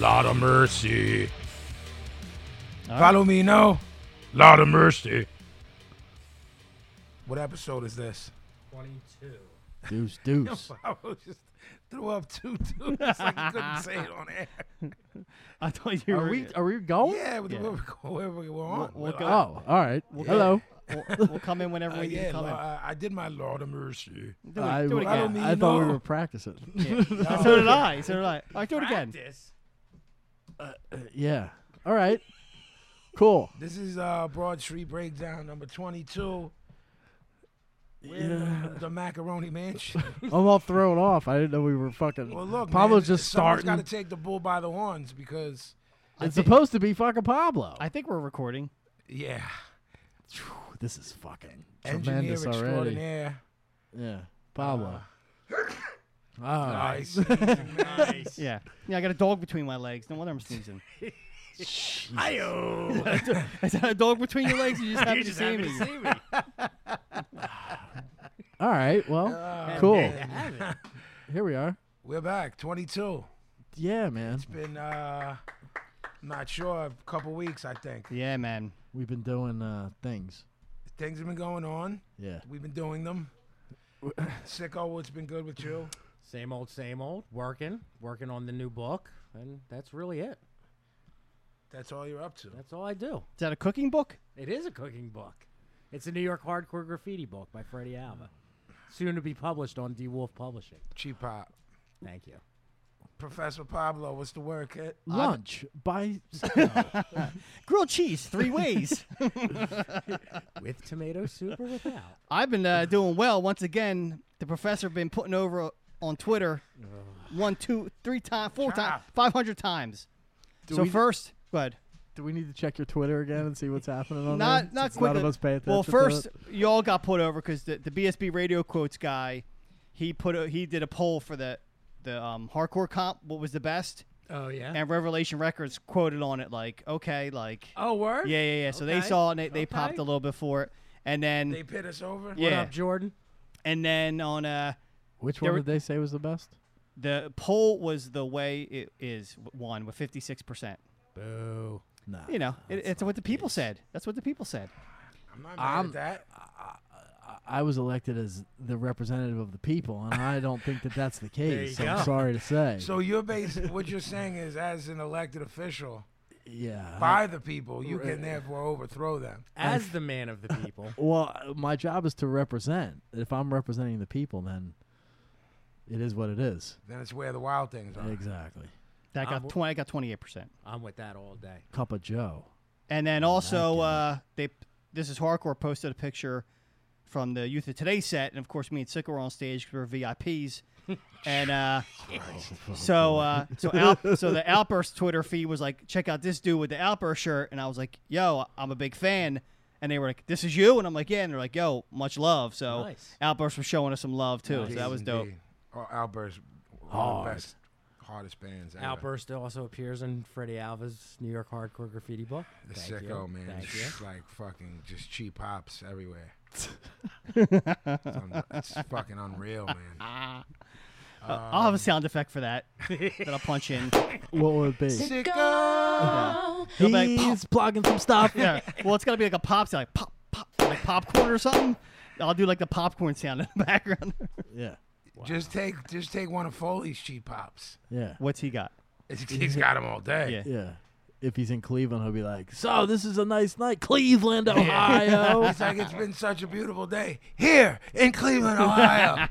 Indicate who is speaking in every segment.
Speaker 1: Lot of mercy.
Speaker 2: All right.
Speaker 1: Follow me now. Lot of mercy. What episode is this?
Speaker 3: 22.
Speaker 2: Deuce, deuce.
Speaker 1: I was just threw up two dudes. Like I couldn't say it on air.
Speaker 2: I thought you
Speaker 4: Are
Speaker 2: were.
Speaker 4: we are we going?
Speaker 1: Yeah, with
Speaker 2: Yeah.
Speaker 1: whoever whoever Uh, we're on.
Speaker 2: We'll- we'll
Speaker 1: Well,
Speaker 2: go-
Speaker 1: I-
Speaker 4: Oh, all right.
Speaker 2: We'll-
Speaker 4: Hello.
Speaker 2: we'll, we'll come in whenever
Speaker 1: Uh,
Speaker 2: we
Speaker 1: yeah,
Speaker 2: can come
Speaker 1: Lo-
Speaker 2: in.
Speaker 1: I, I did my Lord of Mercy.
Speaker 2: Do it,
Speaker 4: I,
Speaker 2: do it
Speaker 4: I
Speaker 1: follow
Speaker 2: again.
Speaker 1: me
Speaker 4: I thought we
Speaker 1: now.
Speaker 4: were practicing.
Speaker 2: Yeah. so did I. So did I. All right, do it again.
Speaker 3: Practice.
Speaker 4: yeah. All right. Cool.
Speaker 1: This is uh, Broad Street Breakdown number 22. We're in the- the Macaroni Mansion.
Speaker 4: I'm all thrown off. I didn't know we were fucking.
Speaker 1: Well, look,
Speaker 4: Pablo's
Speaker 1: man,
Speaker 4: just
Speaker 1: got to
Speaker 4: starting.
Speaker 1: take the bull by the horns because,
Speaker 2: I
Speaker 4: it's
Speaker 2: thi-
Speaker 4: supposed to be fucking Pablo.
Speaker 2: I think we're recording.
Speaker 1: yeah,
Speaker 4: Phew, this is fucking
Speaker 1: engineer
Speaker 4: tremendous already.
Speaker 1: extraordinaire.
Speaker 4: Yeah, Pablo. Oh,
Speaker 1: Nice.
Speaker 3: Nice.
Speaker 2: Yeah. Yeah, I got a dog between my legs. No wonder I'm sneezing.
Speaker 1: Ayo.
Speaker 2: I said a dog between your legs. You just happen
Speaker 3: You
Speaker 2: to
Speaker 3: just
Speaker 2: see
Speaker 3: happy
Speaker 2: me.
Speaker 3: to see me.
Speaker 4: all right. Well,
Speaker 1: Uh,
Speaker 4: Cool.
Speaker 2: There you have it.
Speaker 4: here we are.
Speaker 1: We're back, 22.
Speaker 4: Yeah, man.
Speaker 1: Been, uh, not sure, a couple weeks, I think.
Speaker 2: Yeah, man.
Speaker 4: We've been doing uh, things.
Speaker 1: Things have been going on.
Speaker 4: Yeah.
Speaker 1: We've been doing them. Sicko, what's been good with you?
Speaker 3: Same old, same old. Working, working on the new book, and that's really it.
Speaker 1: That's all you're up to.
Speaker 3: That's all I do.
Speaker 2: Is that a cooking book?
Speaker 3: It is a cooking book. It's a New York hardcore graffiti book by Freddie Alva, soon to be published on D Wolf Publishing.
Speaker 1: Cheap pop.
Speaker 3: Thank you.
Speaker 1: Professor Pablo, what's the word, kid?
Speaker 4: Lunch by
Speaker 2: Grilled cheese, three ways.
Speaker 3: With tomato soup or without?
Speaker 2: I've been uh, doing well once again. The professor been putting over on Twitter one, two, three times, four times,
Speaker 1: Chop.
Speaker 2: five hundred times.
Speaker 4: Do
Speaker 2: so
Speaker 4: we-
Speaker 2: first, go ahead.
Speaker 4: Do we need to check your Twitter again and see what's happening on there?
Speaker 2: Not not
Speaker 4: Since none
Speaker 2: quickly.
Speaker 4: of us pay attention.
Speaker 2: Well,
Speaker 4: to
Speaker 2: first uh,
Speaker 4: it?
Speaker 2: you all got put over because the, the BSB radio quotes guy, he put a, he did a poll for the the um, hardcore comp. What was the best?
Speaker 3: Oh yeah.
Speaker 2: And Revelation Records quoted on it like, okay, like
Speaker 3: oh word.
Speaker 2: yeah, yeah, yeah. So they
Speaker 3: Okay.
Speaker 2: saw it and they, they popped
Speaker 3: Okay.
Speaker 2: a little bit for it, and then
Speaker 1: They pit us over?
Speaker 2: yeah,
Speaker 3: What up, Jordan?
Speaker 2: and then on uh
Speaker 4: which
Speaker 2: there were-
Speaker 4: one did they say was the best?
Speaker 2: The poll was the way it is w- one with 56%.
Speaker 3: Boo.
Speaker 4: Nah.
Speaker 2: You know, it, it's what the people said. That's what the people said.
Speaker 1: I'm not mad
Speaker 4: I'm-
Speaker 1: at that.
Speaker 4: I was elected as the representative of the people, and I don't think that that's the case.
Speaker 3: you
Speaker 4: I'm
Speaker 3: go.
Speaker 4: sorry to say.
Speaker 1: So you're basically what you're saying is, as an elected official
Speaker 2: Uh,
Speaker 4: yeah.
Speaker 1: by the people, you can therefore overthrow them.
Speaker 3: As the man of the people.
Speaker 4: well, my job is to represent. If I'm representing the people, then it is what it is.
Speaker 1: Then it's where the wild things are.
Speaker 4: Exactly.
Speaker 2: That got
Speaker 3: I'm-
Speaker 2: 20 I got 28%.
Speaker 3: I'm with that all day.
Speaker 4: Cup of Joe.
Speaker 2: And then also uh they this is hardcore posted a picture from the Youth of Today set and of course me and Sickle were on stage 'cause we were VIPs. and uh so uh so Al- so the Outburst Twitter feed was like check out this dude with the Outburst shirt and I was like, "Yo, I'm a big fan." And they were like, "This is you?" And I'm like, "Yeah." And they're like, "Yo, much love." So
Speaker 3: Nice.
Speaker 2: Outburst was showing us some love too. So that was dope.
Speaker 1: Indeed. Or Outburst, one of the best, hardest bands. Ever.
Speaker 3: Outburst also appears in Freddie Alva's New York hardcore graffiti book.
Speaker 1: the
Speaker 3: Thank you.
Speaker 1: sicko man,
Speaker 3: Thank
Speaker 1: it's
Speaker 3: you.
Speaker 1: just like fucking just cheap hops everywhere. it's, un- it's fucking unreal, man.
Speaker 2: Uh, I'll have a sound effect for that that I'll punch in. Uh,
Speaker 4: What would it be?
Speaker 5: Sicko.
Speaker 2: Go back, pop.
Speaker 4: He's plugging some stuff.
Speaker 2: Yeah. Well, it's got to be like a pop sound, like pop, pop, like popcorn or something. I'll do like the popcorn sound in the background.
Speaker 4: Yeah.
Speaker 1: Just take just take one of Foley's cheap hops.
Speaker 4: Yeah.
Speaker 2: What's he got?
Speaker 1: he's got them all day.
Speaker 2: Yeah.
Speaker 4: Yeah. If he's in Cleveland, he'll be like, "So this is a nice night, Cleveland, Ohio."
Speaker 1: It's like it's been such a beautiful day here in Cleveland, Ohio.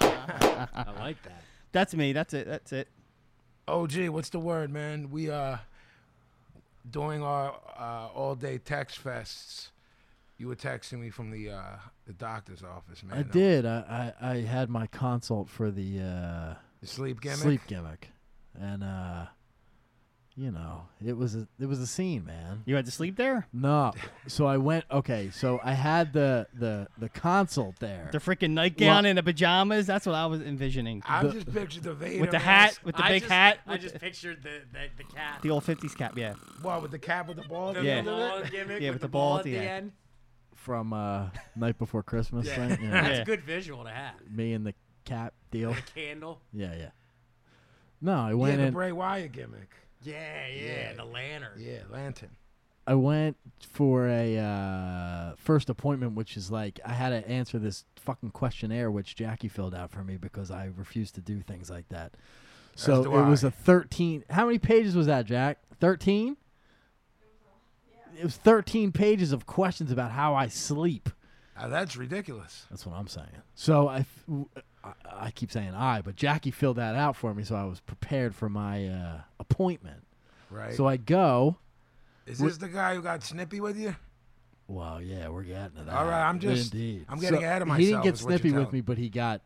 Speaker 3: I like that.
Speaker 2: That's me. That's it. That's it.
Speaker 1: OG, what's the word, man? We are doing our uh, all-day text fests. You were texting me from the uh, the doctor's office, man.
Speaker 4: I did. I, I, I had my consult for the uh,
Speaker 1: The sleep gimmick.
Speaker 4: sleep gimmick, and uh, you know, it was a, it was a scene, man.
Speaker 2: You had to sleep there?
Speaker 4: No, so I went. Okay, so I had the the the consult there.
Speaker 2: The freaking nightgown
Speaker 4: Well-
Speaker 2: and the pajamas? That's what I was envisioning.
Speaker 1: I just pictured the Vader
Speaker 2: with the
Speaker 1: mask.
Speaker 2: hat, with the big hat, with the,
Speaker 3: pictured the, the, the cat.
Speaker 2: the old 50s cap. Yeah.
Speaker 1: What with the cap with the ball?
Speaker 3: The
Speaker 2: Yeah.
Speaker 3: ball gimmick
Speaker 2: Yeah,
Speaker 3: with,
Speaker 2: with
Speaker 3: the ball at the
Speaker 2: end.
Speaker 3: end.
Speaker 4: from uh, night before Christmas
Speaker 3: Yeah.
Speaker 4: thing. Yeah.
Speaker 3: That's
Speaker 2: Yeah.
Speaker 3: a good visual to have.
Speaker 4: Me and the cap deal.
Speaker 3: The candle.
Speaker 4: Yeah, yeah. No, I
Speaker 1: Yeah,
Speaker 4: went
Speaker 1: the
Speaker 4: in.
Speaker 1: Bray Wyatt gimmick.
Speaker 3: Yeah, yeah,
Speaker 1: Yeah.
Speaker 3: the lantern.
Speaker 1: Yeah, lantern.
Speaker 4: I went for a uh, first appointment, which is like I had to answer this fucking questionnaire, which Jackie filled out for me because I refused to do things like that. So
Speaker 1: do
Speaker 4: it was
Speaker 1: I.
Speaker 4: a thirteen. How many pages was that, Jack? Thirteen. It was thirteen pages of questions about how I sleep.
Speaker 1: Now, Uh, that's ridiculous.
Speaker 4: That's what I'm saying. So I, f- w- I, I keep saying I, but Jackie filled that out for me, so I was prepared for my uh, appointment.
Speaker 1: Right.
Speaker 4: So I go.
Speaker 1: Is this the guy who got snippy with you?
Speaker 4: Well, yeah, we're getting to that.
Speaker 1: All right, I'm just-
Speaker 4: Indeed.
Speaker 1: I'm getting ahead of
Speaker 4: He
Speaker 1: myself,
Speaker 4: didn't get
Speaker 1: is what you're
Speaker 4: snippy with
Speaker 1: telling
Speaker 4: me, but he got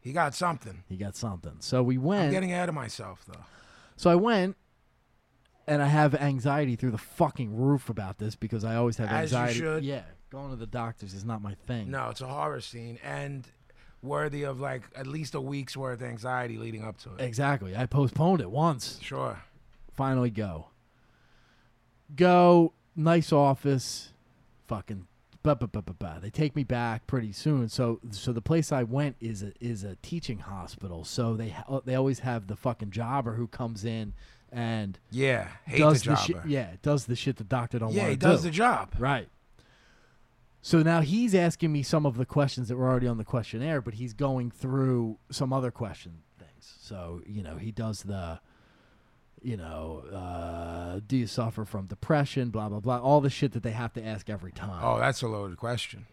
Speaker 1: He got something.
Speaker 4: he got something. So we
Speaker 1: I'm
Speaker 4: went.
Speaker 1: getting ahead of myself though.
Speaker 4: so I went, and I have anxiety through the fucking roof about this because I always have
Speaker 1: As you
Speaker 4: anxiety.
Speaker 1: should.
Speaker 4: Yeah, going to the doctors is not my thing.
Speaker 1: No, it's a horror scene and worthy of like at least a week's worth of anxiety leading up to it.
Speaker 4: Exactly. I postponed it once.
Speaker 1: Sure.
Speaker 4: Finally, go. Go. Nice office. Fucking. Ba, ba, ba, ba, ba. They take me back pretty soon. So, so the place I went is a, is a teaching hospital. So they ha- they always have the fucking jobber who comes in and
Speaker 1: Yeah. Hate
Speaker 4: does
Speaker 1: the
Speaker 4: the,
Speaker 1: jobber.
Speaker 4: shit. Yeah, does the shit the doctor don't
Speaker 1: Yeah,
Speaker 4: want
Speaker 1: he
Speaker 4: to
Speaker 1: does
Speaker 4: do.
Speaker 1: the job.
Speaker 4: Right. So now he's asking me some of the questions that were already on the questionnaire, but he's going through some other question things. So, you know, he does the, you know, uh, do you suffer from depression, blah, blah, blah, all the shit that they have to ask every time.
Speaker 1: Oh, that's a loaded question.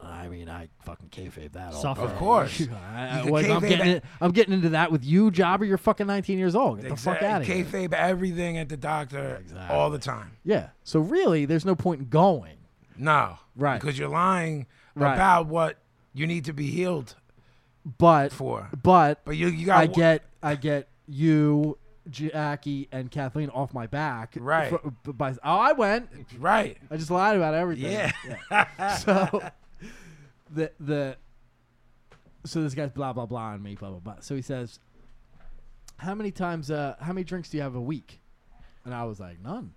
Speaker 4: I mean, I fucking kayfabe that. all
Speaker 2: Suffer.
Speaker 4: day.
Speaker 1: Of course.
Speaker 4: I, I,
Speaker 1: You
Speaker 4: like,
Speaker 1: can
Speaker 4: I'm,
Speaker 1: kayfabe
Speaker 4: getting,
Speaker 1: that-
Speaker 4: in- I'm getting into that with you, Jobber. You're fucking 19 years old. Get the fuck out of here.
Speaker 1: Kayfabe everything at the doctor all the time.
Speaker 4: Yeah. So really, there's no point in going.
Speaker 1: No.
Speaker 4: Right.
Speaker 1: Because you're lying
Speaker 4: Right.
Speaker 1: about what you need to be healed
Speaker 4: But,
Speaker 1: for.
Speaker 4: but
Speaker 1: But you you got
Speaker 4: I get I get you, Jackie, and Kathleen off my back.
Speaker 1: Right.
Speaker 4: fr- b- by, oh, I went.
Speaker 1: right.
Speaker 4: I just lied about everything.
Speaker 1: Yeah.
Speaker 4: So the the so this guy's blah blah blah on me blah blah blah. So he says, "How many times? Uh, how many drinks do you have a week?" And I was like, "None."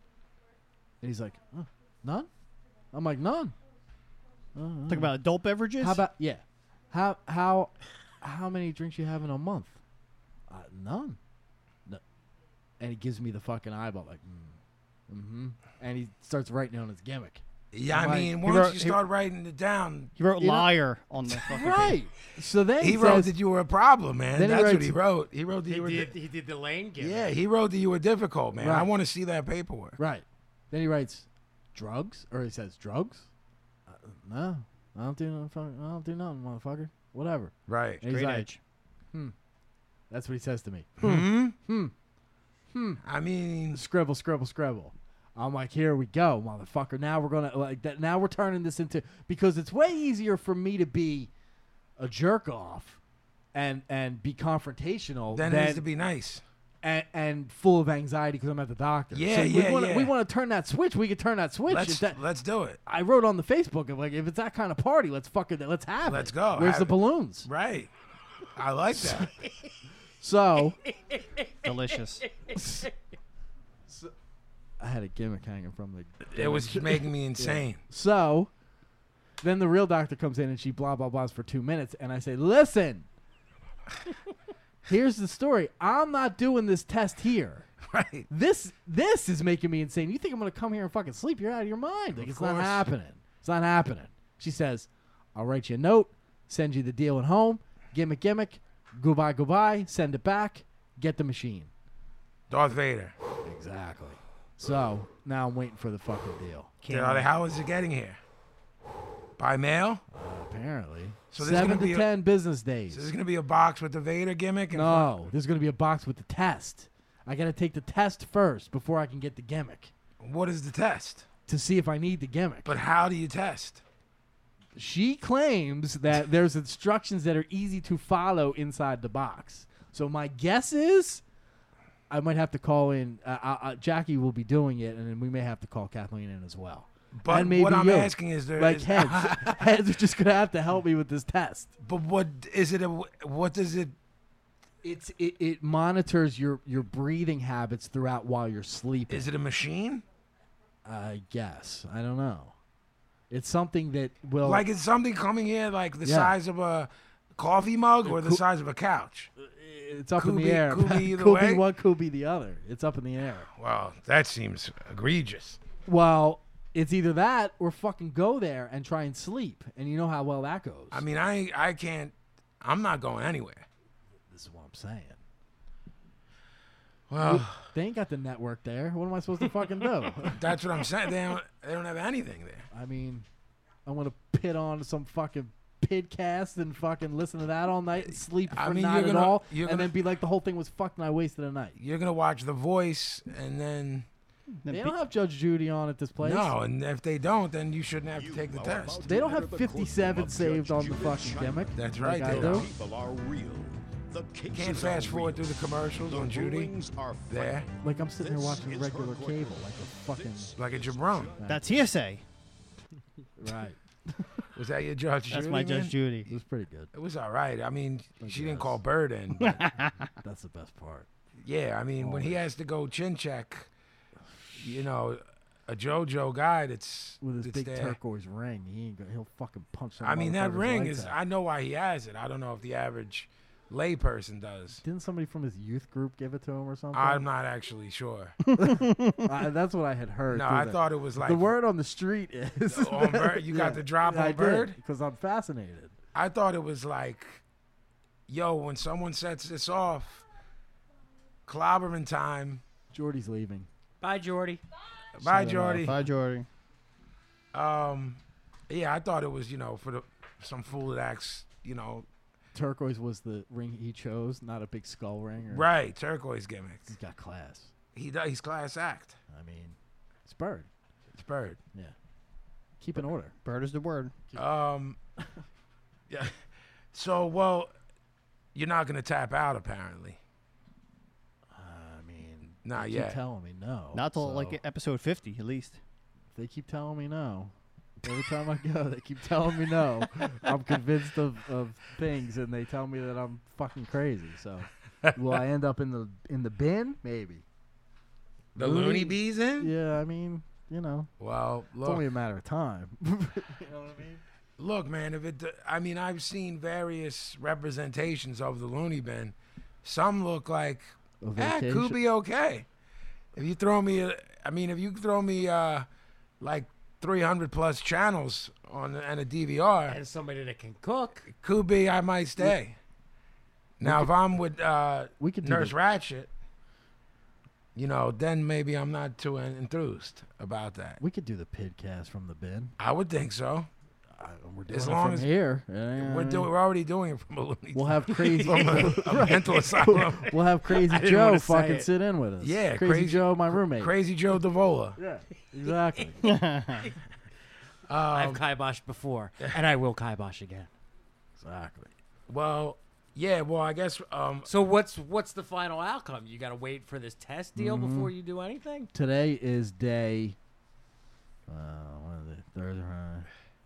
Speaker 4: And he's like, "Huh, "None." I'm like, "None."
Speaker 2: Talk about adult beverages.
Speaker 4: How about yeah? How how how many drinks you have in a month? Uh, none. No. And he gives me the fucking eyeball like, mm, hmm and he starts writing on his gimmick.
Speaker 1: Yeah, I
Speaker 4: Right.
Speaker 1: mean,
Speaker 4: He
Speaker 1: once
Speaker 2: wrote-
Speaker 1: you
Speaker 2: he-
Speaker 1: start writing it down,
Speaker 2: you wrote
Speaker 4: you know-
Speaker 2: liar on the fucking thing.
Speaker 4: Right. So then
Speaker 1: he
Speaker 4: he
Speaker 1: wrote
Speaker 4: says-
Speaker 1: that you were a problem, man.
Speaker 4: Then he
Speaker 1: That's what
Speaker 4: writes-
Speaker 1: he wrote. He wrote that
Speaker 3: He
Speaker 1: you were.
Speaker 3: did,
Speaker 1: di-
Speaker 3: he did the lane game.
Speaker 1: yeah, he wrote that you were difficult, man. I
Speaker 4: Right.
Speaker 1: want to see that paperwork.
Speaker 4: right. Then he writes drugs, or he says drugs. Uh, no, I don't do nothing. fucking- I don't do nothing, motherfucker. Whatever.
Speaker 1: Right.
Speaker 4: And he's
Speaker 2: Straight
Speaker 4: like,
Speaker 2: edge.
Speaker 4: That's what he says to me.
Speaker 1: Hmm. Hmm. I mean,
Speaker 4: scribble, scribble, scribble. I'm like, here we go, motherfucker. Now we're gonna like that. Now we're turning this into because it's way easier for me to be a jerk off and and be confrontational
Speaker 1: then it
Speaker 4: than
Speaker 1: needs to be nice.
Speaker 4: and, and full of anxiety because I'm at the doctor.
Speaker 1: Yeah,
Speaker 4: so
Speaker 1: yeah,
Speaker 4: we wanna,
Speaker 1: yeah.
Speaker 4: We want to turn that switch. We could turn that switch.
Speaker 1: Let's
Speaker 4: If that-
Speaker 1: let's do it.
Speaker 4: I wrote on the Facebook of like, if it's that kind of party, let's fucking let's have
Speaker 1: Let's
Speaker 4: it.
Speaker 1: go,
Speaker 4: Where's
Speaker 1: have
Speaker 4: the
Speaker 1: it.
Speaker 4: balloons?
Speaker 1: Right. I like that.
Speaker 4: So
Speaker 2: Delicious.
Speaker 4: I had a gimmick hanging from the
Speaker 1: it was making me insane.
Speaker 4: So then the real doctor comes in and she blah blah blahs for two minutes, and I say, "Listen, here's the story. I'm not doing this test here.
Speaker 1: Right.
Speaker 4: This this is making me insane. You think I'm gonna come here and fucking sleep? You're out of your mind. Like
Speaker 1: Of
Speaker 4: it's not
Speaker 1: course.
Speaker 4: happening. It's not happening." She says, "I'll write you a note, send you the deal at home, gimmick gimmick, goodbye goodbye, send it back, get the machine."
Speaker 1: Darth Vader.
Speaker 4: Exactly. So now I'm waiting for the fucking deal.
Speaker 1: Dude, how is it getting here? By mail?
Speaker 4: Apparently,
Speaker 1: So there's
Speaker 4: seven
Speaker 1: gonna be
Speaker 4: to
Speaker 1: a-
Speaker 4: ten business days.
Speaker 1: So there's gonna be a box with the Vader gimmick. And
Speaker 4: No, there's going to be a box with the test. I got to take the test first before I can get the gimmick
Speaker 1: What is the test?
Speaker 4: to see if I need the gimmick.
Speaker 1: But how do you test?
Speaker 4: she claims that there's instructions that are easy to follow inside the box. So my guess is I might have to call in. Uh, uh, uh, Jackie will be doing it, and then we may have to call Kathleen in as well.
Speaker 1: But
Speaker 4: And maybe
Speaker 1: what I'm
Speaker 4: you.
Speaker 1: asking is there
Speaker 4: like
Speaker 1: is-
Speaker 4: heads, heads are just gonna have to help me with this test.
Speaker 1: But what is it? A, what does it?
Speaker 4: It's it, it monitors your your breathing habits throughout while you're sleeping.
Speaker 1: Is it a machine?
Speaker 4: I guess. I don't know. It's something that will
Speaker 1: Like is something coming here like the
Speaker 4: Yeah.
Speaker 1: size of a coffee mug or the size of a couch?
Speaker 4: It's up in
Speaker 1: Could be-
Speaker 4: the air.
Speaker 1: could be either
Speaker 4: Could
Speaker 1: way.
Speaker 4: be one, could be the other. It's up in the air.
Speaker 1: Wow, that seems egregious.
Speaker 4: Well, it's either that or fucking go there and try and sleep. And you know how well that goes.
Speaker 1: I mean, I I can't. I'm not going anywhere.
Speaker 4: this is what I'm saying.
Speaker 1: Well,
Speaker 4: They ain't got the network there. What am I supposed to fucking do?
Speaker 1: that's what I'm saying. They don't they don't have anything there.
Speaker 4: I mean, I'm gonna pit on some fucking pidcast and fucking listen to that all night and sleep for
Speaker 1: I mean,
Speaker 4: not
Speaker 1: you're
Speaker 4: at
Speaker 1: gonna-
Speaker 4: all,
Speaker 1: you're
Speaker 4: and
Speaker 1: gonna-
Speaker 4: then be like the whole thing was fucked and I wasted a night.
Speaker 1: You're gonna watch The Voice, and then
Speaker 2: Then
Speaker 4: They
Speaker 2: be-
Speaker 4: don't have Judge Judy on at this place.
Speaker 1: no, and if they don't, then you shouldn't have to take the test.
Speaker 4: They don't have 57 saved on the fucking gimmick.
Speaker 1: That's right,
Speaker 4: Like I
Speaker 1: they
Speaker 4: do.
Speaker 1: don't.
Speaker 6: People are real. The cases
Speaker 1: Can't fast
Speaker 6: are
Speaker 1: forward
Speaker 6: real.
Speaker 1: through the commercials on Judy.
Speaker 6: rulings are
Speaker 1: There,
Speaker 6: frightening.
Speaker 4: Like I'm sitting here
Speaker 6: This
Speaker 4: watching
Speaker 6: is
Speaker 4: regular
Speaker 6: her
Speaker 4: cable, like a fucking
Speaker 1: like a jabron.
Speaker 2: That's hearsay.
Speaker 4: right.
Speaker 1: Was that your Judge Judy?
Speaker 2: That's my
Speaker 1: man?
Speaker 2: Judge Judy.
Speaker 4: It's pretty good.
Speaker 1: It was all right. I mean, she didn't
Speaker 4: guess.
Speaker 1: call Bird in. but
Speaker 4: That's the best part.
Speaker 1: yeah, I mean, when he has to go chin check, you know, a JoJo guy that's
Speaker 4: With his
Speaker 1: that's
Speaker 4: big
Speaker 1: there.
Speaker 4: turquoise ring, he ain't gonna, he'll fucking punch. some
Speaker 1: I mean, that
Speaker 4: motherfucker's
Speaker 1: ring
Speaker 4: lights
Speaker 1: is.
Speaker 4: out.
Speaker 1: I know why he has it. I don't know if the average layperson does.
Speaker 4: Didn't somebody from his youth group give it to him or something?
Speaker 1: I'm not actually sure.
Speaker 4: I, that's what I had heard.
Speaker 1: No,
Speaker 4: too,
Speaker 1: I
Speaker 4: that-
Speaker 1: thought it was like
Speaker 4: the word on the street is
Speaker 1: on Bird. You got the drop on Bird.
Speaker 4: because I'm fascinated.
Speaker 1: I thought it was like, yo, when someone sets this off, clobbering time.
Speaker 4: Jordy's leaving.
Speaker 3: Bye, Jordy.
Speaker 1: Bye,
Speaker 2: Saying, uh,
Speaker 1: Jordy.
Speaker 2: Bye, Jordy.
Speaker 1: Um, yeah, I thought it was you know for the some fool that acts you know
Speaker 4: Turquoise was the ring he chose, not a big skull ring. Or,
Speaker 1: right turquoise gimmick.
Speaker 4: He's got class.
Speaker 1: He does, he's class act.
Speaker 4: I mean, it's Bird.
Speaker 1: It's Bird.
Speaker 4: Yeah. Keep in order.
Speaker 2: Bird is the word.
Speaker 1: Um, yeah. So well, you're not gonna tap out apparently. uh,
Speaker 4: I mean,
Speaker 1: Not
Speaker 4: they
Speaker 1: yet.
Speaker 4: Keep telling me no.
Speaker 2: Not till
Speaker 4: so
Speaker 2: like episode 50, at least.
Speaker 4: They keep telling me no. Every time I go, they keep telling me no. I'm convinced of, of things, and they tell me that I'm fucking crazy. So, will I end up in the in the bin? Maybe.
Speaker 1: The
Speaker 4: Looney-
Speaker 1: Looney Bees in.
Speaker 4: Yeah, I mean, you know,
Speaker 1: Well,
Speaker 4: it's only
Speaker 1: look,
Speaker 4: a matter of time.
Speaker 1: look, man. If it, d- I mean, I've seen various representations of the Looney Bin. Some look like
Speaker 4: A
Speaker 1: Ah,
Speaker 4: vacation.
Speaker 1: could be okay. If you throw me, a, I mean, if you throw me uh, like 300 plus channels on and a DVR,
Speaker 3: And somebody that can cook.
Speaker 1: could be I might stay. Now, if I'm with uh,
Speaker 4: we could do
Speaker 1: Nurse
Speaker 4: the-
Speaker 1: Ratchet, you know, then maybe I'm not too en- enthused about that.
Speaker 4: We could do the pidcast from the bin.
Speaker 1: I would think so.
Speaker 4: I, we're doing
Speaker 1: As
Speaker 4: it
Speaker 1: long
Speaker 4: from
Speaker 1: as-
Speaker 4: here.
Speaker 1: We're doing, we're already doing it from a loony.
Speaker 4: We'll have crazy.
Speaker 1: from a, a mental asylum.
Speaker 4: we'll have crazy
Speaker 1: didn't wanna
Speaker 4: Joe
Speaker 1: say
Speaker 4: fucking
Speaker 1: it.
Speaker 4: sit in with us.
Speaker 1: Yeah,
Speaker 4: crazy,
Speaker 1: Crazy-
Speaker 4: Joe, my roommate.
Speaker 1: Crazy Joe Davola.
Speaker 4: Yeah, exactly.
Speaker 3: I've kiboshed before, and I will kibosh again.
Speaker 4: exactly.
Speaker 1: Well, yeah. Well, I guess um,
Speaker 3: So what's what's the final outcome? You got to wait for this test deal before you do anything.
Speaker 4: Today is day. Uh, what is it? Thursday, Friday,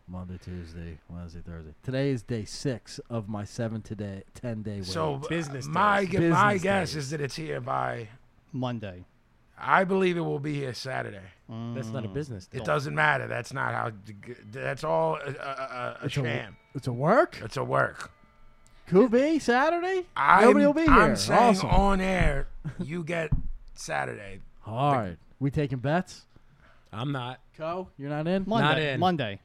Speaker 4: Monday, Tuesday, Wednesday, Thursday. Today is day six of my seven today, ten day wait.
Speaker 1: So uh,
Speaker 3: Business
Speaker 1: my
Speaker 3: days.
Speaker 1: gu- my
Speaker 4: Business
Speaker 1: guess
Speaker 4: days.
Speaker 1: is that it's here by.
Speaker 2: Monday.
Speaker 1: I believe it will be here Saturday.
Speaker 3: That's not a business.
Speaker 1: It
Speaker 3: deal.
Speaker 1: doesn't matter. That's not how. the g- That's all a, a, a, a
Speaker 4: It's a-
Speaker 1: sham.
Speaker 4: it's a work.
Speaker 1: it's a work.
Speaker 4: Could be Saturday.
Speaker 1: I'm,
Speaker 4: Nobody will be here.
Speaker 1: I'm saying
Speaker 4: awesome.
Speaker 1: on air, you get Saturday.
Speaker 4: All right, we taking bets.
Speaker 3: I'm not.
Speaker 4: Co, you're not in.
Speaker 2: Monday.
Speaker 3: in.
Speaker 2: Monday.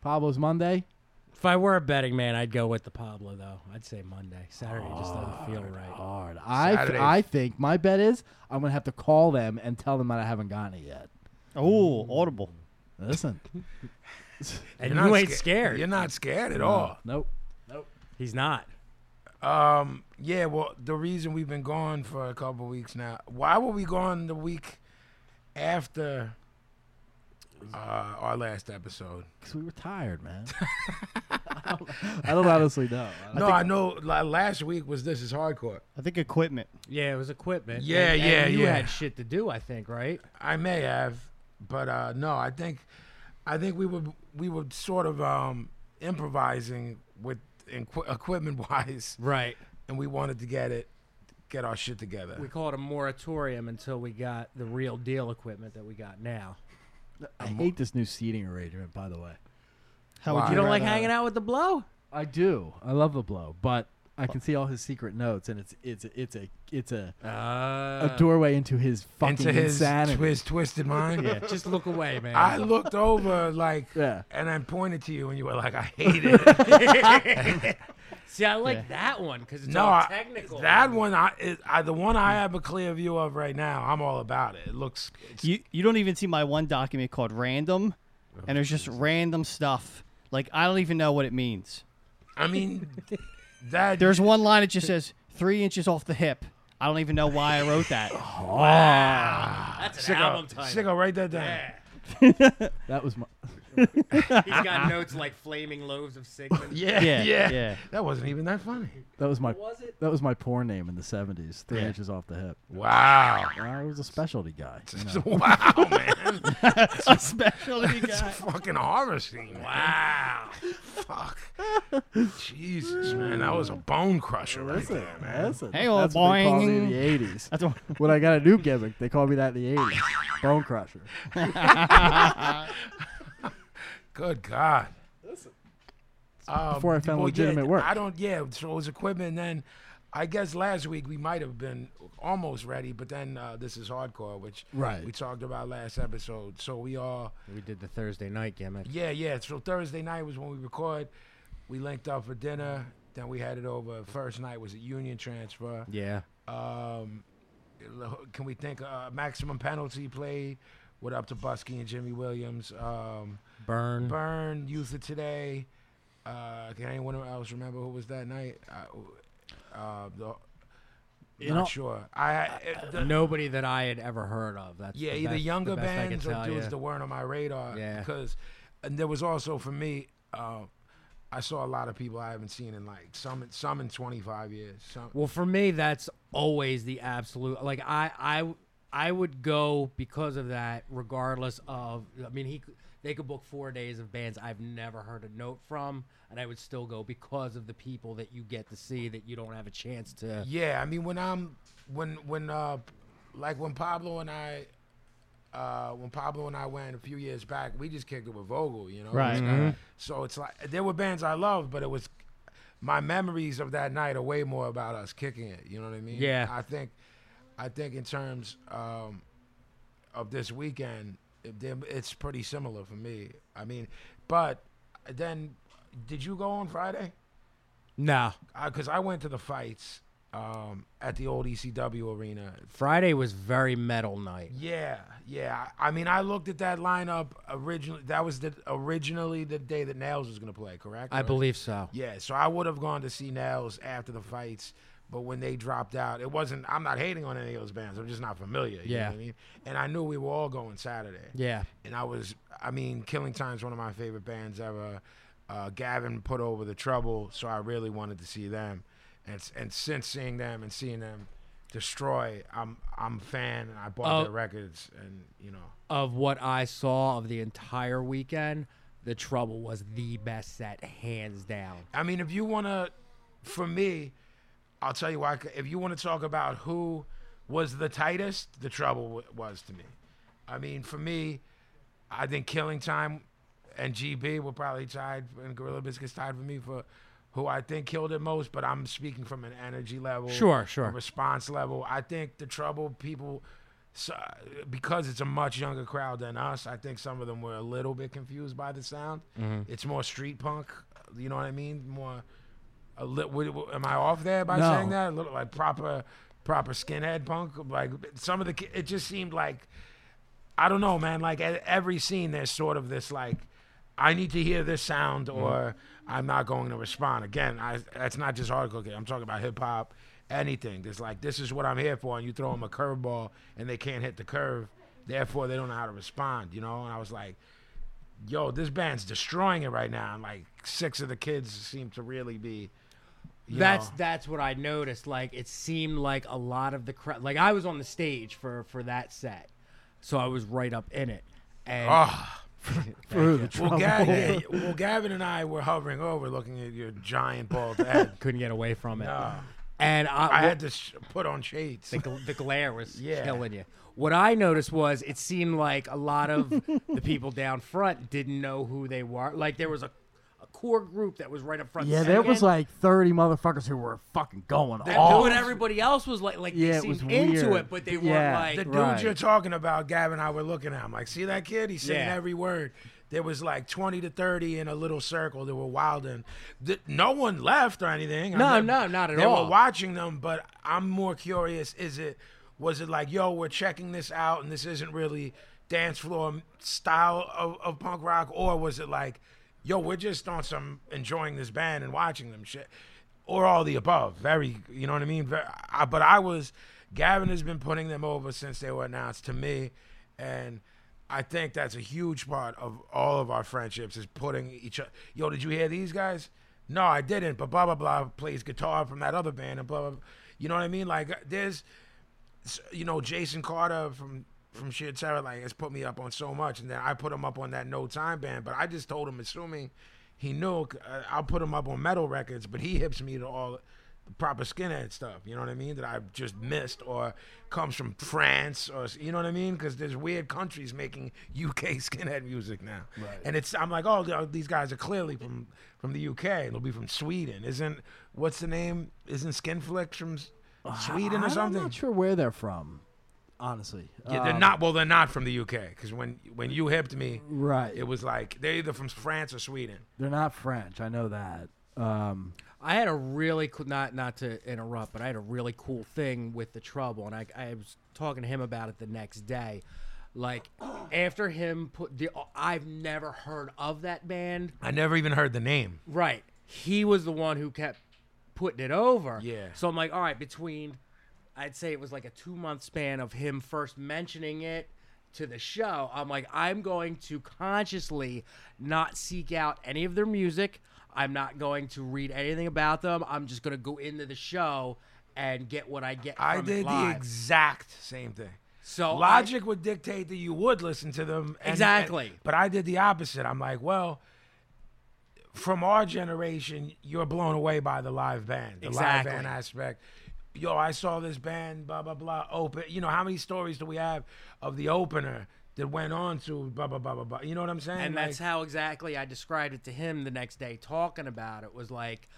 Speaker 4: Pablo's Monday.
Speaker 3: If I were a betting man, I'd go with the Pablo though. I'd say Monday. Saturday just doesn't feel right.
Speaker 4: Hard. I, th-
Speaker 1: Saturdays.
Speaker 4: I think my bet is I'm gonna have to call them and tell them that I haven't gotten it yet.
Speaker 2: Oh,
Speaker 1: Mm.
Speaker 2: audible.
Speaker 4: Listen,
Speaker 3: And
Speaker 1: You're
Speaker 3: you
Speaker 1: not
Speaker 3: ain't
Speaker 1: sca-
Speaker 3: scared.
Speaker 1: You're not scared at all.
Speaker 4: nope.
Speaker 3: He's not.
Speaker 1: Um. Yeah. Well, the reason we've been gone for a couple weeks now. Why were we gone the week after uh, our last episode?
Speaker 4: Because we were tired, man. I don't honestly know. I don't-
Speaker 1: no, I know. la- Last week was this is hardcore.
Speaker 2: I think equipment.
Speaker 3: Yeah, it was equipment.
Speaker 1: Yeah,
Speaker 3: And-
Speaker 1: yeah,
Speaker 3: and you
Speaker 1: yeah.
Speaker 3: had shit to do, I think, right?
Speaker 1: I may have, but uh, no, I think, I think we were we were sort of um, improvising with inqu- equipment wise,
Speaker 3: Right.
Speaker 1: and we wanted to get it, get our shit together.
Speaker 3: We called a moratorium until we got the real deal equipment that we got now.
Speaker 4: I hate this new seating arrangement, by the way.
Speaker 2: How
Speaker 1: Why?
Speaker 2: would
Speaker 3: You
Speaker 2: you
Speaker 3: don't
Speaker 1: Right
Speaker 3: like
Speaker 2: rather-
Speaker 3: hanging out with the blow?
Speaker 4: I do. I love the blow, but I can see all his secret notes, and it's it's it's a it's a a
Speaker 1: Uh,
Speaker 4: doorway Ah. into his fucking
Speaker 1: into his,
Speaker 4: insanity.
Speaker 1: his twisted mind.
Speaker 4: Yeah.
Speaker 3: Just look away, man.
Speaker 1: I looked over like,
Speaker 4: Yeah.
Speaker 1: and I pointed to you, and you were like, "I hate it."
Speaker 3: See, I like that one because it's
Speaker 1: no,
Speaker 3: all
Speaker 1: I-
Speaker 3: technical.
Speaker 1: that one, I, is I the one I have a clear view of right now. I'm all about it. It looks it's
Speaker 2: You you don't even see my one document called random,
Speaker 1: Oh,
Speaker 2: and there's just random stuff. Like I don't even know what it means.
Speaker 1: I mean, that
Speaker 2: There's one line that just says three inches off the hip. I don't even know why I wrote that.
Speaker 3: That's an album
Speaker 1: sicko,
Speaker 3: title.
Speaker 1: sicko, write that down.
Speaker 4: That was my.
Speaker 3: He's got notes like flaming loaves of Sigmund.
Speaker 1: Yeah,
Speaker 2: Yeah,
Speaker 1: yeah,
Speaker 2: yeah.
Speaker 1: That wasn't even that funny.
Speaker 4: That was my.
Speaker 3: Was it?
Speaker 4: That was my porn name in the '70s. Three inches off the hip.
Speaker 1: Wow,
Speaker 4: I was a specialty guy. you know.
Speaker 1: wow, man,
Speaker 2: A specialty
Speaker 1: it's a
Speaker 2: guy.
Speaker 1: fucking horror scene. Wow, fuck, Jesus, man, that was a bone crusher right
Speaker 4: That's it.
Speaker 1: there, man.
Speaker 4: That's it.
Speaker 2: Hey,
Speaker 4: That's what they called me in
Speaker 2: boing.
Speaker 4: the '80s.
Speaker 2: That's what,
Speaker 4: When I got a new gimmick, they called me that in the '80s. Bone crusher.
Speaker 1: Good God. Um,
Speaker 4: Before I found
Speaker 1: well,
Speaker 4: legitimate
Speaker 1: yeah,
Speaker 4: work.
Speaker 1: I don't. Yeah, so it was equipment. And then, I guess last week we might have been almost ready, but then uh, this is hardcore, which
Speaker 4: Right.
Speaker 1: we talked about last episode. So we all,
Speaker 3: We did the Thursday night gimmick.
Speaker 1: yeah, yeah. So Thursday night was when we record. We linked up for dinner. Then we had it over. First night was a union transfer.
Speaker 3: Yeah.
Speaker 1: Um, can we think uh, maximum penalty played? What up to Buskey and Jimmy Williams? Um,
Speaker 3: Burn.
Speaker 1: Burn, Youth of Today. Uh, can anyone else remember who was that night? I, uh, the,
Speaker 4: You
Speaker 1: not
Speaker 4: know-
Speaker 1: sure. I, I- the-
Speaker 3: Nobody that I had ever heard of. That's
Speaker 1: yeah,
Speaker 3: the
Speaker 1: either
Speaker 3: best-
Speaker 1: younger
Speaker 3: the best I can
Speaker 1: bands or
Speaker 3: tell
Speaker 1: dudes
Speaker 3: ya.
Speaker 1: that weren't on my radar.
Speaker 3: Yeah.
Speaker 1: Because, and there was also for me, uh, I saw a lot of people I haven't seen in like some in- some in 25 years. Some
Speaker 3: Well, for me, that's always the absolute. Like I, I, I would go because of that, regardless of. I mean, he, could- they could book four days of bands I've never heard a note from, and I would still go because of the people that you get to see that you don't have a chance to.
Speaker 1: Yeah, I mean when I'm when when uh like when Pablo and I uh when Pablo and I went a few years back, we just kicked it with Vogel, you know.
Speaker 2: Right.
Speaker 1: It's kinda- So it's like there were bands I loved, but it was my memories of that night are way more about us kicking it, you know what I mean?
Speaker 3: Yeah.
Speaker 1: I think I think in terms um of this weekend, it- then it's pretty similar for me. I mean, but then did you go on Friday?
Speaker 3: No,
Speaker 1: because Uh, I went to the fights um, at the old ECW arena.
Speaker 3: Friday was very metal night.
Speaker 1: Yeah, yeah. I mean, I looked at that lineup originally. That was the originally the day that Nails was gonna play, correct?
Speaker 3: I
Speaker 1: Or-
Speaker 3: believe so.
Speaker 1: Yeah, so I would have gone to see Nails after the fights, but when they dropped out, it wasn't. I'm not hating on any of those bands. I'm just not familiar. you know
Speaker 3: Yeah.
Speaker 1: what I mean, and I knew we were all going Saturday.
Speaker 3: Yeah.
Speaker 1: And I was, I mean, Killing Time's one of my favorite bands ever. Uh, Gavin put over the trouble, so I really wanted to see them. And s- and since seeing them and seeing them destroy, I'm I'm a fan and I bought
Speaker 3: Oh.
Speaker 1: their records and you know.
Speaker 3: Of what I saw of the entire weekend, the trouble was the best set, hands down.
Speaker 1: I mean, if you want to, for me, I'll tell you why. If you want to talk about who was the tightest, the trouble w- was to me. I mean, for me, I think Killing Time and GB were probably tied, and Gorilla Biscuits tied for me for who I think killed it most. But I'm speaking from an energy level,
Speaker 3: Sure,
Speaker 1: a
Speaker 3: sure.
Speaker 1: response level. I think the trouble people. So, because it's a much younger crowd than us, I think some of them were a little bit confused by the sound.
Speaker 3: Mm-hmm.
Speaker 1: It's more street punk, you know what I mean? More, a li- w- w- am I off there by
Speaker 4: No.
Speaker 1: saying that? A little like proper, proper skinhead punk. Like some of the, ki- it just seemed like, I don't know, man. Like at every scene, there's sort of this like, I need to hear this sound or I'm not going to respond. Again, I, that's not just hardcore. kid. I'm talking about hip hop, anything. There's like, this is what I'm here for. And you throw them a curveball and they can't hit the curve. Therefore, they don't know how to respond, you know? And I was like, yo, this band's destroying it right now. And like six of the kids seem to really be. you
Speaker 3: that's
Speaker 1: know.
Speaker 3: that's what I noticed. Like it seemed like a lot of the crowd. Like I was on the stage for for that set, so I was right up in it. And
Speaker 1: Oh.
Speaker 4: Through the
Speaker 1: Well,
Speaker 4: trouble.
Speaker 1: Gavin, yeah, yeah. well, Gavin and I were hovering over, looking at your giant bald head.
Speaker 3: couldn't get away from it.
Speaker 1: No.
Speaker 3: And I,
Speaker 1: I had to sh- put on shades.
Speaker 3: the, gl- the glare was
Speaker 1: Yeah.
Speaker 3: killing you. What I noticed was it seemed like a lot of the people down front didn't know who they were. Like there was a, a core group that was right up front.
Speaker 4: Yeah, there was
Speaker 3: singing.
Speaker 4: like 30 motherfuckers who were fucking going
Speaker 3: They're
Speaker 4: off.
Speaker 3: doing everybody else was like like
Speaker 4: Yeah,
Speaker 3: they
Speaker 4: it was
Speaker 3: seemed into
Speaker 4: weird.
Speaker 3: it, but they
Speaker 4: Yeah.
Speaker 1: The
Speaker 3: weren't
Speaker 1: dudes
Speaker 3: like
Speaker 4: Right.
Speaker 1: you're talking about, Gavin and I were looking at him like, see that kid? He's saying
Speaker 3: Yeah.
Speaker 1: every word. There was like 20 to 30 in a little circle that were wilding. Th- no one left or anything. I
Speaker 3: No,
Speaker 1: mean,
Speaker 3: no, not at
Speaker 1: they
Speaker 3: all.
Speaker 1: were watching them, but I'm more curious. Is it, was it like, yo, we're checking this out and this isn't really dance floor style of, of punk rock? Or was it like, yo, we're just on some enjoying this band and watching them shit? or all the above. Very, you know what I mean. Very, I, but I was, Gavin has been putting them over since they were announced to me, and I think that's a huge part of all of our friendships is putting each other. Yo, did you hear these guys? No, I didn't. But blah blah blah plays guitar from that other band and blah blah. blah. You know what I mean? Like uh, there's, s- you know, Jason Carter from. From Sheer Terror, like has put me up on so much, and then I put him up on that No Time band. But I just told him, assuming he knew uh, I'll put him up on metal records, but he hips me to all the proper skinhead stuff. You know what I mean? That I've just missed or comes from France or you know what I mean? Because there's weird countries making UK skinhead music now, and it's I'm like, oh, th- these guys are clearly from from the UK. It'll be from Sweden, isn't? What's the name? Isn't Skinflix from S- Sweden or something?
Speaker 4: Uh, I'm not sure where they're from, honestly.
Speaker 1: Yeah, they're
Speaker 4: Um,
Speaker 1: not. Well, they're not from the UK because when when you hipped me,
Speaker 4: Right.
Speaker 1: it was like they're either from France or Sweden.
Speaker 4: They're not French. I know that. Um,
Speaker 3: I had a really cool, not not to interrupt, but I had a really cool thing with the trouble, and I, I was talking to him about it the next day. Like after him put the, I've never heard of that band.
Speaker 1: I never even heard the name.
Speaker 3: Right, he was the one who kept putting it over.
Speaker 1: Yeah.
Speaker 3: So I'm like, all right, between, I'd say it was like a two month span of him first mentioning it to the show. I'm like, I'm going to consciously not seek out any of their music. I'm not going to read anything about them. I'm just going to go into the show and get what I get. From
Speaker 1: I
Speaker 3: it
Speaker 1: did the
Speaker 3: live.
Speaker 1: exact same thing.
Speaker 3: So I-
Speaker 1: logic would dictate that you would listen to them. and-
Speaker 3: Exactly.
Speaker 1: and- but I did the opposite. I'm like, well, from our generation, you're blown away by the live band, the
Speaker 3: Exactly.
Speaker 1: live band aspect. Yo, I saw this band, blah blah blah. Open, you know how many stories do we have of the opener that went on to blah blah blah blah blah? You know what I'm saying?
Speaker 3: and that's
Speaker 1: Like-
Speaker 3: how exactly I described it to him the next day talking about it was like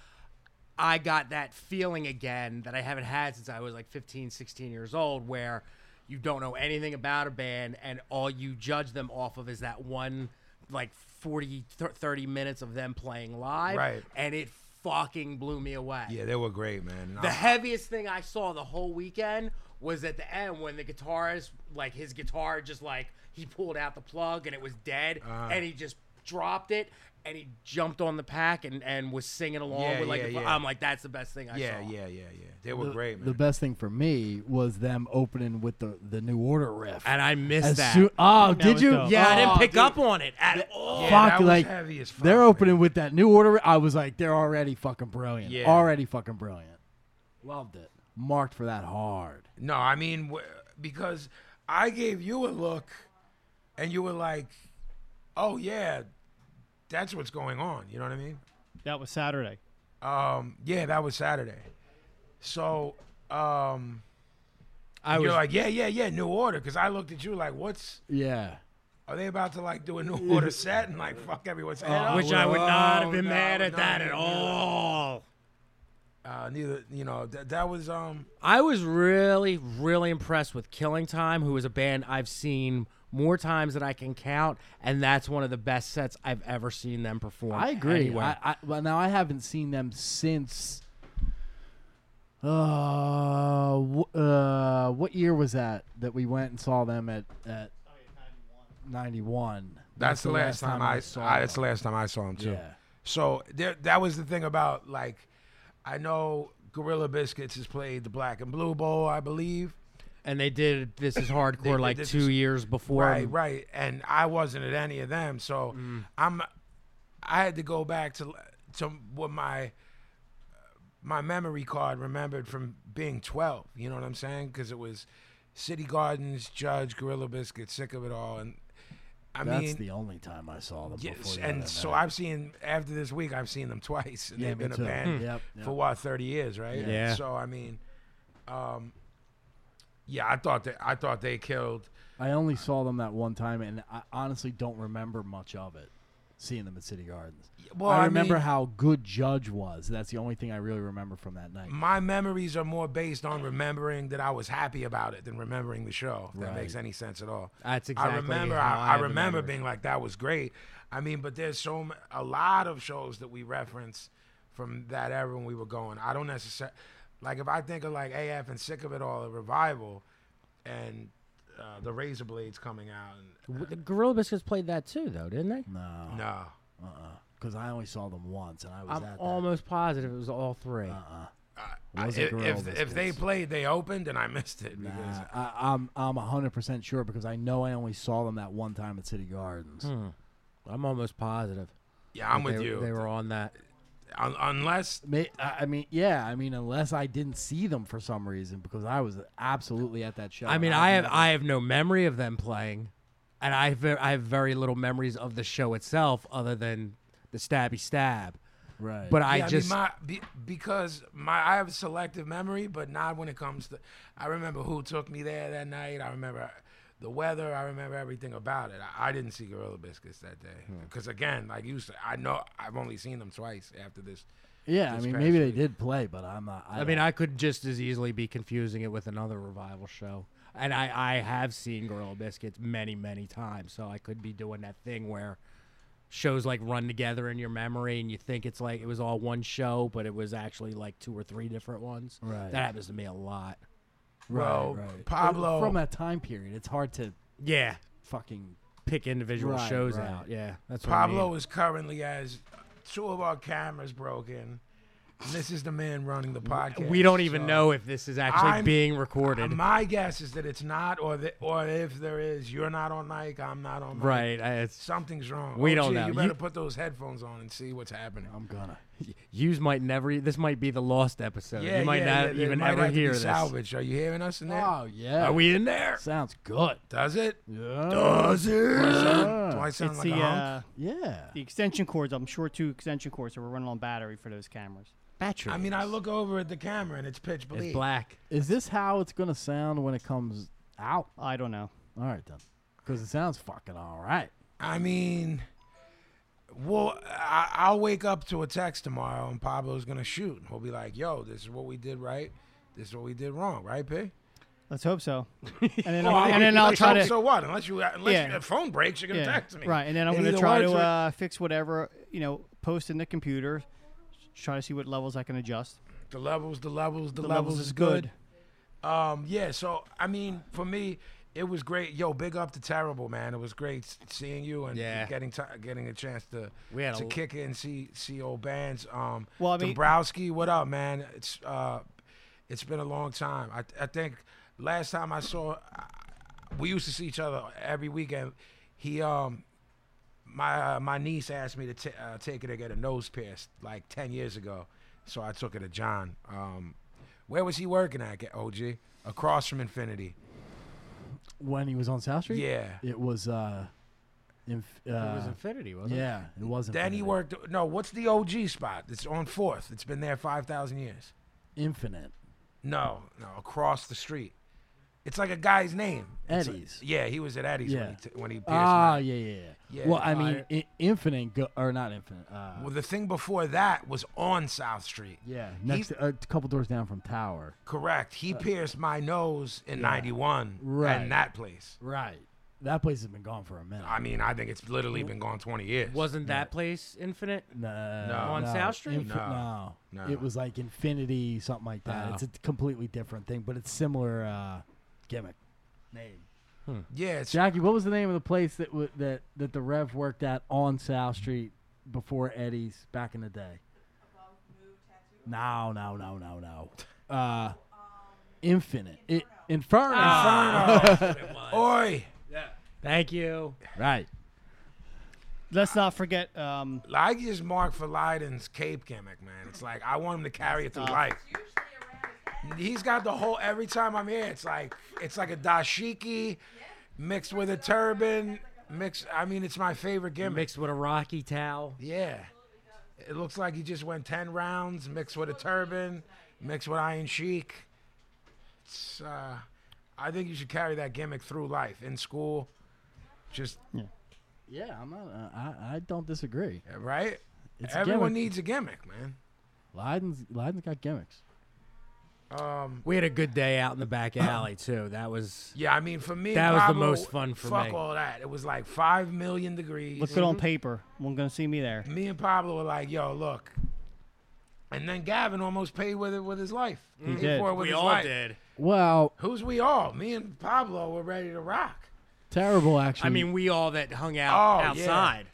Speaker 3: I got that feeling again that I haven't had since I was like 15 16 years old where you don't know anything about a band and all you judge them off of is that one like 40 thir- 30 minutes of them playing live
Speaker 1: Right.
Speaker 3: and it fucking blew me away
Speaker 1: yeah, they were great, man. And
Speaker 3: the
Speaker 1: I-
Speaker 3: heaviest thing I saw the whole weekend was at the end when the guitarist, like his guitar, just like he pulled out the plug and it was dead,
Speaker 1: Ah.
Speaker 3: and he just dropped it and he jumped on the pack and, and was singing along
Speaker 1: Yeah,
Speaker 3: with like
Speaker 1: yeah,
Speaker 3: the, fu-
Speaker 1: yeah.
Speaker 3: I'm like that's the best thing I
Speaker 1: yeah,
Speaker 3: saw.
Speaker 1: yeah, yeah, yeah. They were great, man.
Speaker 4: the best thing for me was them opening with the, the New Order riff.
Speaker 3: and I missed
Speaker 4: As
Speaker 3: that.
Speaker 4: soo- oh,
Speaker 2: That
Speaker 4: did
Speaker 2: was
Speaker 4: you?
Speaker 2: dope.
Speaker 3: yeah, I
Speaker 4: Oh,
Speaker 3: didn't pick
Speaker 4: dude.
Speaker 3: up on it at all.
Speaker 1: Yeah,
Speaker 4: fuck,
Speaker 1: that was
Speaker 4: like
Speaker 1: heavy as fuck,
Speaker 4: they're
Speaker 1: man.
Speaker 4: opening with that New Order. I was like, they're already fucking brilliant.
Speaker 1: Yeah.
Speaker 4: Already fucking brilliant. Loved it. Marked for that hard.
Speaker 1: No, I mean wh- because I gave you a look, and you were like, "Oh yeah, that's what's going on." You know what I mean?
Speaker 2: That was Saturday.
Speaker 1: Um, yeah, that was Saturday. So um,
Speaker 3: I was
Speaker 1: you're like, "Yeah, yeah, yeah, New Order," because I looked at you like, "What's
Speaker 4: Yeah.
Speaker 1: are they about to like do a New Order set and like fuck everyone's head
Speaker 4: Uh,
Speaker 1: up?"
Speaker 3: which I would not have been
Speaker 1: Oh, No,
Speaker 3: mad at
Speaker 1: no,
Speaker 3: that
Speaker 1: no,
Speaker 3: at
Speaker 1: no.
Speaker 3: all.
Speaker 1: Uh, neither, you know, that that was um,
Speaker 3: I was really, really impressed with Killing Time, who is a band I've seen more times than I can count, and that's one of the best sets I've ever seen them perform.
Speaker 4: I agree.
Speaker 3: anywhere.
Speaker 4: I, I, well, now I haven't seen them since. Uh, wh- uh, what year was that that we went and saw them at at ninety one?
Speaker 1: that's, the last time, I saw. I, that's the last time I saw him too.
Speaker 4: Yeah.
Speaker 1: So there, that was the thing about like, I know Gorilla Biscuits has played the Black and Blue Bowl, I believe.
Speaker 3: and they did this is hardcore
Speaker 1: did
Speaker 3: like
Speaker 1: This
Speaker 3: two
Speaker 1: Is-
Speaker 3: years before.
Speaker 1: Right, right. And I wasn't at any of them, so I'm. I had to go back to to what my my memory card remembered from being 12. You know what I'm saying? Because it was City Gardens, Judge, Gorilla Biscuits, sick of it all, and I
Speaker 4: That's
Speaker 1: mean.
Speaker 4: the only time I saw them.
Speaker 1: Yes,
Speaker 4: before
Speaker 1: and so I've seen after this week, I've seen them twice, and
Speaker 4: Yeah,
Speaker 1: they've
Speaker 4: me
Speaker 1: been a
Speaker 4: too.
Speaker 1: band
Speaker 4: Hmm. Yep,
Speaker 1: for
Speaker 4: yep.
Speaker 1: what thirty years, right?
Speaker 3: Yeah.
Speaker 1: So I mean, um, yeah, I thought that I thought they killed.
Speaker 4: I only saw them that one time, and I honestly don't remember much of it. seeing them at City Gardens.
Speaker 1: Well,
Speaker 4: I
Speaker 1: I
Speaker 4: remember
Speaker 1: mean-
Speaker 4: how good Judge was. That's the only thing I really remember from that night.
Speaker 1: My memories are more based on remembering that I was happy about it than remembering the show. If
Speaker 4: Right.
Speaker 1: that makes any sense at all.
Speaker 3: That's exactly
Speaker 1: I remember.
Speaker 3: how I
Speaker 1: I, I
Speaker 3: have the
Speaker 1: remember
Speaker 3: memory.
Speaker 1: being like, "That was great." I mean, but there's so m- a lot of shows that we reference from that era when we were going. I don't necessarily like if I think of like AF and Sick of It All, a revival, and uh, the Razor Blades coming out. And,
Speaker 3: The Gorilla Biscuits played that too, though, didn't they?
Speaker 4: No,
Speaker 1: no,
Speaker 4: because I only saw them once, and I was
Speaker 3: I'm
Speaker 4: at
Speaker 3: almost positive it was all three.
Speaker 4: that. Was
Speaker 1: I-
Speaker 4: it Gorilla
Speaker 1: if, if they
Speaker 4: Biscuits?
Speaker 1: played, they opened, and I missed it because
Speaker 4: Nah, I, I'm I'm hundred percent sure because I know I only saw them that one time at City Gardens.
Speaker 3: Hmm. I'm almost positive.
Speaker 1: yeah, I'm
Speaker 3: that
Speaker 1: with
Speaker 3: they,
Speaker 1: you.
Speaker 3: They were on that.
Speaker 1: Un- unless
Speaker 4: May, I I mean, yeah, I mean, unless I didn't see them for some reason because I was absolutely at that show.
Speaker 3: I mean,
Speaker 4: and
Speaker 3: I have
Speaker 4: never-
Speaker 3: I have no memory of them playing, and I have, I have very little memories of the show itself, other than the stabby stab.
Speaker 4: right,
Speaker 3: But I
Speaker 1: Yeah,
Speaker 3: just
Speaker 1: mean, my, be, because my I have selective memory, but not when it comes to. I remember who took me there that night. I remember the weather. I remember everything about it. I, I didn't see Gorilla Biscuits that day
Speaker 3: Hmm.
Speaker 1: because again, like you said, I know I've only seen them twice after this.
Speaker 4: yeah, I
Speaker 1: this
Speaker 4: mean,
Speaker 1: past
Speaker 4: maybe they
Speaker 1: week.
Speaker 4: did play, but I'm not. I,
Speaker 3: I mean,
Speaker 4: don't-
Speaker 3: I could just as easily be confusing it with another revival show. And I, I have seen Gorilla Biscuits many, many times. So I could be doing that thing where shows like run together in your memory and you think it's like it was all one show, but it was actually like two or three different ones.
Speaker 4: Right.
Speaker 3: That happens to me a lot.
Speaker 4: right,
Speaker 1: Well,
Speaker 4: right.
Speaker 1: Oh, Pablo-
Speaker 4: from that time period, it's hard to
Speaker 3: Yeah.
Speaker 4: fucking
Speaker 3: Pick individual
Speaker 4: Right,
Speaker 3: shows
Speaker 4: right.
Speaker 3: out. Yeah. That's what I mean.
Speaker 1: Pablo is currently as two of our cameras broken. And this is the man running the podcast.
Speaker 3: We don't even
Speaker 1: so-
Speaker 3: know if this is actually
Speaker 1: I'm-
Speaker 3: being recorded.
Speaker 1: My guess is that it's not, or that, or if there is, you're not on mic. I'm not on mic.
Speaker 3: right. I, it's,
Speaker 1: Something's wrong.
Speaker 3: We
Speaker 1: Oh,
Speaker 3: don't
Speaker 1: gee,
Speaker 3: know.
Speaker 1: You better
Speaker 3: You-
Speaker 1: put those headphones on and see what's happening.
Speaker 4: I'm gonna.
Speaker 3: yous might never. e, This might be the lost episode. you might not
Speaker 1: they
Speaker 3: even
Speaker 1: might
Speaker 3: ever
Speaker 1: have to be
Speaker 3: hear this.
Speaker 1: Salvaged. Are you hearing us in there?
Speaker 4: Oh yeah,
Speaker 3: Are we in there?
Speaker 4: sounds good.
Speaker 1: Does it?
Speaker 4: Yeah,
Speaker 1: Do I sound, do I sound
Speaker 2: It's
Speaker 1: like
Speaker 2: the
Speaker 1: a hump?
Speaker 2: uh,
Speaker 4: yeah.
Speaker 2: the extension cords. I'm sure two extension cords that were running on battery for those cameras.
Speaker 3: Battery.
Speaker 1: I mean, I look over at the camera and it's pitch black.
Speaker 3: It's black.
Speaker 4: Is this how it's gonna sound when it comes out?
Speaker 2: I don't know.
Speaker 4: All right then, because it sounds fucking all right.
Speaker 1: I mean, well, I, I'll wake up to a text tomorrow and Pablo's gonna shoot. He'll be like, "Yo, this is what we did right. This is what we did wrong, right, P?"
Speaker 2: Let's hope so. And then,
Speaker 1: Well,
Speaker 2: I'm,
Speaker 1: I'll
Speaker 2: and then
Speaker 1: be
Speaker 2: I'll
Speaker 1: like,
Speaker 2: try
Speaker 1: so,
Speaker 2: to
Speaker 1: So what? Unless you, unless
Speaker 2: Yeah.
Speaker 1: your phone breaks, you're gonna
Speaker 2: yeah,
Speaker 1: text me,
Speaker 2: right. And then I'm going
Speaker 1: either
Speaker 2: to try
Speaker 1: works
Speaker 2: to
Speaker 1: or-
Speaker 2: uh, fix whatever you know post in the computer. Try to see what levels I can adjust.
Speaker 1: the levels, the levels, the,
Speaker 2: The
Speaker 1: levels, is good. Um, yeah, so I mean, for me, it was great. Yo, big up to Terrible, man. It was great s- seeing you and
Speaker 3: Yeah.
Speaker 1: getting ti getting a chance to
Speaker 3: We had a
Speaker 1: to
Speaker 3: l-
Speaker 1: kick it and see see old bands. Um,
Speaker 2: Well, I mean-
Speaker 1: Dombrowski, what up, man? It's uh, it's been a long time. I I think last time I saw, I, we used to see each other every weekend. He um. My uh, my niece asked me to t- uh, take her to get a nose pierced like ten years ago, so I took her to John. Um, where was he working at, OG? Across from Infinity.
Speaker 4: When he was on South Street,
Speaker 1: Yeah.
Speaker 4: it was. uh, inf- uh
Speaker 3: it was Infinity, wasn't it?
Speaker 4: Yeah, it wasn't.
Speaker 1: Then he
Speaker 4: Infinite.
Speaker 1: worked. No, what's the OG spot? It's on Fourth. It's been there five thousand years.
Speaker 4: Infinite.
Speaker 1: No, no, across the street. It's like a guy's name. It's a-
Speaker 4: Eddie's.
Speaker 1: yeah, he was at Eddie's
Speaker 4: Yeah.
Speaker 1: when he t- when he pierced.
Speaker 4: Ah,
Speaker 1: me.
Speaker 4: yeah, yeah, yeah,
Speaker 1: Yeah.
Speaker 4: Well, I mean,
Speaker 3: I-
Speaker 4: I, Infinite go- or not Infinite. Uh,
Speaker 1: Well, the thing before that was on South Street.
Speaker 4: yeah,
Speaker 1: He-
Speaker 4: next uh, a couple doors down from Tower.
Speaker 1: correct. He pierced my nose in '91
Speaker 4: Right.
Speaker 1: and that place.
Speaker 4: Right. That place has been gone for a minute.
Speaker 1: I mean, I think it's literally been gone 20 years.
Speaker 3: Wasn't that place Infinite?
Speaker 4: no,
Speaker 1: On
Speaker 4: Uh, no.
Speaker 3: South Street?
Speaker 4: Infi-
Speaker 1: No.
Speaker 4: no.
Speaker 1: No.
Speaker 4: It was like Infinity, something like that.
Speaker 3: No.
Speaker 4: It's a completely different thing, but it's similar uh, gimmick. Name.
Speaker 1: yeah, it's
Speaker 4: Jackie, what was the name of the place that w- that that the Rev worked at on South Street before Eddie's back in the day? No, no, no, no, no. Uh, Infinite. It, Inferno.
Speaker 1: Ah. Oi.
Speaker 3: Thank you.
Speaker 4: Right.
Speaker 2: Let's not forget. Um,
Speaker 1: I just mark for Leiden's cape gimmick, man. It's like I want him to carry it through life. He's got the whole. Every time I'm here, it's like it's like a dashiki mixed with a turban. Mixed. I mean, it's my favorite gimmick.
Speaker 3: Mixed with a rocky towel.
Speaker 1: Yeah, it looks like he just went ten rounds mixed with a turban, mixed with Iron Sheik. It's. Uh, I think you should carry that gimmick through life in school. Just
Speaker 4: Yeah, I'm not, uh, I I don't disagree.
Speaker 1: right?
Speaker 4: It's a
Speaker 1: Everyone
Speaker 4: gimmick.
Speaker 1: needs a gimmick, man.
Speaker 4: Leiden's Leiden's got gimmicks.
Speaker 1: Um,
Speaker 3: We had a good day out in the back alley too. That was
Speaker 1: yeah, I mean, for me,
Speaker 3: That was the
Speaker 1: Pablo,
Speaker 3: most fun for
Speaker 1: fuck
Speaker 3: me.
Speaker 1: all that. It was like five million degrees.
Speaker 2: Look good on paper. One gonna see me there.
Speaker 1: me and Pablo were like, "Yo, look," and then Gavin almost paid with it with his life. He
Speaker 2: did.
Speaker 1: For it with his life.
Speaker 4: Well,
Speaker 1: Who's we all? Me and Pablo were ready to rock.
Speaker 4: terrible actually.
Speaker 3: I mean, we all that hung out
Speaker 1: Oh, yeah.
Speaker 3: outside.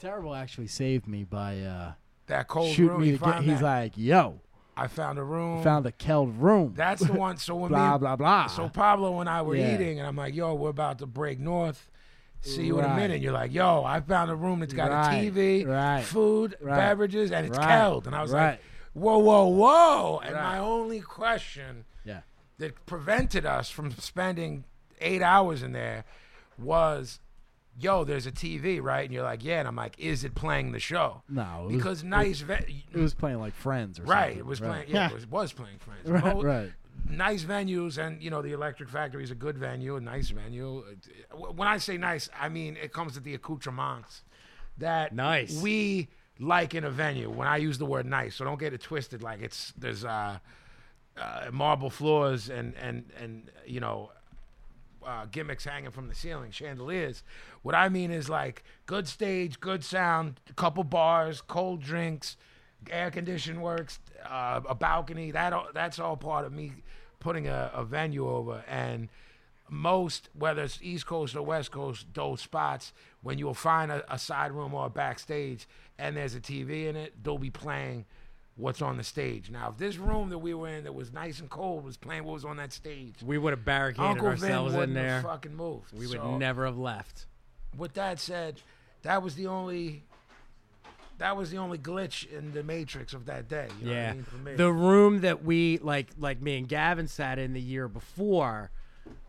Speaker 4: terrible actually saved me by uh,
Speaker 1: That cold
Speaker 4: shooting
Speaker 1: room.
Speaker 4: me
Speaker 1: he
Speaker 4: to get.
Speaker 1: found
Speaker 4: He's
Speaker 1: that.
Speaker 4: like, "Yo,
Speaker 1: I found a room.
Speaker 4: found a killed room."
Speaker 1: That's the one. So when me
Speaker 4: blah
Speaker 1: and-
Speaker 4: blah blah.
Speaker 1: So Pablo and I were
Speaker 4: Yeah.
Speaker 1: eating, and I'm like, "Yo, we're about to break north. See you in a
Speaker 4: Right.
Speaker 1: minute." You're like, "Yo, I found a room that's got
Speaker 4: Right,
Speaker 1: a TV,
Speaker 4: right,
Speaker 1: food,
Speaker 4: right,
Speaker 1: beverages, and it's
Speaker 4: right,
Speaker 1: killed." And I was like,
Speaker 4: right.
Speaker 1: "Whoa, whoa, whoa!" And
Speaker 4: Right.
Speaker 1: my only question
Speaker 4: yeah,
Speaker 1: that prevented us from spending eight hours in there was, "Yo, there's a TV, right?" And you're like, "Yeah." And I'm like, "Is it playing the show?"
Speaker 4: No, it was-
Speaker 1: because nice. Ve-
Speaker 4: it was playing like Friends or
Speaker 1: Right,
Speaker 4: something.
Speaker 1: it was playing. Yeah, it was, was playing Friends.
Speaker 4: Right,
Speaker 1: Mo-
Speaker 4: right.
Speaker 1: Nice venues, and you know the Electric Factory is a good venue, a nice venue. Uh, When I say nice, I mean it comes with the accoutrements that
Speaker 3: Nice.
Speaker 1: we like in a venue. When I use the word nice, so don't get it twisted. Like it's there's uh, uh, marble floors and and and you know uh, gimmicks hanging from the ceiling, chandeliers. What I mean is like good stage, good sound, a couple bars, cold drinks, air conditioned works, uh, a balcony. That all, that's all part of me putting a, a venue over. And most, whether it's East Coast or West Coast, those spots when you'll find a, a side room or a backstage and there's a TV in it, they'll be playing what's on the stage. Now, if this room that we were in that was nice and cold was playing what was on that stage.
Speaker 3: We would have barricaded
Speaker 1: Uncle Vin
Speaker 3: ourselves
Speaker 1: wouldn't
Speaker 3: in there.
Speaker 1: have fucking moved.
Speaker 3: we would
Speaker 1: So,
Speaker 3: never have left.
Speaker 1: With that said, that was the only. That was the only glitch in the matrix of that day. You know what
Speaker 3: yeah,
Speaker 1: I mean? For me.
Speaker 3: the room that we like, like me and Gavin sat in the year before,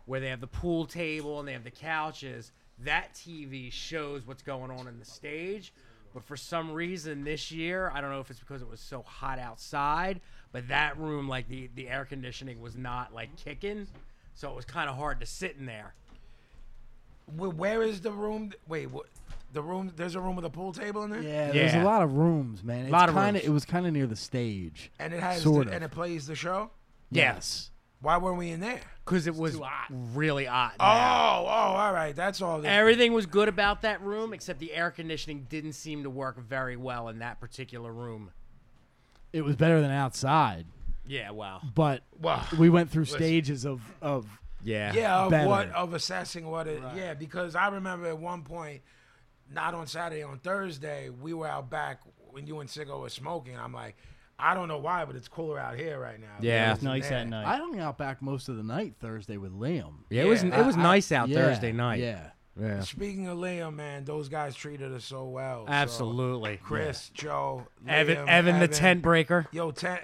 Speaker 3: where they have the pool table and they have the couches. That TV shows what's going on in the stage, but for some reason this year, I don't know if it's because it was so hot outside, but that room, like the the air conditioning was not like kicking, so it was kind of hard to sit in there.
Speaker 1: Wh- where is the room? Wait, what? The room? There's a room with a pool table in there,
Speaker 4: Yeah, there's
Speaker 3: Yeah.
Speaker 4: a lot of rooms, man. It's
Speaker 3: Lot of
Speaker 4: kinda,
Speaker 3: rooms.
Speaker 4: It was kind of near the stage.
Speaker 1: and it has
Speaker 4: Sort
Speaker 1: the,
Speaker 4: of.
Speaker 1: and it plays the show.
Speaker 4: yes.
Speaker 1: Why weren't we in there?
Speaker 3: Because it was really hot. in
Speaker 1: Oh,
Speaker 3: there.
Speaker 1: oh, all right, that's all. There.
Speaker 3: Everything was good about that room, except the air conditioning didn't seem to work very well in that particular room.
Speaker 4: It was better than outside,
Speaker 3: Yeah, wow.
Speaker 4: but
Speaker 1: Well,
Speaker 4: we went through
Speaker 1: listen.
Speaker 4: stages of of
Speaker 3: Yeah.
Speaker 1: yeah, oh, of
Speaker 4: better.
Speaker 1: what of assessing what it. Yeah, because I remember at one point, not on Saturday, on Thursday, we were out back when you and Siggo were smoking. I'm like, I don't know why, but it's cooler out here right now. than
Speaker 3: Yeah.
Speaker 1: it
Speaker 3: It's
Speaker 1: is in
Speaker 2: Nice
Speaker 1: there.
Speaker 2: that night.
Speaker 4: I hung out back most of the night Thursday with Liam.
Speaker 3: it was
Speaker 1: Yeah.
Speaker 3: it was
Speaker 4: I- I-
Speaker 3: nice out
Speaker 4: yeah,
Speaker 3: Thursday night.
Speaker 4: Yeah.
Speaker 3: yeah.
Speaker 1: Speaking of Liam, man, those guys treated us so well. so
Speaker 3: Absolutely.
Speaker 1: Chris, Joe,
Speaker 3: Yeah. Evan,
Speaker 1: Liam,
Speaker 3: Evan the tent breaker
Speaker 1: Yo, ten,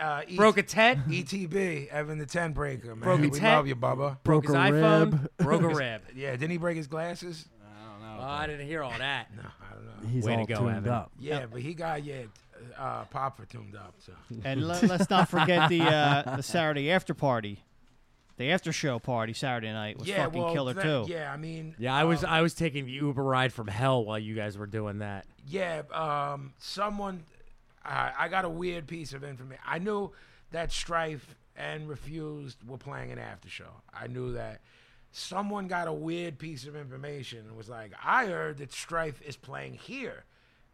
Speaker 1: uh, E-
Speaker 3: broke a tent,
Speaker 1: ETB, Evan the tent breaker, man.
Speaker 3: Broke a
Speaker 1: we
Speaker 3: tent.
Speaker 1: love you, Bubba.
Speaker 4: Broke
Speaker 3: broke his
Speaker 4: a
Speaker 3: iPhone,
Speaker 4: rib.
Speaker 3: broke a rib.
Speaker 1: Yeah, didn't he break his glasses?
Speaker 3: Oh, I didn't hear all that.
Speaker 1: No, I don't know.
Speaker 4: He's
Speaker 3: Way to
Speaker 4: all
Speaker 3: go,
Speaker 4: tuned
Speaker 3: Evan.
Speaker 4: up.
Speaker 1: Yeah, but he got yeah, uh, Papa tuned up. So
Speaker 2: And let, us not forget the uh, the Saturday after party, the after show party Saturday night was
Speaker 1: yeah,
Speaker 2: fucking
Speaker 1: well,
Speaker 2: killer
Speaker 1: that-
Speaker 2: too.
Speaker 1: Yeah, I mean,
Speaker 3: Yeah, I was
Speaker 1: um,
Speaker 3: I was taking the Uber ride from hell while you guys were doing that.
Speaker 1: Yeah, um, someone, I, I got a weird piece of information. I knew that Strife and Refused were playing an after show. I knew that. Someone got a weird piece of information and was like, I heard that Strife is playing here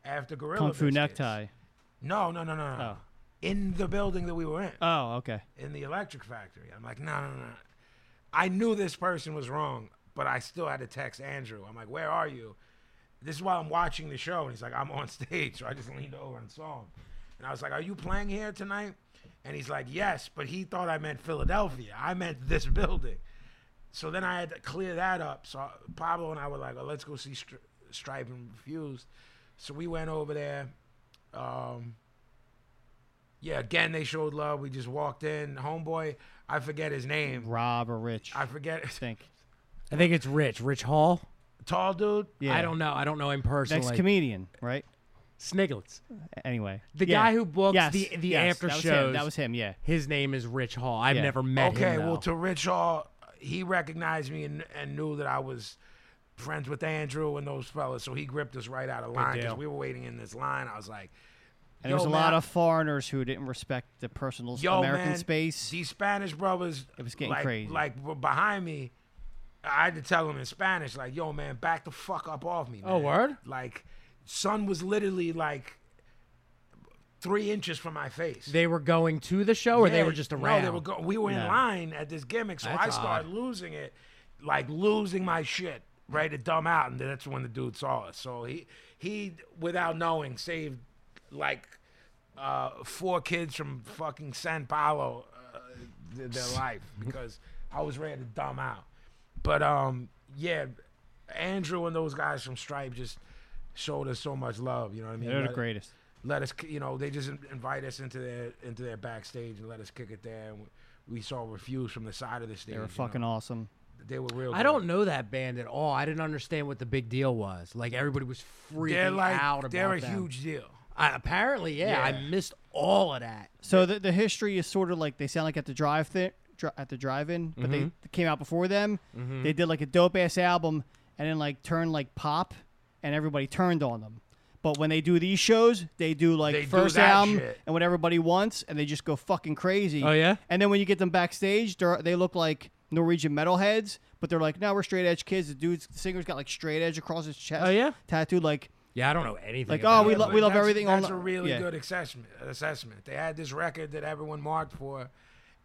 Speaker 1: after Gorilla
Speaker 2: Kung Fu
Speaker 1: Biscuits."
Speaker 2: necktie.
Speaker 1: No, no, no, no, no.
Speaker 2: Oh.
Speaker 1: In the building that we were in
Speaker 2: Oh, okay.
Speaker 1: in the electric factory. I'm like, no, no, no. I knew this person was wrong, but I still had to text Andrew. I'm like, where are you? This is while I'm watching the show, and he's like, I'm on stage. So I just leaned over and saw him. And I was like, Are you playing here tonight? And he's like, Yes, but he thought I meant Philadelphia. I meant this building. So then I had to clear that up. So Pablo and I were like, oh, let's go see Stri- Stripe and Refused. So we went over there. Um, yeah, again, they showed love. We just walked in. Homeboy, I forget his name.
Speaker 2: Rob or Rich,
Speaker 1: I
Speaker 2: I
Speaker 1: forget.
Speaker 2: think.
Speaker 3: I think it's Rich, Rich Hall.
Speaker 1: Tall dude.
Speaker 2: Yeah.
Speaker 3: I don't know. I don't know him personally.
Speaker 2: Next comedian, right?
Speaker 3: Sniglets.
Speaker 2: Anyway,
Speaker 3: The
Speaker 2: Yeah.
Speaker 3: guy who books
Speaker 2: Yes,
Speaker 3: the- the
Speaker 2: yes,
Speaker 3: after
Speaker 2: that was
Speaker 3: shows.
Speaker 2: Him. That was him. Yeah.
Speaker 3: His name is Rich Hall. I've
Speaker 2: Yeah.
Speaker 3: never met him.
Speaker 1: okay, well,
Speaker 3: though.
Speaker 1: to Rich Hall, he recognized me and, and knew that I was friends with Andrew and those fellas, so he gripped us right out of line
Speaker 7: deal.
Speaker 1: because we were waiting in this line. I was like,
Speaker 2: And there's
Speaker 1: Yo,
Speaker 2: a
Speaker 1: man,
Speaker 2: lot
Speaker 1: I-
Speaker 2: of foreigners who didn't respect the personal s-
Speaker 1: Yo,
Speaker 2: American
Speaker 1: man,
Speaker 2: space.
Speaker 1: These Spanish brothers,
Speaker 2: It was getting
Speaker 1: like,
Speaker 2: crazy.
Speaker 1: Like were behind me, I had to tell them in Spanish, like, "Yo, man, back the fuck up off me." Man.
Speaker 3: Oh, word?
Speaker 1: Like, sun was literally like three inches from my face.
Speaker 3: They were going to the show, or they
Speaker 1: Yeah,
Speaker 3: were just
Speaker 1: no,
Speaker 3: around.
Speaker 1: they were go- we were in
Speaker 2: No.
Speaker 1: line at this gimmick, so
Speaker 3: That's
Speaker 1: I started losing it, like losing my shit, right? It dumb out, and that's when the dude saw us. So he he, without knowing, saved like uh, four kids from fucking San Paulo uh, th- their life because I was ready to dumb out. But um, yeah, Andrew and those guys from Stripe just showed us so much love. You know what I mean?
Speaker 2: They're the
Speaker 1: Let-
Speaker 2: greatest.
Speaker 1: let us you know they just in- invite us into their into their backstage and let us kick it there and we saw refuse from the side of the stage
Speaker 2: They
Speaker 1: you
Speaker 2: were
Speaker 1: know.
Speaker 2: fucking awesome.
Speaker 1: they were real
Speaker 3: I don't know that band at all. I didn't understand what the big deal was. Like everybody was freaking
Speaker 1: they're like
Speaker 3: out about
Speaker 1: they're a
Speaker 3: them.
Speaker 1: huge deal
Speaker 3: I, apparently, yeah, I
Speaker 1: Yeah.
Speaker 3: missed all of that.
Speaker 2: So the, the history is sort of like they sound like at the drive thi- dri- at the drive-in, but they
Speaker 1: Mm-hmm.
Speaker 2: came out before them. They did like a dope ass album and then like turned like pop, and everybody turned on them. But when they do these shows, they do like
Speaker 1: They do
Speaker 2: first
Speaker 1: that
Speaker 2: album
Speaker 1: shit.
Speaker 2: and what everybody wants, and they just go fucking crazy.
Speaker 3: Oh, yeah?
Speaker 2: And then when you get them backstage, they're- they look like Norwegian metalheads, but they're like, no, we're straight edge kids. The dude's the singer's got like straight edge across his chest.
Speaker 3: Oh, yeah?
Speaker 2: tattooed like
Speaker 3: Yeah, I don't know anything.
Speaker 2: Like,
Speaker 3: about
Speaker 2: oh, we
Speaker 3: it.
Speaker 2: lo-
Speaker 1: But
Speaker 2: we love
Speaker 1: that's-
Speaker 2: everything on
Speaker 1: that's
Speaker 2: the-
Speaker 1: a really
Speaker 2: yeah.
Speaker 1: good assessment assessment they had this record that everyone marked for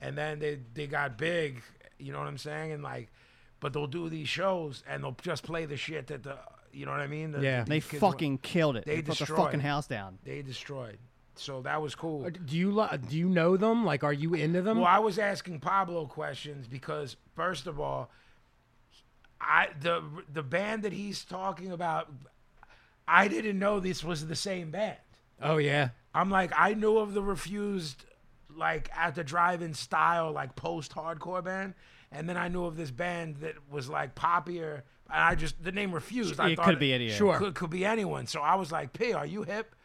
Speaker 1: and then they they got big you know what i'm saying and like but they'll do these shows and they'll just play the shit that the you know what i mean The-
Speaker 3: Yeah.
Speaker 1: these
Speaker 2: they
Speaker 1: kids were-
Speaker 2: fucking killed it.
Speaker 1: they
Speaker 2: They, put the
Speaker 1: destroyed
Speaker 2: fucking
Speaker 1: it.
Speaker 2: house down.
Speaker 1: they destroyed so that was cool
Speaker 3: Or d- Do you lo- do you know them? Like, are you into them?
Speaker 1: Well, I was asking Pablo questions because first of all, I the the band that he's talking about, I didn't know this was the same band.
Speaker 3: oh yeah,
Speaker 1: I'm like, I knew of the refused, like at the drive-in style, like post-hardcore band, and then I knew of this band that was like poppier. And I just the name refused. I
Speaker 2: It
Speaker 1: thought
Speaker 2: could be any-
Speaker 3: Sure.
Speaker 1: could, could be anyone. So I was like, P, are you hip?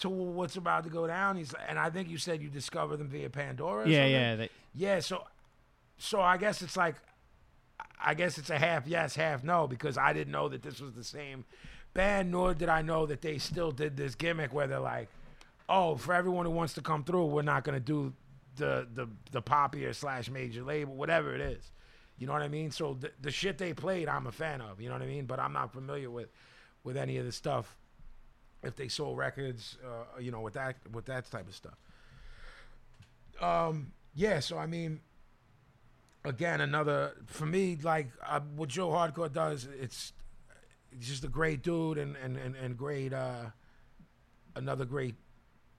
Speaker 1: To what's about to go down, he's like, and I think you said you discovered them via Pandora. or
Speaker 2: Yeah,
Speaker 1: something?
Speaker 2: yeah. They,
Speaker 1: Yeah, so so I guess it's like I guess it's a half yes, half no because I didn't know that this was the same band nor did I know that they still did this gimmick where they're like, "Oh, for everyone who wants to come through, we're not going to do the the the poppier slash major label, whatever it is." You know what I mean? So the, the shit they played, I'm a fan of, you know what I mean? But I'm not familiar with with any of the stuff if they sold records, uh, you know, with that with that type of stuff. Um, yeah, so I mean, again, another for me, like uh, what Joe Hardcore does, it's it's just a great dude and and and, and great uh, another great.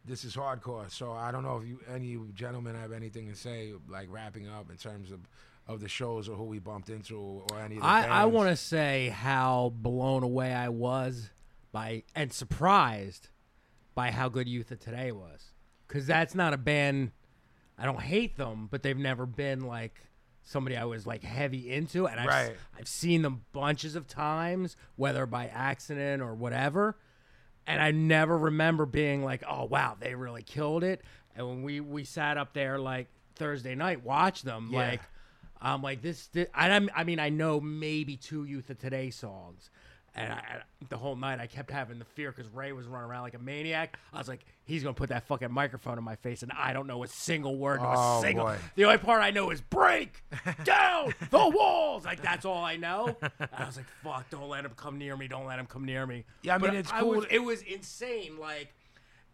Speaker 1: This is hardcore, so I don't know if you any of you gentlemen have anything to say, like wrapping up in terms of of the shows or who we bumped into or any. Of the
Speaker 3: I I
Speaker 1: bands.
Speaker 3: want to say how blown away I was by and surprised by how good Youth of Today was, because that's not a band. I don't hate them, but they've never been like somebody I was like heavy into, and I've, s-
Speaker 1: Right.
Speaker 3: I've seen them bunches of times, whether by accident or whatever. And I never remember being like, "Oh wow, they really killed it." And when we we sat up there like Thursday night, watch them
Speaker 1: Yeah.
Speaker 3: like. I'm like this. this I, I'm- I mean, I know maybe two Youth
Speaker 1: oh.
Speaker 3: of Today songs, and I, I- the whole night I kept having the fear because Ray was running around like a maniac. I was like, he's gonna put that fucking microphone in my face, and I don't know a single word to
Speaker 1: Oh,
Speaker 3: a single.
Speaker 1: boy.
Speaker 3: The only part I know is break down the walls. Like that's all I know. And I was like, fuck, don't let him come near me. Don't let him come near me.
Speaker 1: Yeah, I
Speaker 3: But
Speaker 1: mean, it's
Speaker 3: was-
Speaker 1: cool-
Speaker 3: it was insane. Like.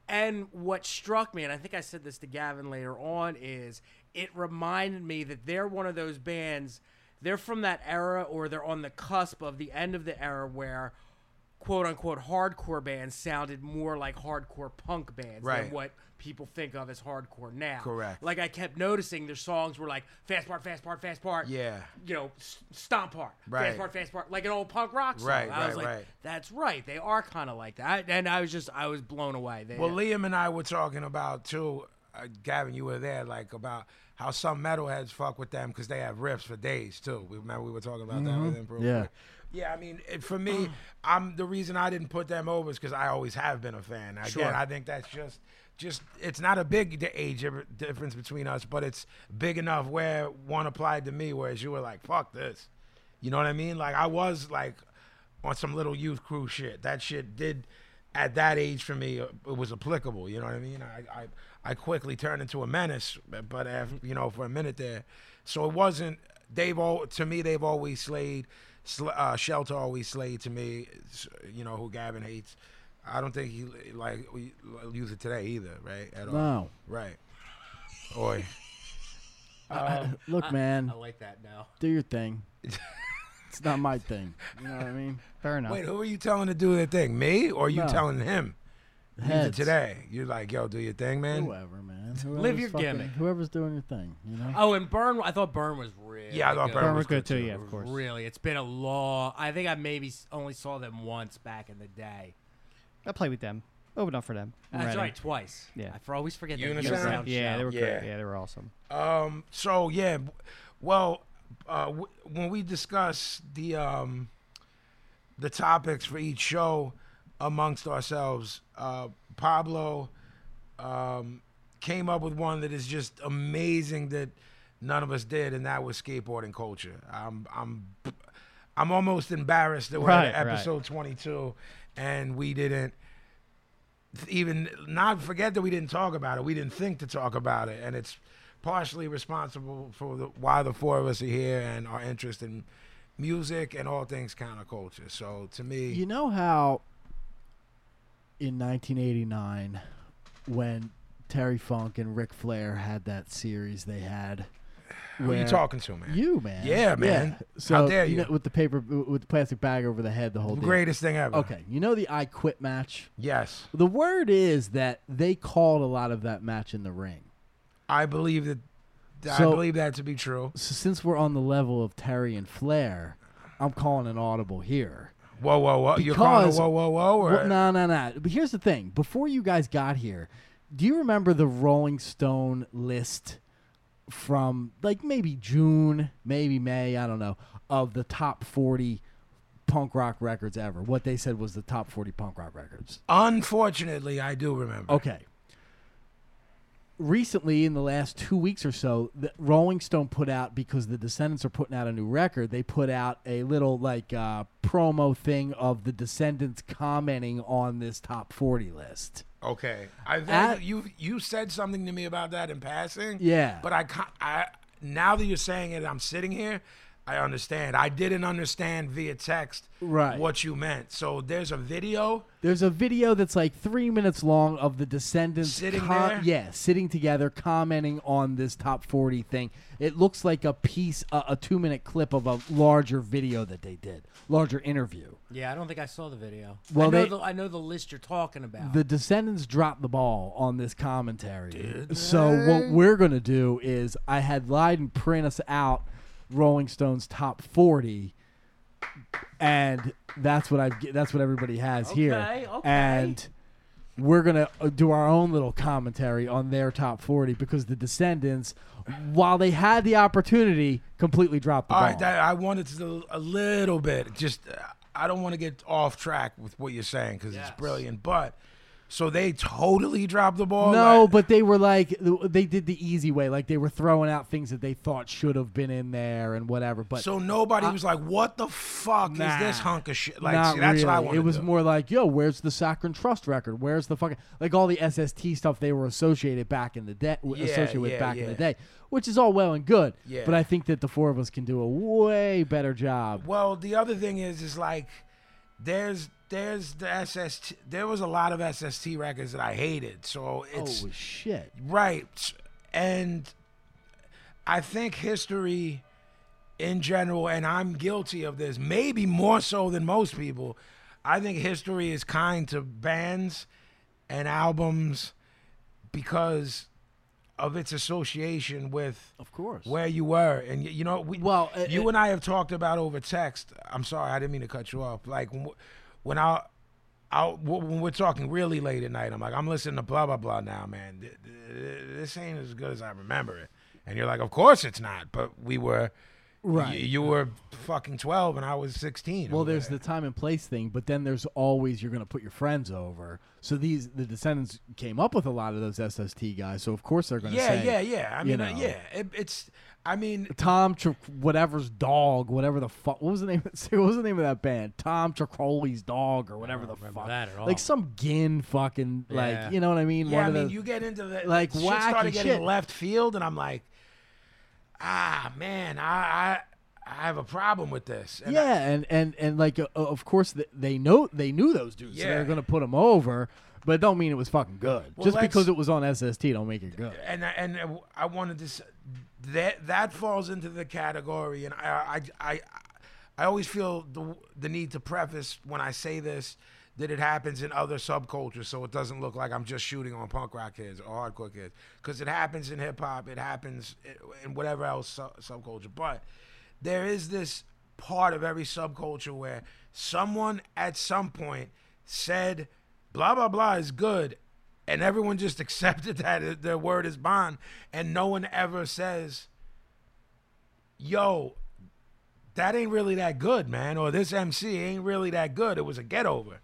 Speaker 3: And what struck me, and I think I said this to Gavin later on, is it reminded me that they're one of those bands. They're from that era, or they're on the cusp of the end of the era where quote unquote hardcore bands sounded more like hardcore punk bands
Speaker 1: Right.
Speaker 3: than what people think of as hardcore now.
Speaker 1: Correct.
Speaker 3: Like I kept noticing their songs were like fast part, fast part, fast part.
Speaker 1: Yeah.
Speaker 3: You know, s- stomp part,
Speaker 1: Right.
Speaker 3: fast part, fast part, like an old punk rock song.
Speaker 1: Right,
Speaker 3: I
Speaker 1: right,
Speaker 3: was like,
Speaker 1: right.
Speaker 3: that's right. They are kind of like that. And I was just, I was blown away. They,
Speaker 1: Well, Liam and I were talking about too. Uh, Gavin, you were there, like about how some metalheads fuck with them because they have riffs for days too. We remember we were talking about that with them. real
Speaker 4: Yeah.
Speaker 1: quick. yeah. I mean, it, for me, I'm the reason I didn't put them over is because I always have been a fan. Again,
Speaker 3: Sure.
Speaker 1: I think that's just. Just it's not a big di- age differ- difference between us, but it's big enough where one applied to me, whereas you were like, "Fuck this," you know what I mean? Like I was like on some little youth crew shit. That shit did at that age for me. uh, It was applicable. You know what I mean? I I, I quickly turned into a menace, but, but af-
Speaker 4: Mm-hmm.
Speaker 1: you know for a minute there, so it wasn't. They've all to me. They've always slayed. Sl- uh, Shelter always slayed to me. s- You know who Gavin hates. I don't think he like we use it today either, right? At all.
Speaker 4: No.
Speaker 1: Right. Oi.
Speaker 4: Look, man,
Speaker 3: I like that now.
Speaker 4: do your thing. it's not my thing. You know what I mean?
Speaker 2: Fair enough.
Speaker 1: Wait, who are you telling to do their thing? Me or you
Speaker 4: No.
Speaker 1: telling him? Use it
Speaker 4: Heads.
Speaker 1: today. You're like, yo, do your thing, man.
Speaker 4: Whoever, man. Whoever's
Speaker 3: your
Speaker 4: fucking-
Speaker 3: gimmick.
Speaker 4: Whoever's doing your thing, you know?
Speaker 3: Oh, and Burn. I thought Burn was really.
Speaker 1: Yeah, I thought
Speaker 3: good.
Speaker 1: Burn
Speaker 2: Burn
Speaker 1: was
Speaker 2: was
Speaker 1: good
Speaker 2: good too,
Speaker 1: too.
Speaker 2: yeah, of course.
Speaker 3: Really, it's been a long. I think I maybe s- only saw them once back in the day.
Speaker 2: I played with them. Opened up for them. in
Speaker 3: That's
Speaker 2: Reading.
Speaker 3: right, twice.
Speaker 2: Yeah.
Speaker 3: I for always forget that.
Speaker 1: Unison?
Speaker 3: Unison
Speaker 2: Yeah,
Speaker 3: show.
Speaker 2: they were
Speaker 1: Yeah.
Speaker 2: great. Yeah, they were awesome.
Speaker 1: Um. So yeah, w- well, uh, w- when we discuss the um, the topics for each show amongst ourselves, uh, Pablo um, came up with one that is just amazing that none of us did, and that was skateboarding culture. I'm I'm I'm almost embarrassed that we're
Speaker 2: Right,
Speaker 1: at
Speaker 2: right.
Speaker 1: episode 22 and we didn't even not forget that we didn't talk about it. We didn't think to talk about it, and it's partially responsible for the, why the four of us are here and our interest in music and all things counterculture. So to me,
Speaker 4: You know how in 1989, when Terry Funk and Ric Flair had that series they had.
Speaker 1: who are you
Speaker 4: where-
Speaker 1: talking to, man?
Speaker 4: You, man.
Speaker 1: Yeah, man.
Speaker 4: So,
Speaker 1: How dare you?
Speaker 4: know, with the paper, with the plastic bag over the head, the whole deal.
Speaker 1: Greatest thing ever.
Speaker 4: Okay, you know the I Quit match.
Speaker 1: Yes,
Speaker 4: The word is that they called a lot of that match in the ring.
Speaker 1: I believe that. I
Speaker 4: So-
Speaker 1: believe that to be true.
Speaker 4: So since we're on the level of Terry and Flair, I'm calling an audible here.
Speaker 1: Whoa, whoa, whoa! You're calling it
Speaker 4: Because-
Speaker 1: whoa, whoa, whoa, or
Speaker 4: Well, no, no, no. But here's the thing: before you guys got here, do you remember the Rolling Stone list from like maybe June, maybe May? I don't know of the top 40 punk rock records ever. What they said was the top 40 punk rock records.
Speaker 1: unfortunately, I do remember.
Speaker 4: Okay. Recently, in the last two weeks or so, the Rolling Stone put out because the Descendants are putting out a new record. They put out a little like uh, promo thing of the Descendants commenting on this top forty list.
Speaker 1: Okay, I think
Speaker 4: At-
Speaker 1: you you said something to me about that in passing.
Speaker 4: Yeah.
Speaker 1: but I ca- I now that you're saying it, I'm sitting here. I understand. I didn't understand via text
Speaker 4: Right.
Speaker 1: what you meant. So there's a video.
Speaker 4: There's a video that's like three minutes long of the Descendants
Speaker 1: Sitting there?
Speaker 4: yeah, sitting together, commenting on this top forty thing. It looks like a piece, a, a two minute clip of a larger video that they did, larger interview.
Speaker 3: Yeah, I don't think I saw the video.
Speaker 4: Well,
Speaker 3: I know,
Speaker 4: they-
Speaker 3: the, I know the list you're talking about.
Speaker 4: the descendants dropped the ball on this commentary. so what we're gonna do is I had Leiden print us out Rolling Stones top forty, and that's what I that's what everybody has
Speaker 3: Okay,
Speaker 4: here.
Speaker 3: okay.
Speaker 4: And we're gonna uh, do our own little commentary on their top forty because the descendants, while they had the opportunity, completely dropped the
Speaker 1: All
Speaker 4: ball.
Speaker 1: right, that, I wanted to a little bit. Just uh, I don't want to get off track with what you're saying because
Speaker 3: Yes.
Speaker 1: it's brilliant. But so they totally dropped the ball.
Speaker 4: No,
Speaker 1: Like,
Speaker 4: but they were like they did the easy way, like they were throwing out things that they thought should have been in there and whatever. But
Speaker 1: so nobody was like, "What the fuck is this
Speaker 4: Nah.
Speaker 1: hunk of shit?" Like
Speaker 4: not
Speaker 1: see, that's
Speaker 4: really.
Speaker 1: what I wanted.
Speaker 4: it was
Speaker 1: to-
Speaker 4: more like, yo, where's the Saccharin Trust record? Where's the fucking like all the SST stuff they were associated back in the day,
Speaker 1: Yeah,
Speaker 4: associated with
Speaker 1: yeah,
Speaker 4: back in the
Speaker 1: yeah.
Speaker 4: day, which is all well and good.
Speaker 1: Yeah.
Speaker 4: But I think that the four of us can do a way better job.
Speaker 1: Well, the other thing is, is like, there's there's the SST. There was a lot of SST records that I hated. So it's
Speaker 4: oh shit!
Speaker 1: right, and I think history, in general, and I'm guilty of this, maybe more so than most people. I think history is kind to bands and albums because of its association with
Speaker 4: Of course.
Speaker 1: where you were and y- you know we
Speaker 4: Well, it-
Speaker 1: you
Speaker 4: it-
Speaker 1: and I have talked about over text I'm sorry I didn't mean to cut you off like when w- when I I when we're talking really late at night I'm like I'm listening to blah blah blah now man Th- th- this ain't as good as I remember it and you're like of course it's not but we were Y-
Speaker 4: Right.
Speaker 1: you were fucking 12 and I was 16.
Speaker 4: Well, there's the time and place thing, but then there's always you're going to put your friends over. So these the descendants came up with a lot of those SST guys. So of course they're going to
Speaker 1: Yeah,
Speaker 4: say,
Speaker 1: yeah, yeah. I
Speaker 4: you
Speaker 1: mean, uh,
Speaker 4: know.
Speaker 1: yeah. It, it's, I mean,
Speaker 4: Tom Tr- whatever's dog, whatever the fuck. What was the name? What was the name of that band? Tom Tricoli's dog or whatever the
Speaker 3: remember
Speaker 4: fuck.
Speaker 3: that at all.
Speaker 4: Like some gin fucking
Speaker 3: Yeah.
Speaker 4: like you know what I mean?
Speaker 1: yeah, I
Speaker 4: One
Speaker 1: mean,
Speaker 4: of the,
Speaker 1: you get into the,
Speaker 4: like,
Speaker 1: shit started
Speaker 4: wacky
Speaker 1: getting
Speaker 4: shit.
Speaker 1: left field and I'm like, ah, man, I, I, I have a problem with this. And I-
Speaker 4: yeah, and and and like uh, of course th- they know they knew those dudes. so
Speaker 1: Yeah.
Speaker 4: they're going to put them over, but don't mean it was fucking good.
Speaker 1: Well,
Speaker 4: Just
Speaker 1: let's-
Speaker 4: because it was on SST don't make it good.
Speaker 1: and I- and I- I wanted to s- that that falls into the category, and I I I, I always feel the the need to preface when I say this that it happens in other subcultures, so it doesn't look like I'm just shooting on punk rock kids or hardcore kids, because it happens in hip hop, it happens i- in whatever else sub- subculture, but there is this part of every subculture where someone at some point said blah blah blah is good and everyone just accepted that it- their word is bond and no one ever says yo that ain't really that good man or this mc ain't really that good it was a get over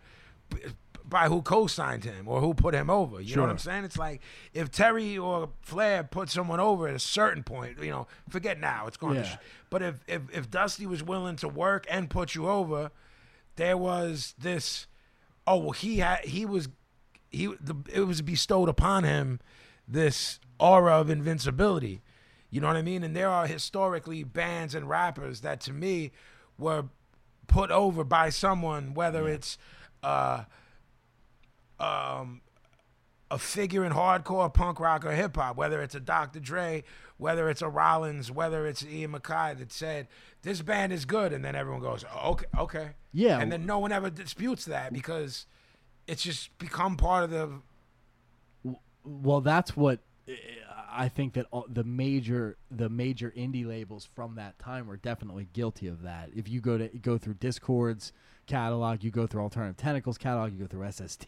Speaker 1: b- by who co-signed him or who put him over you know what i'm saying it's like if terry or flair put someone over at a certain point you know forget now it's going to
Speaker 4: Yeah.
Speaker 1: sh- but if, if if dusty was willing to work and put you over there was this oh well he had he was he the, it was bestowed upon him this aura of invincibility you know what i mean and there are historically bands and rappers that to me were put over by someone whether it's uh um a figure in hardcore punk rock or hip hop, whether it's a Dr. Dre, whether it's a Rollins, whether it's Ian MacKay that said this band is good, and then everyone goes, "Oh, okay, okay,
Speaker 4: Yeah.
Speaker 1: and then no one ever disputes that because it's just become part of the
Speaker 4: well that's what uh, i think that all, the major the major indie labels from that time were definitely guilty of that if you go to go through discords catalog you go through alternative tentacles catalog you go through sst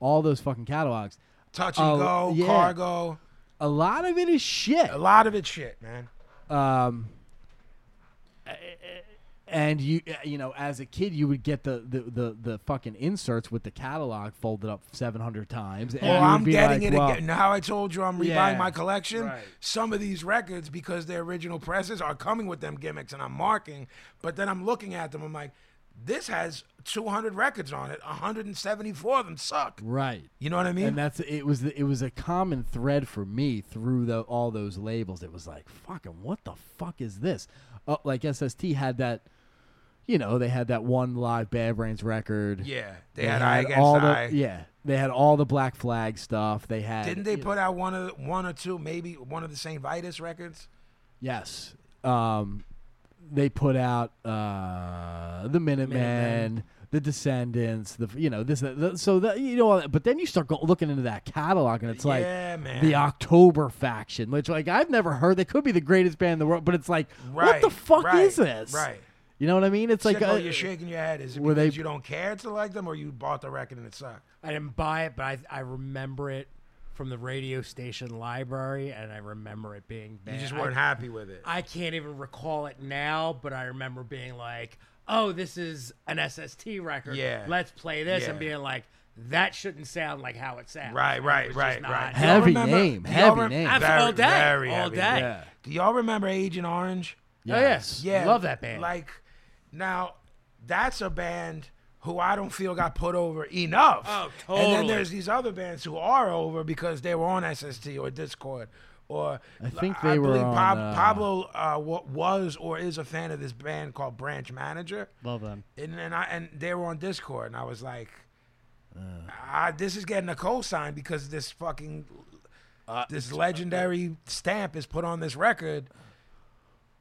Speaker 4: all those fucking catalogs
Speaker 1: touch and
Speaker 4: Oh,
Speaker 1: go,
Speaker 4: yeah.
Speaker 1: cargo.
Speaker 4: a lot of it is shit
Speaker 1: A lot of it's shit, man.
Speaker 4: um and you eh, you know as a kid you would get the the the, the fucking inserts with the catalog folded up 700 times and
Speaker 1: Well,
Speaker 4: you would
Speaker 1: Oh, I'm
Speaker 4: be
Speaker 1: getting
Speaker 4: like,
Speaker 1: it
Speaker 4: well,
Speaker 1: again. Now I told you I'm rebuying
Speaker 4: Yeah.
Speaker 1: my collection.
Speaker 4: Right.
Speaker 1: Some of these records, because their original presses are coming with them gimmicks, and I'm marking. But then I'm looking at them. I'm like, this has 200 records on it. 174 of them suck.
Speaker 4: right
Speaker 1: You know what I mean?
Speaker 4: and that's it was it was a common thread for me through the, all those labels it was like fucking what the fuck is this uh, like sst had that you know they had that one live bad brains record
Speaker 1: yeah, they,
Speaker 4: They
Speaker 1: had, I against
Speaker 4: all
Speaker 1: I.
Speaker 4: the yeah they had all the black flag stuff they had
Speaker 1: Didn't they put out one of one or two, maybe one of the Saint Vitus records?
Speaker 4: yes um they put out uh the minutemen the descendants the you know this that, that- so that you know all that- but then you start go, looking into that catalog and it's like
Speaker 1: yeah, man.
Speaker 4: the October faction, which like I've never heard. They could be the greatest band in the world, but it's like, what
Speaker 1: Right,
Speaker 4: the fuck
Speaker 1: right,
Speaker 4: is this?
Speaker 1: Right.
Speaker 4: You know what I mean? It's like,
Speaker 1: Sicko,
Speaker 4: uh,
Speaker 1: you're shaking your head. Is it
Speaker 4: were they-
Speaker 1: because you don't care to like them, or you bought the record and it sucked?
Speaker 3: I didn't buy it, but I, I remember it from the radio station library, and I remember it being bad.
Speaker 1: You just
Speaker 3: I-
Speaker 1: weren't happy with it.
Speaker 3: I can't even recall it now, but I remember being like, "Oh, this is an SST record.
Speaker 1: Yeah.
Speaker 3: let's play this," and
Speaker 1: Yeah.
Speaker 3: being like, "That shouldn't sound like how it sounds."
Speaker 1: Right,
Speaker 3: And it
Speaker 1: right,
Speaker 3: was
Speaker 1: right,
Speaker 3: just not-
Speaker 1: right.
Speaker 4: Heavy
Speaker 1: Y'all
Speaker 4: name,
Speaker 1: do y'all
Speaker 4: heavy name.
Speaker 3: Abs-
Speaker 1: Very,
Speaker 3: all day,
Speaker 1: very
Speaker 3: all
Speaker 1: heavy
Speaker 3: day.
Speaker 1: name.
Speaker 4: Yeah.
Speaker 1: Do y'all remember Agent Orange?
Speaker 3: Oh, yes.
Speaker 1: Yeah,
Speaker 3: Love that band.
Speaker 1: Like now, that's a band who I don't feel got put over enough.
Speaker 3: Oh,
Speaker 1: And then
Speaker 3: totally.
Speaker 1: there's these other bands who are over because they were on SST or Discord. Or I
Speaker 4: think they were
Speaker 1: believe
Speaker 4: on,
Speaker 1: Pab-
Speaker 4: uh,
Speaker 1: Pablo uh, wa- was or is a fan of this band called Branch Manager
Speaker 2: Love them.
Speaker 1: and and I and they were on Discord, and I was like,
Speaker 4: Mm.
Speaker 1: I, this is getting a cosign because this fucking this legendary stamp is put on this record.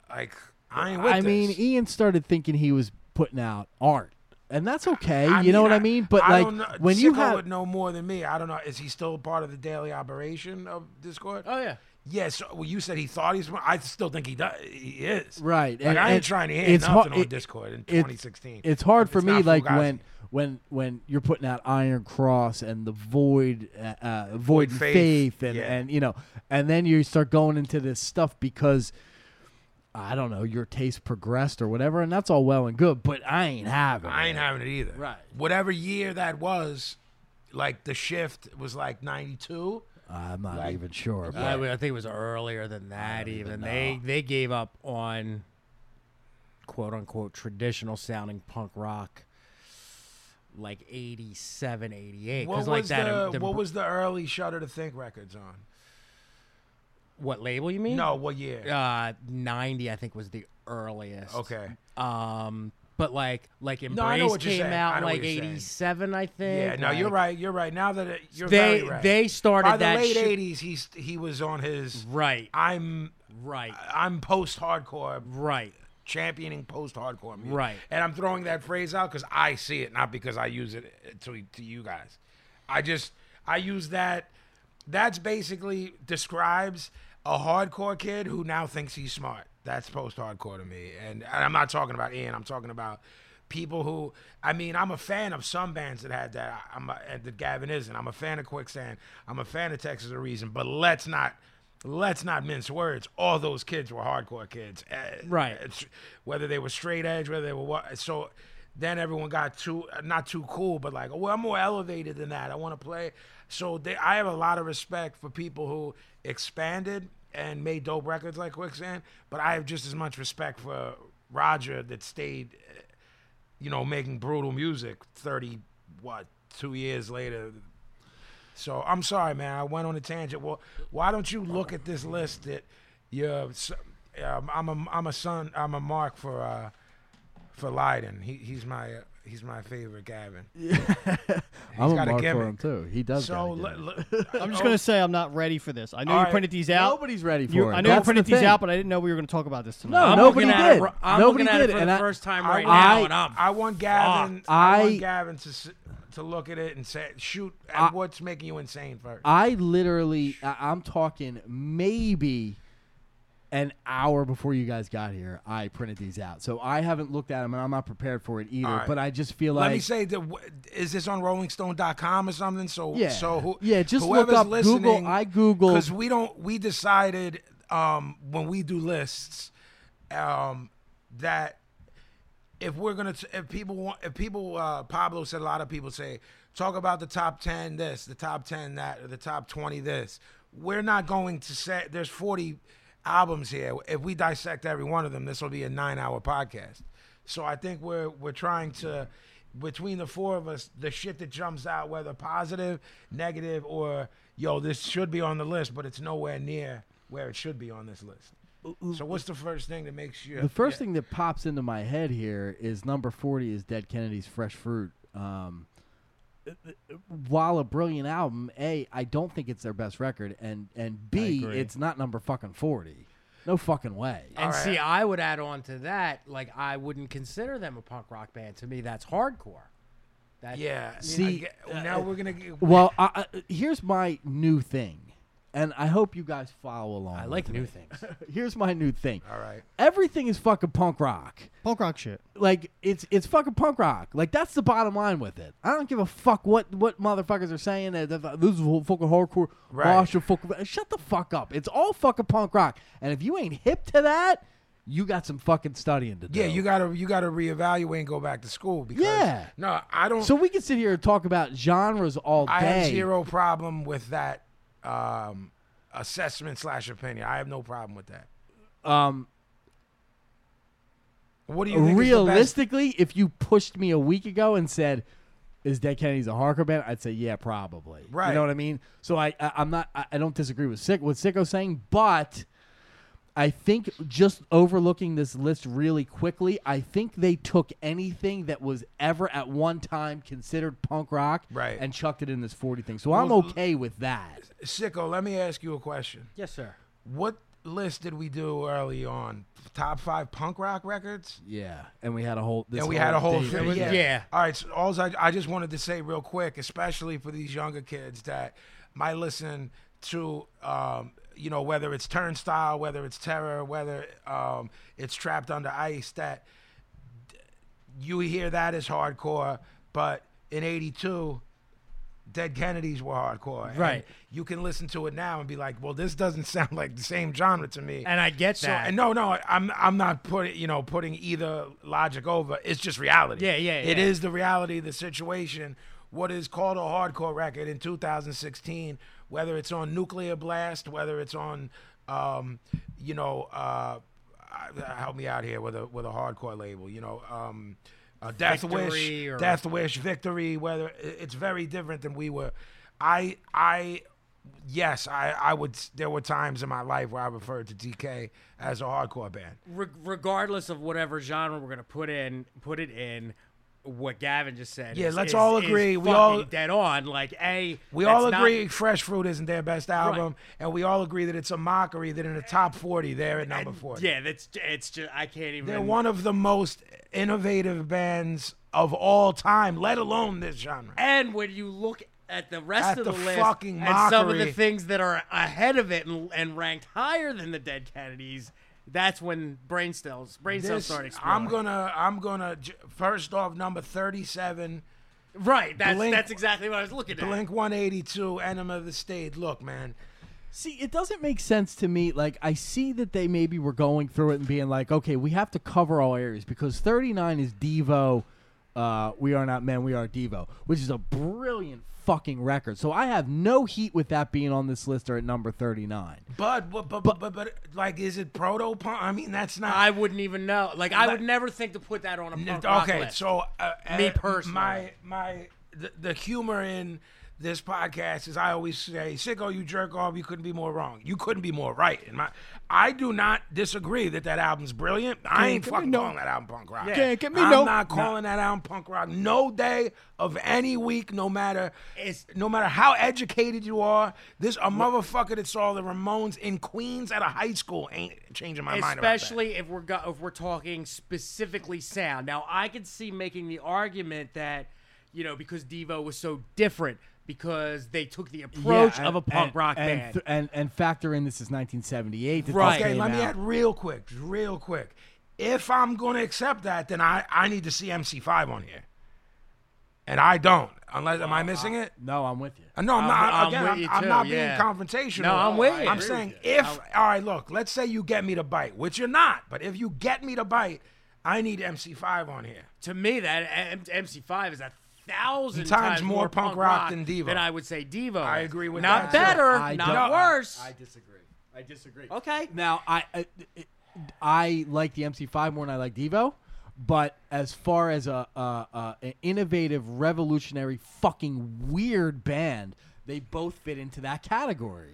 Speaker 1: Like I ain't with
Speaker 4: I mean, e-
Speaker 1: this.
Speaker 4: Ian started thinking he was putting out art, and that's okay.
Speaker 1: I
Speaker 4: you know what I mean? But like
Speaker 1: don't know.
Speaker 4: when you
Speaker 1: Sicko
Speaker 4: have
Speaker 1: would know more than me. I don't know. Is he still part of the daily operation of Discord?
Speaker 4: Uh,
Speaker 3: Oh yeah.
Speaker 1: Yes. well, you said he thought he's. I still think he does. He is.
Speaker 4: Right,
Speaker 1: Like
Speaker 4: and-
Speaker 1: I ain't
Speaker 4: and
Speaker 1: trying to hear
Speaker 4: it's
Speaker 1: nothing
Speaker 4: hard-
Speaker 1: on
Speaker 4: it-
Speaker 1: Discord in
Speaker 4: it-
Speaker 1: 2016.
Speaker 4: It's hard for
Speaker 1: It's
Speaker 4: me,
Speaker 1: not
Speaker 4: like
Speaker 1: Fugazi.
Speaker 4: when when when you're putting out Iron Cross and the Void, uh, uh, Void,
Speaker 1: Faith,
Speaker 4: Faith, and
Speaker 1: yeah.
Speaker 4: and you know, and then you start going into this stuff because I don't know, your taste progressed or whatever, and that's all well and good, but I ain't having
Speaker 1: I ain't
Speaker 4: it.
Speaker 1: having it either.
Speaker 4: Right.
Speaker 1: Whatever year that was, like the shift was like '92.
Speaker 4: I'm not
Speaker 1: Like-
Speaker 4: even sure.
Speaker 3: I,
Speaker 4: But
Speaker 3: would- I think it was earlier than that.
Speaker 4: don't
Speaker 3: Even
Speaker 4: even
Speaker 3: they
Speaker 4: know.
Speaker 3: they gave up on quote unquote traditional sounding punk rock like 87 88
Speaker 1: What was
Speaker 3: because like that um,
Speaker 1: the,
Speaker 3: the-
Speaker 1: What was the early Shudder to Think records on?
Speaker 3: what label you mean
Speaker 1: No, what year?
Speaker 3: uh 90 i think was the earliest
Speaker 1: Okay.
Speaker 3: um but like like embrace
Speaker 1: No, I know what you're
Speaker 3: came
Speaker 1: saying. I
Speaker 3: out
Speaker 1: know what
Speaker 3: like
Speaker 1: you're saying.
Speaker 3: 87 i think
Speaker 1: Yeah. No, you're
Speaker 3: like-
Speaker 1: right. You're right. Now that it, you're
Speaker 3: they
Speaker 1: very right.
Speaker 3: they started
Speaker 1: by the
Speaker 3: that
Speaker 1: late
Speaker 3: shi-
Speaker 1: '80s, he's he was on his.
Speaker 3: right
Speaker 1: I'm
Speaker 3: right
Speaker 1: I'm post-hardcore,
Speaker 3: right
Speaker 1: championing post-hardcore music.
Speaker 3: Right.
Speaker 1: And I'm throwing that phrase out because I see it, not because I use it to to you guys. I just I use that. That's basically describes a hardcore kid who now thinks he's smart. That's post-hardcore to me, and, and I'm not talking about Ian. I'm talking about people who. I mean, I'm a fan of some bands that had that. I- I'm a, and that Gavin isn't. I'm a fan of Quicksand. I'm a fan of Texas a Reason. But let's not. Let's not mince words. All those kids were hardcore kids. Eh,
Speaker 3: Right.
Speaker 1: it's- whether they were straight edge, whether they were what. So then everyone got too not too cool, but like, well, I'm more elevated than that. I want to play. So they, I have a lot of respect for people who expanded and made dope records like Quicksand, but I have just as much respect for Roger that stayed, eh, you know, making brutal music thirty what two years later. So I'm sorry, man. I went on a tangent. Well, why don't you look at this list that you're? s- Um, I'm a I'm a son. I'm a mark for uh, for Leiden. He he's my uh, he's my favorite Gavin.
Speaker 4: I'm a
Speaker 1: got a
Speaker 4: mark for
Speaker 1: gimmick.
Speaker 4: him too. He does.
Speaker 1: So
Speaker 4: got a
Speaker 1: le-
Speaker 4: gimmick.
Speaker 1: le-
Speaker 2: I'm just
Speaker 1: oh,
Speaker 2: gonna say I'm not ready for this. I know
Speaker 1: All
Speaker 2: you
Speaker 1: right.
Speaker 2: printed these out.
Speaker 4: nobody's ready for
Speaker 2: You,
Speaker 4: it.
Speaker 2: I know
Speaker 4: That's
Speaker 2: you printed
Speaker 4: the
Speaker 2: these
Speaker 4: thing.
Speaker 2: out, but I didn't know we were gonna talk about this tonight.
Speaker 4: No,
Speaker 3: I'm
Speaker 4: nobody
Speaker 3: looking at it
Speaker 4: did.
Speaker 3: ri- I'm
Speaker 4: Nobody
Speaker 3: looking at
Speaker 4: did,
Speaker 3: it for
Speaker 4: and
Speaker 3: the
Speaker 4: I-
Speaker 3: first time
Speaker 1: I
Speaker 3: right
Speaker 1: want-
Speaker 3: now,
Speaker 4: I-
Speaker 3: and I'm
Speaker 1: Oh, I want Gavin. I,
Speaker 4: I-
Speaker 1: want Gavin to s- to look at it and say, shoot at what's making you insane first.
Speaker 4: I literally, I- I'm talking maybe an hour before you guys got here. I printed these out, so I haven't looked at them, and I'm not prepared for it either.
Speaker 1: All right.
Speaker 4: But I just feel
Speaker 1: Let
Speaker 4: like
Speaker 1: me say that wh- is this on RollingStone.com or something? So
Speaker 4: Yeah.
Speaker 1: so who,
Speaker 4: Yeah, just look
Speaker 1: whoever's
Speaker 4: up Google.
Speaker 1: listening,
Speaker 4: I Googled-
Speaker 1: because we don't we decided um, when we do lists um, that if we're gonna t- if people want if people uh, Pablo said a lot of people say talk about the top ten this the top ten that or the top twenty this we're not going to say there's forty albums here if we dissect every one of them this will be a nine hour podcast so I think we're we're trying to between the four of us the shit that jumps out whether positive negative or yo this should be on the list but it's nowhere near where it should be on this list. So what's the first thing that makes you
Speaker 4: the first
Speaker 1: yeah.
Speaker 4: thing that pops into my head here is number 40 is Dead Kennedy's Fresh Fruit. Um, uh, while a brilliant album, A, I don't think it's their best record, and, and B,
Speaker 3: agree.
Speaker 4: it's not number fucking 40. No fucking way.
Speaker 3: And
Speaker 1: All
Speaker 3: see,
Speaker 1: right.
Speaker 3: I would add on to that, like I wouldn't consider them a punk rock band. To me, that's hardcore. That,
Speaker 1: Yeah. I
Speaker 4: See,
Speaker 1: get- now we're gonna get.
Speaker 4: Well, I, I, here's my new thing, and I hope you guys follow along.
Speaker 3: I like
Speaker 4: with
Speaker 3: new
Speaker 4: me.
Speaker 3: things.
Speaker 4: Here's my new thing.
Speaker 1: all right.
Speaker 4: Everything is fucking punk rock.
Speaker 2: Punk rock shit.
Speaker 4: like it's it's fucking punk rock. Like that's the bottom line with it. I don't give a fuck what what motherfuckers are saying. That that- this is fucking hardcore.
Speaker 1: Right.
Speaker 4: Mosh and fucking, shut the fuck up. It's all fucking punk rock. And if you ain't hip to that, you got some fucking studying to do.
Speaker 1: Yeah, you gotta you gotta reevaluate and go back to school because.
Speaker 4: Yeah.
Speaker 1: No, I don't.
Speaker 4: So we can sit here and talk about genres all day.
Speaker 1: I have zero problem with that um, assessment slash opinion. I have no problem with that.
Speaker 4: Um,
Speaker 1: What do you think Is the best?
Speaker 4: realistically, if you pushed me a week ago and said, "Is Dead Kennedys a hardcore band?" I'd say, "Yeah, probably." You
Speaker 1: Right.
Speaker 4: know what I mean? So I, I I'm not I, I don't disagree with Sick what Sicko's saying, but I think just overlooking this list really quickly, I think they took anything that was ever at one time considered punk rock
Speaker 1: Right.
Speaker 4: and chucked it in this 40 thing. So I'm
Speaker 1: Well, l-
Speaker 4: okay with that.
Speaker 1: Sicko, let me ask you a question.
Speaker 3: Yes, sir.
Speaker 1: What list did we do early on? Top five punk rock records.
Speaker 4: Yeah. And we had a whole this
Speaker 1: and we had a whole
Speaker 4: thing.
Speaker 1: thing. Yeah.
Speaker 3: yeah.
Speaker 1: All right. So all I, I just wanted to say real quick, especially for these younger kids that might listen to, um, you know, whether it's Turnstile, whether it's Terror, whether um, it's Trapped Under Ice, that you hear that as hardcore, but in '82 Dead Kennedys were hardcore. and
Speaker 3: Right.
Speaker 1: you can listen to it now and be like, well, this doesn't sound like the same genre to me.
Speaker 3: And I get
Speaker 1: So
Speaker 3: that.
Speaker 1: and no, no, I'm I'm not putting you know putting either logic over. It's just reality.
Speaker 3: Yeah, yeah,
Speaker 1: It
Speaker 3: yeah.
Speaker 1: is the reality of the situation. What is called a hardcore record in 2016, whether it's on Nuclear Blast, whether it's on, um, you know, uh, uh, help me out here with a with a hardcore label, you know, um, uh, Death Wish,
Speaker 3: Victory or-
Speaker 1: Death Wish, Victory. Whether i- it's very different than we were. I I yes, I, I would. There were times in my life where I referred to DK as a hardcore band.
Speaker 3: Re- regardless of whatever genre we're gonna put in, put it in. What Gavin just said.
Speaker 1: Yeah,
Speaker 3: is-
Speaker 1: let's
Speaker 3: is-
Speaker 1: all
Speaker 3: is
Speaker 1: agree. We
Speaker 3: fucking
Speaker 1: all-
Speaker 3: dead on. Like, a
Speaker 1: We
Speaker 3: that's
Speaker 1: all
Speaker 3: not-
Speaker 1: agree Fresh Fruit isn't their best album, and we all agree that it's a mockery that in the top 40 they're at number 40.
Speaker 3: yeah, that's it's just I can't even.
Speaker 1: They're one of the most innovative bands of all time, let alone this genre.
Speaker 3: And when you look at the rest
Speaker 1: At
Speaker 3: of
Speaker 1: the
Speaker 3: the, list
Speaker 1: fucking
Speaker 3: and some of the
Speaker 1: mockery.
Speaker 3: things that are ahead of it and, and ranked higher than the Dead Kennedys, that's when brain cells brain cells
Speaker 1: This-
Speaker 3: start exploding.
Speaker 1: I'm gonna, I'm gonna. j- First off, number 37,
Speaker 3: right. That's
Speaker 1: Blink-
Speaker 3: that's exactly what I was looking at.
Speaker 1: Blink 182, Enema of the State. Look, man,
Speaker 4: See, it doesn't make sense to me. Like, I see that they maybe were going through it and being like, okay, we have to cover all areas because 39 is Devo. Uh, we are not men, we are Devo, which is a brilliant fucking record. So I have no heat with that being on this list or at number 39.
Speaker 1: but, but, but, but, but, like, is it proto punk? I mean, that's not.
Speaker 3: I wouldn't even know. Like I would never think to put that on a
Speaker 1: N-
Speaker 3: punk rock
Speaker 1: okay,
Speaker 3: list.
Speaker 1: so uh,
Speaker 3: Me
Speaker 1: uh,
Speaker 3: personally.
Speaker 1: my my the, the humor in this podcast is I always say, "Sicko, you jerk off. You couldn't be more wrong. You couldn't be more right." And my, I do not disagree that that album's brilliant. I ain't fucking calling that album punk rock.
Speaker 4: Can't get me
Speaker 1: I'm
Speaker 4: no-
Speaker 1: not calling that album punk rock. No day of any week, no matter
Speaker 3: It's-
Speaker 1: no matter how educated you are, this a motherfucker that saw the Ramones in Queens at a high school ain't changing my mind. about that.
Speaker 3: especially if we're go- if we're talking specifically sound. Now I could see making the argument that you know because Devo was so different because they took the approach
Speaker 4: Yeah,
Speaker 3: of a
Speaker 4: and-
Speaker 3: punk
Speaker 4: and-
Speaker 3: rock
Speaker 4: and
Speaker 3: band.
Speaker 4: th- and, and factor in this is 1978. that this
Speaker 3: Right.
Speaker 1: Okay,
Speaker 4: came
Speaker 1: let me
Speaker 4: out.
Speaker 1: add real quick, real quick. If I'm going to accept that, then I, I need to see MC5 on here. And I don't. Unless, am I missing it?
Speaker 4: No, I'm with you.
Speaker 1: Uh, No, I'm,
Speaker 3: I'm-
Speaker 1: not.
Speaker 3: I'm
Speaker 1: again,
Speaker 3: with
Speaker 1: I'm,
Speaker 3: you
Speaker 1: I'm
Speaker 3: too,
Speaker 1: not
Speaker 3: yeah.
Speaker 1: being confrontational.
Speaker 3: No, I'm with you. I
Speaker 1: I'm
Speaker 3: agree
Speaker 1: saying
Speaker 3: with
Speaker 1: if, all right, look, let's say you get me to bite, which you're not, but if you get me to bite, I need MC5 on here.
Speaker 3: to me, that M- MC5 is a thousand
Speaker 1: Times
Speaker 3: times,
Speaker 1: more punk rock than Devo.
Speaker 3: Than I would say Devo.
Speaker 1: I
Speaker 3: is.
Speaker 1: agree with that,
Speaker 3: not
Speaker 1: too.
Speaker 3: better,
Speaker 4: I
Speaker 3: not
Speaker 4: don't-
Speaker 3: worse.
Speaker 7: disagree. I disagree.
Speaker 3: okay.
Speaker 4: Now, I I, I like the MC5 more than I like Devo, but as far as a, a, a an innovative, revolutionary, fucking weird band, they both fit into that category.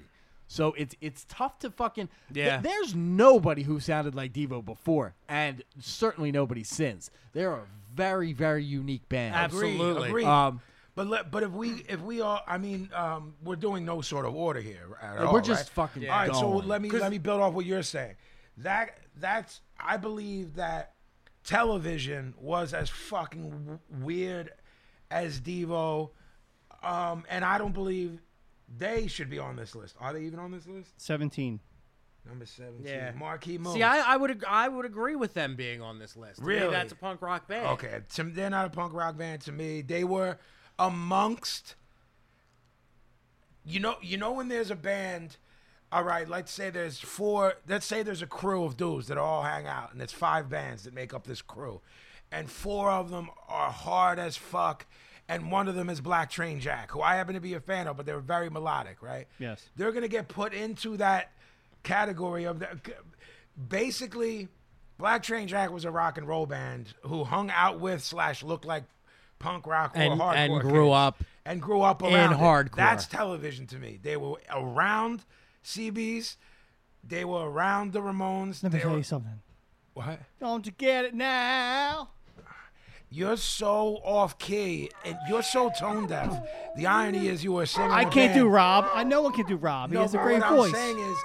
Speaker 4: So it's it's tough to fucking th-
Speaker 3: Yeah.
Speaker 4: There's nobody who sounded like Devo before, and certainly nobody since. They're a very very unique band.
Speaker 3: Absolutely.
Speaker 1: Agreed.
Speaker 4: Um,
Speaker 1: but let, but if we if we all I mean um, we're doing no sort of order here at all.
Speaker 4: we're just
Speaker 1: right?
Speaker 4: fucking
Speaker 1: All right, so
Speaker 4: going.
Speaker 1: let me let me build off what you're saying. That that's I believe that television was as fucking w- weird as Devo, um, and I don't believe they should be on this list. Are they even on this list?
Speaker 2: 17.
Speaker 1: Number seventeen,
Speaker 3: Yeah.
Speaker 1: Marquee Moon.
Speaker 3: See, I, I would ag- I would agree with them being on this list. To me,
Speaker 1: Really?
Speaker 3: that's a punk rock band.
Speaker 1: Okay, to, they're not a punk rock band to me. They were amongst. You know, you know when there's a band. All right, let's say there's four. Let's say there's a crew of dudes that all hang out, and it's five bands that make up this crew, and four of them are hard as fuck, and one of them is Black Train Jack, who I happen to be a fan of, but they're very melodic, right?
Speaker 2: Yes.
Speaker 1: They're gonna get put into that category of the. Basically, Black Train Jack was a rock and roll band who hung out with slash looked like punk rock or
Speaker 3: And-
Speaker 1: hardcore
Speaker 3: and grew
Speaker 1: kids.
Speaker 3: up
Speaker 1: and grew up around it.
Speaker 3: hardcore.
Speaker 1: That's television to me. They were around CBs. They were around the Ramones.
Speaker 2: Let me
Speaker 1: they
Speaker 2: tell
Speaker 1: were,
Speaker 2: you something.
Speaker 1: What?
Speaker 2: Don't you get it now?
Speaker 1: You're so off key and you're so tone deaf. The irony is you were singing.
Speaker 2: I
Speaker 1: the
Speaker 2: can't do
Speaker 1: band.
Speaker 2: Rob. I know one can do Rob. He
Speaker 1: No,
Speaker 2: has a
Speaker 1: but
Speaker 2: great
Speaker 1: what
Speaker 2: voice.
Speaker 1: I'm saying is,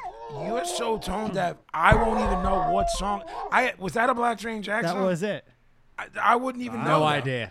Speaker 1: you're so tone deaf. I won't even know what song. I was that a Black Train Jack
Speaker 2: that
Speaker 1: song?
Speaker 2: was it.
Speaker 1: I, I wouldn't even know.
Speaker 3: No
Speaker 1: that.
Speaker 3: idea.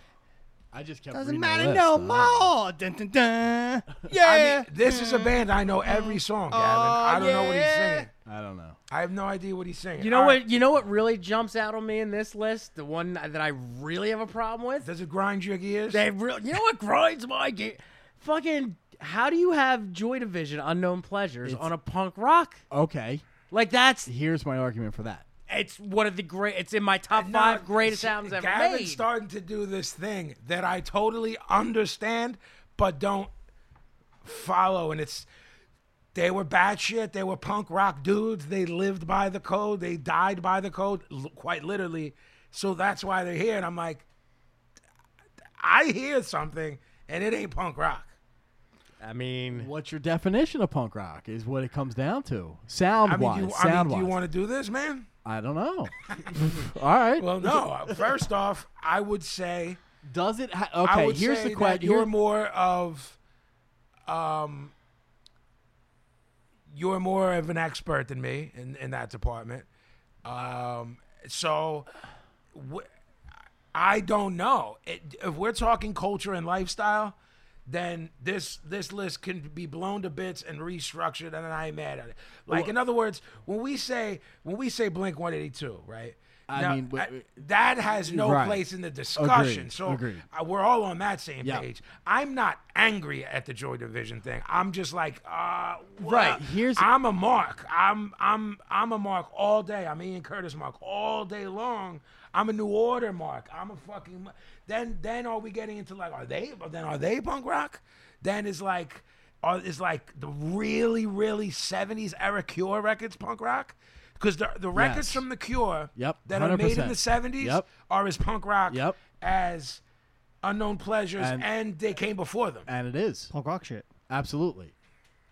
Speaker 4: I just kept
Speaker 2: Doesn't
Speaker 4: reading the
Speaker 2: matter
Speaker 4: list.
Speaker 2: no
Speaker 4: I don't know.
Speaker 2: more. Dun, dun, dun.
Speaker 1: I
Speaker 2: Yeah. Oh,
Speaker 1: mean, this is a band I know every song, Gavin. I don't know what he's
Speaker 2: yeah.
Speaker 1: singing.
Speaker 4: I don't know.
Speaker 1: I have no idea what he's singing.
Speaker 3: You know
Speaker 1: All right.
Speaker 3: what? You know what really jumps out on me in this list? The one that I really have a problem with.
Speaker 1: Does it grind your gears?
Speaker 3: They really, you know what grinds my gear? Fucking, how do you have Joy Division, Unknown Pleasures
Speaker 4: It's-
Speaker 3: on a punk rock?
Speaker 4: Okay,
Speaker 3: Like that's
Speaker 4: here's my argument for that.
Speaker 3: it's one of the great. It's in my top
Speaker 1: No,
Speaker 3: five greatest
Speaker 1: see,
Speaker 3: albums ever
Speaker 1: Gavin's
Speaker 3: made.
Speaker 1: starting to do this thing that I totally understand, but don't follow. And it's they were batshit. They were punk rock dudes. They lived by the code. They died by the code, l- quite literally. So that's why they're here. And I'm like, I hear something, and it ain't punk rock.
Speaker 3: I mean,
Speaker 4: What's your definition of punk rock? Is what it comes down to. Sound
Speaker 1: I mean,
Speaker 4: wise,
Speaker 1: do you, I mean,
Speaker 4: sound
Speaker 1: do you
Speaker 4: wise.
Speaker 1: want to do this, man?
Speaker 4: I don't know. All right.
Speaker 1: Well, no. First off, I would say.
Speaker 4: Does it? Ha-
Speaker 1: I
Speaker 4: okay.
Speaker 1: would
Speaker 4: Here's
Speaker 1: say
Speaker 4: the
Speaker 1: that
Speaker 4: question.
Speaker 1: you're more of, um, you're more of an expert than me in, in that department. Um, so, wh- I don't know. It, if we're talking culture and lifestyle, then this this list can be blown to bits and restructured, and I ain't mad at it. Like in other words, when we say when we say Blink One Eighty Two, right?
Speaker 4: I mean, w- w-
Speaker 1: that has no
Speaker 4: Right.
Speaker 1: place in the discussion.
Speaker 4: Agreed,
Speaker 1: So
Speaker 4: agreed.
Speaker 1: uh, we're all on that same
Speaker 4: Yeah.
Speaker 1: page. I'm not angry at the Joy Division thing. I'm just like, uh, well,
Speaker 4: Right, here's-
Speaker 1: I'm a mark. I'm I'm I'm a mark all day. I'm Ian Curtis mark all day long. I'm a New Order mark. I'm a fucking. mar- Then then are we getting into like are they? Then are they punk rock? Then is like. Are, is like the really, really 70s era Cure records punk rock? Because the, the records
Speaker 4: Yes.
Speaker 1: from The Cure
Speaker 4: Yep,
Speaker 1: that are made in the
Speaker 4: 100%.
Speaker 1: 70s
Speaker 4: Yep.
Speaker 1: are as punk rock
Speaker 4: Yep.
Speaker 1: as Unknown Pleasures,
Speaker 4: And-
Speaker 1: and, they came before them.
Speaker 4: and it is
Speaker 2: Punk rock shit.
Speaker 4: absolutely.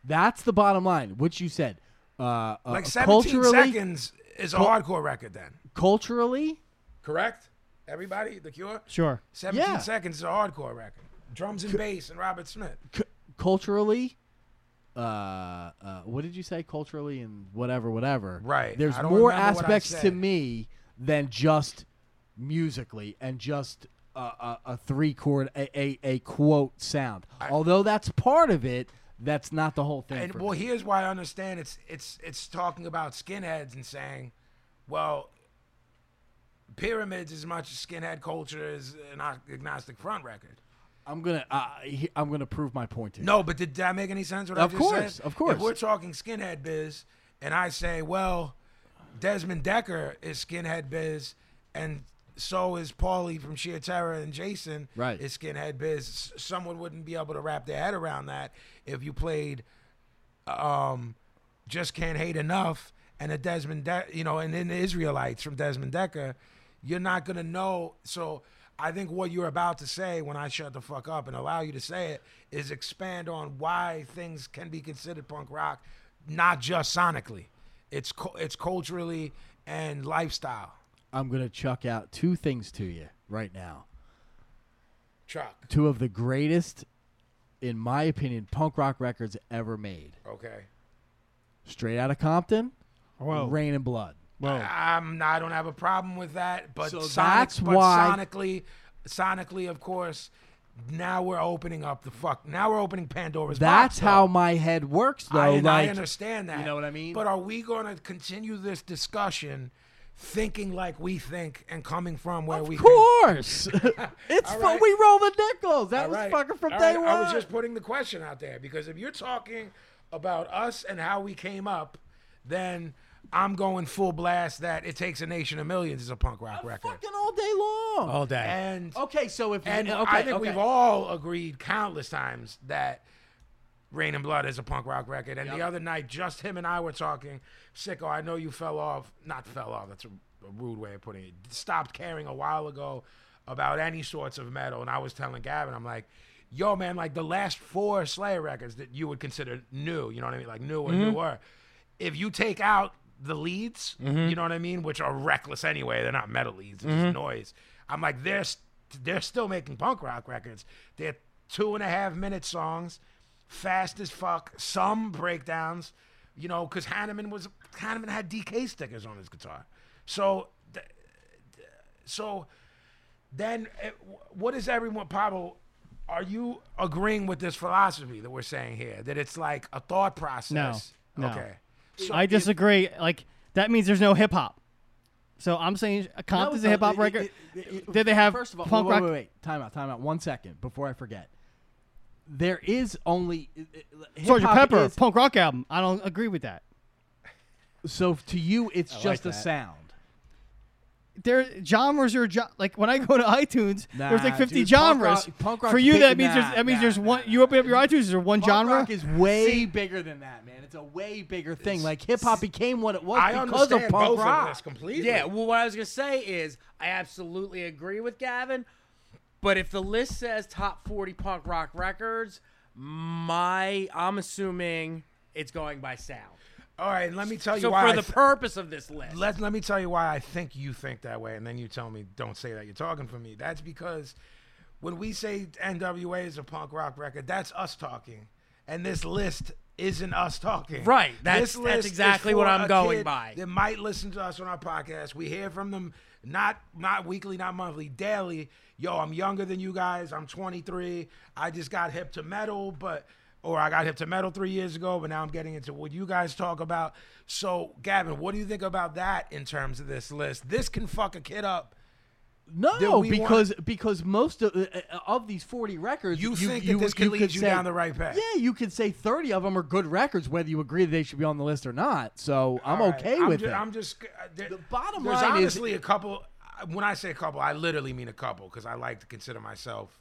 Speaker 4: That's the bottom line. What you said. Uh, uh,
Speaker 1: like 17
Speaker 4: culturally,
Speaker 1: Seconds is a hardcore record then.
Speaker 4: culturally,
Speaker 1: Correct? Everybody? The Cure?
Speaker 2: Sure.
Speaker 1: 17
Speaker 4: Yeah.
Speaker 1: Seconds is a hardcore record. Drums and bass and Robert Smith.
Speaker 4: c- culturally, uh, uh, what did you say? Culturally and whatever, whatever.
Speaker 1: Right.
Speaker 4: There's
Speaker 1: I don't
Speaker 4: more
Speaker 1: remember what I
Speaker 4: aspects to
Speaker 1: said.
Speaker 4: me than just musically and just a, a, a three chord, a, a, a quote sound. Although that's part of it, that's not the whole thing.
Speaker 1: And
Speaker 4: for
Speaker 1: well,
Speaker 4: me.
Speaker 1: here's why I understand it's it's it's talking about skinheads and saying, well, pyramids as much as skinhead culture is an ag- agnostic front record.
Speaker 4: I'm gonna uh, he- I'm gonna prove my point to you.
Speaker 1: No, but did that make any sense? What I
Speaker 4: Of
Speaker 1: just said?
Speaker 4: course, of course.
Speaker 1: If we're talking skinhead biz, and I say, well, Desmond Decker is skinhead biz, and so is Paulie from Sheer Terror and Jason
Speaker 4: Right.
Speaker 1: is skinhead biz. s- Someone wouldn't be able to wrap their head around that if you played, um, just can't hate enough, and a Desmond, De- you know, and then the Israelites from Desmond Decker, you're not gonna know. So I think what you're about to say when I shut the fuck up and allow you to say it is expand on why things can be considered punk rock, not just sonically. It's cu- it's culturally and lifestyle.
Speaker 4: I'm gonna chuck out two things to you right now.
Speaker 1: Chuck,
Speaker 4: Two of the greatest, in my opinion, punk rock records ever made.
Speaker 1: okay.
Speaker 4: Straight out of Compton,
Speaker 2: Whoa.
Speaker 4: Rain and Blood.
Speaker 2: Whoa.
Speaker 1: I'm not, I don't have a problem with that, but
Speaker 4: So
Speaker 1: sonic,
Speaker 4: that's
Speaker 1: but
Speaker 4: why-
Speaker 1: sonically, sonically, of course. Now we're opening up the fuck. Now we're opening Pandora's box.
Speaker 4: That's how
Speaker 1: though.
Speaker 4: my head works, though.
Speaker 1: I, and I
Speaker 4: like,
Speaker 1: understand that.
Speaker 4: you know what I mean?
Speaker 1: But are we going to continue this discussion, thinking like we think and coming from where we?
Speaker 4: of
Speaker 1: think?
Speaker 4: course, it's
Speaker 1: All
Speaker 4: fu-
Speaker 1: right.
Speaker 4: we roll the nickels. That
Speaker 1: All
Speaker 4: was
Speaker 1: right.
Speaker 4: fucking from
Speaker 1: All
Speaker 4: day
Speaker 1: right.
Speaker 4: one.
Speaker 1: I was just putting the question out there because if you're talking about us and how we came up, then I'm going full blast that it takes a nation of millions is a punk rock record.
Speaker 4: fucking all day long.
Speaker 3: all day.
Speaker 1: And
Speaker 4: okay, so if
Speaker 1: Oh. and
Speaker 4: okay,
Speaker 1: I think
Speaker 4: okay.
Speaker 1: we've all agreed countless times that Rain and Blood is a punk rock record. And the other night, just him and I were talking. Sicko, I know you fell off. Not fell off. That's a, a rude way of putting it. Stopped caring a while ago about any sorts of metal. And I was telling Gavin, I'm like, yo, man, like the last four Slayer records that you would consider new, you know what I mean? Like new or newer. If you take out the leads, you know what I mean, which are reckless anyway. They're not metal leads. It's just noise. I'm like, they're st- they're still making punk rock records. They're two and a half minute songs, fast as fuck. Some breakdowns, you know, because Hanneman was Hanneman had DK stickers on his guitar. So, th- th- so then eh, wh- what is everyone Pablo? Are you agreeing with this philosophy that we're saying here? That it's like a thought process.
Speaker 2: no.
Speaker 1: Okay. So
Speaker 2: I disagree. like that means there's no hip hop. So I'm saying a
Speaker 4: No,
Speaker 2: Compton's
Speaker 4: no,
Speaker 2: a hip hop
Speaker 4: it-
Speaker 2: record.
Speaker 4: it- it- it-
Speaker 2: Did they have
Speaker 4: first of all?
Speaker 2: punk
Speaker 4: wait,
Speaker 2: rock?
Speaker 4: Wait, wait, wait. Time out. Time out. One second before I forget. there is only i- i-
Speaker 2: Sergeant
Speaker 4: hip-hop
Speaker 2: Pepper,
Speaker 4: is-
Speaker 2: punk rock album. I don't agree with that.
Speaker 4: so to you, it's
Speaker 8: like
Speaker 4: just a
Speaker 8: that.
Speaker 4: sound.
Speaker 2: There genres are jo- like when I go to iTunes, there's like
Speaker 4: Nah,
Speaker 2: 50
Speaker 4: dude, punk
Speaker 2: genres.
Speaker 4: rock- punk rock's
Speaker 2: For you,
Speaker 4: big-
Speaker 2: that means
Speaker 4: nah,
Speaker 2: there's, that means
Speaker 4: nah,
Speaker 2: there's
Speaker 4: nah,
Speaker 2: one.
Speaker 4: nah.
Speaker 2: You open up your iTunes, there's one
Speaker 4: Punk
Speaker 2: genre.
Speaker 4: rock is way bigger than that, man. It's a way bigger thing. Like hip hop became what it was
Speaker 1: I
Speaker 4: because
Speaker 1: understand
Speaker 4: of punk
Speaker 1: both
Speaker 4: rock.
Speaker 1: of this completely.
Speaker 8: Yeah, well, what I was going to say is I absolutely agree with Gavin, but if the list says top 40 punk rock records, my I'm assuming it's going by sound.
Speaker 1: All right, let me tell you
Speaker 8: So
Speaker 1: why.
Speaker 8: for
Speaker 1: I
Speaker 8: the
Speaker 1: th-
Speaker 8: purpose of this list,
Speaker 1: let let me tell you why I think you think that way, and then you tell me don't say that you're talking for me. That's because when we say NWA is a punk rock record, that's us talking, and this list isn't us talking.
Speaker 8: Right, that's-
Speaker 1: this
Speaker 8: that's
Speaker 1: list is
Speaker 8: exactly what
Speaker 1: for
Speaker 8: I'm
Speaker 1: a
Speaker 8: going
Speaker 1: kid
Speaker 8: by.
Speaker 1: That might listen to us on our podcast. We hear from them not not weekly, not monthly, daily. Yo, I'm younger than you guys. I'm 23. I just got hip to metal, but or I got hip to metal three years ago, but now I'm getting into what you guys talk about. So, Gavin, what do you think about that in terms of this list? This can fuck a kid up. that
Speaker 4: No,
Speaker 1: we
Speaker 4: because because most of uh, uh, of these forty records,
Speaker 1: You think that this could lead
Speaker 4: could
Speaker 1: you
Speaker 4: say-
Speaker 1: down the right path.
Speaker 4: Yeah, you could say thirty of them are good records, whether you agree that they should be on the list or not. So I'm
Speaker 1: All right,
Speaker 4: okay
Speaker 1: I'm
Speaker 4: with
Speaker 1: ju-
Speaker 4: it.
Speaker 1: I'm just uh, there-
Speaker 4: The bottom
Speaker 1: there's
Speaker 4: line is-
Speaker 1: honestly a couple. I- When I say a couple, I literally mean a couple because I like to consider myself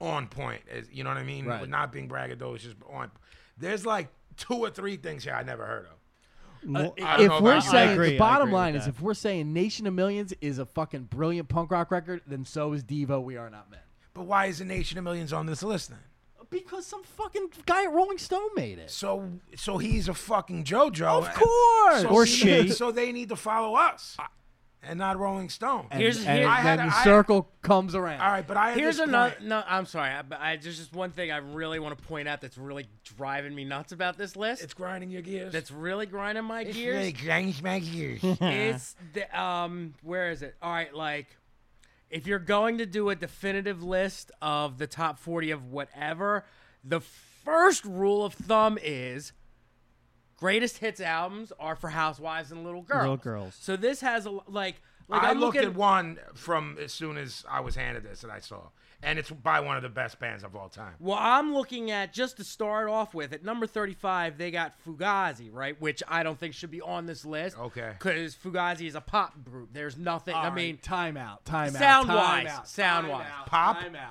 Speaker 1: on point. As, you know what I mean?
Speaker 4: Right.
Speaker 1: With Not being braggadocious, but on. There's like two or three things here I never heard of.
Speaker 2: Mo-
Speaker 1: I don't know
Speaker 4: if
Speaker 1: about
Speaker 4: we're
Speaker 1: you.
Speaker 4: saying
Speaker 2: I agree, I
Speaker 4: the bottom
Speaker 2: agree with
Speaker 4: line is
Speaker 2: that.
Speaker 4: if we're saying Nation of Millions is a fucking brilliant punk rock record, then so is Devo We Are Not Men.
Speaker 1: But why is the Nation of Millions on this list then?
Speaker 4: Because some fucking guy at Rolling Stone made it.
Speaker 1: So, so he's a fucking JoJo.
Speaker 4: Of course.
Speaker 1: So
Speaker 2: Or
Speaker 1: see,
Speaker 2: she.
Speaker 1: So they need to follow us, and not Rolling Stone.
Speaker 8: Here's-
Speaker 4: and,
Speaker 8: here-
Speaker 4: and
Speaker 1: I had-
Speaker 4: then the
Speaker 1: I-
Speaker 4: circle comes around.
Speaker 1: all right, but I had
Speaker 8: Here's
Speaker 1: this
Speaker 8: another.
Speaker 1: point.
Speaker 8: No, I'm sorry. I, but I just just one thing I really want to point out that's really driving me nuts about this list.
Speaker 1: It's grinding your gears.
Speaker 8: that's really grinding my
Speaker 1: it's
Speaker 8: gears.
Speaker 1: really grinding my gears.
Speaker 8: it's the um. Where is it? All right, like. If you're going to do a definitive list of the top 40 of whatever, the first rule of thumb is greatest hits albums are for housewives and little girls.
Speaker 2: Little girls.
Speaker 8: So this has a l- like like
Speaker 1: I,
Speaker 8: I'm
Speaker 1: looked
Speaker 8: looking,
Speaker 1: at one from as soon as I was handed this, and I saw, and it's by one of the best bands of all time.
Speaker 8: Well, I'm looking at just to start off with at number 35, they got Fugazi, right? Which I don't think should be on this list.
Speaker 1: Okay.
Speaker 8: Because Fugazi is a pop group. There's nothing. I mean,
Speaker 4: timeout, timeout,
Speaker 8: Sound-wise,
Speaker 4: timeout,
Speaker 8: sound-wise.
Speaker 4: timeout,
Speaker 1: Pop?
Speaker 4: timeout,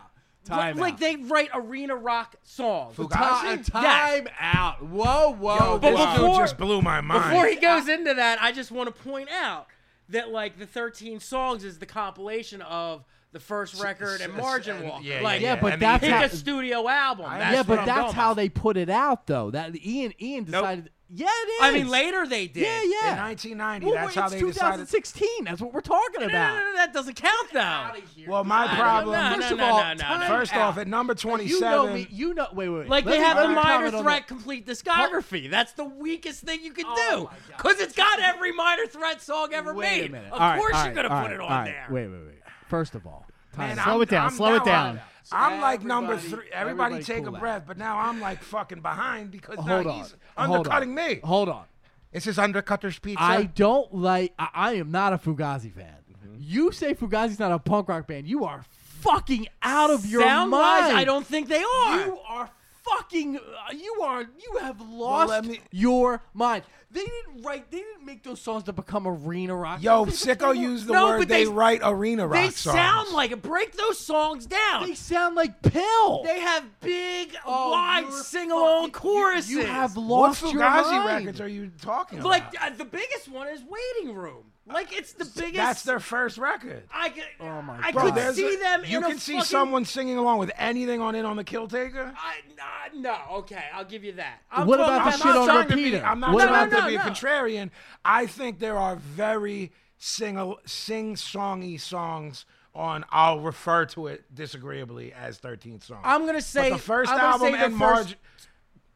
Speaker 8: like,
Speaker 4: timeout.
Speaker 8: like they write arena rock songs.
Speaker 1: Fugazi?
Speaker 4: time, time
Speaker 8: Yes.
Speaker 4: out. Whoa, whoa,
Speaker 1: This
Speaker 8: But
Speaker 1: dude
Speaker 8: before-
Speaker 1: just blew my mind.
Speaker 8: Before he goes into that, I just want to point out that like the 13 songs is the compilation of the first record and
Speaker 1: s-
Speaker 8: Margin
Speaker 1: and-
Speaker 8: Walk.
Speaker 1: yeah, yeah,
Speaker 8: like,
Speaker 1: yeah,
Speaker 4: Yeah, but
Speaker 1: I mean,
Speaker 4: that's
Speaker 8: Pick
Speaker 4: how,
Speaker 8: a studio album. That's
Speaker 4: yeah,
Speaker 8: what
Speaker 4: but
Speaker 8: I'm
Speaker 4: that's
Speaker 8: going
Speaker 4: how
Speaker 8: with.
Speaker 4: they put it out though. That Ian Ian decided. Yeah, it is.
Speaker 8: I mean, later they did.
Speaker 4: Yeah,
Speaker 1: in
Speaker 4: yeah.
Speaker 1: 1990.
Speaker 4: Well,
Speaker 1: that's how
Speaker 4: it's
Speaker 1: they decided.
Speaker 4: 2016. That's what we're talking
Speaker 8: No, no,
Speaker 4: about.
Speaker 8: no, no, that doesn't count though.
Speaker 1: Well, my
Speaker 8: No, no,
Speaker 1: problem.
Speaker 8: no,
Speaker 4: First
Speaker 8: no,
Speaker 4: of
Speaker 8: no,
Speaker 4: all,
Speaker 8: no, no, no.
Speaker 1: First
Speaker 4: Time
Speaker 1: off,
Speaker 4: out.
Speaker 1: at number 27.
Speaker 4: You know me. You know. Wait, wait, wait.
Speaker 8: Like
Speaker 4: Let
Speaker 8: they
Speaker 4: me-
Speaker 8: have
Speaker 4: let
Speaker 8: the
Speaker 4: me
Speaker 8: minor
Speaker 4: comment on
Speaker 8: threat complete discography. That's the weakest thing you could do because it's got every minor threat song ever
Speaker 4: that. Wait
Speaker 8: made.
Speaker 4: a minute. All
Speaker 8: Of
Speaker 4: right,
Speaker 8: course,
Speaker 4: all right,
Speaker 8: you're gonna
Speaker 4: all
Speaker 8: put
Speaker 4: right,
Speaker 8: it
Speaker 4: all
Speaker 8: on
Speaker 4: right.
Speaker 8: there.
Speaker 4: Wait, wait, wait. First of all, time
Speaker 1: Man,
Speaker 4: out.
Speaker 2: Slow
Speaker 1: I'm-
Speaker 2: it down,
Speaker 1: I'm
Speaker 2: slow it
Speaker 1: now
Speaker 2: down.
Speaker 1: on- I'm like number
Speaker 4: Everybody-
Speaker 1: three. Everybody,
Speaker 4: everybody
Speaker 1: take
Speaker 4: cool
Speaker 1: a
Speaker 4: out.
Speaker 1: breath, but now I'm like fucking behind because
Speaker 4: Hold
Speaker 1: now
Speaker 4: on.
Speaker 1: he's
Speaker 4: Hold on.
Speaker 1: undercutting me.
Speaker 4: Hold on.
Speaker 1: This is undercutter's pizza.
Speaker 4: I don't like. I, I am not a Fugazi fan.
Speaker 1: Mm-hmm.
Speaker 4: You say Fugazi's not a punk rock band. You are fucking out of your
Speaker 8: Sound
Speaker 4: mind.
Speaker 8: wise, I don't think they are.
Speaker 4: You are fucking. uh, You are. You have
Speaker 1: Well,
Speaker 4: lost
Speaker 1: let me-
Speaker 4: your mind. They didn't write. They didn't make those songs to become arena rock.
Speaker 1: Yo,
Speaker 4: They
Speaker 1: sicko
Speaker 4: became-
Speaker 1: used the
Speaker 8: No,
Speaker 1: word.
Speaker 8: but
Speaker 1: They,
Speaker 8: they-
Speaker 1: write arena rock
Speaker 8: they
Speaker 1: songs.
Speaker 8: sound like it. Break those songs down.
Speaker 4: They
Speaker 8: They,
Speaker 4: sound like pill.
Speaker 8: have big,
Speaker 4: Oh,
Speaker 8: wide
Speaker 4: you're
Speaker 8: sing-along
Speaker 4: fucking- you-
Speaker 8: choruses.
Speaker 4: You, have
Speaker 1: What
Speaker 4: lost your
Speaker 1: Fugazi
Speaker 4: mind.
Speaker 1: records are you talking about?
Speaker 8: like uh, the biggest one is Waiting Room. Like it's the biggest.
Speaker 1: That's their first record.
Speaker 8: I could.
Speaker 4: Oh my
Speaker 8: I
Speaker 4: God.
Speaker 8: could
Speaker 1: there's
Speaker 8: see
Speaker 1: a-
Speaker 8: them.
Speaker 1: You
Speaker 8: in
Speaker 1: can
Speaker 8: a
Speaker 1: see
Speaker 8: fucking-
Speaker 1: someone singing along with anything on it on the Kill Taker.
Speaker 8: I, uh, no, okay, I'll give you that. I'm
Speaker 4: What
Speaker 8: talking
Speaker 4: about the
Speaker 1: I'm
Speaker 4: shit
Speaker 1: not
Speaker 4: on
Speaker 1: trying to
Speaker 4: repeat?
Speaker 1: be-
Speaker 4: Peter,
Speaker 1: I'm not
Speaker 4: what
Speaker 1: trying
Speaker 8: about
Speaker 1: to be
Speaker 8: the-
Speaker 1: a contrarian. I think there are very sing sing songy songs on. I'll refer to it disagreeably as 13 songs.
Speaker 8: I'm gonna say
Speaker 1: but the 1st
Speaker 8: I'm gonna
Speaker 1: album
Speaker 8: say the
Speaker 1: and
Speaker 8: first,
Speaker 1: Marge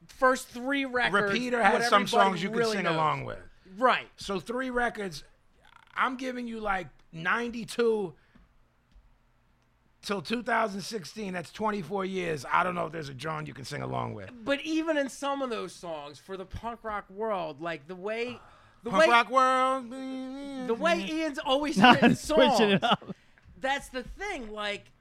Speaker 8: first three records.
Speaker 1: Repeater
Speaker 8: what
Speaker 1: has some
Speaker 8: everybody
Speaker 1: songs you
Speaker 8: really
Speaker 1: can sing
Speaker 8: knows.
Speaker 1: along with.
Speaker 8: Right.
Speaker 1: So three records, I'm giving you like 92 till 2016. That's 24 years. I don't know if there's a John you can sing along with.
Speaker 8: But even in some of those songs, for the punk rock world, like the way, the
Speaker 1: Punk
Speaker 8: way,
Speaker 1: rock world.
Speaker 8: the way Ian's always
Speaker 2: Not
Speaker 8: written
Speaker 2: switching
Speaker 8: songs.
Speaker 2: it up.
Speaker 8: That's the thing. Like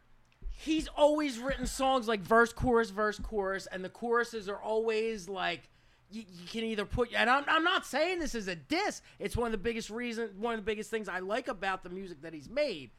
Speaker 3: he's always written songs like verse, chorus, verse, chorus, and the choruses are always like you, you can either put. And I'm, I'm not saying this is a diss. It's one of the biggest reason, one of the biggest things I like about the music that he's made.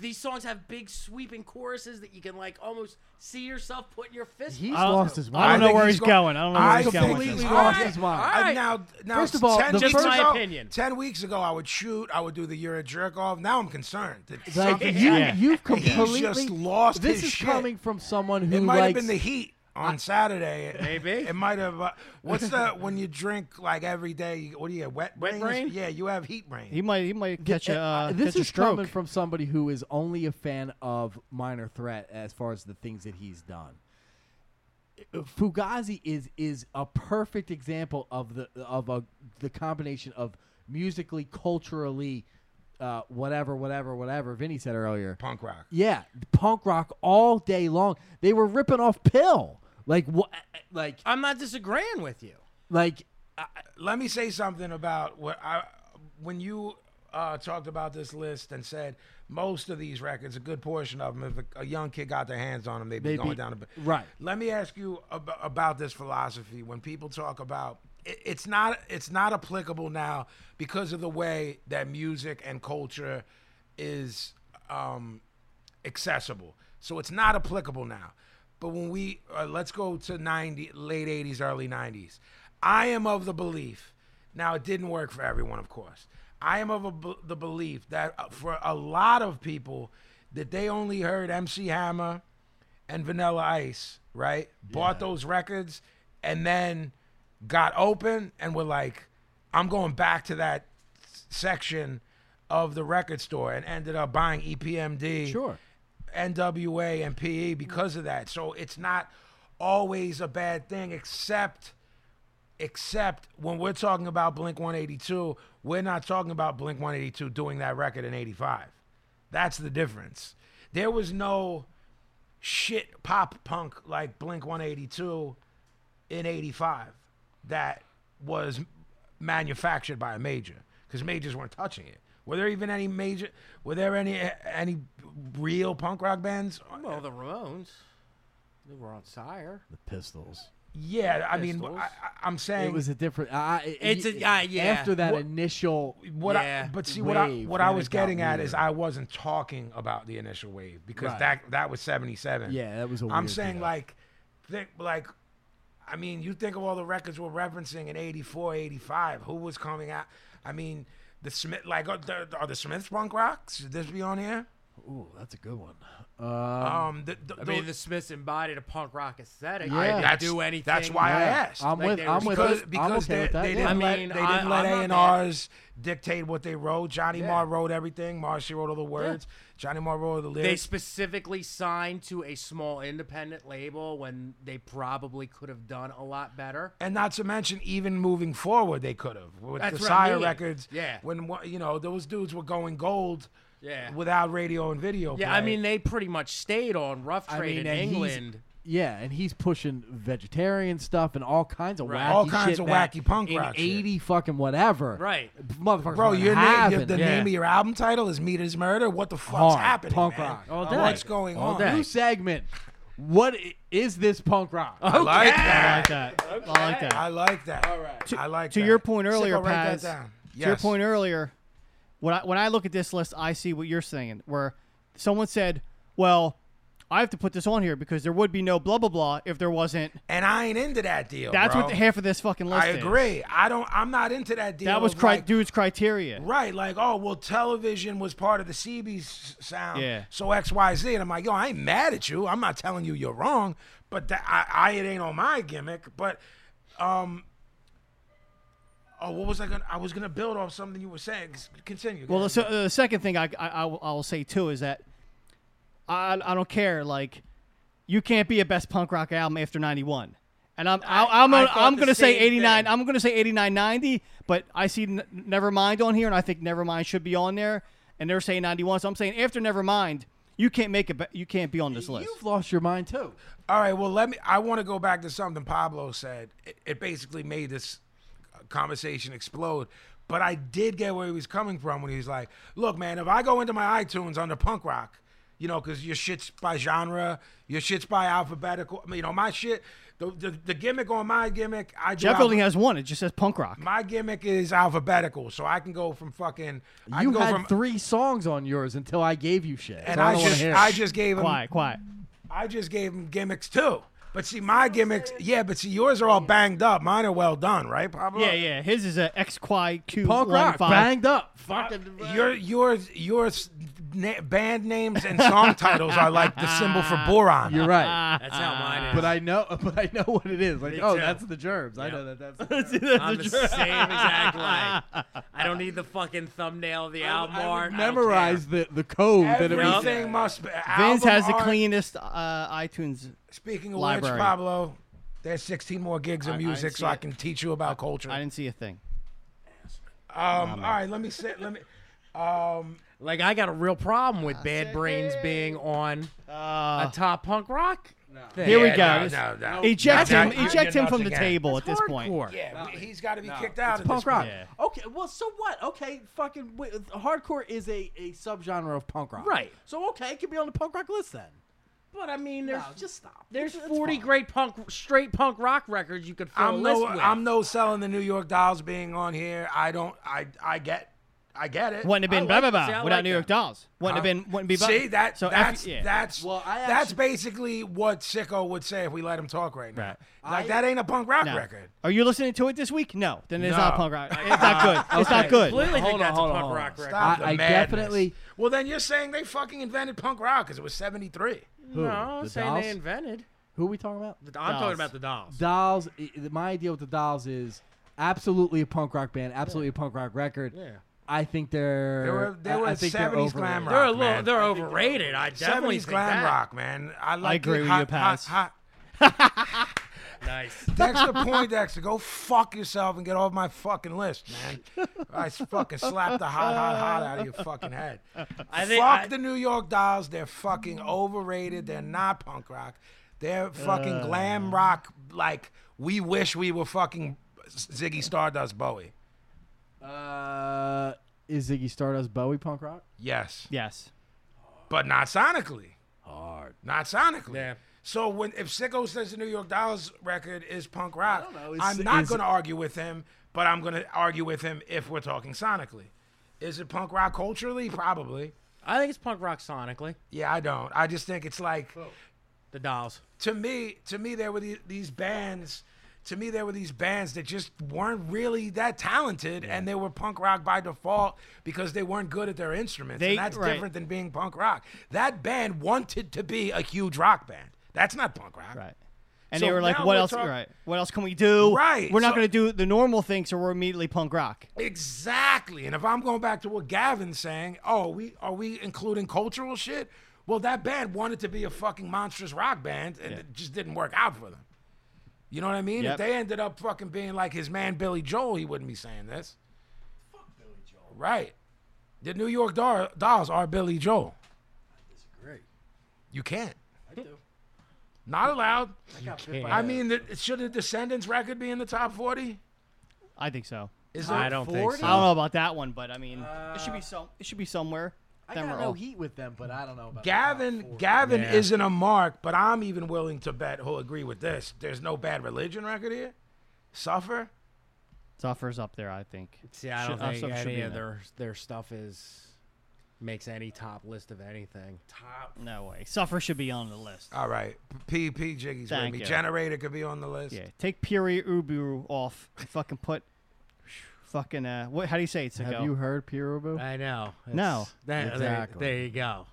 Speaker 3: These songs have big sweeping choruses that you can like almost see yourself putting your fist.
Speaker 4: He's
Speaker 3: up to.
Speaker 4: lost his
Speaker 2: I
Speaker 4: mind.
Speaker 2: don't know
Speaker 1: think
Speaker 2: where
Speaker 1: he's
Speaker 2: he's
Speaker 1: go-
Speaker 2: going. I don't know where
Speaker 1: I
Speaker 2: he's going. with
Speaker 4: completely
Speaker 2: this.
Speaker 1: think-
Speaker 4: lost
Speaker 1: Alright,
Speaker 4: his mind.
Speaker 1: alright.
Speaker 3: Alright.
Speaker 1: Now, now,
Speaker 4: First of all,
Speaker 1: ten
Speaker 4: the
Speaker 1: weeks
Speaker 3: first-
Speaker 1: ago,
Speaker 3: My opinion.
Speaker 1: ten weeks ago, I would shoot. I would do the "You're a Jerk Off." Now I'm concerned.
Speaker 4: Like,
Speaker 1: Something-
Speaker 4: you,
Speaker 2: Yeah.
Speaker 1: He's
Speaker 4: You've completely
Speaker 1: just lost
Speaker 4: This
Speaker 1: his
Speaker 4: is
Speaker 1: shit.
Speaker 4: coming from someone who
Speaker 1: it might have
Speaker 4: likes.
Speaker 1: been the heat on Saturday. It-
Speaker 3: Maybe.
Speaker 1: it might have. Uh, what's the when you drink like every day? you- What do you get? Wet
Speaker 3: Wet
Speaker 1: brain?
Speaker 3: brain?
Speaker 1: Yeah, you have heat brain.
Speaker 2: He might he might catch a
Speaker 4: Uh,
Speaker 2: uh,
Speaker 4: this
Speaker 2: catch a
Speaker 4: is
Speaker 2: stroke.
Speaker 4: coming from somebody who is only a fan of Minor Threat as far as the things that he's done. Fugazi is is a perfect example of the of a the combination of musically, culturally, uh, whatever, whatever, whatever. Vinny said earlier.
Speaker 1: Punk rock.
Speaker 4: Yeah, punk rock all day long. They were ripping off Pill. Like what? Like
Speaker 3: I'm not disagreeing with you.
Speaker 4: like
Speaker 1: Let me say something about what I when you uh, talked about this list and said most of these records, a good portion of them, if a, a young kid got their hands on them, they'd be
Speaker 4: They'd
Speaker 1: going
Speaker 4: be-
Speaker 1: down the
Speaker 4: right.
Speaker 1: Let me ask you ab- about this philosophy. When people talk about it, it's not it's not applicable now because of the way that music and culture is um, accessible. So it's not applicable now. But when we uh, let's go to 90 late 80s early 90s. I am of the belief. Now it didn't work for everyone of course. I am of a b the belief that uh, for a lot of people that they only heard MC Hammer and Vanilla Ice, right? Bought those records and then got open and were like, I'm going back to that s- section of the record store and ended up buying E EPMD.
Speaker 4: Sure.
Speaker 1: NWA and PE because of that. So it's not always a bad thing, except except when we're talking about Blink 182, we're not talking about Blink 182 doing that record in 85. That's the difference. There was no shit pop punk like Blink 182 in 85 that was manufactured by a major because majors weren't touching it. Were there even any major? Were there any any real punk rock bands?
Speaker 3: Well, Oh, the Ramones, they were on Sire.
Speaker 4: the Pistols.
Speaker 1: yeah, I mean,
Speaker 3: Pistols.
Speaker 1: I, I- I'm saying
Speaker 4: It was a different. I
Speaker 3: It's a-
Speaker 4: y-
Speaker 3: uh, yeah.
Speaker 4: After that
Speaker 1: What-
Speaker 4: initial,
Speaker 1: what
Speaker 3: Yeah.
Speaker 1: I, but see what I
Speaker 4: wave,
Speaker 1: what I
Speaker 4: then
Speaker 1: was
Speaker 4: it got
Speaker 1: getting at is
Speaker 4: weird.
Speaker 1: I wasn't talking about the initial wave because
Speaker 4: Right.
Speaker 1: that that was 77.
Speaker 4: Yeah, that was a
Speaker 1: I'm
Speaker 4: weird
Speaker 1: saying
Speaker 4: thing.
Speaker 1: like think like I mean, you think of all the records we're referencing in 84, 85, who was coming out? I mean, the Smith like are the, are the Smiths punk rock? Should this be on here?
Speaker 4: ooh, that's a good one.
Speaker 1: Um the, the,
Speaker 3: I mean, the Smiths embodied a punk rock aesthetic.
Speaker 4: I-
Speaker 3: They didn't
Speaker 1: that's-
Speaker 3: do anything.
Speaker 1: that's why I asked.
Speaker 4: I'm
Speaker 3: Like
Speaker 4: with.
Speaker 3: they
Speaker 4: I'm
Speaker 3: were
Speaker 4: with.
Speaker 1: because
Speaker 4: us. I'm
Speaker 1: because
Speaker 4: okay
Speaker 1: they,
Speaker 4: with that.
Speaker 1: they
Speaker 4: yeah.
Speaker 1: didn't
Speaker 3: I
Speaker 1: let
Speaker 3: mean,
Speaker 1: they didn't
Speaker 3: I-
Speaker 1: let A
Speaker 3: I'm
Speaker 1: and
Speaker 3: not mad.
Speaker 1: R's dictate what they wrote. Johnny
Speaker 3: Yeah.
Speaker 1: Marr wrote everything. Marcy wrote all the words. Johnny Marr wrote all the
Speaker 3: They
Speaker 1: lyrics.
Speaker 3: specifically signed to a small independent label when they probably could have done a lot better.
Speaker 1: And not to mention, even moving forward, they could have with
Speaker 3: That's
Speaker 1: the
Speaker 3: what I
Speaker 1: Sire
Speaker 3: mean.
Speaker 1: records.
Speaker 3: Yeah.
Speaker 1: when wha- you know those dudes were going gold.
Speaker 3: Yeah.
Speaker 1: without radio and video.
Speaker 3: Yeah,
Speaker 1: play.
Speaker 3: I mean, they pretty much stayed on Rough
Speaker 4: I
Speaker 3: Trade
Speaker 4: mean,
Speaker 3: in
Speaker 4: and he's-
Speaker 3: England.
Speaker 4: Yeah, and he's pushing vegetarian stuff and all kinds of wacky
Speaker 1: All kinds
Speaker 4: shit
Speaker 1: of
Speaker 4: back
Speaker 1: wacky punk
Speaker 4: in
Speaker 1: rock shit.
Speaker 4: eighty fucking whatever.
Speaker 3: Right.
Speaker 4: motherfucker.
Speaker 1: bro, your name, your, the
Speaker 3: Yeah.
Speaker 1: name of your album title is Meat Is Murder. What the fuck's
Speaker 4: Hard,
Speaker 1: happening,
Speaker 4: punk
Speaker 1: man?
Speaker 4: rock, all
Speaker 1: Uh,
Speaker 4: day.
Speaker 1: What's going
Speaker 3: All
Speaker 1: on?
Speaker 3: day.
Speaker 4: new segment. What i- is this punk rock?
Speaker 3: Oh.
Speaker 1: I like
Speaker 2: I
Speaker 1: that.
Speaker 2: like that. I like that.
Speaker 1: I like that. All right. I like
Speaker 2: to
Speaker 1: that.
Speaker 2: your point earlier,
Speaker 1: Sicko, write that
Speaker 2: Paz,
Speaker 1: down. Yes.
Speaker 2: To your point earlier, when I when I look at this list, I see what you're saying. Where someone said, "Well, I have to put this on here because there would be no blah blah blah if there wasn't."
Speaker 1: and I ain't into that deal.
Speaker 2: That's
Speaker 1: bro.
Speaker 2: what the, half of this fucking list.
Speaker 1: I
Speaker 2: is.
Speaker 1: agree. I don't. I'm not into that deal.
Speaker 2: That was
Speaker 1: of,
Speaker 2: cri-
Speaker 1: like,
Speaker 2: dude's criteria.
Speaker 1: Right, like, oh, well, television was part of the CB's sound,
Speaker 2: Yeah.
Speaker 1: so X, Y, Z, and I'm like, yo, I ain't mad at you. I'm not telling you you're wrong, but that, I, I, it ain't on my gimmick. But, um, oh, what was I gonna? I was gonna build off something you were saying. C- Continue.
Speaker 2: Well, the, se- the second thing I, I, I will- I will say too is that I, I don't care. Like, you can't be a best punk rock album after '91. And I'm I, I'm
Speaker 3: I
Speaker 2: gonna,
Speaker 3: thought
Speaker 2: I'm
Speaker 3: the
Speaker 2: gonna say
Speaker 3: same
Speaker 2: '89.
Speaker 3: thing.
Speaker 2: I'm gonna say '89 '90. But I see N- Nevermind on here, and I think Nevermind should be on there. And they're saying '91, so I'm saying after Nevermind, you can't make it. You can't be on this list.
Speaker 4: You've lost your mind too.
Speaker 1: All right. Well, let me. I want to go back to something Pablo said. It, it basically made this uh, conversation explode. But I did get where he was coming from when he was like, "Look, man, if I go into my iTunes under punk rock, You know, because your shit's by genre, your shit's by alphabetical. I mean, you know, my shit, the, the, the gimmick on my gimmick, I do
Speaker 2: Jeff
Speaker 1: alpha-
Speaker 2: only has one. It just says punk rock.
Speaker 1: my gimmick is alphabetical, so I can go from fucking. I
Speaker 4: you
Speaker 1: can go
Speaker 4: had
Speaker 1: from,
Speaker 4: three songs on yours until I gave you shit.
Speaker 1: and
Speaker 4: so I,
Speaker 1: I
Speaker 4: don't wanna
Speaker 1: just,
Speaker 4: hear it.
Speaker 1: I just gave him,
Speaker 2: Quiet, quiet.
Speaker 1: I just gave him gimmicks too. But see, my gimmicks, yeah, but see, yours are all banged up. Mine are well done, right, Pablo?
Speaker 2: Yeah, yeah. His is a X Y Q
Speaker 4: punk rock
Speaker 2: five.
Speaker 4: banged up. Fucking
Speaker 1: Your your your s- na- band names and song titles are like the symbol for boron.
Speaker 4: You're right.
Speaker 3: That's how mine is.
Speaker 4: But I know, but I know what it is. Like,
Speaker 3: Me
Speaker 4: oh,
Speaker 3: too.
Speaker 4: that's the germs. I know that. That's the germs.
Speaker 3: I'm the same exact way. I don't need the fucking thumbnail of the album art. I don't care.
Speaker 4: memorize the the code that it was.
Speaker 1: Everything must be.
Speaker 2: Vince
Speaker 1: album
Speaker 2: has the
Speaker 1: art-
Speaker 2: cleanest uh, iTunes.
Speaker 1: Speaking of
Speaker 2: library.
Speaker 1: which, Pablo, there's 16 more gigs of
Speaker 2: I didn't
Speaker 1: music, so
Speaker 2: see
Speaker 1: I
Speaker 2: it.
Speaker 1: can teach you about culture.
Speaker 2: I
Speaker 1: Um,
Speaker 2: didn't see a thing.
Speaker 1: all right, let me sit. Let me. Um,
Speaker 3: Like I got a real problem with Bad Brains being on
Speaker 2: Uh,
Speaker 3: a top punk rock. thing.
Speaker 2: Here we
Speaker 1: yeah,
Speaker 2: go.
Speaker 1: no,
Speaker 2: This-
Speaker 1: no, no.
Speaker 2: eject
Speaker 1: No,
Speaker 2: him.
Speaker 1: no, you
Speaker 2: Eject
Speaker 1: did
Speaker 2: him from the
Speaker 1: nothing.
Speaker 2: table at this point.
Speaker 3: Hardcore.
Speaker 1: Yeah,
Speaker 7: No.
Speaker 1: he's got to be kicked out of
Speaker 4: Punk
Speaker 1: this.
Speaker 4: rock.
Speaker 2: Yeah.
Speaker 4: Okay, well, so what? Okay, fucking wi- hardcore is a, a subgenre of punk rock.
Speaker 3: Right.
Speaker 4: So okay, it could be on the punk rock list then.
Speaker 3: But I mean, there's
Speaker 4: No, just stop.
Speaker 3: there's
Speaker 4: It's- it's
Speaker 3: 40
Speaker 4: fine.
Speaker 3: great punk, straight punk rock records you could fill a
Speaker 1: I'm
Speaker 3: list
Speaker 1: no,
Speaker 3: with.
Speaker 1: I'm no selling the New York Dolls being on here. I don't. I, I get, I get it.
Speaker 2: Wouldn't have been
Speaker 3: I like-
Speaker 2: blah blah
Speaker 3: see, I
Speaker 2: blah without
Speaker 3: like
Speaker 2: New York
Speaker 3: that.
Speaker 2: Dolls. Wouldn't have been. Wouldn't be. blah-
Speaker 1: See that?
Speaker 2: So F-
Speaker 1: that's
Speaker 2: yeah.
Speaker 1: that's
Speaker 4: Well, I
Speaker 1: that's
Speaker 4: actually-
Speaker 1: basically what Sicko would say if we let him talk right now.
Speaker 2: Right.
Speaker 1: Like that ain't a punk rock
Speaker 2: No.
Speaker 1: record.
Speaker 2: Are you listening to it this week? No. Then it's
Speaker 1: No.
Speaker 2: not punk rock. It's not good. It's not
Speaker 3: I
Speaker 2: good.
Speaker 3: completely
Speaker 4: Hold
Speaker 3: think
Speaker 4: on,
Speaker 3: that's
Speaker 4: hold
Speaker 3: a
Speaker 4: on,
Speaker 3: punk
Speaker 4: hold on.
Speaker 3: rock record.
Speaker 1: Stop the
Speaker 4: I
Speaker 1: madness.
Speaker 4: definitely-
Speaker 1: Well, then you're saying they fucking invented punk rock because it was '73.
Speaker 4: Who?
Speaker 3: No, I'm
Speaker 4: The
Speaker 3: saying
Speaker 4: Dolls?
Speaker 3: they invented.
Speaker 4: Who are we talking about?
Speaker 3: I'm talking
Speaker 2: Dolls.
Speaker 3: about the dolls.
Speaker 4: Dolls. i- i- My idea with the Dolls is absolutely a punk rock band, absolutely a punk rock record.
Speaker 3: Yeah.
Speaker 4: I think they're.
Speaker 1: They were- they
Speaker 4: I-
Speaker 1: were
Speaker 4: I think they're
Speaker 1: 70s
Speaker 4: overrated.
Speaker 1: glam
Speaker 3: They're a
Speaker 1: rock,
Speaker 3: little,
Speaker 1: man.
Speaker 3: they're overrated. I definitely
Speaker 1: 70s
Speaker 3: think
Speaker 1: glam
Speaker 3: that.
Speaker 1: rock, man. I like
Speaker 2: agree
Speaker 1: it.
Speaker 2: with
Speaker 1: hot,
Speaker 2: you, Paz.
Speaker 1: Hot,
Speaker 3: Nice.
Speaker 1: hot. Dexter Poindexter, go fuck yourself and get off my fucking list, man. I s- fucking slapped the hot, hot, hot out of your fucking head.
Speaker 3: I think
Speaker 1: fuck
Speaker 3: I-
Speaker 1: the New York Dolls. They're fucking overrated. They're not punk rock. They're fucking
Speaker 3: Uh.
Speaker 1: glam rock. Like we wish we were fucking Ziggy Stardust Bowie.
Speaker 4: Uh, is Ziggy Stardust Bowie punk rock?
Speaker 1: Yes,
Speaker 2: Yes.
Speaker 1: but not sonically.
Speaker 4: Hard.
Speaker 1: Not sonically.
Speaker 3: Yeah.
Speaker 1: So when if Sicko says the New York Dolls record is punk rock,
Speaker 4: know, is-
Speaker 1: I'm not
Speaker 4: is-
Speaker 1: going to argue with him, but I'm going to argue with him if we're talking sonically. Is it punk rock culturally? Probably.
Speaker 3: I think it's punk rock sonically.
Speaker 1: Yeah, I don't. I just think it's like
Speaker 3: The dolls.
Speaker 1: to me, to me there were the- these bands, to me there were these bands that just weren't really that talented and they were punk rock by default because they weren't good at their instruments.
Speaker 2: They-
Speaker 1: and that's
Speaker 2: right.
Speaker 1: different than being punk rock. That band wanted to be a huge rock band. That's not punk rock.
Speaker 2: Right. And
Speaker 1: So
Speaker 2: they were like,
Speaker 1: now
Speaker 2: "What
Speaker 1: we're
Speaker 2: else?
Speaker 1: talk-
Speaker 2: right? What else can we do?
Speaker 1: Right,
Speaker 2: We're not
Speaker 1: so-
Speaker 2: going to do the normal thing, so we're immediately punk rock.
Speaker 1: Exactly. And if I'm going back to what Gavin's saying, oh, are we are we including cultural shit? Well, that band wanted to be a fucking monstrous rock band, and it just didn't work out for them. You know what I mean?
Speaker 2: Yep.
Speaker 1: If they ended up fucking being like his man Billy Joel, he wouldn't be saying this. Fuck Billy Joel. Right. The New York Dor- Dolls are Billy Joel. You can't. I do. Not allowed.
Speaker 3: Uh,
Speaker 1: I mean, the, should the Descendants record be in the top forty?
Speaker 2: I think so.
Speaker 1: Is
Speaker 3: I
Speaker 1: it
Speaker 3: don't
Speaker 1: 40?
Speaker 3: think so.
Speaker 2: I don't know about that one, but I mean, it
Speaker 1: Uh,
Speaker 2: should be some. It should be somewhere.
Speaker 4: I
Speaker 2: Then
Speaker 4: got
Speaker 2: we're
Speaker 4: no
Speaker 2: all-
Speaker 4: heat with them, but I don't know about the top
Speaker 1: Gavin
Speaker 4: four.
Speaker 1: Gavin
Speaker 3: Yeah.
Speaker 1: isn't a mark, but I'm even willing to bet he'll agree with this. There's no bad religion record here. Suffer.
Speaker 2: Suffers up there, I think.
Speaker 3: See, I don't
Speaker 2: Should- uh,
Speaker 3: think
Speaker 2: some should
Speaker 3: any
Speaker 2: be in
Speaker 3: of
Speaker 2: there.
Speaker 3: their their stuff is makes any top list of anything.
Speaker 2: No way. Suffer should be on the list.
Speaker 1: All right. P P Jiggy's with
Speaker 2: Thank
Speaker 1: me.
Speaker 2: you.
Speaker 1: Generator could be on the list.
Speaker 2: Yeah. Take Piri Ubu off and fucking put fucking uh what how do you say it?
Speaker 4: Have
Speaker 2: Sicko?
Speaker 4: you heard Pierubu?
Speaker 3: I know.
Speaker 2: No.
Speaker 3: It's- that- there-
Speaker 4: Exactly.
Speaker 3: There, you go.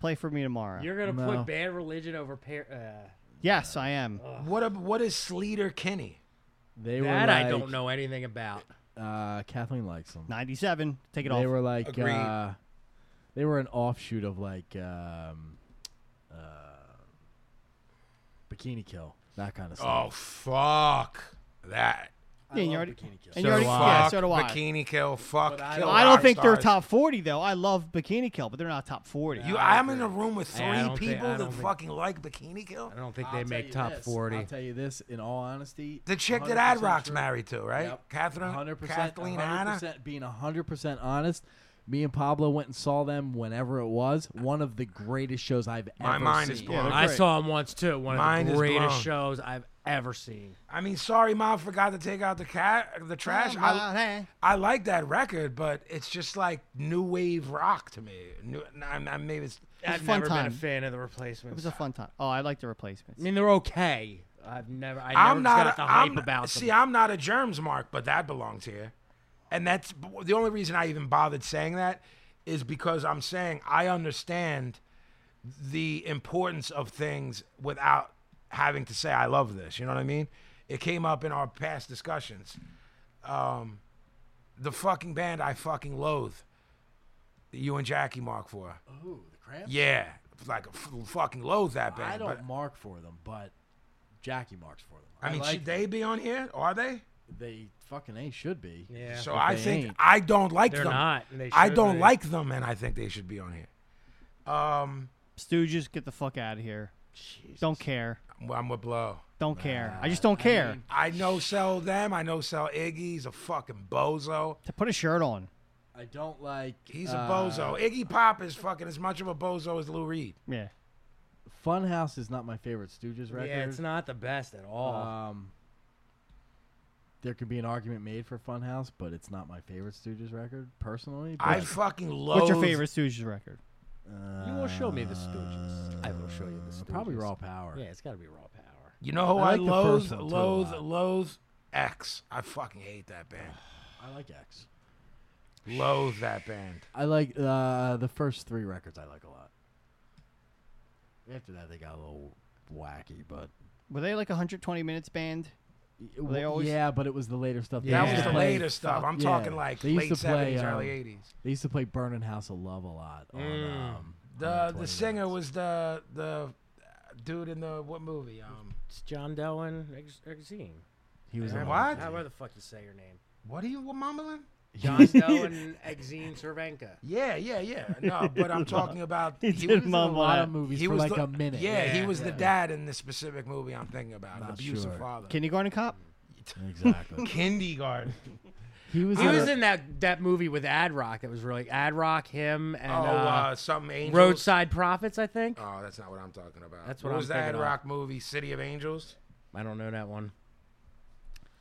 Speaker 2: play for me tomorrow.
Speaker 3: You're gonna
Speaker 4: No.
Speaker 3: put Bad Religion over pair. Uh,
Speaker 2: yes, I am.
Speaker 1: What a, what is Sleater Kinney?
Speaker 4: They were
Speaker 3: that I
Speaker 4: like,
Speaker 3: don't know anything about.
Speaker 4: Uh, Kathleen likes them.
Speaker 2: Ninety seven. Take it
Speaker 4: they
Speaker 2: off.
Speaker 4: were like
Speaker 1: Agreed.
Speaker 4: uh they were an offshoot of like um uh bikini kill that kind of stuff
Speaker 1: Oh fuck that.
Speaker 2: yeah, and you already,
Speaker 4: Bikini Kill.
Speaker 2: and
Speaker 1: Oh. So
Speaker 2: you already
Speaker 1: do
Speaker 2: yeah,
Speaker 1: fuck
Speaker 2: so do I.
Speaker 1: Bikini Kill. Fuck.
Speaker 3: I
Speaker 1: Kill
Speaker 3: don't-
Speaker 2: I don't
Speaker 1: Rock
Speaker 2: think they're
Speaker 1: Stars.
Speaker 2: top forty though. I love Bikini Kill, but they're not top forty.
Speaker 1: You, I'm in a room with three
Speaker 3: Yeah, I don't think-
Speaker 1: people
Speaker 3: I
Speaker 1: that
Speaker 3: don't think-
Speaker 1: fucking like Bikini Kill.
Speaker 3: I don't think they make top
Speaker 4: I'll
Speaker 3: forty.
Speaker 4: tell you this in all honesty.
Speaker 1: The chick that
Speaker 4: 100%
Speaker 1: Ad Rock's
Speaker 4: true.
Speaker 1: married to, right?
Speaker 4: Yep.
Speaker 1: Catherine,
Speaker 4: 100%,
Speaker 1: Kathleen Hanna.
Speaker 4: 100% being 100% honest, Me and Pablo went and saw them whenever it was. One of the greatest shows I've
Speaker 1: My
Speaker 4: ever
Speaker 1: mind
Speaker 4: seen.
Speaker 1: is blown.
Speaker 2: they're
Speaker 3: I
Speaker 2: great.
Speaker 3: saw him once too. One of
Speaker 1: Mind
Speaker 3: the
Speaker 1: is
Speaker 3: greatest
Speaker 1: blown.
Speaker 3: shows I've ever seen.
Speaker 1: I mean, sorry, mom, forgot to take out the cat, the trash. I, I like that record, but it's just like new wave rock to me. New, I, I, maybe it's
Speaker 2: I've fun never been a time.
Speaker 3: fan of the
Speaker 2: It
Speaker 3: replacements.
Speaker 2: was a fun time. Oh, I like the replacements.
Speaker 3: I mean, they're okay. I've never. I never
Speaker 1: I'm
Speaker 3: just
Speaker 1: not.
Speaker 3: got the hype
Speaker 1: I'm,
Speaker 3: about
Speaker 1: see,
Speaker 3: them.
Speaker 1: I'm not a germs mark, but that belongs here, and that's the only reason I even bothered saying that is because I'm saying I understand the importance of things without having to say I love this. You know what I mean? It came up in our past discussions. Um, the fucking band I fucking loathe. That you and Jackie mark for.
Speaker 4: Ooh, the Cramps?
Speaker 1: Yeah, like f- fucking loathe that band.
Speaker 4: I don't
Speaker 1: but-
Speaker 4: mark for them, but Jackie marks for them.
Speaker 1: I mean,
Speaker 4: like
Speaker 1: should they be on here? Are they?
Speaker 4: they fucking a should be.
Speaker 3: Yeah.
Speaker 1: So
Speaker 4: If
Speaker 1: I
Speaker 4: they
Speaker 1: think
Speaker 4: ain't.
Speaker 1: I don't like
Speaker 3: They're
Speaker 1: them.
Speaker 3: not, and they
Speaker 1: I
Speaker 3: should
Speaker 1: don't
Speaker 3: be.
Speaker 1: like them, and I think they should be on here. Um,
Speaker 2: Stooges, get the fuck out of here. Don't care.
Speaker 1: well, I'm with Blow.
Speaker 2: Don't care. I just don't care.
Speaker 1: I know sell them. I know sell Iggy's a fucking bozo.
Speaker 2: to put a shirt on.
Speaker 4: I don't like.
Speaker 1: He's a
Speaker 4: uh,
Speaker 1: bozo. Iggy Pop is fucking as much of a bozo as Lou Reed.
Speaker 2: Yeah.
Speaker 4: Funhouse is not my favorite Stooges record.
Speaker 3: Yeah, it's not the best at all.
Speaker 4: Um, there could be an argument made for Funhouse, but it's not my favorite Stooges record personally.
Speaker 1: I
Speaker 4: but,
Speaker 1: fucking love.
Speaker 2: What's your favorite Stooges record?
Speaker 4: uh,
Speaker 3: you will show me the Stooges. I will show you the Stooges.
Speaker 4: probably Raw Power.
Speaker 3: Yeah, it's got to be Raw Power.
Speaker 1: You know who
Speaker 4: I
Speaker 1: I,
Speaker 4: like the
Speaker 1: loathe,
Speaker 4: first one too a
Speaker 1: loathe,
Speaker 4: lot.
Speaker 1: loathe? X. I fucking hate that band.
Speaker 4: I like X.
Speaker 1: loathe that band.
Speaker 4: I like uh, the first three records. I like a lot. After that, they got a little wacky, but
Speaker 2: Were they like 120 minutes band?
Speaker 4: Well,
Speaker 2: they always-
Speaker 4: yeah, but it was the later stuff. They
Speaker 1: That
Speaker 4: used
Speaker 1: was
Speaker 4: to
Speaker 1: the
Speaker 4: play-
Speaker 1: later stuff. I'm
Speaker 4: yeah.
Speaker 1: talking like
Speaker 4: They used
Speaker 1: late
Speaker 4: to play,
Speaker 1: 70s,
Speaker 4: um,
Speaker 1: early 80s.
Speaker 4: They used to play "Burning House of Love" a lot. On, um, on
Speaker 1: The
Speaker 4: 20
Speaker 1: the singer
Speaker 4: minutes.
Speaker 1: was the the dude in the what movie? Um,
Speaker 3: It's John Dillon, Ex- Exene.
Speaker 4: he was in
Speaker 1: What?
Speaker 4: all of them.
Speaker 3: However the fuck you say your name.
Speaker 1: what are you mumbling?
Speaker 3: John Dillon, Exene Cervenka.
Speaker 1: Yeah, yeah, yeah. No, but I'm talking about he,
Speaker 4: He
Speaker 2: did
Speaker 4: was in a
Speaker 2: mumble
Speaker 4: lot
Speaker 2: that.
Speaker 4: of movies
Speaker 1: he
Speaker 4: for
Speaker 1: was
Speaker 4: like
Speaker 1: the,
Speaker 4: a minute.
Speaker 1: Yeah, he
Speaker 3: Yeah,
Speaker 1: was the
Speaker 3: yeah.
Speaker 1: dad in the specific movie I'm thinking about, an
Speaker 4: Not
Speaker 1: abusive
Speaker 4: sure.
Speaker 1: father.
Speaker 2: Kindergarten Cop?
Speaker 4: exactly.
Speaker 1: Kindergarten.
Speaker 4: He was.
Speaker 3: He
Speaker 4: in
Speaker 3: was
Speaker 4: a-
Speaker 3: in that, that movie with Ad Rock that was really Ad Rock, him, and
Speaker 1: oh,
Speaker 3: uh,
Speaker 1: uh, something angels.
Speaker 3: Roadside Prophets, I think.
Speaker 1: Oh, that's not what I'm talking about.
Speaker 3: That's
Speaker 1: what,
Speaker 3: what
Speaker 1: was
Speaker 3: I'm
Speaker 1: that
Speaker 3: thinking of.
Speaker 1: rock movie, City of Angels?
Speaker 3: I don't know that one.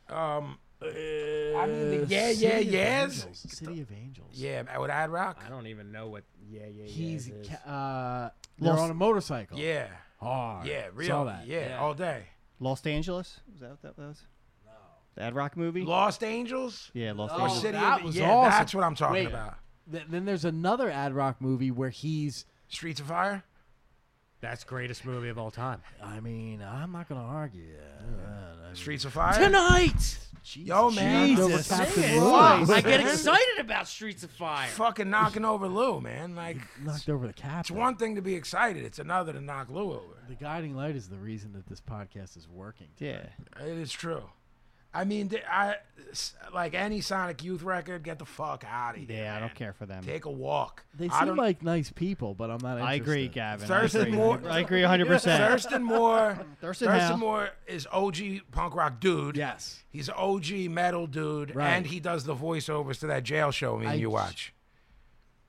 Speaker 1: Um, I mean, the yeah, yeah,
Speaker 4: Uh, City of
Speaker 1: yes,
Speaker 4: Angels. City of Angels.
Speaker 1: yeah, with Ad Rock.
Speaker 3: I don't even know what. Yeah, yeah, yeah.
Speaker 4: He's.
Speaker 3: it is.
Speaker 4: ca- Uh, they're on a motorcycle.
Speaker 1: Yeah,
Speaker 4: Hard.
Speaker 1: yeah, real.
Speaker 4: Saw that.
Speaker 1: Yeah,
Speaker 3: Yeah.
Speaker 1: all day.
Speaker 2: Los Angeles? Was that what that was? No. The Ad Rock movie?
Speaker 1: Lost Angels.
Speaker 2: yeah, Los
Speaker 1: Or
Speaker 4: Oh,
Speaker 2: Angeles.
Speaker 1: City
Speaker 4: that
Speaker 1: of,
Speaker 4: was
Speaker 1: yeah,
Speaker 4: awesome.
Speaker 1: That's what I'm talking
Speaker 4: Wait.
Speaker 1: about.
Speaker 4: Th- then there's another Ad Rock movie where he's.
Speaker 1: Streets of Fire.
Speaker 3: That's greatest movie of all time.
Speaker 4: I mean, I'm not gonna argue. that. Uh,
Speaker 1: Streets of Fire.
Speaker 3: Tonight,
Speaker 1: Yo, man.
Speaker 4: Jesus.
Speaker 1: I'm
Speaker 4: Jesus.
Speaker 1: saying,
Speaker 4: Christ.
Speaker 1: fuck,
Speaker 3: I get
Speaker 1: man.
Speaker 3: excited about Streets of Fire.
Speaker 1: Fucking knocking over Lou, man. Like,
Speaker 4: knocked over the cap.
Speaker 1: it's one thing to be excited. It's another to knock Lou over.
Speaker 4: The guiding light is the reason that this podcast is working.
Speaker 2: Yeah.
Speaker 1: It is true. I mean, th- I s- like any Sonic Youth record. Get the fuck out of here.
Speaker 2: Yeah, I don't
Speaker 1: man.
Speaker 2: care for them.
Speaker 1: Take a walk.
Speaker 4: They
Speaker 1: I
Speaker 4: seem
Speaker 1: don't,
Speaker 4: like nice people, but I'm not. Interested.
Speaker 2: I agree, Gavin.
Speaker 1: Thurston
Speaker 2: I agree.
Speaker 1: Moore-
Speaker 2: I agree 100%.
Speaker 1: Thurston Moore.
Speaker 2: Thurston Howe.
Speaker 1: Moore is OG punk rock dude.
Speaker 4: Yes.
Speaker 1: He's an OG metal dude,
Speaker 4: Right.
Speaker 1: and he does the voiceovers to that jail show me and
Speaker 4: I
Speaker 1: you
Speaker 4: j-
Speaker 1: watch.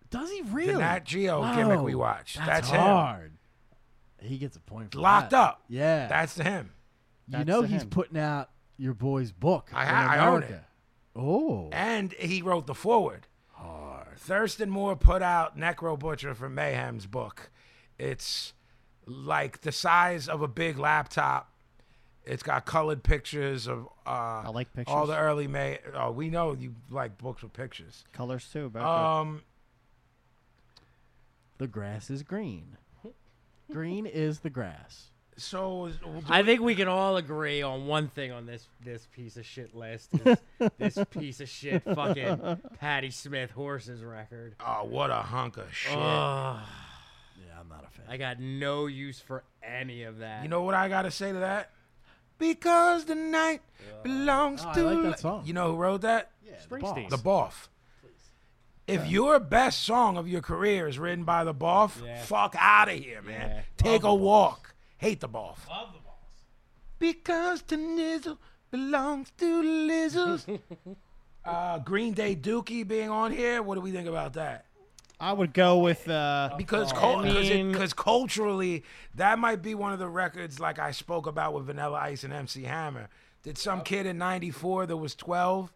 Speaker 4: Does he really?
Speaker 1: The Nat Geo gimmick we
Speaker 4: Wow,
Speaker 1: watched. That's,
Speaker 4: That's,
Speaker 1: him.
Speaker 4: hard. He gets a point for
Speaker 1: Locked
Speaker 4: that.
Speaker 1: up.
Speaker 4: Yeah.
Speaker 1: That's him.
Speaker 4: you
Speaker 2: That's
Speaker 4: know
Speaker 2: to
Speaker 4: he's
Speaker 2: him.
Speaker 4: putting out your boy's book.
Speaker 1: I
Speaker 4: in
Speaker 1: ha- I own
Speaker 4: America. Oh.
Speaker 1: And he wrote the forward. Hard. Thurston Moore put out Necro Butcher from Mayhem's book. It's like the size of a big laptop. It's got colored pictures of uh, I
Speaker 2: like
Speaker 1: all
Speaker 2: pictures.
Speaker 1: the early May. Oh, we know you like books with pictures.
Speaker 2: Colors too. But
Speaker 1: Um,
Speaker 4: The grass is green. green is the grass.
Speaker 1: so
Speaker 3: I think we can all agree on one thing on this this piece of shit list. Is this piece of shit fucking Patty Smith horses record.
Speaker 1: oh, what a hunk of shit.
Speaker 3: Ugh,
Speaker 4: Yeah, I'm not a fan.
Speaker 3: I got no use for any of that.
Speaker 1: You know what I gotta say to that? Because the night belongs
Speaker 4: Oh, I
Speaker 1: to.
Speaker 4: like that
Speaker 1: li-
Speaker 4: song.
Speaker 1: You know who wrote that?
Speaker 4: yeah, the
Speaker 3: Springsteen.
Speaker 1: The
Speaker 4: boss.
Speaker 1: Boff. If your best song of your career is written by the Boff,
Speaker 3: Yeah.
Speaker 1: fuck out of here, man.
Speaker 3: Yeah.
Speaker 1: Take a walk. Hate the Boff. Love the Boff. Because to Nizzle belongs to Lizzles. Uh, Green Day Dookie being on here. What do we think about that?
Speaker 2: I would go with uh,
Speaker 1: Because cul-
Speaker 3: Oh, I
Speaker 1: cause it,
Speaker 3: mean-
Speaker 1: cause culturally, that might be one of the records like I spoke about with Vanilla Ice and MC Hammer. Did some kid in '94 that was 12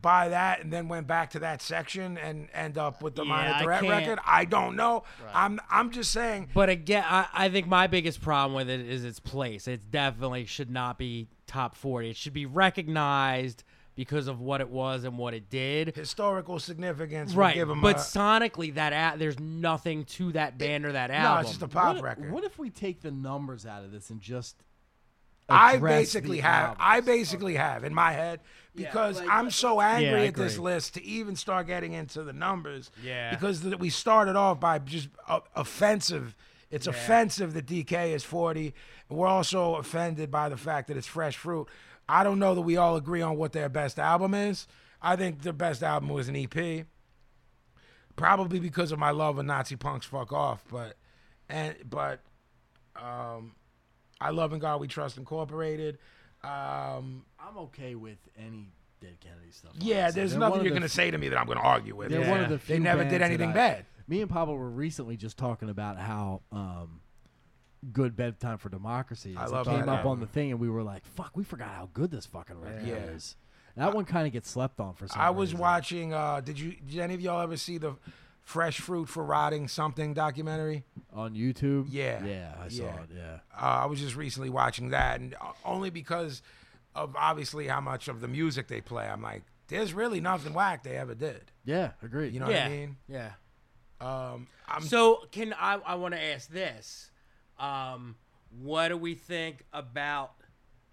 Speaker 1: buy that and then went back to that section and end up with the
Speaker 2: Yeah,
Speaker 1: Minor
Speaker 2: I
Speaker 1: Threat
Speaker 2: can't-
Speaker 1: record? I don't know. I'm I'm just saying.
Speaker 3: But again, I, I think my biggest problem with it is its place. It definitely should not be top 40. It should be recognized because of what it was and what it did.
Speaker 1: Historical significance, would
Speaker 3: Right.
Speaker 1: Give 'em
Speaker 3: but
Speaker 1: a-
Speaker 3: sonically, that a- there's nothing to that band or that
Speaker 1: no,
Speaker 3: album.
Speaker 1: it's just a pop
Speaker 4: what, if-
Speaker 1: record.
Speaker 4: What if we take the numbers out of this and just
Speaker 1: I
Speaker 4: address
Speaker 1: basically
Speaker 4: the
Speaker 1: have. I
Speaker 4: albums?
Speaker 1: basically have in my head because
Speaker 7: like-
Speaker 1: I'm so angry
Speaker 2: I
Speaker 1: at this
Speaker 2: agree.
Speaker 1: list to even start getting into the numbers.
Speaker 7: Yeah.
Speaker 1: Because th- we started off by just uh, offensive. It's offensive that DK is 40. And we're also offended by the fact that it's fresh fruit. I don't know that we all agree on what their best album is. I think their best album was an EP. Probably because of my love of Nazi punks fuck off, but and but I Love and God We Trust Incorporated. Um,
Speaker 4: I'm okay with any Dead Kennedy stuff.
Speaker 1: yeah,
Speaker 4: honestly.
Speaker 1: there's
Speaker 4: They're one
Speaker 1: nothing
Speaker 4: of
Speaker 1: you're
Speaker 4: the
Speaker 1: going to say to me that I'm going to argue with.
Speaker 4: They're one of the few
Speaker 1: they never did
Speaker 4: bands that
Speaker 1: anything
Speaker 4: I-
Speaker 1: bad.
Speaker 4: Me and Pablo were recently just talking about how um, good Bedtime for Democracy is.
Speaker 1: I
Speaker 4: It
Speaker 1: love
Speaker 4: came
Speaker 1: that
Speaker 4: up
Speaker 1: album.
Speaker 4: on the thing, and we were like, "Fuck, we forgot how good this fucking record
Speaker 1: Yeah.
Speaker 4: is." That one kind of gets slept on for some.
Speaker 1: I was
Speaker 4: reason.
Speaker 1: watching. Uh, did you? Did any of y'all ever see the Fresh Fruit for Rotting Something documentary?
Speaker 4: on YouTube.
Speaker 1: Yeah.
Speaker 4: yeah, I saw
Speaker 1: Yeah.
Speaker 4: it. Yeah,
Speaker 1: Uh, I was just recently watching that, and uh, only because of obviously how much of the music they play. I'm like, there's really nothing whack they ever did.
Speaker 4: yeah, agree.
Speaker 1: You know what
Speaker 3: yeah.
Speaker 1: I mean?
Speaker 3: Yeah.
Speaker 1: Um, I'm
Speaker 3: So can I? I want to ask this: um, What do we think about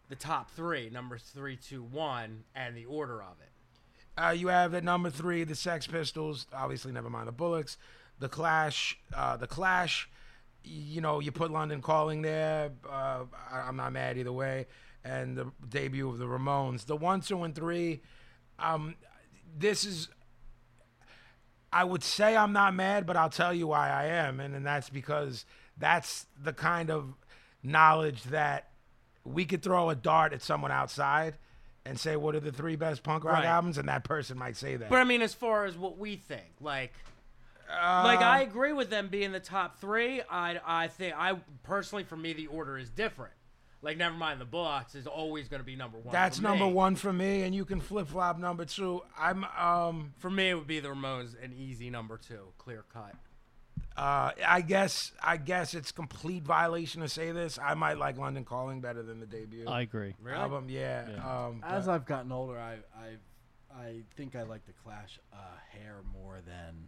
Speaker 3: the top three, numbers three, two, one, and the order of it?
Speaker 1: Uh, you have at number three the Sex Pistols. Obviously, never mind the Bullocks. The Clash. Uh, the Clash. You know, you put London Calling there. Uh, I, I'm not mad either way. And the debut of the Ramones. The one, two, and three. Um, this is. I would say I'm not mad, but I'll tell you why I am, and, and that's because that's the kind of knowledge that we could throw a dart at someone outside and say, "What are the three best punk rock
Speaker 3: Right.
Speaker 1: albums?" and that person might say that.
Speaker 3: But I mean, as far as what we think, like, like I agree with them being the top three. I, I think I personally, for me, the order is different. Like, never mind the Bullocks is always going to be number one.
Speaker 1: That's
Speaker 3: for
Speaker 1: number
Speaker 3: me.
Speaker 1: one for me, and you can flip flop number two. I'm um
Speaker 3: For me, it would be the Ramones, an easy number two, clear cut.
Speaker 1: uh I guess I guess it's complete violation to say this. I might like London Calling better than the debut
Speaker 2: I agree.
Speaker 1: album. Yeah. Um,
Speaker 4: As
Speaker 1: but-
Speaker 4: I've gotten older, I I I think I like the Clash a hair more than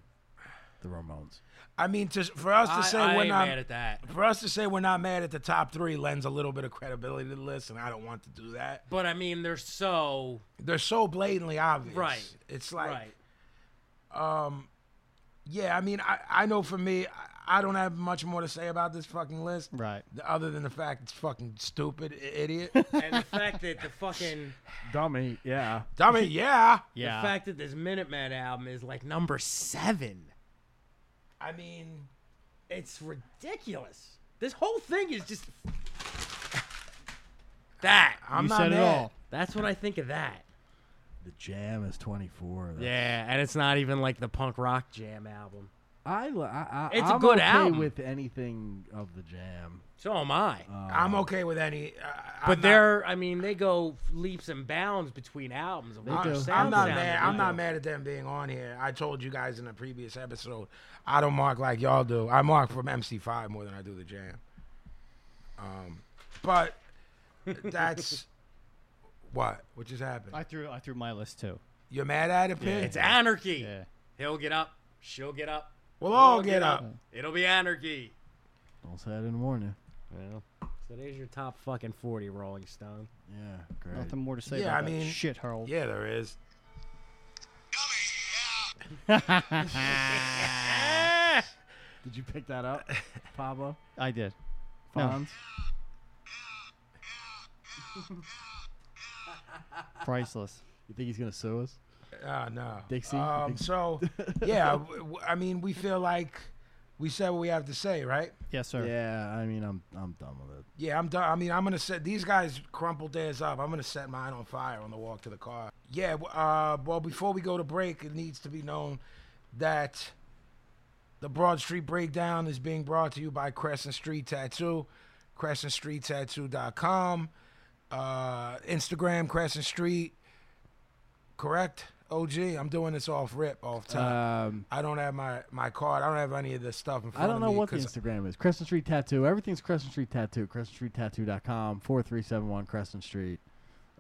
Speaker 4: the Ramones.
Speaker 1: I mean, to, for us to
Speaker 3: I,
Speaker 1: say
Speaker 3: I
Speaker 1: we're
Speaker 3: ain't
Speaker 1: not
Speaker 3: mad at that.
Speaker 1: for us to say we're not mad at the top three lends a little bit of credibility to the list, and I don't want to do that.
Speaker 3: But I mean, they're so
Speaker 1: They're so blatantly obvious.
Speaker 3: Right.
Speaker 1: It's like um,
Speaker 3: right.
Speaker 1: yeah. I mean, I I know for me, I, I don't have much more to say about this fucking list.
Speaker 2: Right.
Speaker 1: Other than the fact it's fucking stupid, i- idiot.
Speaker 3: and the fact that the fucking
Speaker 4: Dummy, yeah.
Speaker 1: Dummy, yeah.
Speaker 2: Yeah.
Speaker 3: the fact that this Minuteman album is like number seven,
Speaker 1: I mean,
Speaker 3: it's ridiculous. This whole thing is just that.
Speaker 1: I'm
Speaker 2: you
Speaker 1: not
Speaker 2: said
Speaker 1: mad.
Speaker 2: it all.
Speaker 3: That's what I think of that.
Speaker 4: The Jam is 24. That's-
Speaker 3: Yeah, and it's not even like the punk rock jam album.
Speaker 4: I, li- I, I
Speaker 3: It's a
Speaker 4: I'm
Speaker 3: good
Speaker 4: okay
Speaker 3: album.
Speaker 4: with anything of the Jam.
Speaker 3: So am I.
Speaker 1: I'm okay with any. Uh,
Speaker 3: but
Speaker 1: I'm not,
Speaker 3: they're, I mean, they go leaps and bounds between albums. of what
Speaker 4: do.
Speaker 3: their
Speaker 4: I'm
Speaker 1: I'm
Speaker 3: sound
Speaker 1: not
Speaker 3: sounded
Speaker 1: mad. I'm
Speaker 3: like.
Speaker 1: not mad at them being on here. I told you guys in a previous episode, I don't mark like y'all do. I mark from MC5 more than I do the jam. Um, but that's what what just happened.
Speaker 2: I threw I threw my list too.
Speaker 1: You're mad at it, Pete?
Speaker 3: It's anarchy.
Speaker 2: Yeah.
Speaker 3: He'll get up. She'll get up.
Speaker 1: We'll
Speaker 3: we'll
Speaker 1: all get up.
Speaker 3: It'll be anarchy.
Speaker 4: Don't say I didn't warn you.
Speaker 3: Well, so there's your top fucking 40, Rolling Stone.
Speaker 4: Yeah, great.
Speaker 2: Nothing more to say
Speaker 1: Yeah,
Speaker 2: about
Speaker 1: I mean-
Speaker 2: that shit, Harold.
Speaker 1: Yeah, there is.
Speaker 4: Did you pick that up, Pablo?
Speaker 2: I did. No.
Speaker 4: Fonz?
Speaker 2: Priceless.
Speaker 4: You think he's going to sue us?
Speaker 1: Oh, no.
Speaker 4: Dixie?
Speaker 1: Um, so, yeah, w- w- I mean, we feel like we said what we have to say, right?
Speaker 2: Yes, sir.
Speaker 4: Yeah, I mean, I'm I'm done with it.
Speaker 1: Yeah, I'm done. I mean, I'm gonna set these guys crumpled theirs up. I'm gonna set mine on fire on the walk to the car. Yeah. w- Uh, well, before we go to break, it needs to be known that the Broad Street Breakdown is being brought to you by Crescent Street Tattoo, CrescentStreetTattoo.com, uh, Instagram Crescent Street. Correct. OG, I'm doing this off rip, off top.
Speaker 4: Um,
Speaker 1: I don't have my, my card. I don't have any of this stuff in front
Speaker 4: I
Speaker 1: of
Speaker 4: don't know
Speaker 1: me
Speaker 4: what the
Speaker 1: 'cause
Speaker 4: Instagram is. Crescent Street Tattoo. Everything's Crescent Street Tattoo. CrescentStreetTattoo.com. Four three seven one Crescent Street.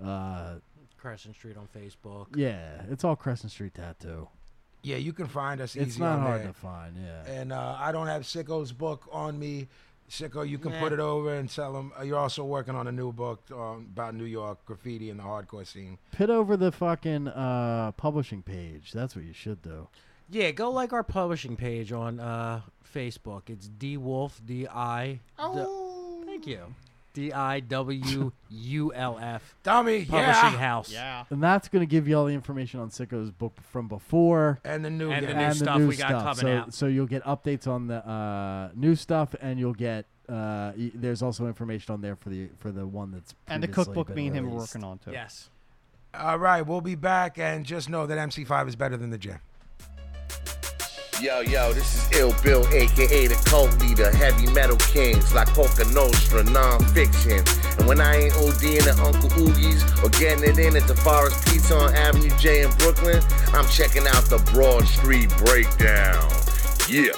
Speaker 4: Uh,
Speaker 3: Crescent Street on Facebook.
Speaker 4: yeah, it's all Crescent Street Tattoo.
Speaker 1: Yeah, you can find us
Speaker 4: It's
Speaker 1: easy
Speaker 4: not
Speaker 1: on
Speaker 4: hard
Speaker 1: there.
Speaker 4: to find. Yeah.
Speaker 1: and uh, I don't have Sicko's book on me. Sicko, you can
Speaker 3: Nah.
Speaker 1: put it over and sell them. You're also working on a new book um, about New York graffiti and the hardcore scene.
Speaker 4: Pit over the fucking uh, publishing page. That's what you should do.
Speaker 3: Yeah, go like our publishing page on uh, Facebook. It's D Wolf D I. Oh. Thank you. D I W U L F
Speaker 1: Dummy,
Speaker 3: Publishing
Speaker 1: yeah,
Speaker 3: House.
Speaker 2: Yeah.
Speaker 4: And that's going to give you all the information on Sicko's book from before.
Speaker 1: and the new
Speaker 3: And the
Speaker 1: yeah.
Speaker 3: new
Speaker 4: and
Speaker 3: stuff
Speaker 4: the new
Speaker 3: we got
Speaker 4: stuff.
Speaker 3: coming
Speaker 4: so,
Speaker 3: out.
Speaker 4: So you'll get updates on the uh, new stuff, and you'll get uh, y- there's also information on there for the for the one that's
Speaker 2: And the
Speaker 4: previously
Speaker 2: cookbook
Speaker 4: been
Speaker 2: me and him were
Speaker 4: released.
Speaker 2: working on too.
Speaker 3: Yes.
Speaker 1: All right, we'll be back, and just know that MC5 is better than the gym.
Speaker 9: Yo, yo, this is Ill Bill, aka the cult leader, heavy metal kings, like Coca Nostra, non-fiction. And when I ain't ODing at Uncle Oogie's or getting it in at the Forest Pizza on Avenue J in Brooklyn, I'm checking out the Broad Street Breakdown. Yeah.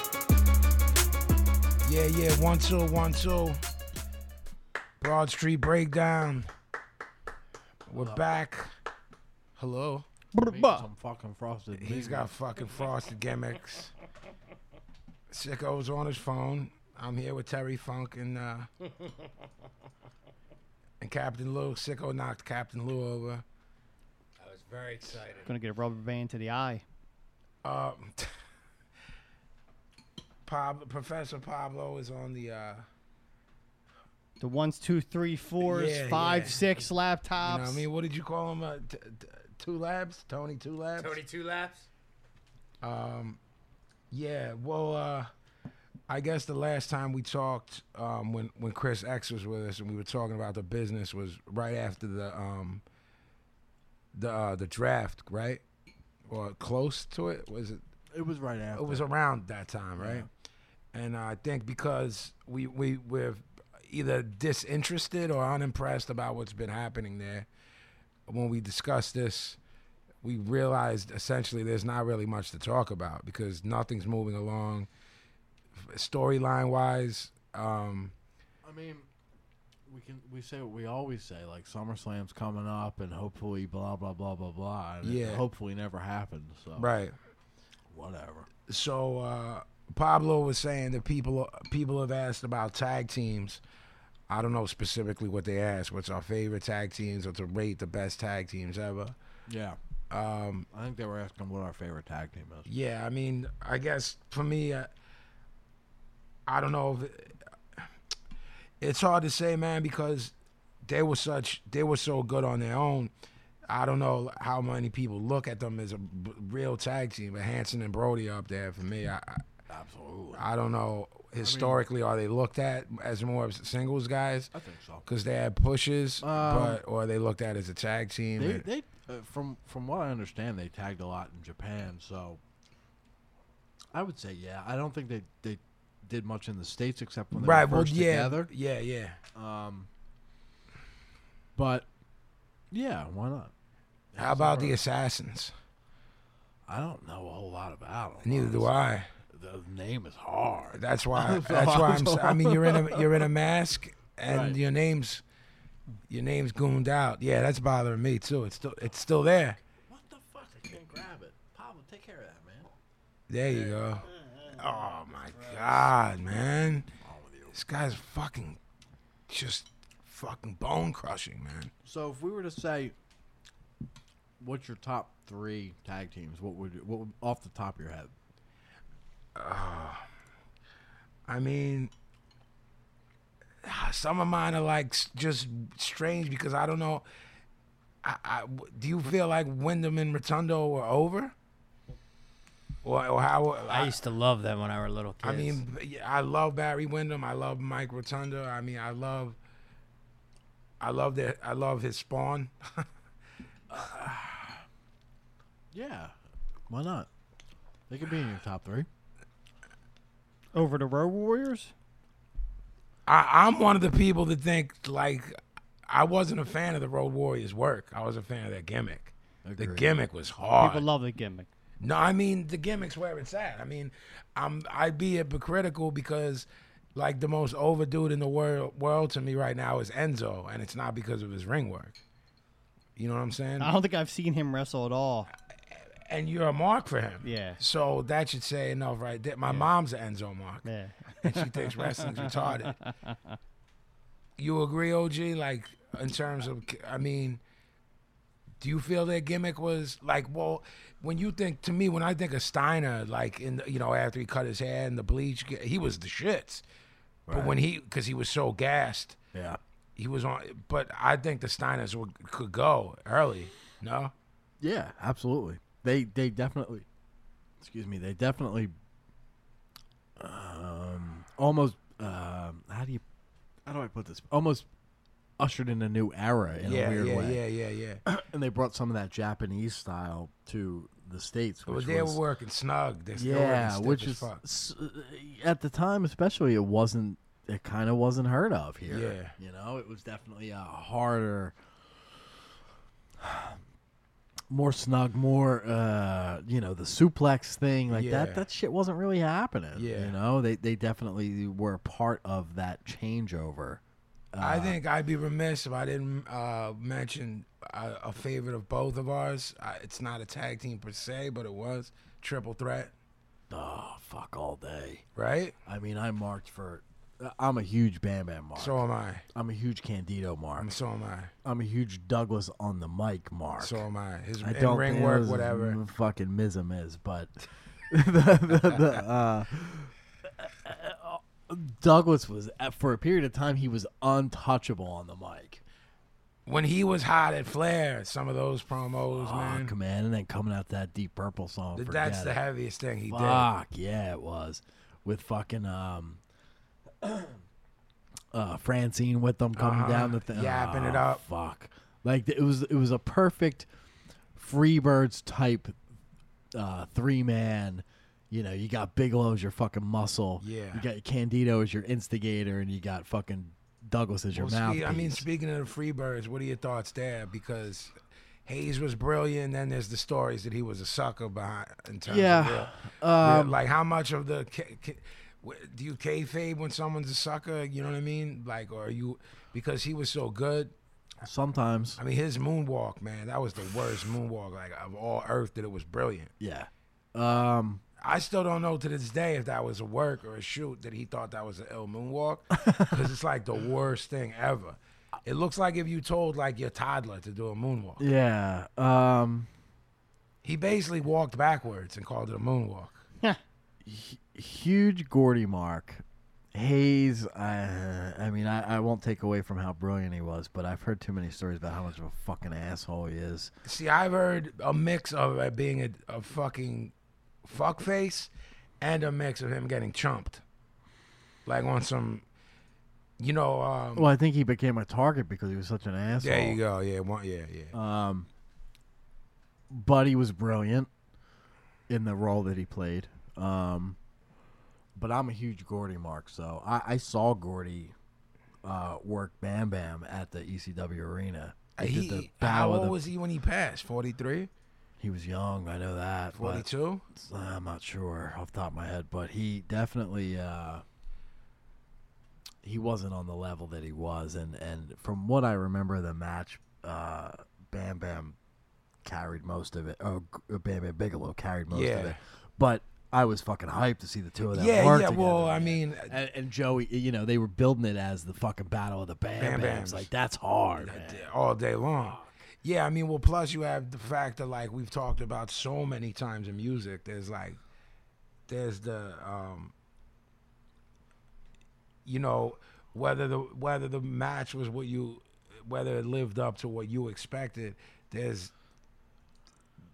Speaker 1: Yeah, yeah, one two, one two. Broad Street Breakdown. We're back. Hello.
Speaker 4: Some fucking frosted.
Speaker 1: He's got fucking frosted gimmicks. Sicko's on his phone. I'm here with Terry Funk and uh, and Captain Lou. Sicko knocked Captain Lou over.
Speaker 3: I was very excited.
Speaker 2: Gonna get a rubber band to the eye.
Speaker 1: Uh, Pab- Professor Pablo is on the. Uh,
Speaker 2: The ones, two, three, fours,
Speaker 1: Yeah,
Speaker 2: five,
Speaker 1: yeah.
Speaker 2: six laptops.
Speaker 1: you know what I mean, what did you call him? Uh, t- t- two labs, Tony. Two labs.
Speaker 3: Tony two laps.
Speaker 1: Yeah, well, uh, I guess the last time we talked, um, when when Chris X was with us, and we were talking about the business, was right after the um, the uh, the draft, right? Or close to it? Was it?
Speaker 4: It was right after.
Speaker 1: It was around that time, right? And I think because we we we're either disinterested or unimpressed about what's been happening there, when we discussed this, we realized essentially there's not really much to talk about because nothing's moving along storyline wise. Um,
Speaker 4: I mean, we can we say what we always say, like SummerSlam's coming up, and hopefully blah blah blah blah blah. And
Speaker 1: Yeah.
Speaker 4: It hopefully never happened. So
Speaker 1: right.
Speaker 4: whatever.
Speaker 1: So uh, Pablo was saying that people people have asked about tag teams. I don't know specifically what they asked. What's our favorite tag teams? Or to rate the best tag teams ever?
Speaker 4: Yeah. Um, I think they were asking what our favorite tag team is.
Speaker 1: Yeah, I mean, I guess for me, uh, I don't know. If it's hard to say, man, because they were such they were so good on their own. I don't know how many people look at them as a b- real tag team, but Hanson and Brody up there for me. I I-
Speaker 4: Absolutely.
Speaker 1: I don't know historically are they looked at as more of singles guys
Speaker 4: I think so.
Speaker 1: because they had pushes,
Speaker 4: Um,
Speaker 1: but or are they looked at as a tag team.
Speaker 4: They,
Speaker 1: and-
Speaker 4: they uh, from from what I understand, they tagged a lot in Japan. So I would say, yeah. I don't think they they did much in the states except when they
Speaker 1: right?
Speaker 4: were
Speaker 1: Well,
Speaker 4: first
Speaker 1: yeah,
Speaker 4: together.
Speaker 1: yeah, yeah.
Speaker 4: Um, but yeah, why not?
Speaker 1: How about the Assassins?
Speaker 4: I don't know a whole lot about them.
Speaker 1: Neither do I.
Speaker 4: The name is hard.
Speaker 1: That's why.
Speaker 4: So
Speaker 1: that's why
Speaker 4: I'm
Speaker 1: I'm.
Speaker 4: so-
Speaker 1: s- I mean, you're in a you're in a mask, and
Speaker 4: Right.
Speaker 1: your name's your name's gooned out. Yeah, that's bothering me too. It's still it's still there.
Speaker 4: What the fuck? I can't grab it. Pablo, take care of that, man.
Speaker 1: There you go. Oh my god, man! This guy's fucking just fucking bone crushing, man.
Speaker 4: So if we were to say, what's your top three tag teams? What would what would, off the top of your head?
Speaker 1: I mean, some of mine are like s- just strange because I don't know. I, I- do you feel like Wyndham and Rotundo were over? or, or how
Speaker 3: I used to love them when I were little kids.
Speaker 1: I mean, b- I love Barry Windham. I love Mike Rotunda. I mean, I love, I love that. I love his spawn.
Speaker 4: Yeah. Why not? They could be in your top three.
Speaker 2: Over the Road Warriors?
Speaker 1: I, I'm one of the people that think like I wasn't a fan of the Road Warriors' work. I was a fan of their gimmick. The gimmick was hard.
Speaker 2: People love the gimmick.
Speaker 1: No, I mean the gimmick's where it's at. I mean, I'm I'd be hypocritical because like the most over dude in the world world to me right now is Enzo, and it's not because of his ring work. You know what I'm saying?
Speaker 2: I don't think I've seen him wrestle at all.
Speaker 1: And you're a mark for him.
Speaker 2: Yeah.
Speaker 1: So that should say enough right there. My mom's an Enzo mark.
Speaker 2: Yeah.
Speaker 1: And she thinks wrestling's retarded. You agree, OG? Like in terms of, I mean, do you feel their gimmick was like? Well, when you think to me, when I think of Steiner, like in the, you know after he cut his hair and the bleach, he was the shits. But when he, because he was so gassed,
Speaker 4: Yeah.
Speaker 1: he was on. But I think the Steiners were, could go early. No,
Speaker 4: Yeah, absolutely. They they definitely, excuse me, they definitely, um, almost um, how do you, how do I put this? Almost ushered in a new era in
Speaker 1: yeah,
Speaker 4: a weird
Speaker 1: yeah,
Speaker 4: way,
Speaker 1: yeah, yeah, yeah.
Speaker 4: and they brought some of that Japanese style to the states,
Speaker 1: Well,
Speaker 4: which
Speaker 1: they were
Speaker 4: was
Speaker 1: working snug. They're still working
Speaker 4: yeah,
Speaker 1: stiff
Speaker 4: which
Speaker 1: as
Speaker 4: is
Speaker 1: fuck.
Speaker 4: s- uh, at the time, especially, it wasn't. It kind of wasn't heard of here.
Speaker 1: Yeah.
Speaker 4: you know, it was definitely a harder, more snug, more uh, you know, the suplex thing like
Speaker 1: Yeah.
Speaker 4: that. That shit wasn't really happening.
Speaker 1: Yeah.
Speaker 4: you know, they they definitely were part of that changeover. Uh,
Speaker 1: I think I'd be remiss if I didn't uh, mention a, a favorite of both of ours. I, it's not a tag team per se, but it was triple threat,
Speaker 4: Oh fuck all day.
Speaker 1: right?
Speaker 4: I mean, I marked for. uh, I'm a huge Bam Bam mark.
Speaker 1: So am I.
Speaker 4: I'm a huge Candido mark.
Speaker 1: And So am I.
Speaker 4: I'm a huge Douglas on the mic mark.
Speaker 1: So am I. His
Speaker 4: I
Speaker 1: in
Speaker 4: don't
Speaker 1: ring
Speaker 4: think it
Speaker 1: work,
Speaker 4: was
Speaker 1: whatever.
Speaker 4: m- Fucking Mism is, but the, the, the, uh, Douglas was uh, for a period of time he was untouchable on the mic.
Speaker 1: When he was hot at Flair, some of those promos, man.
Speaker 4: Fuck man, and then coming out that Deep Purple song.
Speaker 1: th-
Speaker 4: Ah, forget
Speaker 1: That's the
Speaker 4: it.
Speaker 1: heaviest thing he
Speaker 4: Fuck yeah, it was with fucking um. Uh, Francine with them coming
Speaker 1: Uh-huh.
Speaker 4: down the thing,
Speaker 1: Yapping it up.
Speaker 4: Fuck, like it was it was a perfect Freebirds type uh, three man. You know, you got Bigelow as your fucking muscle.
Speaker 1: Yeah.
Speaker 4: you got Candido as your instigator, and you got fucking Douglas as
Speaker 1: did.
Speaker 4: your
Speaker 1: Well, spe-
Speaker 4: mouthpiece.
Speaker 1: I mean, speaking of the Freebirds, what are your thoughts there? Because Hayes was brilliant, and then there's the stories that he was a sucker behind in terms of
Speaker 4: Yeah,
Speaker 1: real- Yeah,
Speaker 4: um,
Speaker 1: like how much of the ca- ca- w- do you kayfabe when someone's a sucker? You know what I mean? Like, or are you because he was so good?
Speaker 4: sometimes.
Speaker 1: I mean, his moonwalk, man, that was the worst moonwalk like of all earth. That it was brilliant.
Speaker 4: Yeah, um,
Speaker 1: I still don't know to this day if that was a work or a shoot that he thought that was an ill moonwalk because it's like the worst thing ever. It looks like if you told like your toddler to do a moonwalk.
Speaker 4: yeah, um.
Speaker 1: He basically walked backwards and called it a moonwalk.
Speaker 4: huge Gordy mark. Hayes, I, I mean, I, I won't take away from how brilliant he was, but I've heard too many stories about how much of a fucking asshole he is.
Speaker 1: See, I've heard a mix of it being a, a fucking fuckface and a mix of him getting chumped. Like on some, you know, um,
Speaker 4: Well, I think he became a target because he was such an asshole.
Speaker 1: there you go. Yeah, one, yeah, yeah.
Speaker 4: Um, but he was brilliant in the role that he played. Um, but I'm a huge Gordy mark, so I, I saw Gordy uh, work Bam Bam at the ECW arena. He, did the
Speaker 1: he,
Speaker 4: bow
Speaker 1: how
Speaker 4: of
Speaker 1: old
Speaker 4: the-
Speaker 1: was he when he passed? 43?
Speaker 4: he was young, I know that. but-
Speaker 1: 42?
Speaker 4: I'm not sure off the top of my head, but he definitely uh, he wasn't on the level that he was, and and from what I remember, the match, uh, Bam Bam carried most of it. Oh, G- Bam Bam Bigelow carried most of
Speaker 1: Yeah.
Speaker 4: it, but I was fucking hyped to see the two of them.
Speaker 1: Yeah,
Speaker 4: work
Speaker 1: yeah.
Speaker 4: together,
Speaker 1: Well, I
Speaker 4: man.
Speaker 1: mean,
Speaker 4: And, and Joey, you know, they were building it as the fucking battle of the Bam,
Speaker 1: Bam
Speaker 4: Bams.
Speaker 1: Bams.
Speaker 4: Like that's hard. man.
Speaker 1: all day long. Yeah, I mean, well, plus you have the fact that like we've talked about so many times in music. There's like, there's the, um, you know, whether the whether the match was what you, whether it lived up to what you expected. There's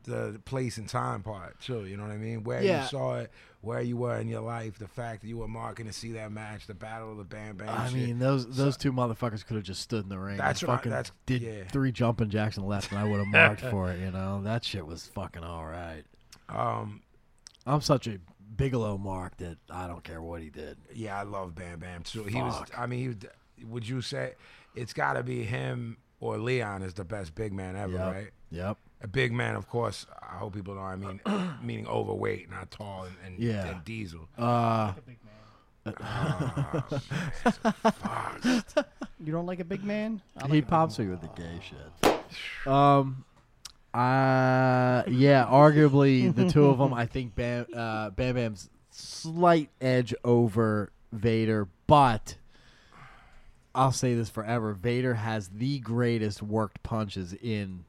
Speaker 1: the place and time part too. You know what I mean? Where
Speaker 4: Yeah.
Speaker 1: you saw it, where you were in your life, the fact that you were marking to see that match, the battle of the Bam Bam.
Speaker 4: I
Speaker 1: shit.
Speaker 4: mean, those those two motherfuckers could have just stood in the ring.
Speaker 1: That's
Speaker 4: and
Speaker 1: what I-
Speaker 4: fucking
Speaker 1: that's-
Speaker 4: did
Speaker 1: yeah.
Speaker 4: three jumping jacks and left, and I would have marked for it. You know, that shit was fucking all right.
Speaker 1: um,
Speaker 4: I'm such a Bigelow mark that I don't care what he did.
Speaker 1: yeah, I love Bam Bam too. He was. I mean, he was, would you say it's got to be him or Leon is the best big man ever,
Speaker 4: Yep.
Speaker 1: right?
Speaker 4: Yep.
Speaker 1: A big man, of course. I hope people know. I mean, meaning overweight, not tall, and, and,
Speaker 4: Yeah.
Speaker 1: and diesel.
Speaker 4: Uh,
Speaker 2: You don't like a big man? I
Speaker 4: he
Speaker 2: like
Speaker 4: pops me with the gay shit. Um, uh, yeah, arguably the two of them. I think Bam, uh, Bam Bam's slight edge over Vader, but I'll say this forever: Vader has the greatest worked punches in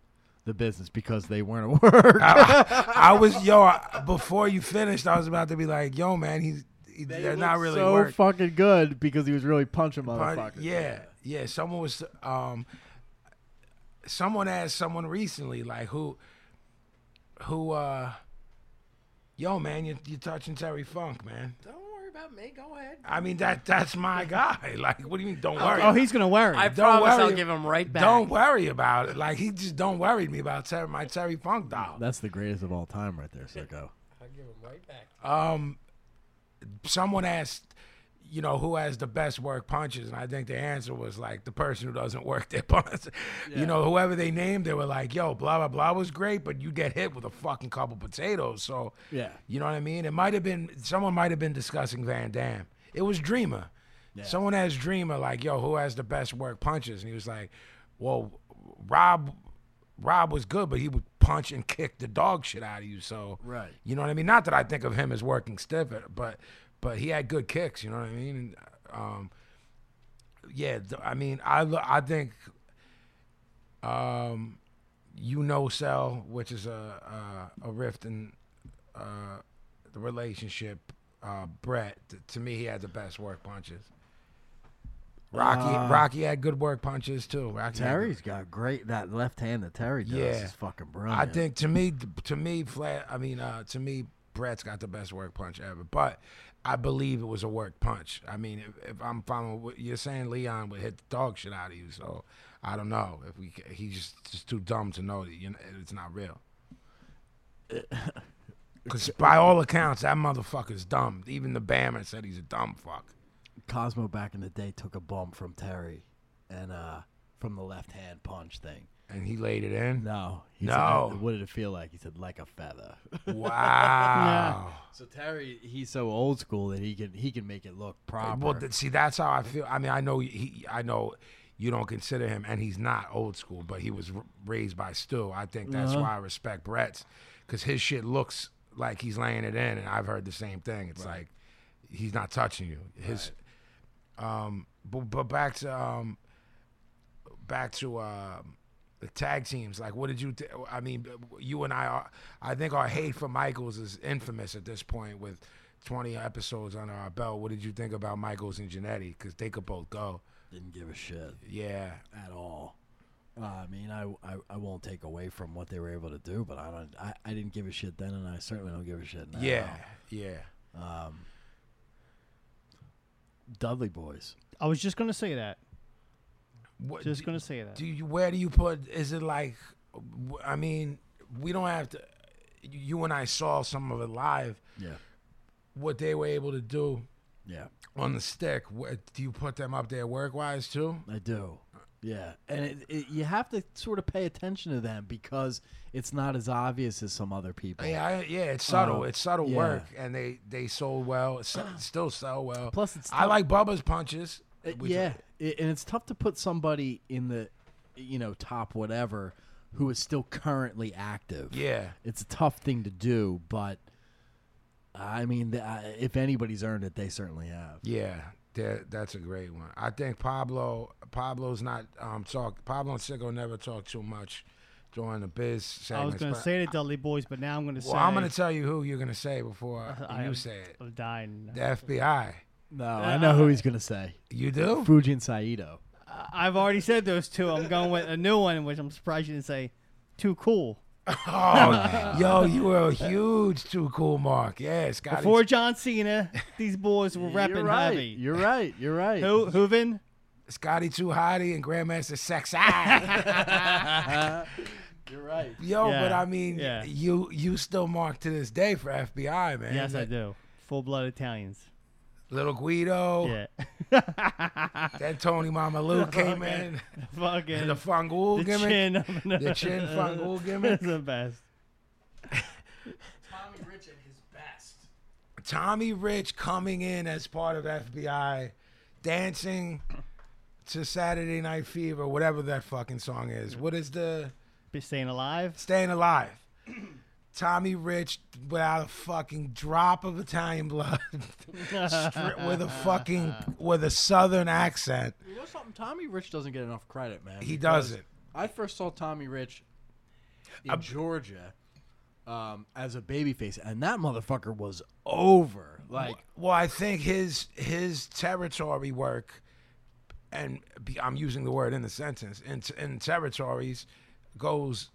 Speaker 4: the business because they weren't worked.
Speaker 1: I was yo I- before you finished. I was about to be like, yo, man, he's he, they are not really
Speaker 4: so
Speaker 1: work.
Speaker 4: fucking good because he was really punching
Speaker 1: but
Speaker 4: motherfuckers.
Speaker 1: yeah, yeah. Someone was um, someone asked someone recently like who, who uh, yo man, you you touching Terry Funk, man.
Speaker 3: Don't worry about me. Go ahead.
Speaker 1: I mean that that's my guy. Like, what do you mean? Don't worry.
Speaker 2: Oh, he's gonna wear it.
Speaker 3: I
Speaker 1: Don't
Speaker 3: promise
Speaker 1: worry.
Speaker 3: I'll give him right back.
Speaker 1: don't worry about it. Like he just don't worry me about Terry, my Terry Funk doll.
Speaker 4: That's the greatest of all time, right there, Sicko.
Speaker 3: I'll give him right back.
Speaker 1: Um, someone asked, you know, who has the best work punches, and I think the answer was like the person who doesn't work their punches. You know, whoever they named, they were like, "Yo, blah blah blah was great, but you get hit with a fucking couple potatoes." So
Speaker 4: Yeah.
Speaker 1: you know what I mean. It might have been someone might have been discussing Van Dam. It was Dreamer. Someone asked Dreamer like, "Yo, who has the best work punches?" And he was like, "Well, Rob." Rob was good, but he would punch and kick the dog shit out of you. So
Speaker 4: Right.
Speaker 1: you know what I mean? Not that I think of him as working stiff, but but he had good kicks. You know what I mean? And, um, yeah, th- I mean, I lo- I think, um, you know, Cell, which is a a, a rift in uh, the relationship. Uh, Brett, t- to me, he had the best work punches. Rocky, Rocky had good work punches too. Rocky had good-
Speaker 4: Uh. Terry's got great that left hand that Terry does
Speaker 1: Yeah.
Speaker 4: is fucking brilliant.
Speaker 1: I think to me, to me, flat. I mean, uh, to me, Brett's got the best work punch ever. But I believe it was a work punch. I mean, if, if I'm following what you're saying, Leon would hit the dog shit out of you. So I don't know if we. ca- He's just just too dumb to know that you know, it's not real. Because by all accounts, that motherfucker's dumb. Even the Bammer said he's a dumb fuck.
Speaker 4: Cosmo back in the day took a bump from Terry and uh from the left hand punch thing.
Speaker 1: And he laid it in.
Speaker 4: No. He
Speaker 1: No.
Speaker 4: Said, uh, what did it feel like? He said, like a feather.
Speaker 1: Wow.
Speaker 4: so Terry, he's so old school that he can he can make it look proper.
Speaker 1: Well, th- see, that's how I feel. I mean, I know he, I know you don't consider him, and he's not old school, but he was r- raised by Stu. I think that's why I respect Brett's, because his shit looks like he's laying it in, and I've heard the same thing. It's like he's not touching you. His, um, but, but back to um, back to um the tag teams. Like, what did you? Th- I mean, you and I are. I think our hate for Michaels is infamous at this point with 20 episodes under our belt. What did you think about Michaels and Janetti? Because they could both go.
Speaker 4: Didn't give a shit
Speaker 1: Yeah.
Speaker 4: at all. Uh, I mean, I, I I won't take away from what they were able to do, but I don't I, I didn't give a shit then, and I certainly don't give a shit now.
Speaker 1: Yeah. Yeah.
Speaker 4: Dudley boys.
Speaker 2: I was just gonna say that.
Speaker 1: What,
Speaker 2: Just
Speaker 1: do,
Speaker 2: gonna say that.
Speaker 1: do you? Where do you put? Is it like? w- I mean, we don't have to. You and I saw some of it live.
Speaker 4: Yeah.
Speaker 1: What they were able to do
Speaker 4: Yeah.
Speaker 1: on the stick. What, do you put them up there work wise too?
Speaker 4: I do. Yeah, and it, it, you have to sort of pay attention to them because it's not as obvious as some other people.
Speaker 1: Yeah, I, yeah, it's subtle.
Speaker 4: Uh,
Speaker 1: it's subtle
Speaker 4: yeah.
Speaker 1: work, and they they sold well. It's s- still sell well.
Speaker 4: Plus, it's
Speaker 1: I
Speaker 4: tough.
Speaker 1: like Bubba's punches.
Speaker 4: Uh,
Speaker 1: which-
Speaker 4: yeah, i- and it's tough to put somebody in the, you know, top whatever who is still currently active.
Speaker 1: yeah,
Speaker 4: it's a tough thing to do, but I mean, th- I- if anybody's earned it, they certainly have.
Speaker 1: yeah. That, that's a great one. I think Pablo Pablo's not um talk. Pablo and Sicko never talk too much during the biz.
Speaker 2: I was
Speaker 1: segments,
Speaker 2: gonna
Speaker 1: but-
Speaker 2: say the Dudley Boys, but now I'm gonna say
Speaker 1: Well, I'm gonna tell you who you're gonna say before
Speaker 2: I
Speaker 1: you
Speaker 2: am-
Speaker 1: say it.
Speaker 2: I'm dying.
Speaker 1: The FBI.
Speaker 4: No, I know who he's gonna say.
Speaker 1: You do?
Speaker 4: Fuji and Saito.
Speaker 2: I've already said those two. I'm going with a new one, which I'm surprised you didn't say. Too cool.
Speaker 1: Oh, yo, you were a huge too cool mark. Yeah, Scotty.
Speaker 2: Before John Cena, these boys were repping
Speaker 10: You're right.
Speaker 2: heavy.
Speaker 10: You're right. You're right.
Speaker 2: Ho- Hooven,
Speaker 1: Scotty Too Hottie and Grandmaster Sex Eye.
Speaker 10: You're right.
Speaker 1: Yo, but
Speaker 2: Yeah,
Speaker 1: I mean,
Speaker 2: yeah.
Speaker 1: you you still mark to this day for FBI, man.
Speaker 2: yes, I do. Full blood Italians.
Speaker 1: Little Guido,
Speaker 2: Yeah,
Speaker 1: then Tony Mama Lou came in,
Speaker 2: fucking
Speaker 1: and the Fungul
Speaker 2: the
Speaker 1: gimmick,
Speaker 2: chin,
Speaker 1: the chin Fungul gimmick.
Speaker 2: That's the best.
Speaker 11: Tommy Rich at his best.
Speaker 1: Tommy Rich coming in as part of FBI, dancing to Saturday Night Fever, whatever that fucking song is. What is the
Speaker 2: Be staying alive.
Speaker 1: Staying Alive? Tommy Rich without a fucking drop of Italian blood, stri- with a fucking with a Southern accent.
Speaker 10: You know something? Tommy Rich doesn't get enough credit, man.
Speaker 1: He
Speaker 10: because
Speaker 1: doesn't.
Speaker 10: I first saw Tommy Rich
Speaker 4: in Georgia um, as a babyface,
Speaker 10: and that motherfucker was over. Like
Speaker 1: Well, I think his his territory work, and be- I'm using the word in the sentence, in, in territories, goes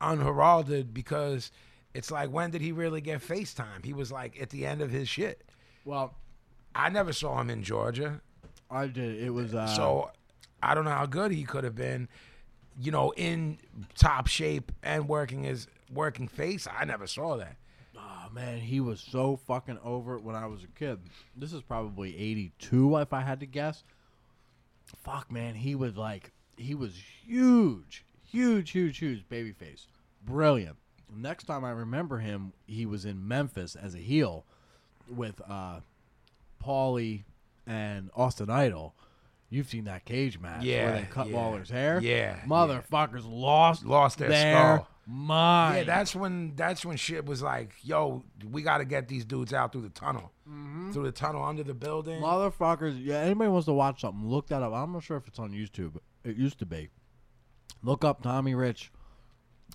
Speaker 1: unheralded because it's like when did he really get FaceTime? He was like at the end of his shit.
Speaker 4: Well,
Speaker 1: I never saw him in Georgia,
Speaker 4: I did. It was uh,
Speaker 1: so I don't know how good he could have been, you know, in top shape and working his working face. I never saw that.
Speaker 4: oh, man. He was so fucking over it when I was a kid. This is probably '82, if I had to guess. Fuck, man. He was like, he was huge, huge, huge, huge babyface. Brilliant. Next time I remember him, he was in Memphis as a heel with uh, Paulie and Austin Idol. You've seen that cage match
Speaker 1: Yeah,
Speaker 4: where they cut
Speaker 1: yeah,
Speaker 4: Lawler's hair.
Speaker 1: yeah,
Speaker 4: motherfuckers lost
Speaker 1: Lost their skull.
Speaker 4: mind.
Speaker 1: Yeah, that's when that's when shit was like, yo, we got to get these dudes out through the tunnel, through the tunnel under the building.
Speaker 4: motherfuckers. Yeah, anybody wants to watch something, look that up. I'm not sure if it's on YouTube. It used to be. Look up Tommy Rich,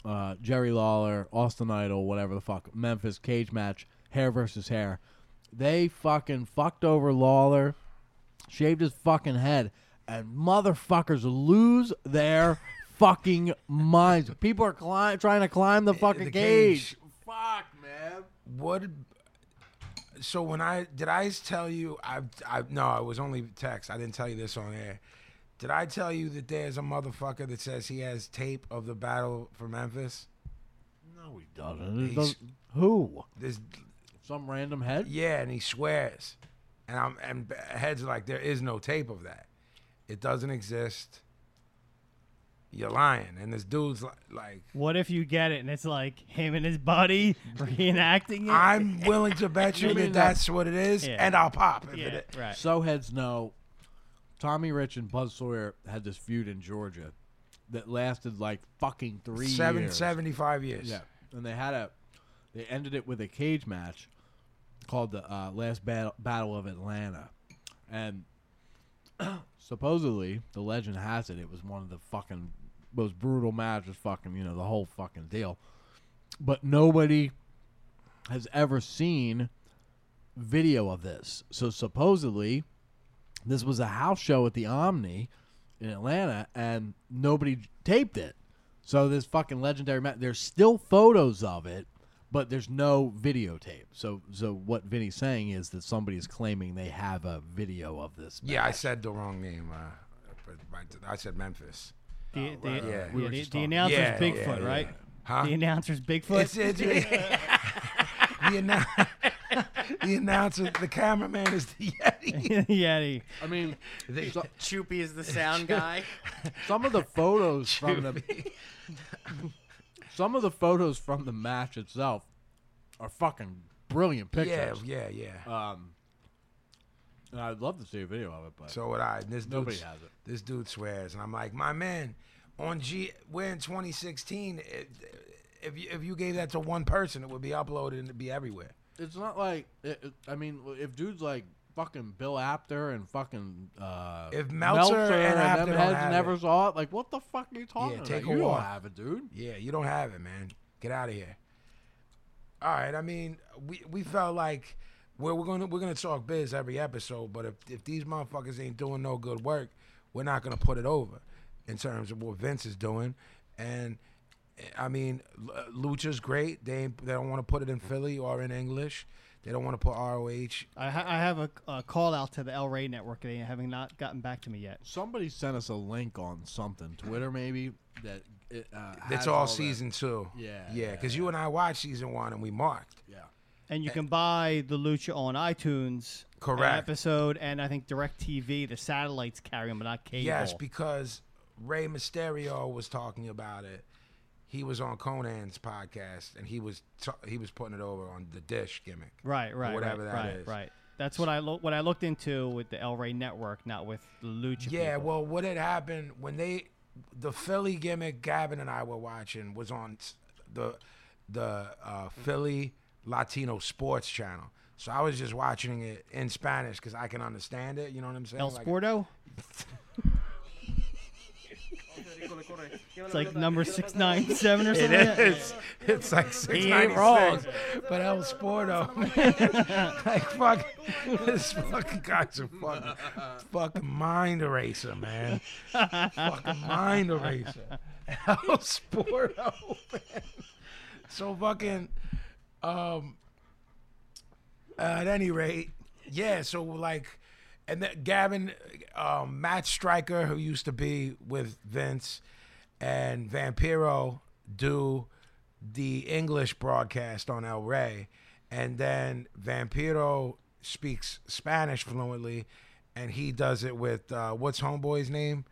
Speaker 4: uh, Jerry Lawler, Austin Idol, whatever the fuck, Memphis cage match, hair versus hair. They fucking fucked over Lawler, shaved his fucking head, and motherfuckers lose their fucking minds. People are cli- trying to climb the fucking
Speaker 1: the
Speaker 4: cage.
Speaker 1: cage.
Speaker 4: Fuck, man.
Speaker 1: What? So when I did I tell you I I no it was only text I didn't tell you this on air. Did I tell you that there's a motherfucker that says he has tape of the battle for Memphis?
Speaker 4: No, he doesn't. It
Speaker 1: He's-
Speaker 4: doesn't- Who?
Speaker 1: There's
Speaker 4: Some random head?
Speaker 1: yeah, and he swears, and I'm and b- heads are like there is no tape of that. It doesn't exist. You're lying, and this dude's li- like
Speaker 2: What if you get it and it's like him and his buddy reenacting it?
Speaker 1: I'm willing to bet you
Speaker 4: Maybe
Speaker 1: that that's what it is,
Speaker 2: Yeah.
Speaker 1: and I'll pop. If
Speaker 2: yeah,
Speaker 1: it,
Speaker 2: right.
Speaker 4: So heads know Tommy Rich and Buzz Sawyer had this feud in Georgia that lasted like fucking three
Speaker 1: seven
Speaker 4: years.
Speaker 1: seventy-five years.
Speaker 4: Yeah. And they had a they ended it with a cage match called the uh, last battle battle of Atlanta. And supposedly the legend has it it was one of the fucking most brutal matches fucking, you know, the whole fucking deal. But nobody has ever seen video of this. So supposedly, this was a house show at the Omni in Atlanta, and nobody taped it. So this fucking legendary match. There's still photos of it, but there's no videotape. So so what Vinny's saying is that somebody's claiming they have a video of this.
Speaker 1: yeah. I said the wrong name, uh, but but I said Memphis.
Speaker 2: The, the,
Speaker 1: yeah.
Speaker 2: Oh, yeah,
Speaker 1: We
Speaker 2: the,
Speaker 1: were
Speaker 2: the
Speaker 1: just talking-
Speaker 2: announcer's
Speaker 1: Yeah,
Speaker 2: Bigfoot,
Speaker 1: yeah,
Speaker 2: right?
Speaker 1: Huh?
Speaker 2: The announcer's Bigfoot.
Speaker 1: It's, it's, it's the, annou- the announcer, the cameraman is the Yeti.
Speaker 2: Yeti.
Speaker 4: I mean, so-
Speaker 11: Choopy is the sound guy.
Speaker 4: some of the photos from the some of the photos from the match itself are fucking brilliant
Speaker 1: Yeah,
Speaker 4: pictures.
Speaker 1: yeah, yeah.
Speaker 4: Um, and I'd love to see a video of it, but
Speaker 1: So would I. And this
Speaker 4: Nobody
Speaker 1: dude,
Speaker 4: has it.
Speaker 1: This dude swears, and I'm like, my man, on G, we're in 2016. If, if you, if you gave that to one person, it would be uploaded and it'd be everywhere.
Speaker 4: it's not like it, it- I mean, if dudes like fucking Bill Apter and fucking uh,
Speaker 1: If Meltzer and Apter
Speaker 4: them
Speaker 1: don't
Speaker 4: heads
Speaker 1: have
Speaker 4: never
Speaker 1: it.
Speaker 4: saw it, like what the fuck are you talking
Speaker 1: Yeah,
Speaker 4: about?
Speaker 1: take a
Speaker 4: you don't
Speaker 1: walk.
Speaker 4: have it, dude.
Speaker 1: Yeah, you don't have it, man. Get out of here. All right, I mean, we we felt like we're, we're gonna we're gonna talk biz every episode, but if if these motherfuckers ain't doing no good work, we're not gonna put it over in terms of what Vince is doing, and I mean, L- Lucha's great. They ain't- they don't want to put it in Philly or in English. They don't want to put ROH.
Speaker 2: I, ha- I have a, a call out to the El Rey Network. They haven't not gotten back to me yet.
Speaker 7: Somebody sent us a link on something, Twitter maybe. That it, uh,
Speaker 1: It's
Speaker 7: has
Speaker 1: all,
Speaker 7: that.
Speaker 1: season two.
Speaker 7: Yeah,
Speaker 1: yeah.
Speaker 7: yeah,
Speaker 1: Because you and I watched season one and we marked.
Speaker 7: Yeah.
Speaker 2: And you can buy the Lucha on iTunes. an
Speaker 1: Eh. Correct.
Speaker 2: episode, and I think DirecTV, the satellites carry them, but not cable.
Speaker 1: Yes, because Ray Mysterio was talking about it. He was on Conan's podcast, and he was t- he was putting it over on the Dish gimmick.
Speaker 2: right, right,
Speaker 1: whatever
Speaker 2: right,
Speaker 1: that
Speaker 2: right,
Speaker 1: is.
Speaker 2: right. That's what I lo- what I looked into with the El Rey Network, not with the Lucha.
Speaker 1: Yeah,
Speaker 2: people.
Speaker 1: well, what had happened when they the Philly gimmick Gavin and I were watching was on s- the the uh, Philly Latino Sports Channel. So I was just watching it in Spanish because I can understand it. You know what I'm saying?
Speaker 2: El
Speaker 1: Like,
Speaker 2: Sporto. it's like number six nine seven or something.
Speaker 1: It is. It's like six ninety six. But El Sporto, man, like fuck, this fucking guy's a fucking fucking mind eraser, man. fucking mind eraser. El Sporto, man. So fucking. Um. At any rate, yeah. So like, and then Gavin, um, Matt Stryker, who used to be with Vince, and Vampiro do the English broadcast on El Rey, and then Vampiro speaks Spanish fluently, and he does it with uh, what's homeboy's name?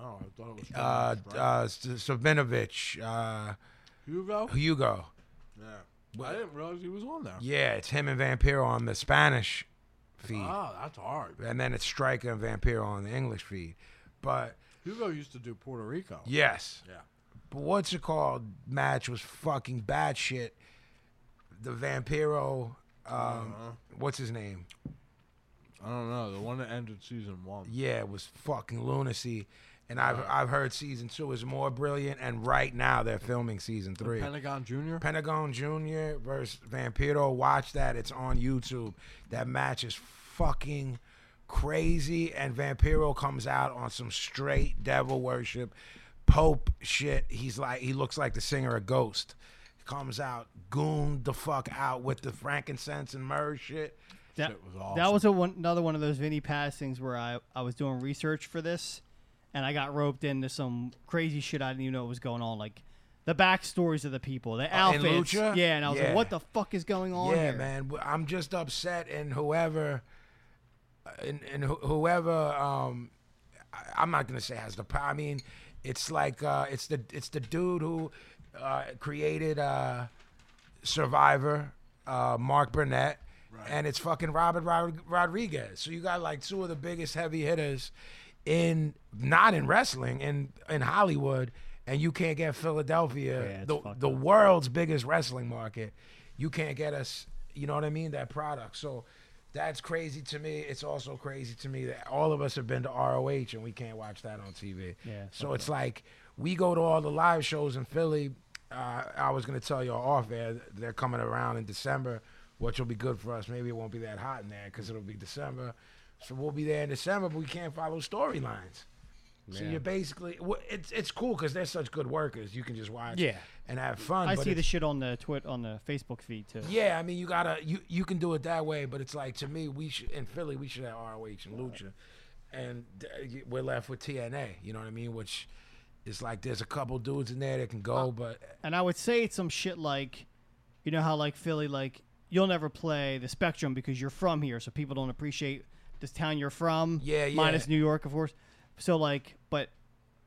Speaker 7: Oh, I thought it was
Speaker 1: Uh, uh, Savinovich, uh,
Speaker 7: Hugo.
Speaker 1: Hugo.
Speaker 7: Yeah. I didn't realize he was on there.
Speaker 1: Yeah, it's him and Vampiro on the Spanish feed.
Speaker 4: Ah,
Speaker 7: Wow, that's hard.
Speaker 1: and then it's Striker and Vampiro on the English feed. But
Speaker 7: Hugo used to do Puerto Rico.
Speaker 1: yes,
Speaker 7: Yeah.
Speaker 1: but what's it called? Match was fucking bad shit. The Vampiro, um, what's his name?
Speaker 7: I don't know. The one that ended season one.
Speaker 1: Yeah, it was fucking lunacy. And I've I've heard season two is more brilliant. And right now they're filming season three.
Speaker 7: Pentagon Junior.
Speaker 1: Pentagon Junior versus Vampiro. Watch that. It's on YouTube. That match is fucking crazy. And Vampiro comes out on some straight devil worship, Pope shit. He's like he looks like the singer of Ghost. Comes out gooned the fuck out with the frankincense and myrrh shit.
Speaker 2: That,
Speaker 7: Shit was awesome.
Speaker 2: that was a one, another one of those Vinny Paz things where I, I was doing research for this, and I got roped into some crazy shit I didn't even know was going on, like the backstories of the people, the
Speaker 1: Uh, in
Speaker 2: outfits.
Speaker 1: Lucha?
Speaker 2: Yeah, and I was
Speaker 1: Yeah.
Speaker 2: like, what the fuck is going on
Speaker 1: yeah,
Speaker 2: here?
Speaker 1: man. W- I'm just upset, and whoever, and and wh- whoever, um, I, I'm not gonna say has the power. I mean, it's like uh, it's the it's the dude who uh, created uh, Survivor, uh, Mark Burnett, and it's fucking Robert Rod- Rodriguez. So you got like two of the biggest heavy hitters in not in wrestling in in Hollywood. And you can't get Philadelphia,
Speaker 2: it's
Speaker 1: the,
Speaker 2: fucked
Speaker 1: the world's biggest wrestling market. You can't get us, you know what I mean, that product. So that's crazy to me. It's also crazy to me that all of us have been to ROH and we can't watch that on TV.
Speaker 2: Yeah,
Speaker 1: So it's like we go to all the live shows in Philly. Uh, I was gonna tell y'all off air. They're coming around in December, which will be good for us. Maybe it won't be that hot in there because it'll be December. So we'll be there in December, but we can't follow storylines. So you're basically wh- it's it's cool because they're such good workers. You can just watch
Speaker 3: Yeah.
Speaker 1: and have fun.
Speaker 2: I
Speaker 1: but
Speaker 2: see
Speaker 1: it's-
Speaker 2: the shit on the twit on the Facebook feed too.
Speaker 1: yeah, I mean, you gotta you you can do it that way, but it's like to me, we should in Philly we should have ROH and Lucha, and uh, y- we're left with TNA. You know what I mean? Which is like there's a couple dudes in there that can go,
Speaker 2: Uh,
Speaker 1: but
Speaker 2: And I would say it's some shit like, you know how like Philly like you'll never play the Spectrum because you're from here, so people don't appreciate this town you're from.
Speaker 1: Yeah,
Speaker 2: Minus
Speaker 1: yeah.
Speaker 2: New York, of course. So like, but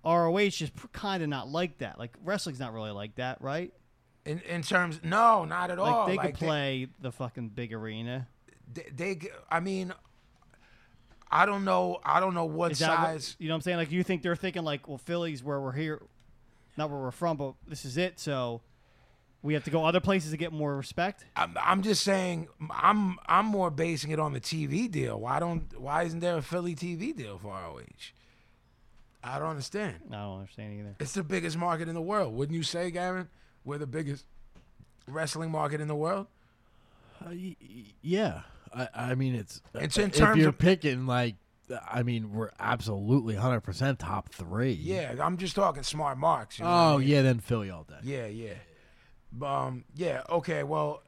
Speaker 2: ROH is kind of not like that. Like wrestling's not really like that, right?
Speaker 1: in in terms, no, not at
Speaker 2: Like
Speaker 1: all.
Speaker 2: they could
Speaker 1: Oh, Like,
Speaker 2: play the fucking big arena.
Speaker 1: They, they, g- I mean, I don't know. I don't know what
Speaker 2: Is that what-
Speaker 1: size.
Speaker 2: you know what I'm saying? Like you think they're thinking like, well, Philly's where we're here, not where we're from, but this is it. So we have to go other places to get more respect.
Speaker 1: I'm, I'm just saying. I'm I'm more basing it on the TV deal. Why don't Why isn't there a Philly TV deal for ROH? I don't understand.
Speaker 2: I don't understand either.
Speaker 1: It's the biggest market in the world, wouldn't you say, Gavin? We're the biggest wrestling market in the world.
Speaker 7: Uh, y- y- yeah. I, I mean, it's
Speaker 1: It's in
Speaker 7: if
Speaker 1: terms
Speaker 7: you're
Speaker 1: of-
Speaker 7: picking like uh, I mean, we're absolutely 100% top three.
Speaker 1: Yeah, I'm just talking smart marks. you know what I
Speaker 7: Oh,
Speaker 1: mean?
Speaker 7: yeah, then Philly all day.
Speaker 1: Yeah, yeah. But, Um, yeah, okay, well,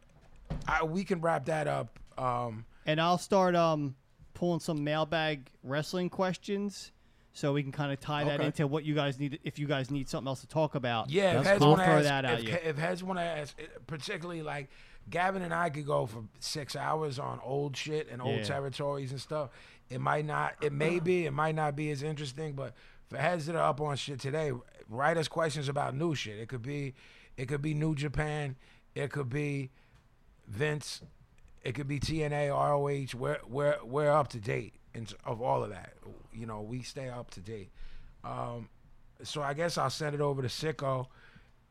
Speaker 1: I, we can wrap that up. Um,
Speaker 2: and I'll start um pulling some mailbag wrestling questions so we can kind of tie that
Speaker 7: Okay.
Speaker 2: into what you guys need if you guys need something else to talk about.
Speaker 1: yeah, if
Speaker 2: That's
Speaker 1: heads
Speaker 2: cool.
Speaker 1: want to
Speaker 2: Throw
Speaker 1: ask,
Speaker 2: that at
Speaker 1: if,
Speaker 2: you.
Speaker 1: if heads want to ask, it- particularly like Gavin and I could go for six hours on old shit and old
Speaker 2: Yeah.
Speaker 1: territories and stuff. It might not, it may be, it might not be as interesting, but for heads that are up on shit today, write us questions about new shit. It could be, it could be New Japan, it could be Vince, it could be TNA, ROH. We're we're we're up to date and of all of that. You know, we stay up to date. Um, so I guess I'll send it over to Sicko.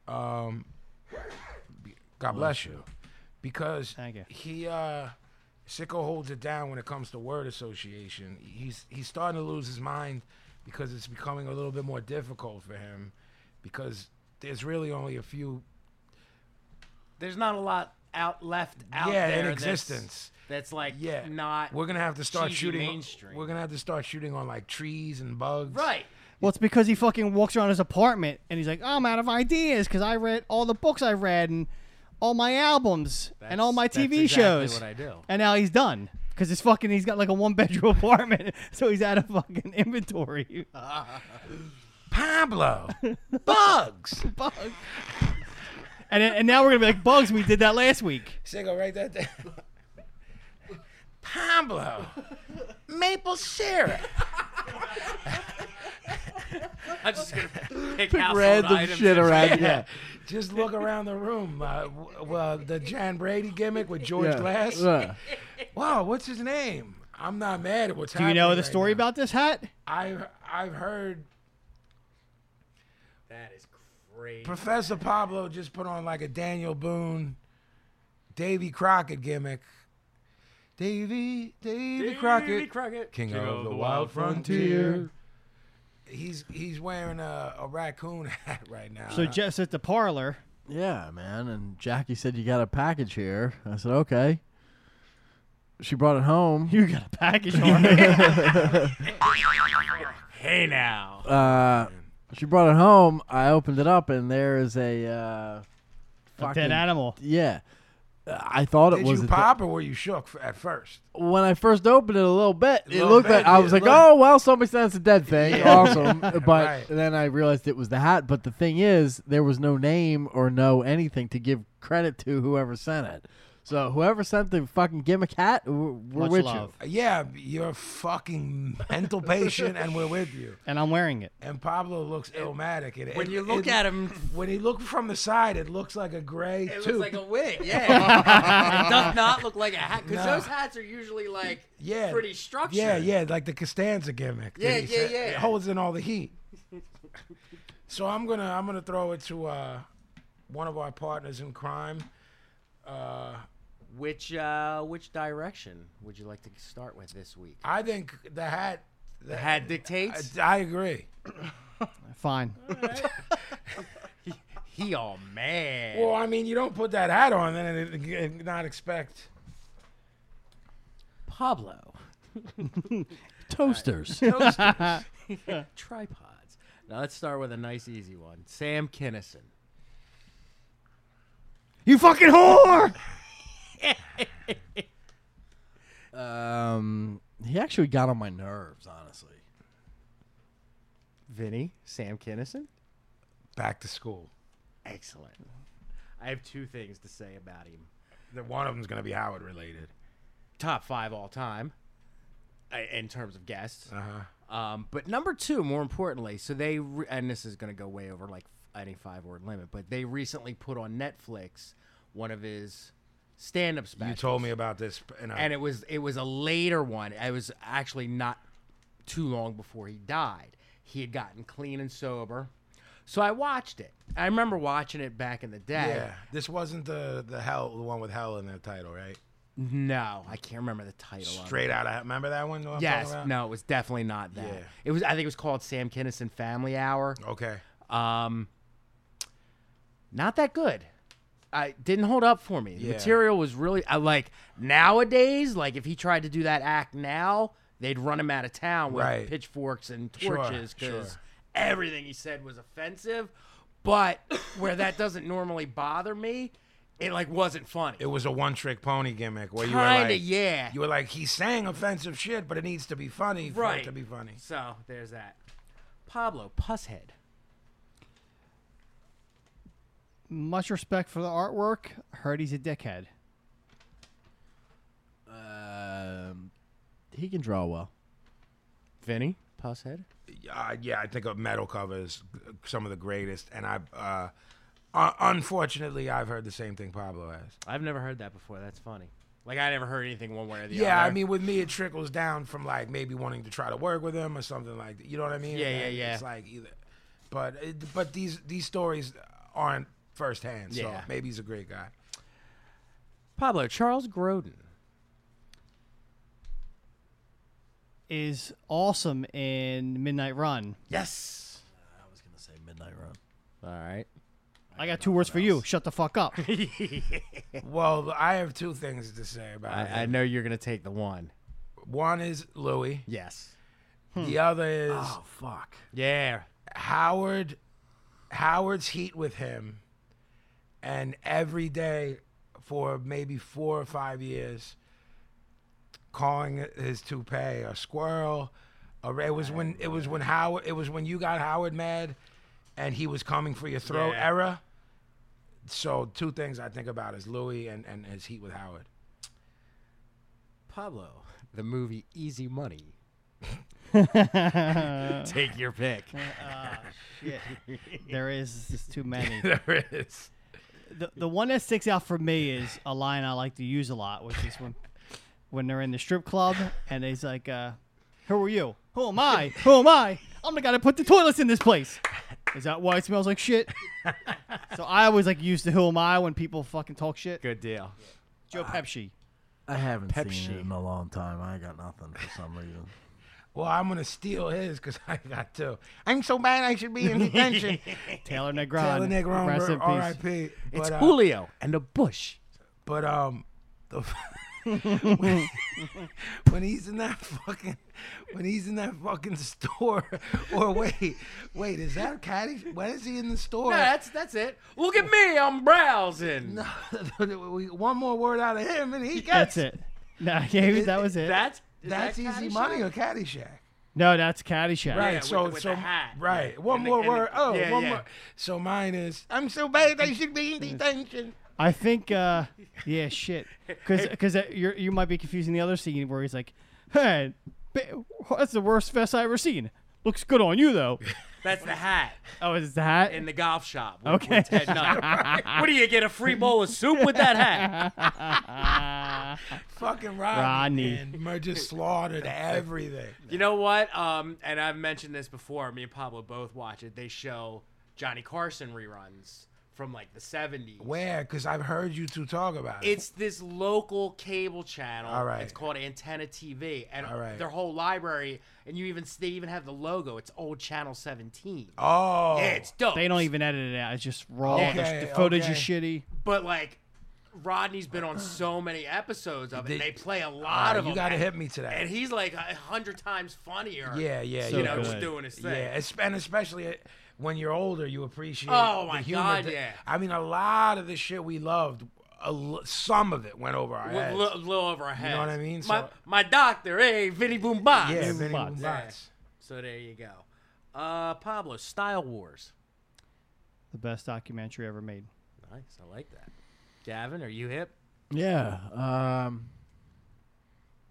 Speaker 1: Um, God bless you, because
Speaker 2: Thank you.
Speaker 1: he uh, Sicko holds it down when it comes to word association. He's he's starting to lose his mind because it's becoming a little bit more difficult for him because there's really only a few
Speaker 3: There's not a lot out left out
Speaker 1: Yeah, in
Speaker 3: there
Speaker 1: existence.
Speaker 3: That's, that's like
Speaker 1: Yeah.
Speaker 3: not
Speaker 1: We're gonna have to start
Speaker 3: cheesy
Speaker 1: shooting.
Speaker 3: mainstream.
Speaker 1: We're gonna have to start shooting on like trees and bugs.
Speaker 3: right.
Speaker 2: Well, it's because he fucking walks around his apartment and he's like, I'm out of ideas because I read all the books I read and all my albums and all my
Speaker 3: That's- that's
Speaker 2: TV
Speaker 3: exactly
Speaker 2: shows.
Speaker 3: what I do.
Speaker 2: And now he's done because it's fucking. He's got like a one bedroom apartment, so he's out of fucking inventory.
Speaker 1: Pablo, bugs.
Speaker 2: Bugs. And then- and now we're gonna be like Bugs. We did that last week.
Speaker 1: Sigo, write that down. Pablo, maple syrup.
Speaker 3: I'm just gonna pick,
Speaker 7: Pick
Speaker 3: household
Speaker 7: random
Speaker 3: items
Speaker 7: shit
Speaker 3: and-
Speaker 7: around.
Speaker 1: Yeah.
Speaker 7: Yeah.
Speaker 1: Just look around the room. Uh, w- well, the Jan Brady gimmick with George
Speaker 7: yeah.
Speaker 1: Glass.
Speaker 7: Yeah.
Speaker 1: Wow, what's his name? I'm not mad at what's
Speaker 2: Do you
Speaker 1: happening.
Speaker 2: know the
Speaker 1: right
Speaker 2: story
Speaker 1: now.
Speaker 2: about this hat?
Speaker 1: I've I've heard
Speaker 3: That is crazy.
Speaker 1: Professor Pablo just put on like a Daniel Boone, Davy Crockett gimmick. Davy, Davy Crockett,
Speaker 3: Crockett.
Speaker 1: king of the wild frontier. He's he's wearing a, a raccoon hat right now.
Speaker 2: So Jeff's at the parlor.
Speaker 7: Yeah, man. And Jackie said, You got a package here. I said, Okay. She brought it home.
Speaker 2: You got a package already.
Speaker 3: Hey now.
Speaker 7: Uh, she brought it home. I opened it up, and there is a. Uh,
Speaker 2: a
Speaker 7: fucking-
Speaker 2: dead animal.
Speaker 7: Yeah. Uh, I thought it
Speaker 1: Did
Speaker 7: was
Speaker 1: you
Speaker 7: a
Speaker 1: pop or were you shook f- at first?
Speaker 7: when I first opened it a little bit, it
Speaker 1: Little
Speaker 7: looked
Speaker 1: bit,
Speaker 7: like I was
Speaker 1: yeah,
Speaker 7: like,
Speaker 1: look.
Speaker 7: "Oh well, somebody said it's a dead thing, awesome." But
Speaker 1: Right.
Speaker 7: then I realized it was the hat. But the thing is, there was no name or no anything to give credit to whoever sent it. So whoever sent the fucking gimmick hat, w- we're
Speaker 2: Much
Speaker 7: with
Speaker 2: love.
Speaker 1: Yeah, you're a fucking mental patient, and we're with you.
Speaker 2: And I'm wearing it.
Speaker 1: And Pablo looks illmatic. It,
Speaker 3: When
Speaker 1: it-
Speaker 3: you look
Speaker 1: it-
Speaker 3: at him,
Speaker 1: when he look from the side, it looks like a gray
Speaker 3: it
Speaker 1: tube.
Speaker 3: looks like a wig. Yeah, it does not look like a hat because
Speaker 1: No.
Speaker 3: those hats are usually like
Speaker 1: yeah,
Speaker 3: pretty structured.
Speaker 1: Yeah, yeah, like the Costanza gimmick. that
Speaker 3: Yeah,
Speaker 1: he
Speaker 3: yeah,
Speaker 1: said.
Speaker 3: yeah.
Speaker 1: It holds in all the heat. so I'm gonna I'm gonna throw it to uh, one of our partners in crime. Uh,
Speaker 3: Which uh, which direction would you like to start with this week?
Speaker 1: I think the hat. The,
Speaker 3: The hat dictates.
Speaker 1: I, I agree.
Speaker 2: Fine.
Speaker 3: He all mad.
Speaker 1: Well, I mean, you don't put that hat on and, and, and not expect.
Speaker 3: Pablo.
Speaker 7: you. Toasters.
Speaker 3: Toasters. Tripods. Now let's start with a nice, easy one. Sam Kinnison.
Speaker 2: You fucking whore!
Speaker 7: um, he actually got on my nerves, honestly.
Speaker 3: Vinny. Sam Kinnison.
Speaker 1: Back to school.
Speaker 3: Excellent. I have two things to say about him.
Speaker 1: The, one of them's gonna be Howard related.
Speaker 3: Top five all time, uh, in terms of guests.
Speaker 1: Uh huh.
Speaker 3: Um, but number two, more importantly, so they re- and this is going to go way over like any five word limit, but they recently put on Netflix one of his stand up
Speaker 1: You
Speaker 3: specials.
Speaker 1: told me about this, and, I,
Speaker 3: and it was it was a later one. It was actually not too long before he died. He had gotten clean and sober, so I watched it. I remember watching it back in the day.
Speaker 1: yeah, this wasn't the the hell the one with hell in the title, right?
Speaker 3: No, I can't remember the title. of it.
Speaker 1: Straight out of remember that one? the one I'm talking
Speaker 3: Yes,
Speaker 1: about?
Speaker 3: no, it was definitely not that.
Speaker 1: Yeah.
Speaker 3: It was. I think it was called Sam Kinison Family Hour.
Speaker 1: Okay.
Speaker 3: Um, not that good. I didn't hold up for me. The
Speaker 1: Yeah.
Speaker 3: material was really I like nowadays. Like if he tried to do that act now, they'd run him out of town with
Speaker 1: Right.
Speaker 3: pitchforks and
Speaker 1: Sure,
Speaker 3: torches because
Speaker 1: sure.
Speaker 3: everything he said was offensive. But where that doesn't normally bother me, it like wasn't funny.
Speaker 1: It was a one trick pony gimmick where you were
Speaker 3: Kinda,
Speaker 1: like,
Speaker 3: yeah.
Speaker 1: you were like, he's saying offensive shit, but it needs to be funny for
Speaker 3: right
Speaker 1: it to be funny.
Speaker 3: So there's that. Pablo Pusshead.
Speaker 2: Much respect for the artwork. Heard he's a dickhead.
Speaker 7: Um, he can draw well.
Speaker 3: Vinny Pusshead.
Speaker 1: Uh, yeah, I think of metal covers, some of the greatest, and I, uh, uh, unfortunately, I've heard the same thing Pablo has.
Speaker 3: I've never heard that before. That's funny. Like I never heard anything one way or the other.
Speaker 1: Yeah, I mean, with me, it trickles down from like maybe wanting to try to work with him or something like that. You know what I mean?
Speaker 3: Yeah,
Speaker 1: And
Speaker 3: yeah,
Speaker 1: then
Speaker 3: yeah.
Speaker 1: It's like either, but it, but these these stories aren't firsthand, so
Speaker 3: Yeah.
Speaker 1: maybe he's a great guy.
Speaker 3: Pablo Charles Grodin.
Speaker 2: Is awesome in Midnight Run.
Speaker 3: Yes.
Speaker 7: I was gonna say Midnight Run.
Speaker 3: All right.
Speaker 2: I got two words for you. Shut the fuck up.
Speaker 1: Well, I have two things to say about it.
Speaker 3: I, I know you're gonna take the one.
Speaker 1: One is Louis.
Speaker 3: Yes. Hmm.
Speaker 1: The other is
Speaker 3: Oh,
Speaker 7: fuck.
Speaker 3: Yeah.
Speaker 1: Howard. Howard's heat with him, and every day for maybe four or five years, calling his toupee a squirrel. A ra- it was when it was when Howard. It was when you got Howard mad, and he was coming for your throat
Speaker 3: Yeah.
Speaker 1: era. So two things I think about is Louis and, and his heat with Howard.
Speaker 3: Pablo. The movie Easy Money. take your pick.
Speaker 2: there is just too many.
Speaker 1: there is.
Speaker 2: the, the one that sticks out for me is a line I like to use a lot, which is when when they're in the strip club and he's like, uh, "Who are you? Who am I? Who am I? I'm the guy that put the toilets in this place." Is that why it smells like shit? so I always like use the "Who am I" when people fucking talk shit.
Speaker 3: Good deal.
Speaker 2: Joe Pepsi.
Speaker 7: I haven't seen
Speaker 3: Pepsi.
Speaker 7: it in a long time. I got nothing for some reason.
Speaker 1: Well, I'm gonna steal his because I got two. I'm so bad I should be in detention.
Speaker 2: Taylor
Speaker 1: Uh, Taylor
Speaker 2: Negron.
Speaker 1: Negron,
Speaker 2: Rest in
Speaker 1: bro,
Speaker 2: peace.
Speaker 1: R.I.P.
Speaker 3: It's
Speaker 1: But, uh,
Speaker 3: Julio and a bush.
Speaker 1: But um, the, when he's in that fucking, when he's in that fucking store, or wait, wait, is that Caddy? When is he in the store?
Speaker 3: that's that's it. Look at me, I'm browsing.
Speaker 1: We- One more word out of him, and he gets
Speaker 2: That's it. No, yeah, that was it.
Speaker 3: That's
Speaker 1: That's easy money or Caddyshack.
Speaker 2: no, that's Caddyshack.
Speaker 1: Right.
Speaker 3: with
Speaker 1: so
Speaker 3: the- with
Speaker 1: so
Speaker 3: the hat.
Speaker 1: right. One
Speaker 3: And the-
Speaker 1: more
Speaker 3: and the-
Speaker 1: word. Oh, one
Speaker 3: yeah, yeah.
Speaker 1: more. So mine is. I'm so bad. I should be in detention.
Speaker 2: I think, uh, yeah, shit, because because you you might be confusing the other scene where he's like, "Hey, ba- that's the worst vest I ever seen. Looks good on you though."
Speaker 3: That's the hat
Speaker 2: Oh, is the hat?
Speaker 3: in the golf shop. With,
Speaker 2: Okay.
Speaker 3: with Ted Nugent. what do you get a free bowl of soup with that hat?
Speaker 1: Fucking Rodney.
Speaker 2: Rodney.
Speaker 1: man. Mer just slaughtered everything.
Speaker 3: You know what? Um, and I've mentioned this before. Me and Pablo both watch it. They show Johnny Carson reruns from like the seventies.
Speaker 1: Where? Because I've heard you two talk about it.
Speaker 3: It's this local cable channel.
Speaker 1: All right.
Speaker 3: It's called Antenna TV, and
Speaker 1: All right.
Speaker 3: their whole library. And you even they even have the logo. It's old Channel Seventeen.
Speaker 1: Oh.
Speaker 3: Yeah, it's dope.
Speaker 2: they don't even edit it out. It's just raw. The-
Speaker 1: Okay,
Speaker 2: the footage is shitty.
Speaker 3: But like, Rodney's been on so many episodes of it. and
Speaker 1: Did-
Speaker 3: they play a lot
Speaker 1: Uh,
Speaker 3: of
Speaker 1: you
Speaker 3: them.
Speaker 1: gotta
Speaker 3: and-
Speaker 1: hit me today.
Speaker 3: And he's like a hundred times funnier.
Speaker 1: yeah, yeah,
Speaker 2: So
Speaker 1: yeah.
Speaker 3: You know,
Speaker 2: good.
Speaker 3: just doing his thing.
Speaker 1: Yeah, es- and especially uh, when you're older, you appreciate.
Speaker 3: Oh,
Speaker 1: the
Speaker 3: my
Speaker 1: humor
Speaker 3: God,
Speaker 1: that-
Speaker 3: yeah.
Speaker 1: I mean, a lot of the shit we loved, a l- some of it went over our
Speaker 3: A
Speaker 1: heads.
Speaker 3: little, little over our heads.
Speaker 1: know what I mean?
Speaker 3: My,
Speaker 1: So-
Speaker 3: my doctor, hey, Vinny Boom Box.
Speaker 1: yeah, Vinny
Speaker 2: Box.
Speaker 1: Boom
Speaker 3: Yeah.
Speaker 1: Box.
Speaker 3: So there you go. Uh, Pablo, Style Wars.
Speaker 2: The best documentary ever made.
Speaker 3: Nice. I like that. Gavin, are you hip?
Speaker 7: Yeah. Um.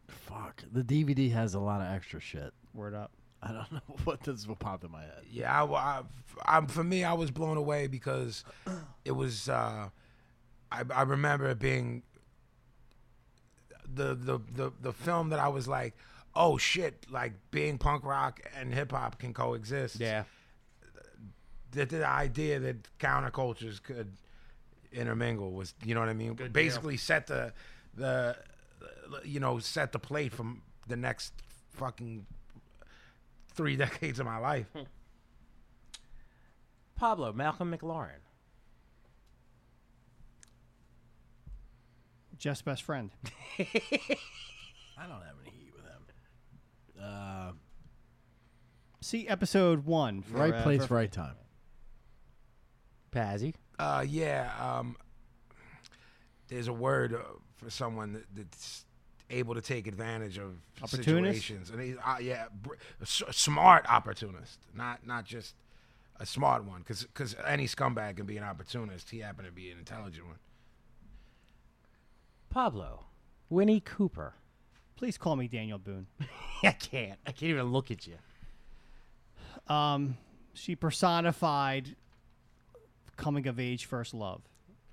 Speaker 7: Fuck. The DVD has a lot of extra shit.
Speaker 2: Word up.
Speaker 7: I don't know what this is what popped in my head.
Speaker 1: Yeah, I, wa- I, am for me, I was blown away because it was. Uh, I, I remember it being the, the the the film that I was like, oh shit, like being punk rock and hip hop can coexist. the, the idea that countercultures could intermingle was you know what I mean basically set the the you know set the plate from the next fucking three decades of my life
Speaker 3: Pablo, Malcolm McLaurin.
Speaker 2: Jeff's best friend.
Speaker 7: I don't have any heat with him. Uh,
Speaker 2: See episode one. For,
Speaker 7: right
Speaker 2: uh,
Speaker 7: place,
Speaker 2: for-
Speaker 7: right time.
Speaker 3: Pazzy.
Speaker 1: Uh, yeah. Um, there's a word uh, for someone that, that's able to take advantage of
Speaker 2: Opportunist?
Speaker 1: situations, and he's uh, yeah, br- s- smart opportunist, not not just a smart one, because any scumbag can be an opportunist. He happened to be an intelligent one.
Speaker 3: Pablo. Winnie Cooper.
Speaker 2: Please call me Daniel Boone.
Speaker 3: I can't. I can't even look at you.
Speaker 2: Um, she personified coming of age first love.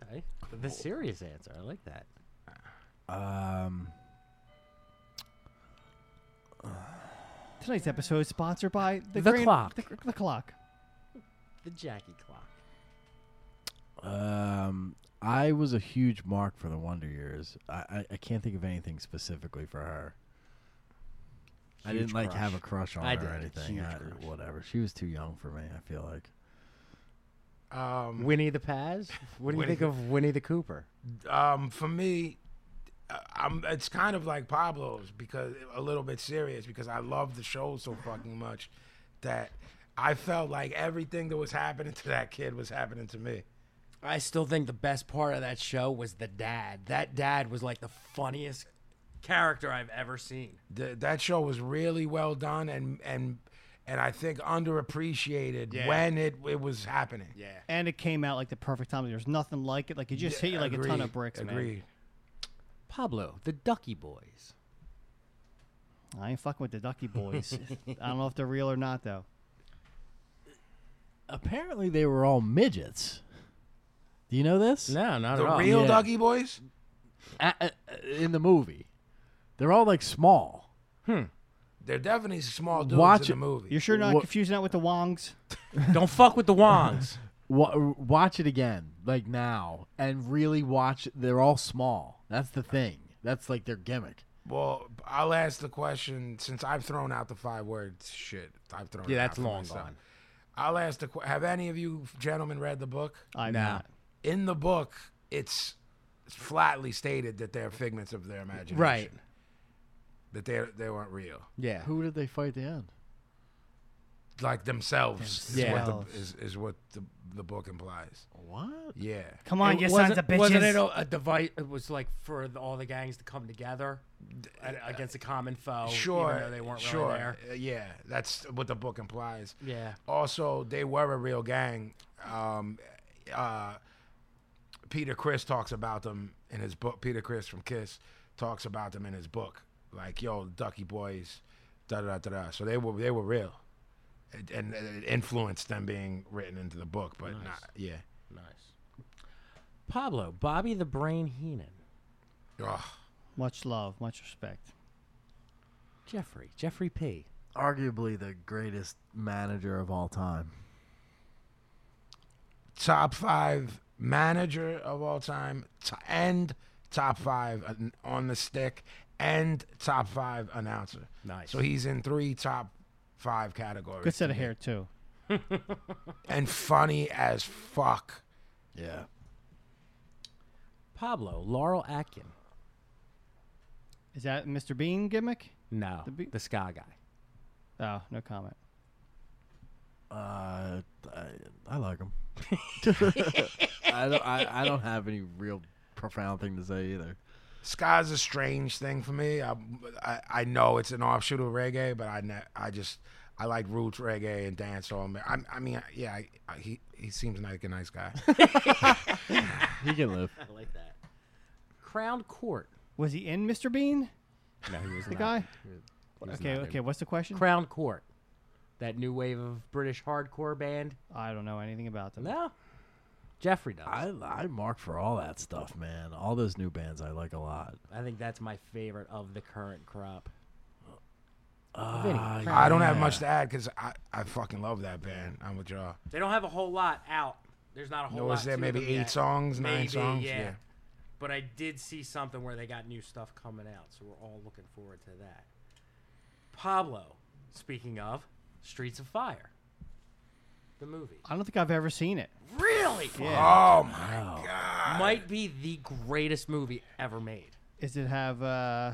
Speaker 3: Okay. The serious answer. I like that.
Speaker 7: Um,
Speaker 2: Tonight's episode is sponsored by the,
Speaker 3: The
Speaker 2: Grand-
Speaker 3: Clock.
Speaker 2: The, the clock.
Speaker 3: The Jackie clock.
Speaker 7: um, I was a huge mark for the Wonder Years. I, I, I can't think of anything specifically for her. I didn't like have a crush on
Speaker 3: I
Speaker 7: her or
Speaker 3: did.
Speaker 7: anything.
Speaker 3: Huge
Speaker 7: I-
Speaker 3: crush.
Speaker 7: Whatever. She was too young for me. I feel like.
Speaker 1: Um,
Speaker 3: Winnie the Paz. What do you
Speaker 1: Winnie
Speaker 3: think of Winnie the Cooper?
Speaker 1: um, for me, uh, I'm, it's kind of like Pablo's because a little bit serious because I love the show so fucking much that I felt like everything that was happening to that kid was happening to me.
Speaker 3: I still think the best part of that show was the dad. That dad was like the funniest character I've ever seen.
Speaker 1: Th that show was really well done and and and I think underappreciated
Speaker 3: Yeah.
Speaker 1: when it it was happening.
Speaker 3: Yeah.
Speaker 2: And it came out like the perfect time. There's nothing like it. Like it just hit you like a ton
Speaker 1: Agreed,
Speaker 2: of bricks, man.
Speaker 1: Agreed.
Speaker 3: Pablo, the Ducky Boys.
Speaker 2: I ain't fucking with the Ducky Boys. I don't know if they're real or not though.
Speaker 7: Apparently, they were all midgets. Do you know this?
Speaker 3: No, not
Speaker 1: The real
Speaker 7: Yeah.
Speaker 1: Ducky Boys?
Speaker 7: A- a- a- in the movie, they're all like small.
Speaker 1: They're definitely small dudes
Speaker 7: Watch
Speaker 1: in
Speaker 7: it.
Speaker 1: the movie.
Speaker 2: You're sure not
Speaker 7: Wha-
Speaker 2: confusing that with the Wongs?
Speaker 3: Don't fuck with the Wongs.
Speaker 7: Wa- watch it again, like now, and really watch. They're all small. That's the thing. That's like their gimmick.
Speaker 1: Well, I'll ask the question since I've thrown out the five words shit. I've thrown
Speaker 3: Yeah,
Speaker 1: it out
Speaker 3: that's
Speaker 1: for
Speaker 3: long
Speaker 1: myself.
Speaker 3: gone.
Speaker 1: I'll ask the que- have any of you gentlemen read the book?
Speaker 2: I'm
Speaker 3: Nah.
Speaker 2: not.
Speaker 1: In the book, it's flatly stated that they're figments of their imagination.
Speaker 3: Right.
Speaker 1: That they they weren't real.
Speaker 3: Yeah.
Speaker 7: Who did they fight at the end?
Speaker 1: Like themselves, Is, what
Speaker 2: Themselves.
Speaker 1: the, is, is what the the book implies.
Speaker 7: What?
Speaker 1: Yeah.
Speaker 2: Come on, you sons of bitches.
Speaker 3: Wasn't it a, a device? It was like for the, all the gangs to come together a- against a common foe.
Speaker 1: Sure.
Speaker 3: Oh, Even though they weren't
Speaker 1: sure.
Speaker 3: really there.
Speaker 1: Uh, Yeah, that's what the book implies.
Speaker 3: Yeah.
Speaker 1: Also, they were a real gang. Um, uh, Peter Chris talks about them in his book. Peter Chris from Kiss talks about them in his book. Like, yo, Ducky Boys, da da da da. So they were they were real, and, and it influenced them being written into the book, but not yeah.
Speaker 3: Nice. Pablo, Bobby the Brain Heenan.
Speaker 1: Ugh.
Speaker 2: Much love, much respect.
Speaker 3: Jeffrey. Jeffrey P.
Speaker 7: Arguably the greatest manager of all time.
Speaker 1: top five manager of all time t- and top five an- on the stick and top five announcer.
Speaker 3: Nice.
Speaker 1: So he's in three top five categories.
Speaker 2: Good set of hair too.
Speaker 1: And funny as fuck.
Speaker 7: Yeah.
Speaker 3: Pablo, Laurel Atkin.
Speaker 2: Is that Mr. Bean gimmick?
Speaker 3: No,
Speaker 2: The be-
Speaker 3: the ska guy.
Speaker 2: Oh, no comment.
Speaker 7: Uh, I, I like him. I don't. I, I don't have any real profound thing to say either.
Speaker 1: Sky's a strange thing for me. I, I, I know it's an offshoot of reggae, but I ne- I just I like roots reggae and dancehall. I, I mean, yeah, I, I, he he seems like a nice guy.
Speaker 7: He can live.
Speaker 3: I like that. Crown Court.
Speaker 2: Was he in Mr. Bean?
Speaker 3: No, he was
Speaker 2: The
Speaker 3: not.
Speaker 2: guy?
Speaker 3: He was
Speaker 2: Okay,
Speaker 3: not in
Speaker 2: okay. What's the question?
Speaker 3: Crown Court. That new wave of British hardcore band.
Speaker 2: I don't know anything about them.
Speaker 3: No. Jeffrey does. I,
Speaker 7: I I mark for all that stuff, man. All those new bands I like a lot.
Speaker 3: think that's my favorite of the current crop.
Speaker 7: Ah,
Speaker 1: I don't have
Speaker 7: yeah.
Speaker 1: much to add because I, I fucking love that band. I'm with y'all.
Speaker 3: They don't have a whole lot out. There's not a whole
Speaker 1: No,
Speaker 3: lot.
Speaker 1: was there
Speaker 3: to
Speaker 1: maybe
Speaker 3: them
Speaker 1: eight
Speaker 3: yet.
Speaker 1: songs, nine
Speaker 3: Maybe,
Speaker 1: songs?
Speaker 3: Yeah.
Speaker 1: Yeah.
Speaker 3: But I did see something where they got new stuff coming out, so we're all looking forward to that. Pablo, speaking of Streets of Fire, the movie.
Speaker 2: I don't think I've ever seen it.
Speaker 3: Really?
Speaker 1: Oh my god!
Speaker 3: Might be the greatest movie ever made.
Speaker 2: Is it have uh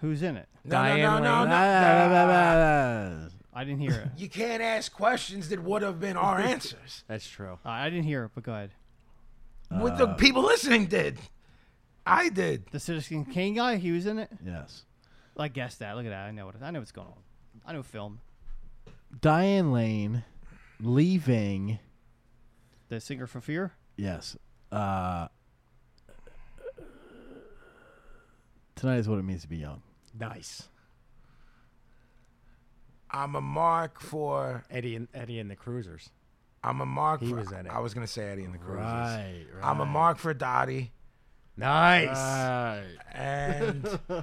Speaker 2: Who's in it?
Speaker 1: No,
Speaker 4: Diane
Speaker 1: no, no, no,
Speaker 3: Ah,
Speaker 4: Lane.
Speaker 1: no.
Speaker 2: I didn't hear it.
Speaker 1: You can't ask questions that would have been our answers.
Speaker 3: That's true.
Speaker 2: Uh, I didn't hear it, but go ahead.
Speaker 1: what the people listening did. I did.
Speaker 2: The Citizen Kane guy, he was in it.
Speaker 7: Yes.
Speaker 2: I guessed that. Look at that. I know what I know what's going on. I know film.
Speaker 7: Diane Lane leaving.
Speaker 2: The singer for Fear.
Speaker 7: Yes. Uh, tonight is what it means to be young.
Speaker 3: Nice.
Speaker 1: I'm a mark for.
Speaker 3: Eddie and Eddie and the Cruisers.
Speaker 1: I'm a mark
Speaker 3: He
Speaker 1: for.
Speaker 3: was in it.
Speaker 1: I was gonna say Eddie and the Cruisers.
Speaker 4: Right, right.
Speaker 1: I'm a mark for Dottie,
Speaker 3: Nice.
Speaker 4: Right.
Speaker 1: and uh,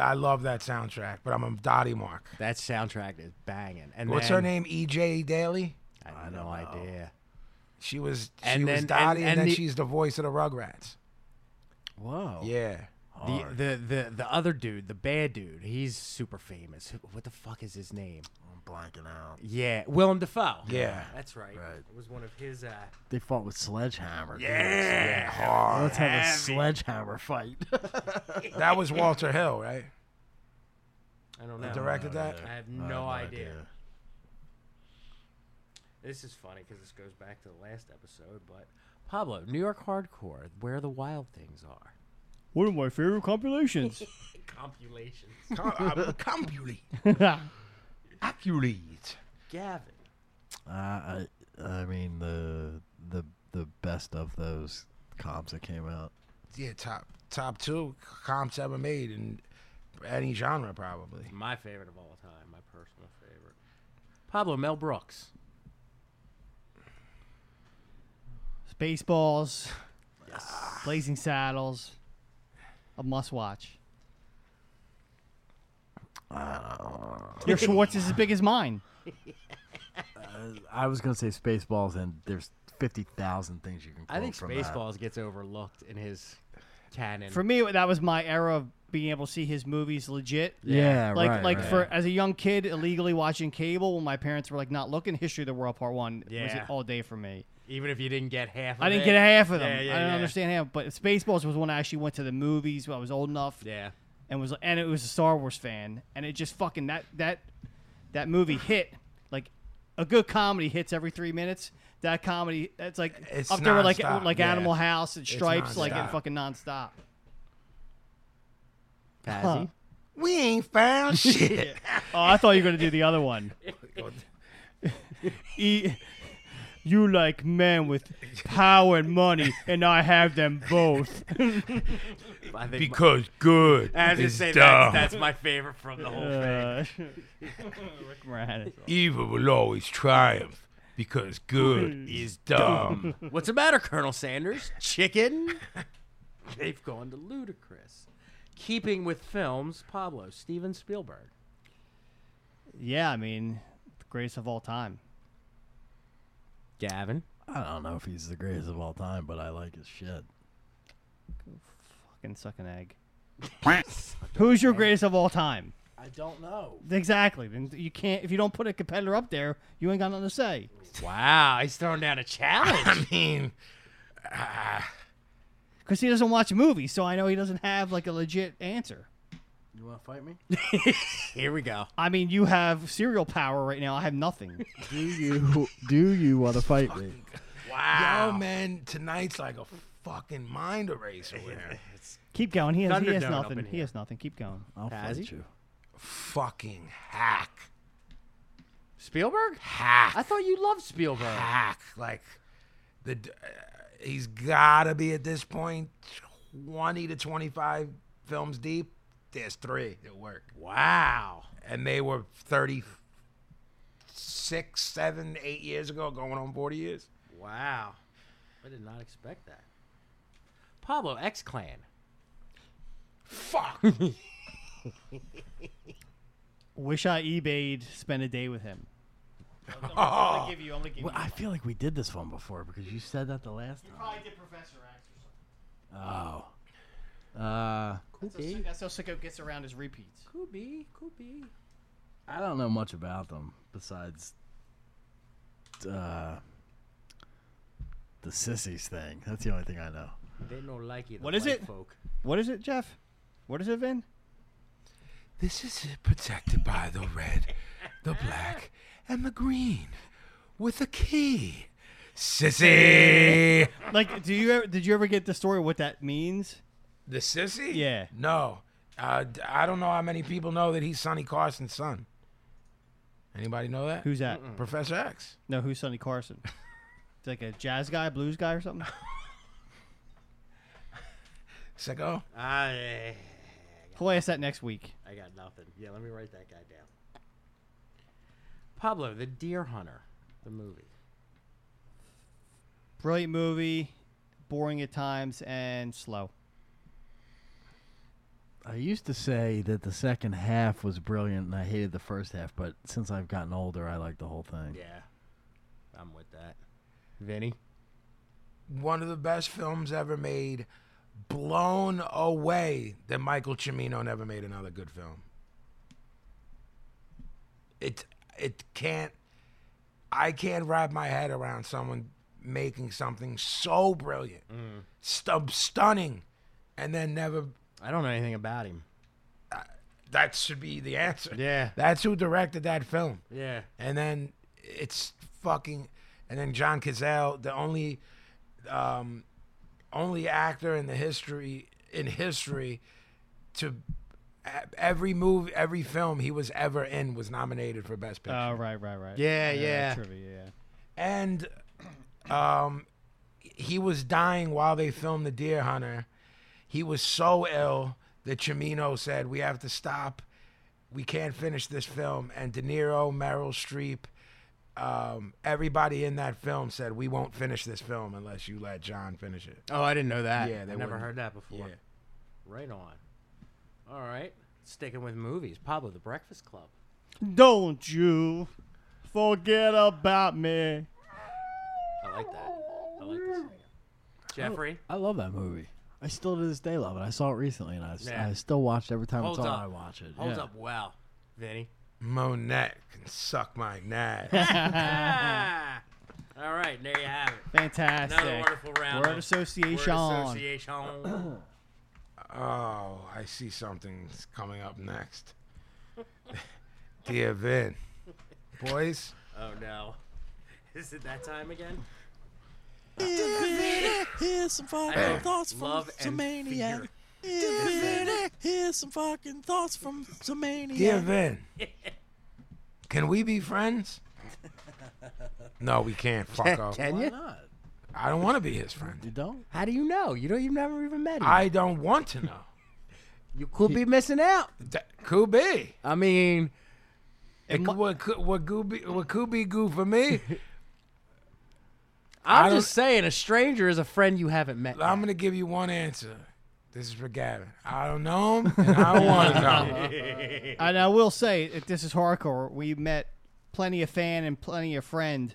Speaker 1: I love that soundtrack. But I'm a Dottie mark.
Speaker 3: that soundtrack is banging. And
Speaker 1: What's
Speaker 3: then-
Speaker 1: her name? E E.J. Daly.
Speaker 3: I have no idea.
Speaker 1: She was. She
Speaker 3: And
Speaker 1: was
Speaker 3: then-
Speaker 1: Dottie, and,
Speaker 3: and- and
Speaker 1: then
Speaker 3: the-
Speaker 1: she's the voice of the Rugrats.
Speaker 3: Whoa.
Speaker 1: Yeah.
Speaker 3: The, the the the other dude, the bad dude, he's super famous. Who- What the fuck is his name?
Speaker 1: I'm blanking out.
Speaker 3: Yeah, Willem Dafoe.
Speaker 1: Yeah.
Speaker 3: that's right.
Speaker 1: Right.
Speaker 3: It was one of his. Uh,
Speaker 4: They fought with sledgehammer. dude.
Speaker 1: Yeah. Hard.
Speaker 4: Let's have a sledgehammer fight.
Speaker 1: That was Walter Hill, right?
Speaker 3: I don't know.
Speaker 1: Directed that.
Speaker 3: I have no, idea. This is funny because this goes back to the last episode, but Pablo, New York hardcore, where the wild things are.
Speaker 2: One of my favorite compilations.
Speaker 3: Compulations.
Speaker 1: Com- uh, Compulate. Accurate.
Speaker 3: Gavin.
Speaker 7: Uh, I, I mean the the the best of those comps that came out.
Speaker 1: Yeah, top top two comps ever made in any genre probably.
Speaker 3: My favorite of all time. My personal favorite. Pablo Mel Brooks.
Speaker 2: Spaceballs. Blazing Saddles. A must watch.
Speaker 7: Uh,
Speaker 2: Your Schwartz is as big as mine.
Speaker 7: I was gonna say Spaceballs, and there's fifty thousand things you can.
Speaker 3: I think
Speaker 7: quote from that.
Speaker 3: Spaceballs gets overlooked in his canon.
Speaker 2: For me, that was my era of being able to see his movies legit.
Speaker 7: Yeah,
Speaker 2: Like,
Speaker 7: right,
Speaker 2: like
Speaker 7: right.
Speaker 2: for as a young kid, illegally watching cable when my parents were like not looking, History of the World Part One was it
Speaker 3: Yeah.
Speaker 2: all day for me.
Speaker 3: even if you didn't get half. Of
Speaker 2: I didn't
Speaker 3: it.
Speaker 2: get half of them.
Speaker 3: Yeah, yeah,
Speaker 2: I didn't
Speaker 3: yeah.
Speaker 2: understand half. But Spaceballs was when I actually went to the movies. When I was old enough,
Speaker 3: Yeah.
Speaker 2: and was and it was a Star Wars fan, and it just fucking that that that movie hit like a good comedy hits every three minutes. That comedy, that's like
Speaker 1: It's
Speaker 2: up there with like
Speaker 1: nonstop,
Speaker 2: like
Speaker 1: yeah.
Speaker 2: Animal House and Stripes, like and
Speaker 1: nonstop.
Speaker 2: fucking nonstop.
Speaker 3: Pazzi.
Speaker 1: We ain't found shit.
Speaker 2: Oh, I thought you were gonna do the other one. e- you like men with power and money, and I have them both.
Speaker 3: I think my-
Speaker 1: Because good.
Speaker 3: I was gonna
Speaker 1: is
Speaker 3: say
Speaker 1: dumb.
Speaker 3: that's, that's my favorite from the whole thing.
Speaker 2: Uh, Rick Moranis.
Speaker 1: Evil will always triumph because
Speaker 3: Hmm.
Speaker 1: good is dumb.
Speaker 3: What's the matter, Colonel Sanders? Chicken? They've gone to ludicrous. Keeping with films, Pablo, Steven Spielberg.
Speaker 2: Yeah, I mean, the greatest of all time.
Speaker 3: Gavin.
Speaker 7: I don't know if he's the greatest of all time, but I like his shit.
Speaker 2: Fucking suck an egg. Who's your greatest of all time?
Speaker 4: I don't know.
Speaker 2: Exactly. Then you can't if you don't put a competitor up there, you ain't got nothing to say.
Speaker 3: Wow, he's throwing down a challenge.
Speaker 1: I mean,
Speaker 2: Because he doesn't watch movies, so I know he doesn't have like a legit answer.
Speaker 7: You want to fight me?
Speaker 3: Here we go.
Speaker 2: I mean, you have serial power right now. I have nothing.
Speaker 7: do you do you want to fight me?
Speaker 1: wow. yo, man, tonight's like a fucking mind eraser. with me.
Speaker 2: Keep going. He has, he has
Speaker 3: Thunderdome up
Speaker 2: nothing.
Speaker 3: in
Speaker 2: He
Speaker 3: here.
Speaker 2: has nothing. Keep going.
Speaker 7: I'll
Speaker 3: Has
Speaker 7: fight
Speaker 3: he?
Speaker 7: you.
Speaker 1: fucking hack,
Speaker 3: Spielberg?
Speaker 1: hack,
Speaker 3: I thought you loved Spielberg.
Speaker 1: hack. Like the, d- uh, he's gotta be at this point twenty to twenty-five films deep. There's three that work.
Speaker 3: Wow.
Speaker 1: and they were 36, 7, 8 years ago, going on 40 years.
Speaker 3: Wow. I did not expect that. Pablo X Clan.
Speaker 1: Fuck.
Speaker 2: Wish I eBay'd spend a day with him.
Speaker 1: Oh,
Speaker 2: give you. I'm gonna give
Speaker 7: Well, I feel like we did this one before because you said that the last time.
Speaker 2: Probably did Professor X or something.
Speaker 7: Oh. Uh,
Speaker 2: That's how Sicko gets around his repeats.
Speaker 3: Could be, could be.
Speaker 7: I don't know much about them besides uh, the sissies thing. That's the only thing I know.
Speaker 3: They don't like you. the
Speaker 2: What is
Speaker 3: white
Speaker 2: it?
Speaker 3: Folk.
Speaker 2: What is it, Jeff? What is it, Vin?
Speaker 1: This is protected by the red, the black, and the green with a key. Sissy.
Speaker 2: Like, do you ever, did you ever get the story of what that means?
Speaker 1: The sissy?
Speaker 2: Yeah.
Speaker 1: No. Uh, d- I don't know how many people know that he's Sonny Carson's son. Anybody know that?
Speaker 2: Who's that?
Speaker 1: Professor X?
Speaker 2: No, who's Sonny Carson? It's like a jazz guy, blues guy, or something.
Speaker 1: Sicko?
Speaker 3: I,
Speaker 2: We'll ask that next week.
Speaker 3: I got nothing. Yeah, let me write that guy down. Pablo, the Deer Hunter, the movie.
Speaker 2: Brilliant movie, boring at times, and slow.
Speaker 4: I used to say that the second half was brilliant and I hated the first half, but since I've gotten older, I like the whole thing.
Speaker 3: Yeah, I'm with that. Vinny,
Speaker 1: One of the best films ever made. Blown away that Michael Cimino never made another good film. It it can't I can't wrap my head around someone making something so brilliant, stu- stunning, and then never
Speaker 3: I don't know anything about him.
Speaker 1: that should be the answer.
Speaker 3: Yeah.
Speaker 1: That's who directed that film.
Speaker 3: Yeah.
Speaker 1: And then it's fucking and then John Cazale, the only um only actor in the history in history to every movie every film he was ever in was nominated for best picture.
Speaker 2: Oh, right, right, right.
Speaker 3: Yeah, yeah.
Speaker 2: Trivia, yeah.
Speaker 1: and um he was dying while they filmed the deer hunter he was so ill that Chimino said we have to stop we can't finish this film and de niro meryl streep um, everybody in that film said we won't finish this film unless you let john finish it
Speaker 3: Oh, I didn't know that.
Speaker 1: Yeah,
Speaker 3: I
Speaker 1: they
Speaker 3: never
Speaker 1: wouldn't.
Speaker 3: heard that before.
Speaker 1: Yeah.
Speaker 3: Right on. All right, sticking with movies. Pablo, The Breakfast Club.
Speaker 2: Don't you forget about me.
Speaker 3: I like that. I like this. Singer. Jeffrey,
Speaker 4: I love that movie. I still to this day love it. I saw it recently and I, s-
Speaker 3: Yeah.
Speaker 4: I still watch it every time
Speaker 3: Holds
Speaker 4: it's on.
Speaker 3: up.
Speaker 4: I watch it.
Speaker 3: holds
Speaker 4: yeah.
Speaker 3: up well. Vinny.
Speaker 1: monet can suck my nat
Speaker 3: Ah! All right, there you have it.
Speaker 2: Fantastic.
Speaker 3: Another wonderful round.
Speaker 2: Word
Speaker 3: of
Speaker 2: association.
Speaker 3: Word association.
Speaker 1: oh i see something's coming up next dear vin boys
Speaker 3: oh no. Is it that time again?
Speaker 7: Here's some fucking
Speaker 3: I
Speaker 7: thoughts
Speaker 3: love and fear.
Speaker 7: Here's some fucking thoughts from Zamania.
Speaker 1: Dear Vin, can we be friends? No, we can't. Fuck off.
Speaker 3: Can you?
Speaker 1: I don't want to be his friend.
Speaker 4: You don't?
Speaker 3: How do you know? You don't. You've never even met him.
Speaker 1: I don't want to know.
Speaker 3: you could be missing out.
Speaker 1: That could be.
Speaker 3: I mean,
Speaker 1: It could, what could what could be what could be goo for me? I
Speaker 3: I'm
Speaker 1: don't-
Speaker 3: just saying, a stranger is a friend you haven't met.
Speaker 1: I'm gonna give you one answer. This is for Gavin. I don't know him, and I don't want to know. him.
Speaker 2: And I will say, if this is hardcore, we met plenty of fan and plenty of friend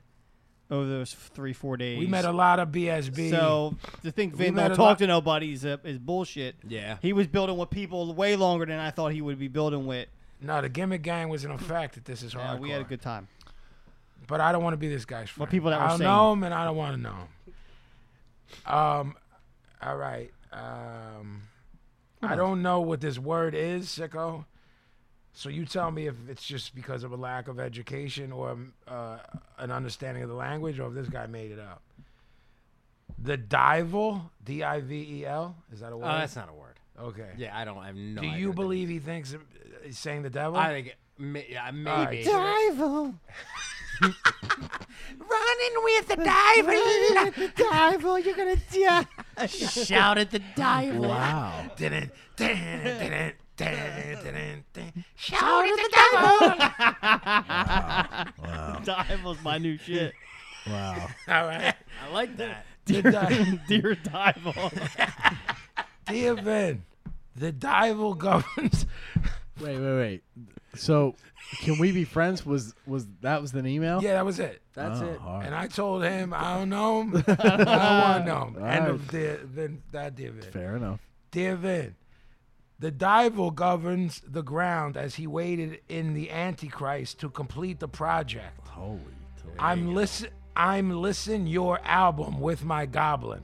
Speaker 2: over those three, four days.
Speaker 1: We met a lot of BSB.
Speaker 2: So to think Vin
Speaker 1: met
Speaker 2: don't
Speaker 1: a
Speaker 2: talk
Speaker 1: lot-
Speaker 2: to nobody is, uh, is bullshit.
Speaker 3: Yeah.
Speaker 2: He was building with people way longer than I thought he would be building with.
Speaker 1: no, the gimmick gang was in effect. That this is hardcore.
Speaker 2: Uh, we had a good time.
Speaker 1: but I don't want to be this guy's friend.
Speaker 2: Well, people that were
Speaker 1: I don't
Speaker 2: saying-
Speaker 1: know him, and I don't want to know him. Um, all right. Um, I don't know what this word is, sicko. So you tell me if it's just because of a lack of education or um, uh, an understanding of the language, or if this guy made it up. The divel, D-I-V-E-L, E is that a word?
Speaker 3: Oh, that's not a word.
Speaker 1: okay.
Speaker 3: Yeah, I don't. I have no.
Speaker 1: Do
Speaker 3: idea
Speaker 1: you
Speaker 3: what that means.
Speaker 1: believe he thinks it- he's saying the devil?
Speaker 3: I think it, may, yeah, maybe.
Speaker 4: Dival.
Speaker 1: Running with the devil.
Speaker 4: Dival, you're going to die.
Speaker 3: Shout at the diver.
Speaker 4: Wow.
Speaker 1: Dun, dun, dun, dun, dun, dun. Shout at the devil!
Speaker 2: Dival's my new shit.
Speaker 4: Wow.
Speaker 1: All right.
Speaker 3: I like that.
Speaker 1: The di-
Speaker 2: Dear Dival.
Speaker 1: Dear Ben, the Dival governs.
Speaker 4: Wait, wait, wait. So, can we be friends? Was was that was an email?
Speaker 1: Yeah, that was it.
Speaker 3: That's
Speaker 4: Oh,
Speaker 3: it.
Speaker 4: all right.
Speaker 1: And I told him I don't know him. I don't want to know him. End of
Speaker 4: right.
Speaker 1: dear, then that dear Ben.
Speaker 4: Fair enough.
Speaker 1: Dear Ben, the Dival governs the ground as he waited in the Antichrist to complete the project.
Speaker 4: Holy.
Speaker 1: I'm listen. I'm listen your album with my goblin.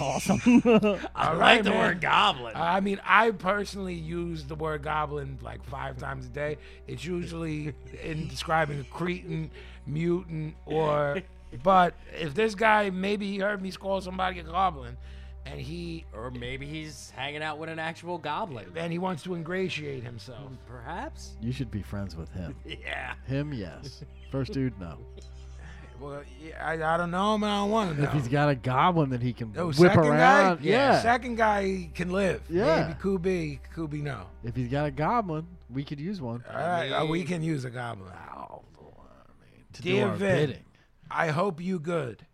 Speaker 2: Awesome.
Speaker 3: I
Speaker 1: All
Speaker 3: like
Speaker 1: right,
Speaker 3: the
Speaker 1: man.
Speaker 3: word goblin.
Speaker 1: I mean, I personally use the word goblin like five times a day. It's usually in describing a cretin, mutant, or. But if this guy, maybe he heard me call somebody a goblin, and he
Speaker 3: or maybe he's hanging out with an actual goblin.
Speaker 1: and he wants to ingratiate himself.
Speaker 3: Perhaps.
Speaker 4: You should be friends with him.
Speaker 3: Yeah.
Speaker 4: Him, yes. First dude, no.
Speaker 1: Well, yeah, I, I don't know him, and I don't want to know.
Speaker 4: If he's got a goblin that he can
Speaker 1: Oh,
Speaker 4: whip
Speaker 1: second
Speaker 4: around,
Speaker 1: guy,
Speaker 4: yeah.
Speaker 1: Second guy can live.
Speaker 4: Yeah.
Speaker 1: Maybe Kubi, Kubi, no.
Speaker 4: if he's got a goblin, we could use one.
Speaker 1: All right, uh, we can use a goblin.
Speaker 4: to
Speaker 1: Dear
Speaker 4: do our
Speaker 1: Vin.
Speaker 4: bidding.
Speaker 1: I hope you good.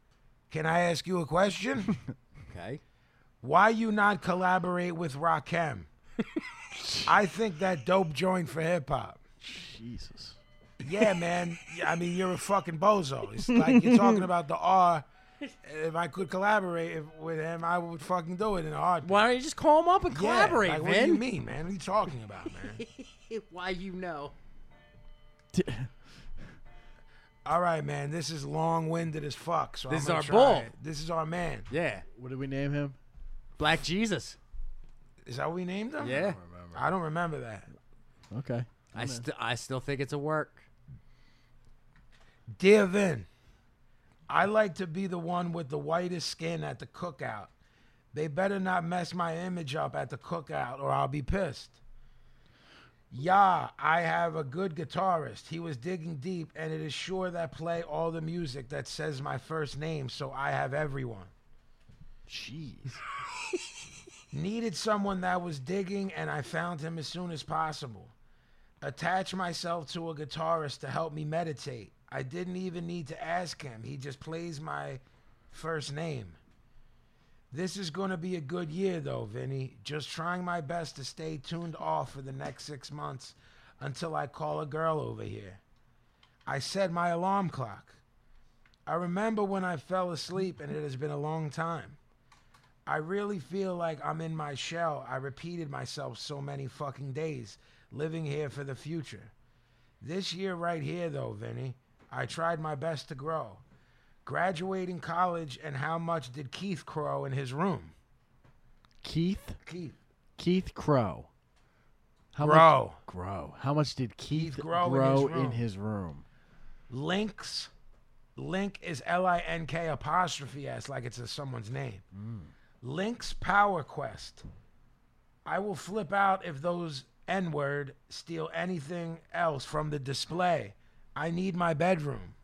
Speaker 1: Can I ask you a question?
Speaker 3: Okay.
Speaker 1: Why you not collaborate with Rakim? I think that dope joint for hip hop.
Speaker 4: Jesus.
Speaker 1: Yeah, man. Yeah, I mean, you're a fucking bozo. It's like you're talking about the R. If I could collaborate if- with him, I would fucking do it in a heartbeat.
Speaker 3: Why don't you just call him up and
Speaker 1: Yeah,
Speaker 3: collaborate,
Speaker 1: like,
Speaker 3: Vin?
Speaker 1: What do you mean, man? What are you talking about, man?
Speaker 3: Why you know?
Speaker 1: All right, man. This is long winded as fuck. So
Speaker 3: This
Speaker 1: I'm
Speaker 3: is
Speaker 1: gonna
Speaker 3: our
Speaker 1: try
Speaker 3: bull.
Speaker 1: it. This is our man.
Speaker 3: Yeah.
Speaker 4: What did we name him?
Speaker 3: Black Jesus.
Speaker 1: Is that what we named him?
Speaker 3: Yeah.
Speaker 1: I don't remember that.
Speaker 4: Okay.
Speaker 3: I, st- I still think it's a work.
Speaker 1: Dear Vin, I like to be the one with the whitest skin at the cookout. They better not mess my image up at the cookout or I'll be pissed. Yeah, I have a good guitarist. He was digging deep, and it is sure that play all the music that says my first name, so I have everyone.
Speaker 4: Jeez.
Speaker 1: Needed someone that was digging, and I found him as soon as possible. Attach myself to a guitarist to help me meditate. I didn't even need to ask him, he just plays my first name. This is going to be a good year, though, Vinny. Just trying my best to stay tuned off for the next six months until I call a girl over here. I set my alarm clock. I remember when I fell asleep, and it has been a long time. I really feel like I'm in my shell. I repeated myself so many fucking days, living here for the future. This year, right here, though, Vinny, I tried my best to grow. Graduating college, and how much did Keith crow in his room?
Speaker 4: Keith.
Speaker 1: Keith.
Speaker 4: Keith Crow. How much?
Speaker 1: Grow.
Speaker 4: Grow. How much did Keith,
Speaker 1: Keith
Speaker 4: grow,
Speaker 1: grow in his
Speaker 4: in
Speaker 1: room?
Speaker 4: his room?
Speaker 1: Links. Link is L I N K apostrophe S, like it's a, someone's name. Link's Power Quest. I will flip out if those N word steal anything else from the display. I need my bedroom.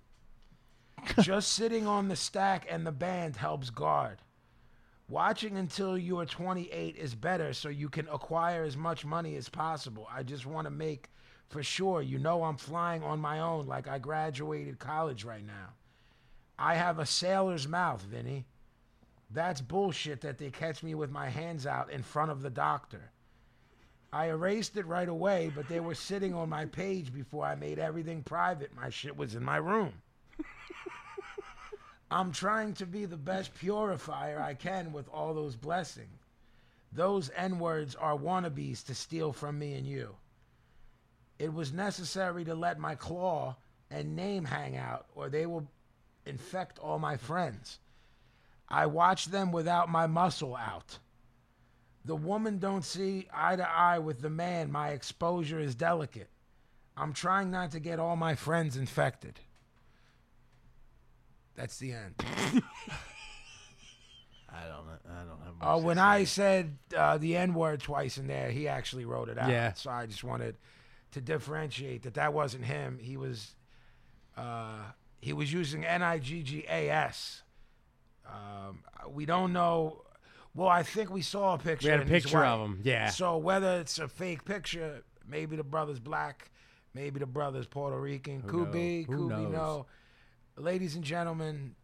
Speaker 1: Just sitting on the stack and the band helps guard. Watching until you are 28 is better so you can acquire as much money as possible. I just want to make for sure you know I'm flying on my own like I graduated college right now. I have a sailor's mouth, Vinny. That's bullshit that they catch me with my hands out in front of the doctor. I erased it right away, but they were sitting on my page before I made everything private. My shit was in my room. I'm trying to be the best purifier I can with all those blessings. Those N words are wannabes to steal from me and you. It was necessary to let my claw and name hang out, or they will infect all my friends. I watch them without my muscle out. The woman don't see eye to eye with the man. My exposure is delicate. I'm trying not to get all my friends infected. That's the end.
Speaker 4: I don't. I don't have.
Speaker 1: Uh, when I said uh, the N word twice in there, he actually wrote it out.
Speaker 3: Yeah.
Speaker 1: So I just wanted to differentiate that that wasn't him. He was, uh, he was using N I G G A S. Um, we don't know. Well, I think we saw a picture.
Speaker 3: We had a
Speaker 1: and he's
Speaker 3: picture of
Speaker 1: white.
Speaker 3: him. Yeah.
Speaker 1: So whether it's a fake picture, maybe the brother's black, maybe the brother's Puerto Rican. Could be,
Speaker 3: knows? Who
Speaker 1: could be
Speaker 3: knows?
Speaker 1: no. Ladies and gentlemen,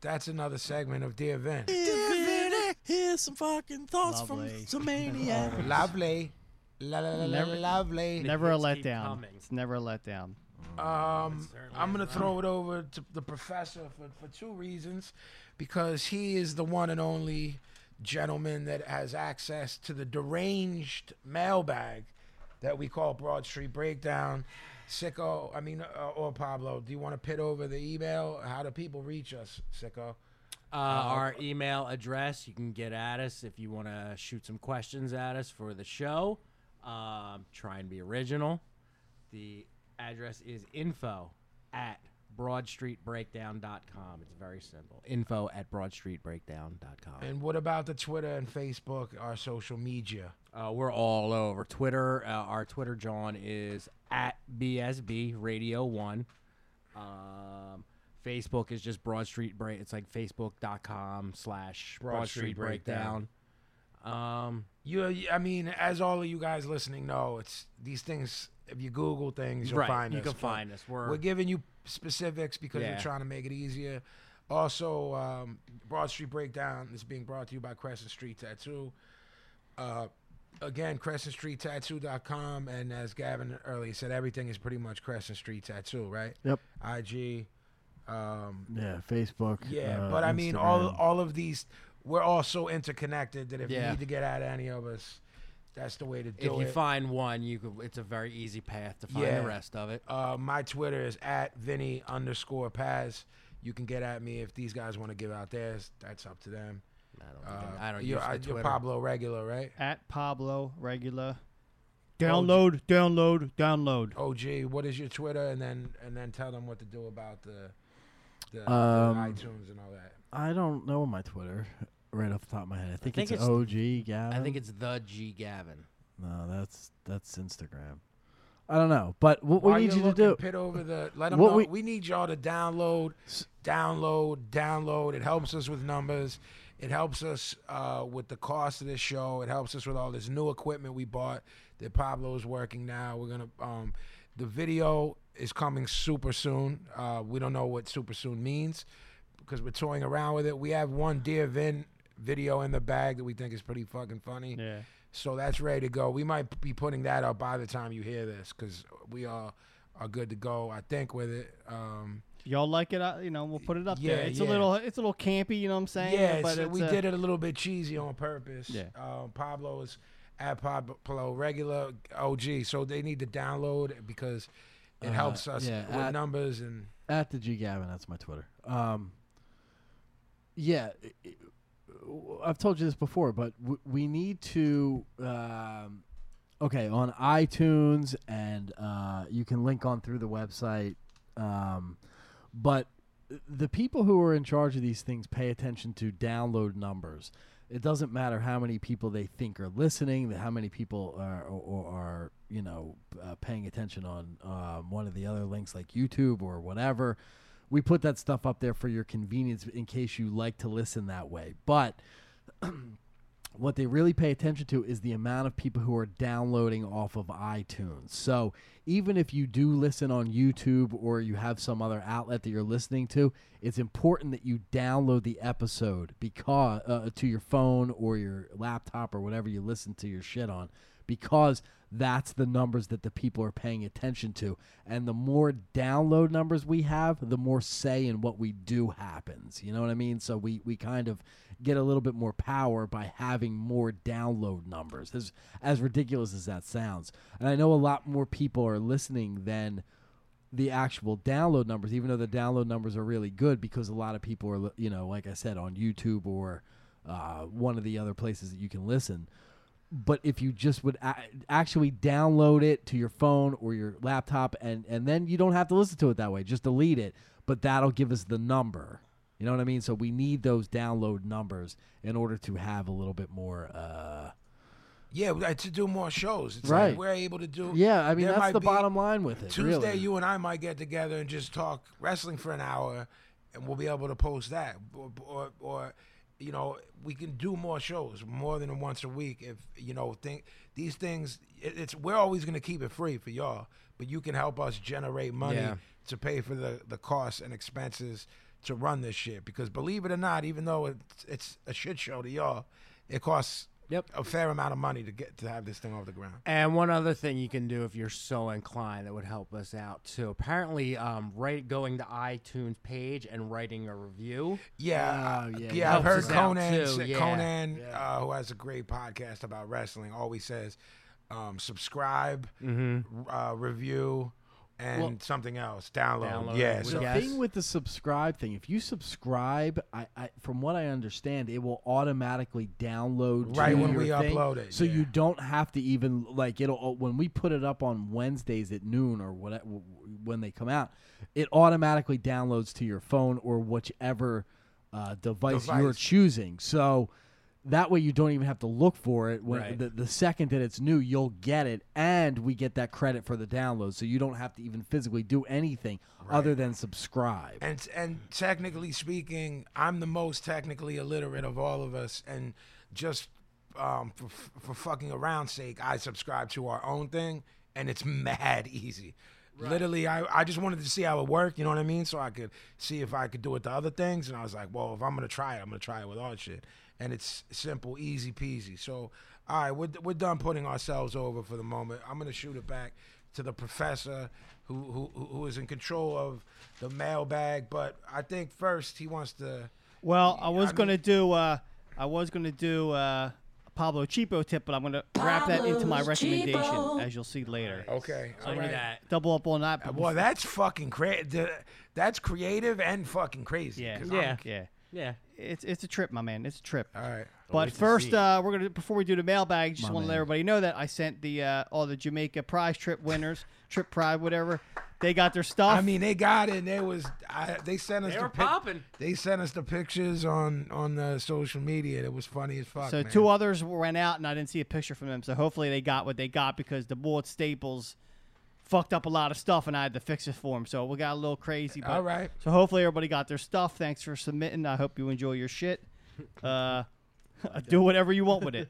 Speaker 1: that's another segment of Dear Vin.
Speaker 7: Here's some fucking thoughts
Speaker 2: Lovely.
Speaker 7: some maniac.
Speaker 1: Lovely. La, la, la,
Speaker 2: Never-
Speaker 1: la, lovely.
Speaker 2: never a
Speaker 3: hits keep
Speaker 2: letdown.
Speaker 3: coming.
Speaker 2: It's never a letdown.
Speaker 1: Um, I'm going to throw it over to the professor for, for two reasons because he is the one and only gentleman that has access to the deranged mailbag that we call Broad Street Breakdown. Sicko, I mean, uh, or Pablo, do you want to pit over the email? How do people reach us, Sicko?
Speaker 3: Uh, our email address. You can get at us if you want to shoot some questions at us for the show. Um, try and be original. The address is info at broadstreetbreakdown.com. It's very simple. Info at broadstreetbreakdown.com.
Speaker 1: And what about the Twitter and Facebook, our social media?
Speaker 3: Uh, we're all over Twitter. Uh, our Twitter, John, is at BSB Radio One. Um, Facebook is just Broad Street Break. It's like Facebook.com slash Broad Street Breakdown. Um,
Speaker 1: You, you- I mean, as all of you guys listening know, it's these things. If you Google things, you'll
Speaker 3: Right,
Speaker 1: find
Speaker 3: you
Speaker 1: us.
Speaker 3: can
Speaker 1: but
Speaker 3: find us. We're-
Speaker 1: we're giving you specifics because
Speaker 3: Yeah.
Speaker 1: we're trying to make it easier. Also, um, Broad Street Breakdown is being brought to you by Crescent Street Tattoo. Uh, again, CrescentStreetTattoo.com, and as Gavin earlier said, everything is pretty much Crescent Street Tattoo, right?
Speaker 4: Yep.
Speaker 1: IG. Um,
Speaker 4: Yeah, Facebook.
Speaker 1: yeah,
Speaker 4: uh,
Speaker 1: but I mean, all
Speaker 4: Instagram.
Speaker 1: all of these, we're all so interconnected that if you
Speaker 3: Yeah.
Speaker 1: need to get at any of us, that's the way to do
Speaker 3: if you
Speaker 1: it.
Speaker 3: find one, you could, it's a very easy path to find
Speaker 1: Yeah.
Speaker 3: the rest of it.
Speaker 1: uh, my Twitter is at Vinny underscore Paz. You can get at me if these guys want to give out theirs. That's up to them.
Speaker 3: I
Speaker 1: Uh,
Speaker 3: don't, think I don't
Speaker 1: you're,
Speaker 3: use
Speaker 1: uh,
Speaker 3: the
Speaker 1: you're
Speaker 3: Twitter.
Speaker 1: Pablo regular, right?
Speaker 2: At Pablo Regular. Download, download, download.
Speaker 1: OG, what is your Twitter? And then and then tell them what to do about the the,
Speaker 4: Um,
Speaker 1: the iTunes and all that.
Speaker 4: I don't know my Twitter right off the top of my head. I think,
Speaker 3: think
Speaker 4: it's,
Speaker 3: it's-
Speaker 4: OG Gavin.
Speaker 3: I think it's the G Gavin.
Speaker 4: no. That's that's Instagram. I don't know, but what
Speaker 1: While
Speaker 4: we need
Speaker 1: you're
Speaker 4: you to
Speaker 1: looking,
Speaker 4: do.
Speaker 1: Pit over the. Let them
Speaker 4: What
Speaker 1: know.
Speaker 4: we-
Speaker 1: We, need y'all to download, download, download. It helps us with numbers. It helps us uh, with the cost of this show. It helps us with all this new equipment we bought that Pablo is working now. We're gonna. Um, the video is coming super soon. Uh, we don't know what super soon means because we're toying around with it. We have one Dear Vin video in the bag that we think is pretty fucking funny.
Speaker 2: Yeah.
Speaker 1: So that's ready to go. We might be putting that up by the time you hear this because we all are good to go, I think, with it. Um,
Speaker 2: If y'all like it, uh, you know, we'll put it up there.
Speaker 1: Yeah,
Speaker 2: It's a
Speaker 1: yeah.
Speaker 2: little, it's a little campy. You know what I'm saying?
Speaker 1: yeah,
Speaker 2: but
Speaker 1: so
Speaker 2: it's
Speaker 1: we
Speaker 2: uh,
Speaker 1: did it a little bit cheesy on purpose.
Speaker 2: Yeah.
Speaker 1: Um, Pablo is at Pablo regular OG, so they need to download it because it
Speaker 4: Uh,
Speaker 1: helps us
Speaker 4: yeah,
Speaker 1: with
Speaker 4: at-
Speaker 1: numbers and
Speaker 4: at the G Gavin. That's my Twitter. Um, yeah, i- i- w- I've told you this before, but w- we need to. Um, okay, on iTunes, and uh, you can link on through the website. Um, but the people who are in charge of these things pay attention to download numbers. It doesn't matter how many people they think are listening, how many people are or, or are you know uh, paying attention on um, one of the other links like YouTube or whatever. We put that stuff up there for your convenience in case you like to listen that way. But what they really pay attention to is the amount of people who are downloading off of iTunes. So even if you do listen on YouTube or you have some other outlet that you're listening to, it's important that you download the episode because uh, to your phone or your laptop or whatever you listen to your shit on because that's the numbers that the people are paying attention to. And the more download numbers we have, the more say in what we do happens. You know what I mean? So we, we kind of get a little bit more power by having more download numbers, as, as ridiculous as that sounds. And I know a lot more people are listening than the actual download numbers, even though the download numbers are really good because a lot of people are, li- you know, like I said, on YouTube or uh, one of the other places that you can listen but if you just would a- actually download it to your phone or your laptop and and then you don't have to listen to it that way just delete it but that'll give us the number you know what i mean so we need those download numbers in order to have a little bit more uh
Speaker 1: yeah, we like to do more shows. It's
Speaker 4: Right.
Speaker 1: like we're able to do.
Speaker 4: yeah i mean
Speaker 1: there
Speaker 4: that's
Speaker 1: might
Speaker 4: the
Speaker 1: be-
Speaker 4: bottom line with it
Speaker 1: Tuesday,
Speaker 4: really.
Speaker 1: you and I might get together and just talk wrestling for an hour, and we'll be able to post that. Or, or, or you know, we can do more shows, more than once a week. If you know, think these things. It, it's we're always gonna keep it free for y'all, but you can help us generate money
Speaker 3: Yeah.
Speaker 1: to pay for the the costs and expenses to run this shit. Because believe it or not, even though it's it's a shit show to y'all, it costs.
Speaker 3: Yep.
Speaker 1: A fair amount of money to get to have this thing off the ground.
Speaker 3: And one other thing you can do if you're so inclined that would help us out too. Apparently, um, right going to iTunes page and writing a review.
Speaker 1: Yeah,
Speaker 4: Oh,
Speaker 1: uh,
Speaker 4: yeah,
Speaker 1: yeah,
Speaker 4: he
Speaker 1: I've heard
Speaker 3: helps us out
Speaker 1: Conan.
Speaker 3: too,
Speaker 1: say-
Speaker 3: yeah.
Speaker 1: Conan, Uh, who has a great podcast about wrestling, always says, um, "Subscribe, uh, review, and
Speaker 4: Well-
Speaker 1: something else. Download.
Speaker 3: Download,
Speaker 1: yeah.
Speaker 3: we
Speaker 1: So,
Speaker 3: got-
Speaker 4: The
Speaker 3: Yes.
Speaker 4: thing with the subscribe thing, if you subscribe, I, I from what I understand, it will automatically download to
Speaker 1: Right when
Speaker 4: your
Speaker 1: we
Speaker 4: thing,
Speaker 1: upload it,
Speaker 4: So you
Speaker 1: yeah.
Speaker 4: don't have to even like it'll uh, when we put it up on Wednesdays at noon or what when they come out, it automatically downloads to your phone or whichever uh, device, you're
Speaker 1: Device.
Speaker 4: choosing. So that way you don't even have to look for it when
Speaker 3: Right.
Speaker 4: the, the second that it's new you'll get it and we get that credit for the download so you don't have to even physically do anything other than subscribe
Speaker 1: and and technically speaking, I'm the most technically illiterate of all of us, and just um, for for fucking around sake, I subscribe to our own thing, and it's mad easy. Literally, I, I just wanted to see how it worked, you know what I mean? So I could see if I could do it to other things. And I was like, well, if I'm going to try it, I'm going to try it with our shit. And it's simple, easy peasy. So, all right, we're, we're done putting ourselves over for the moment. I'm going to shoot it back to the professor who, who, who- who is in control of the mailbag. But I think first he wants to.
Speaker 2: Well, I was
Speaker 1: mean-
Speaker 2: gonna do. Uh, I was gonna do uh, a Pablo Cheapo tip, but I'm gonna wrap that into my
Speaker 5: Pablo's
Speaker 2: recommendation,
Speaker 5: Cheapo.
Speaker 2: as you'll see later.
Speaker 1: Okay.
Speaker 3: I need that.
Speaker 2: Double up on that. but
Speaker 1: Well, that's fucking crazy. That's creative and fucking crazy.
Speaker 2: yeah,
Speaker 1: 'cause I'm-
Speaker 2: yeah,
Speaker 3: Yeah.
Speaker 2: yeah.
Speaker 3: Yeah.
Speaker 2: It's it's a trip, my man. It's a trip.
Speaker 1: All right.
Speaker 2: But first, uh, we're gonna before we do the mailbag, just
Speaker 4: My
Speaker 2: want to let
Speaker 4: man.
Speaker 2: everybody know that I sent the uh, all the Jamaica prize trip winners, trip pride, whatever. They got their stuff.
Speaker 1: I mean, they got it. And there was I, they sent us
Speaker 3: They
Speaker 1: the
Speaker 3: were
Speaker 1: pic-
Speaker 3: popping.
Speaker 1: They sent us the pictures on on the social media. It was funny as fuck.
Speaker 2: so
Speaker 1: man.
Speaker 2: two others went out, and I didn't see a picture from them. So hopefully they got what they got because the board staples fucked up a lot of stuff, and I had to fix it for them. So we got a little crazy. But,
Speaker 1: All right.
Speaker 2: So hopefully everybody got their stuff. Thanks for submitting. I hope you enjoy your shit. Uh, do whatever you want with it.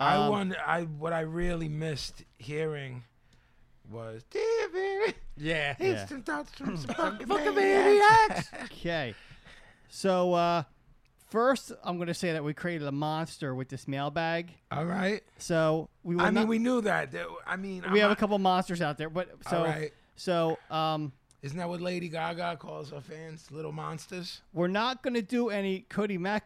Speaker 1: I won. I what I really missed hearing was David.
Speaker 3: Yeah.
Speaker 1: It's some thoughts from some fucking
Speaker 3: Fuck a
Speaker 1: maniacs."
Speaker 3: maniac.
Speaker 2: Okay. So uh, first, I'm going to say that we created a monster with this mailbag.
Speaker 1: All right.
Speaker 2: So we will
Speaker 1: I mean,
Speaker 2: not-
Speaker 1: we knew that. There- I mean,
Speaker 2: we have
Speaker 1: a
Speaker 2: a couple monsters out there, but so
Speaker 1: right.
Speaker 2: so um,
Speaker 1: Isn't that what Lady Gaga calls her fans? Little monsters.
Speaker 2: we're not going to do any Cody Mack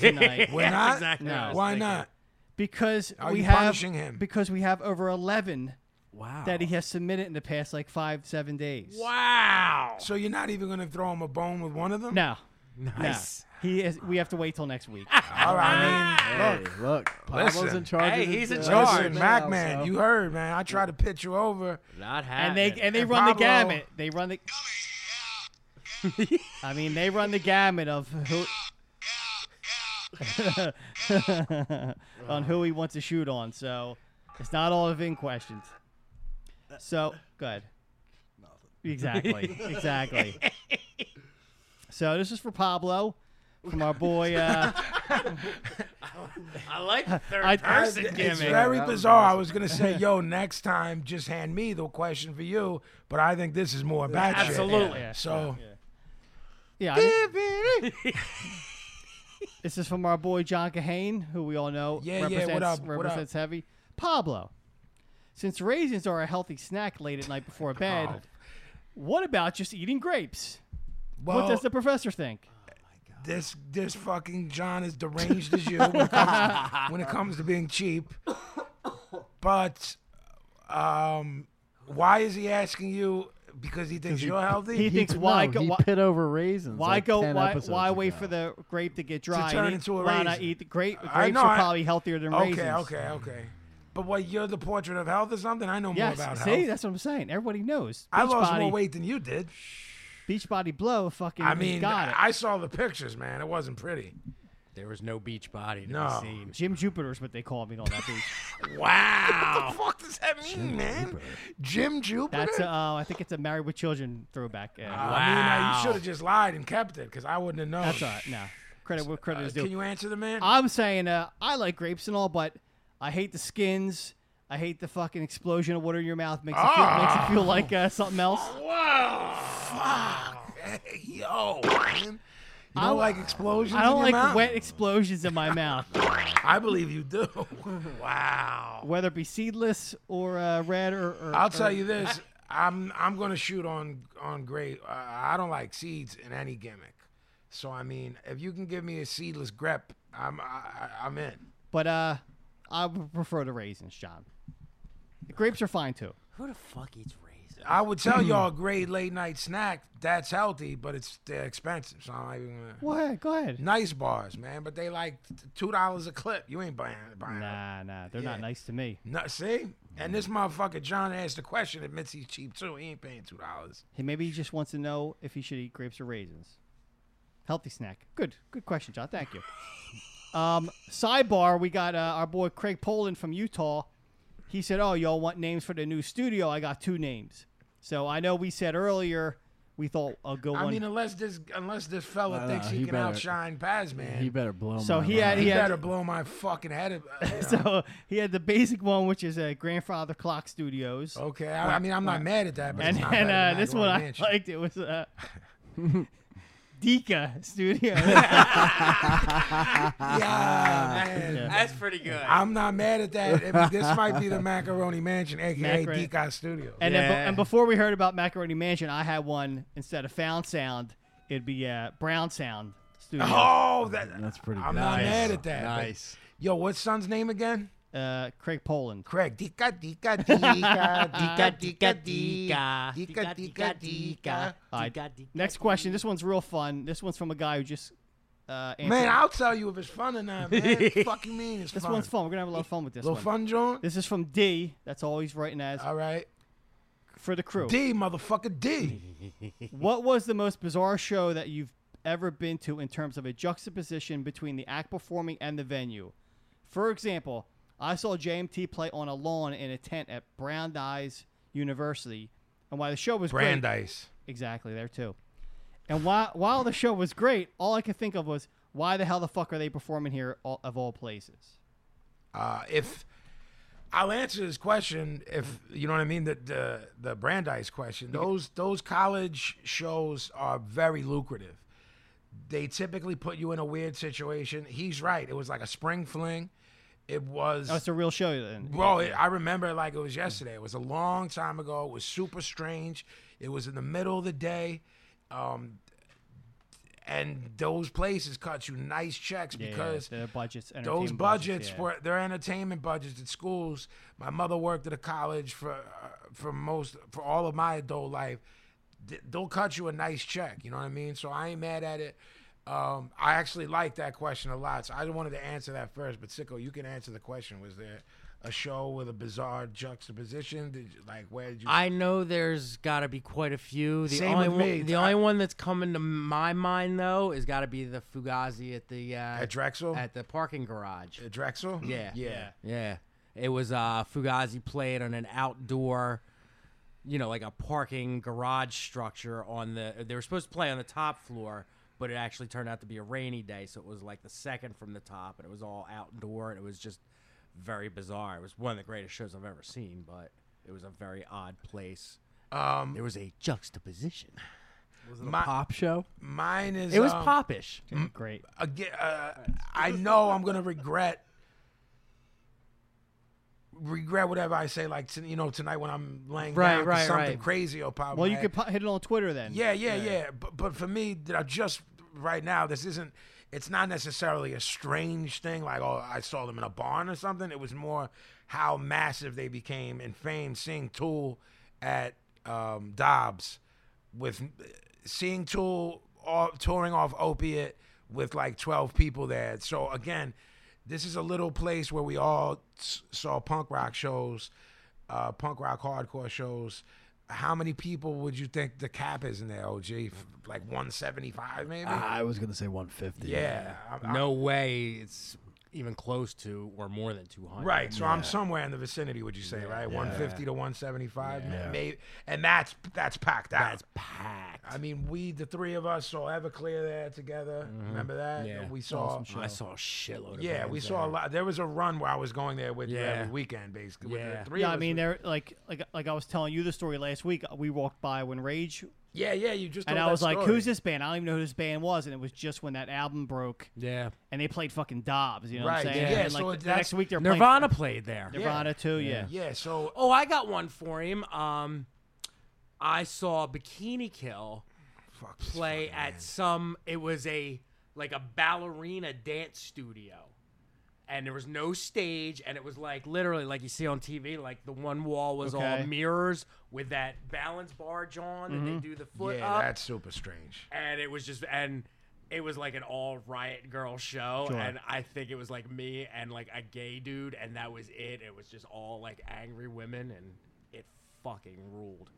Speaker 2: tonight
Speaker 1: We're not.
Speaker 3: exactly what I was
Speaker 1: Why
Speaker 3: thinking.
Speaker 1: not?
Speaker 2: because
Speaker 1: Are
Speaker 2: we
Speaker 1: you
Speaker 2: have
Speaker 1: punishing him?
Speaker 2: because we have over 11
Speaker 4: wow
Speaker 2: that he has submitted in the past like five seven days.
Speaker 3: Wow.
Speaker 1: So you're not even gonna throw him a bone with one of them?
Speaker 2: No,
Speaker 3: Nice.
Speaker 2: no. He is. We have to wait till next week.
Speaker 1: All right. I mean,
Speaker 4: Hey, look, Pablo's
Speaker 1: Listen.
Speaker 4: in charge.
Speaker 3: Hey,
Speaker 4: of
Speaker 3: he's
Speaker 4: this,
Speaker 3: in
Speaker 4: uh,
Speaker 3: charge.
Speaker 1: Listen, Mac
Speaker 4: now,
Speaker 1: man,
Speaker 4: so-
Speaker 1: you heard, man. I tried to pitch you over.
Speaker 3: Not
Speaker 2: and they
Speaker 3: happening.
Speaker 2: and they
Speaker 1: And
Speaker 2: run the
Speaker 1: Pablo-
Speaker 2: gamut. They run the. I mean, they run the gamut of who. on who he wants to shoot on, so it's not all of in questions. So good. Exactly. Exactly. so this is for Pablo, from our boy. Uh,
Speaker 3: I like the third
Speaker 2: I- I-
Speaker 3: person
Speaker 1: It's
Speaker 3: gimmick.
Speaker 1: very bizarre. I was gonna say, yo, next time, just hand me the question for you. But I think this is more about you.
Speaker 3: Absolutely.
Speaker 2: Yeah.
Speaker 1: So,
Speaker 2: yeah, I mean, this is from our boy John Kahane, who we all know
Speaker 1: Yeah, yeah, what
Speaker 2: represents,
Speaker 1: up, what up?
Speaker 2: represents heavy. Pablo, since raisins are a healthy snack late at night before bed, what about just eating grapes?
Speaker 1: well,
Speaker 2: what does the professor think?
Speaker 1: this this fucking John is deranged as you when it comes, when it comes to being cheap. But, um, why is he asking you? Because he thinks you're healthy.
Speaker 2: He thinks why
Speaker 4: no,
Speaker 2: go
Speaker 4: he
Speaker 2: why,
Speaker 4: pit over raisins.
Speaker 2: why
Speaker 4: like
Speaker 2: go
Speaker 4: 10
Speaker 2: why,
Speaker 4: episodes
Speaker 2: why wait
Speaker 4: ago.
Speaker 2: for the grape to get dry?
Speaker 1: turn
Speaker 2: and eat-
Speaker 1: into a
Speaker 2: why not
Speaker 1: raisin.
Speaker 2: eat the grape? Grapes
Speaker 1: I know,
Speaker 2: are
Speaker 1: I-
Speaker 2: probably healthier than
Speaker 1: okay,
Speaker 2: raisins.
Speaker 1: okay, okay. But what you're the portrait of health or something? I know
Speaker 2: Yes,
Speaker 1: more about
Speaker 2: see,
Speaker 1: health.
Speaker 2: that's what I'm saying. Everybody knows.
Speaker 1: I lost
Speaker 2: Beachbody-
Speaker 1: more weight than you did.
Speaker 2: Beachbody blow, fucking
Speaker 1: I mean,
Speaker 2: got it.
Speaker 1: I saw the pictures, man. It wasn't pretty.
Speaker 3: There was no beach body to
Speaker 1: No.
Speaker 3: be seen.
Speaker 2: Jim Jupiter's what they call me on that beach.
Speaker 1: What the fuck does that mean, man? Jim Jupiter?
Speaker 2: That's uh, I think it's a Married with Children throwback. uh, Yeah.
Speaker 1: I mean, I,
Speaker 3: Wow.
Speaker 1: you should have just lied and kept it because I wouldn't have known.
Speaker 2: that's all right. No credit where credit
Speaker 1: Uh,
Speaker 2: is due.
Speaker 1: can you answer the man?
Speaker 2: I'm saying uh, I like grapes and all, but I hate the skins. I hate the fucking explosion of water in your mouth. Makes it feel, makes it feel like uh, something else.
Speaker 1: Ah. wow. Fuck. Hey, yo, man. You don't like explosions?
Speaker 2: I don't
Speaker 1: in
Speaker 2: like
Speaker 1: your mouth?
Speaker 2: wet explosions in my mouth,
Speaker 1: I believe you do. wow.
Speaker 2: whether it be seedless or uh, red or. or
Speaker 1: I'll tell you this. I'm I'm gonna shoot on on grape. Uh, I don't like seeds in any gimmick. So I mean, if you can give me a seedless grep, I'm I, I- I'm in.
Speaker 2: But uh, I would prefer the raisins, John. The grapes are fine too.
Speaker 3: Who the fuck eats raisins?
Speaker 1: I would tell y'all a great late night snack that's healthy, but it's they're expensive. So I'm not even gonna-
Speaker 2: Go ahead. Go ahead.
Speaker 1: nice bars, man, but they like t- two dollars a clip. You ain't buying buying. them.
Speaker 2: Nah, nah. They're not nice to me.
Speaker 1: No, see, and this motherfucker John asked the question. Admits he's cheap too. He ain't paying two dollars.
Speaker 2: Hey, maybe he just wants to know if he should eat grapes or raisins. Healthy snack. Good. Good question, John. Thank you. Um, sidebar, we got uh, our boy Craig Poland from Utah. He said, Oh, y'all want names for the new studio? I got two names. So I know we said earlier we thought a good
Speaker 1: I
Speaker 2: one.
Speaker 1: mean, unless this unless this fella
Speaker 7: Nah,
Speaker 1: thinks
Speaker 7: nah,
Speaker 1: he,
Speaker 7: he
Speaker 1: can
Speaker 7: better-
Speaker 1: outshine Paz, man,
Speaker 7: He
Speaker 1: he,
Speaker 7: better blow.
Speaker 2: So
Speaker 7: my
Speaker 2: he
Speaker 7: mind.
Speaker 2: had- he had-
Speaker 1: better blow my fucking head. ab- uh, you know.
Speaker 2: so he had the basic one, which is uh, Grandfather Clock Studios.
Speaker 1: okay, I, I mean, I'm not mad at that, but
Speaker 2: and
Speaker 1: it's Oh, not
Speaker 2: and
Speaker 1: better
Speaker 2: uh,
Speaker 1: than
Speaker 2: this
Speaker 1: Macaroni
Speaker 2: one I
Speaker 1: Mansion.
Speaker 2: liked. It was uh, Dika Studios. Ah.
Speaker 1: yeah, man.
Speaker 3: That's pretty good.
Speaker 1: I'm not mad at that. It- this might be the Macaroni Mansion, aka
Speaker 2: Macaroni.
Speaker 1: Deca Studio.
Speaker 2: And, then,
Speaker 3: Yeah.
Speaker 2: and before we heard about Macaroni Mansion, I had one instead of Found Sound, it'd be uh, Brown Sound Studio.
Speaker 1: oh, that,
Speaker 7: That's pretty
Speaker 1: I'm
Speaker 7: good.
Speaker 1: not
Speaker 7: Nice.
Speaker 1: mad at that. but-
Speaker 7: Nice.
Speaker 1: Yo, what's son's name again?
Speaker 2: Uh, Craig Poland.
Speaker 1: Craig. Deca, Deca, Deca, Deca, Deca,
Speaker 3: Dika.
Speaker 1: Deca, Deca, Deca, Deca.
Speaker 2: All right. Next question. This one's real fun. This one's from a guy who just uh, answered.
Speaker 1: Man, I'll tell you if it's fun or not, man. Fuck you mean it's
Speaker 2: this
Speaker 1: fun.
Speaker 2: one's fun. We're gonna have a lot of fun with this
Speaker 1: Little
Speaker 2: one.
Speaker 1: fun, John?
Speaker 2: This is from D. That's all he's writing as
Speaker 1: All right.
Speaker 2: for the crew.
Speaker 1: D, motherfucker, D.
Speaker 2: What was the most bizarre show that you've ever been to in terms of a juxtaposition between the act performing and the venue? For example, I saw JMT play on a lawn in a tent at Brandeis University, and while the show was great,
Speaker 1: Brandeis.
Speaker 2: exactly there too, and while while the show was great, all I could think of was why the hell the fuck are they performing here all, of all places?
Speaker 1: Uh, if I'll answer this question, if you know what I mean, the the, the Brandeis question. Those those college shows are very lucrative. They typically put you in a weird situation. He's right. It was like a spring fling. It was
Speaker 2: Oh, it's a real show then.
Speaker 1: Bro, it, I remember it like it was yesterday. It was a long time ago. It was super strange. It was in the middle of the day. Um, and those places cut you nice checks
Speaker 2: Yeah,
Speaker 1: because
Speaker 2: their budgets,
Speaker 1: those
Speaker 2: entertainment
Speaker 1: budgets
Speaker 2: yeah.
Speaker 1: were their entertainment budgets at schools. My mother worked at a college for uh, for most for all of my adult life. Th- They'll cut you a nice check. You know what I mean? So I ain't mad at it. Um, I actually like that question a lot. So I just wanted to answer that first. But Sicko, you can answer the question. Was there a show with a bizarre juxtaposition? Did you, like where did you?
Speaker 3: I know there's got to be quite a few. The
Speaker 1: Same
Speaker 3: only
Speaker 1: with me.
Speaker 3: one, the only one that's coming to my mind though is got to be the Fugazi at the uh,
Speaker 1: at Drexel.
Speaker 3: at the parking garage.
Speaker 1: At Drexel.
Speaker 3: Yeah.
Speaker 1: Yeah.
Speaker 3: Yeah. It was uh Fugazi played on an outdoor you know, like a parking garage structure on the they were supposed to play on the top floor, but it actually turned out to be a rainy day, so it was like the second from the top and it was all outdoor and it was just very bizarre. It was one of the greatest shows I've ever seen, but it was a very odd place.
Speaker 1: Um,
Speaker 3: There was a juxtaposition.
Speaker 1: my-
Speaker 7: pop show.
Speaker 1: mine is.
Speaker 3: It was
Speaker 1: um,
Speaker 3: popish.
Speaker 2: Great.
Speaker 1: again, uh, I know I'm gonna regret regret whatever I say. Like to, you know, tonight when I'm laying
Speaker 3: Right,
Speaker 1: down 'cause
Speaker 3: right,
Speaker 1: something
Speaker 3: right.
Speaker 1: crazy or pop. my
Speaker 2: Well, you
Speaker 1: head.
Speaker 2: could po- hit it on Twitter then.
Speaker 1: Yeah, yeah, yeah. But, but for me, that I just right now, this isn't. It's not necessarily a strange thing. Like, oh, I saw them in a barn or something. It was more how massive they became in fame. Seeing Tool at um, Dobbs, with seeing Tool all, touring off Opiate with like twelve people there. So again, this is a little place where we all s- saw punk rock shows, uh, punk rock hardcore shows. How many people would you think the cap is in there, OG? F- Like 175, maybe?
Speaker 4: I was gonna say 150.
Speaker 1: yeah. I'm- I'm-
Speaker 3: No way it's even close to or more than 200.
Speaker 1: right. So I'm somewhere in the vicinity, would you say, right? 150 to 175, maybe. And that's that's packed out. That's packed. I mean, we, the three of us, saw Everclear there together. Remember that?
Speaker 3: Yeah.
Speaker 1: We saw.
Speaker 3: I saw a shitload of
Speaker 1: Yeah,
Speaker 3: bands
Speaker 1: we
Speaker 3: there.
Speaker 1: saw a lot. There was a run where I was going there with you
Speaker 3: Yeah.
Speaker 1: every weekend, basically. with the
Speaker 3: Yeah.
Speaker 1: three
Speaker 2: yeah,
Speaker 1: of
Speaker 2: I
Speaker 1: us.
Speaker 2: mean, they're like, like, like I was telling you the story last week. uh, We walked by when Rage,
Speaker 1: yeah, yeah. You just
Speaker 2: and
Speaker 1: told
Speaker 2: I
Speaker 1: that
Speaker 2: was like,
Speaker 1: story.
Speaker 2: "Who's this band?" I don't even know who this band was, and it was just when that album broke,
Speaker 3: Yeah.
Speaker 2: and they played fucking Dobbs. You know what
Speaker 1: Right,
Speaker 2: I'm saying?
Speaker 1: yeah,
Speaker 2: And,
Speaker 1: so
Speaker 2: like, the- the
Speaker 1: that's-
Speaker 2: next week they're
Speaker 3: Nirvana played there.
Speaker 2: playing Nirvana too. Yeah.
Speaker 1: Yeah, so
Speaker 3: Oh, I got one for him. Um, I saw Bikini Kill
Speaker 1: Fuck this
Speaker 3: play
Speaker 1: fucking
Speaker 3: at
Speaker 1: man.
Speaker 3: some. It was a like a ballerina dance studio, and there was no stage, and it was like literally like you see on TV, like the one wall was
Speaker 2: Okay.
Speaker 3: all mirrors with that balance barge on, and they do the foot
Speaker 1: Yeah,
Speaker 3: up,
Speaker 1: that's super strange.
Speaker 3: and it was just and it was like an all riot girl show and i think it was like me and like a gay dude and that was it it was just all like angry women and it fucking ruled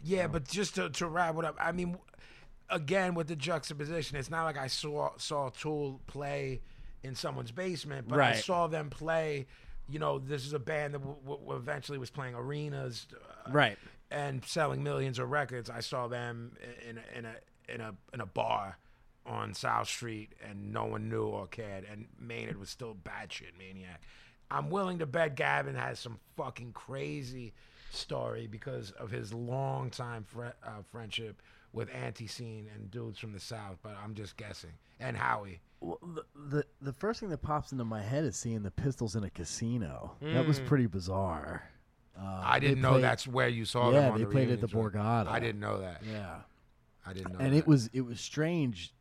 Speaker 1: Yeah, but just to, to wrap it up, I mean, again with the juxtaposition, it's not like I saw saw Tool play in someone's basement, but I
Speaker 3: Right.
Speaker 1: saw them play. You know, this is a band that w- w- eventually was playing arenas, uh,
Speaker 3: right
Speaker 1: and selling millions of records. I saw them in in a in a in a bar on South Street, and no one knew or cared. And Maynard was still batshit maniac. I'm willing to bet Gavin has some fucking crazy story because of his longtime fri uh, friendship with anti scene and dudes from the South. But I'm just guessing. And Howie,
Speaker 4: Well, the, the the first thing that pops into my head is seeing the Pistols in a casino. That
Speaker 2: Hmm.
Speaker 4: was pretty bizarre. Uh,
Speaker 1: I didn't
Speaker 4: they
Speaker 1: know
Speaker 4: played-
Speaker 1: that's where you saw
Speaker 4: Yeah,
Speaker 1: them. on
Speaker 4: they
Speaker 1: the
Speaker 4: played at the
Speaker 1: reunion tour.
Speaker 4: Borgata.
Speaker 1: I didn't know that.
Speaker 4: Yeah,
Speaker 1: I didn't know.
Speaker 4: and
Speaker 1: that.
Speaker 4: it was it was strange.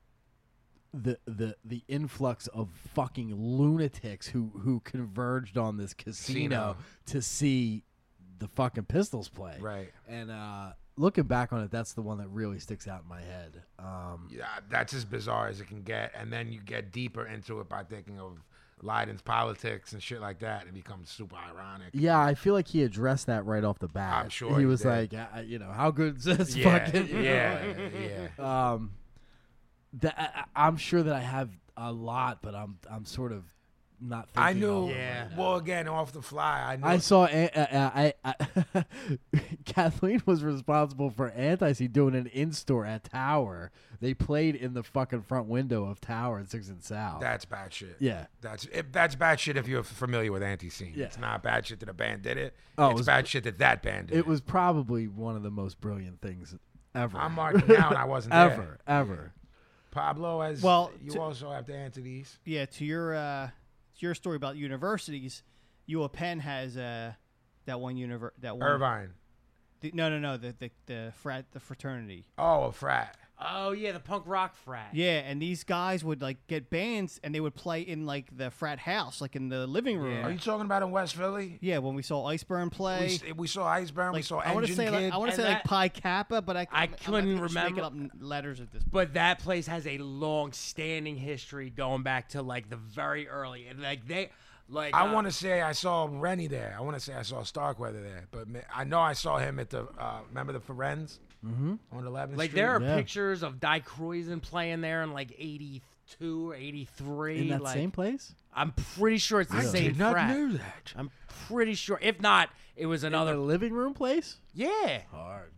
Speaker 4: The the the influx of fucking lunatics who who converged on this casino
Speaker 1: Casino.
Speaker 4: to see the fucking Pistols play.
Speaker 1: right.
Speaker 4: And uh, looking back on it, that's the one that really sticks out in my head. Um,
Speaker 1: yeah, that's as bizarre as it can get. And then you get deeper into it by thinking of Leiden's politics and shit like that. It becomes super ironic.
Speaker 4: yeah, I feel like he addressed that right off the bat.
Speaker 1: I'm sure
Speaker 4: he,
Speaker 1: he
Speaker 4: was
Speaker 1: did.
Speaker 4: like, I, I- you know, how good is this
Speaker 1: Yeah,
Speaker 4: fucking? you know,
Speaker 1: yeah, yeah.
Speaker 4: um, that I, I- I'm sure that I have a lot, but I'm I'm sort of not. Thinking
Speaker 1: I knew.
Speaker 4: all of it.
Speaker 1: Well, again, off the fly, I knew.
Speaker 4: I saw a- a- a- I- I- Kathleen was responsible for Anti-C doing an in-store at Tower. They played in the fucking front window of Tower and Six and South.
Speaker 1: that's bad shit.
Speaker 4: yeah,
Speaker 1: That's if that's bad shit. If you're familiar with anti-scene,
Speaker 4: Yeah.
Speaker 1: it's not bad shit that a band did it.
Speaker 4: Oh, it
Speaker 1: it's
Speaker 4: was-
Speaker 1: bad shit that that band did it.
Speaker 4: it was probably one of the most brilliant things ever.
Speaker 1: I'm marking out. I wasn't there.
Speaker 4: ever, ever.
Speaker 1: Pablo, as well,
Speaker 2: Well,
Speaker 1: you
Speaker 2: to-
Speaker 1: also have to answer these.
Speaker 4: Mm.
Speaker 2: yeah, to your uh, to your story about universities, UO Penn has uh, that one univer- that one.
Speaker 1: Irvine.
Speaker 2: The, no, no, no, the the the frat the fraternity.
Speaker 1: Oh, a frat.
Speaker 3: oh yeah the punk rock frat
Speaker 2: Yeah, and these guys would like get bands and they would play in like the frat house, like in the living room.
Speaker 1: Are you talking about in West Philly?
Speaker 2: Yeah, when we saw Iceburn play.
Speaker 1: We, we saw Iceburn. we
Speaker 2: like,
Speaker 1: saw
Speaker 2: I want to
Speaker 1: Engine
Speaker 2: say like,
Speaker 1: Kid.
Speaker 2: I want to
Speaker 3: And
Speaker 2: say like
Speaker 3: that-
Speaker 2: Pi Kappa, but I,
Speaker 3: I
Speaker 2: I'm- I'm-
Speaker 3: couldn't
Speaker 2: I'm just making
Speaker 3: remember-
Speaker 2: up n- letters at this point.
Speaker 3: but that place has a long standing history going back to like the very early and like they like uh,
Speaker 1: I want to say I saw Rennie there. I want to say I saw Starkweather there, but ma- I know I saw him at the uh, remember the Ferenz on 11th
Speaker 3: like
Speaker 1: Street.
Speaker 3: there are
Speaker 4: Yeah.
Speaker 3: pictures of Die Cruisen playing there in like 82 or 83
Speaker 4: In that
Speaker 3: like,
Speaker 4: same place?
Speaker 3: I'm pretty sure it's the
Speaker 1: I
Speaker 3: same
Speaker 1: did not
Speaker 3: frat.
Speaker 1: know that.
Speaker 3: I'm pretty sure. If not, it was
Speaker 4: Another
Speaker 3: another.
Speaker 4: living room place?
Speaker 3: Yeah.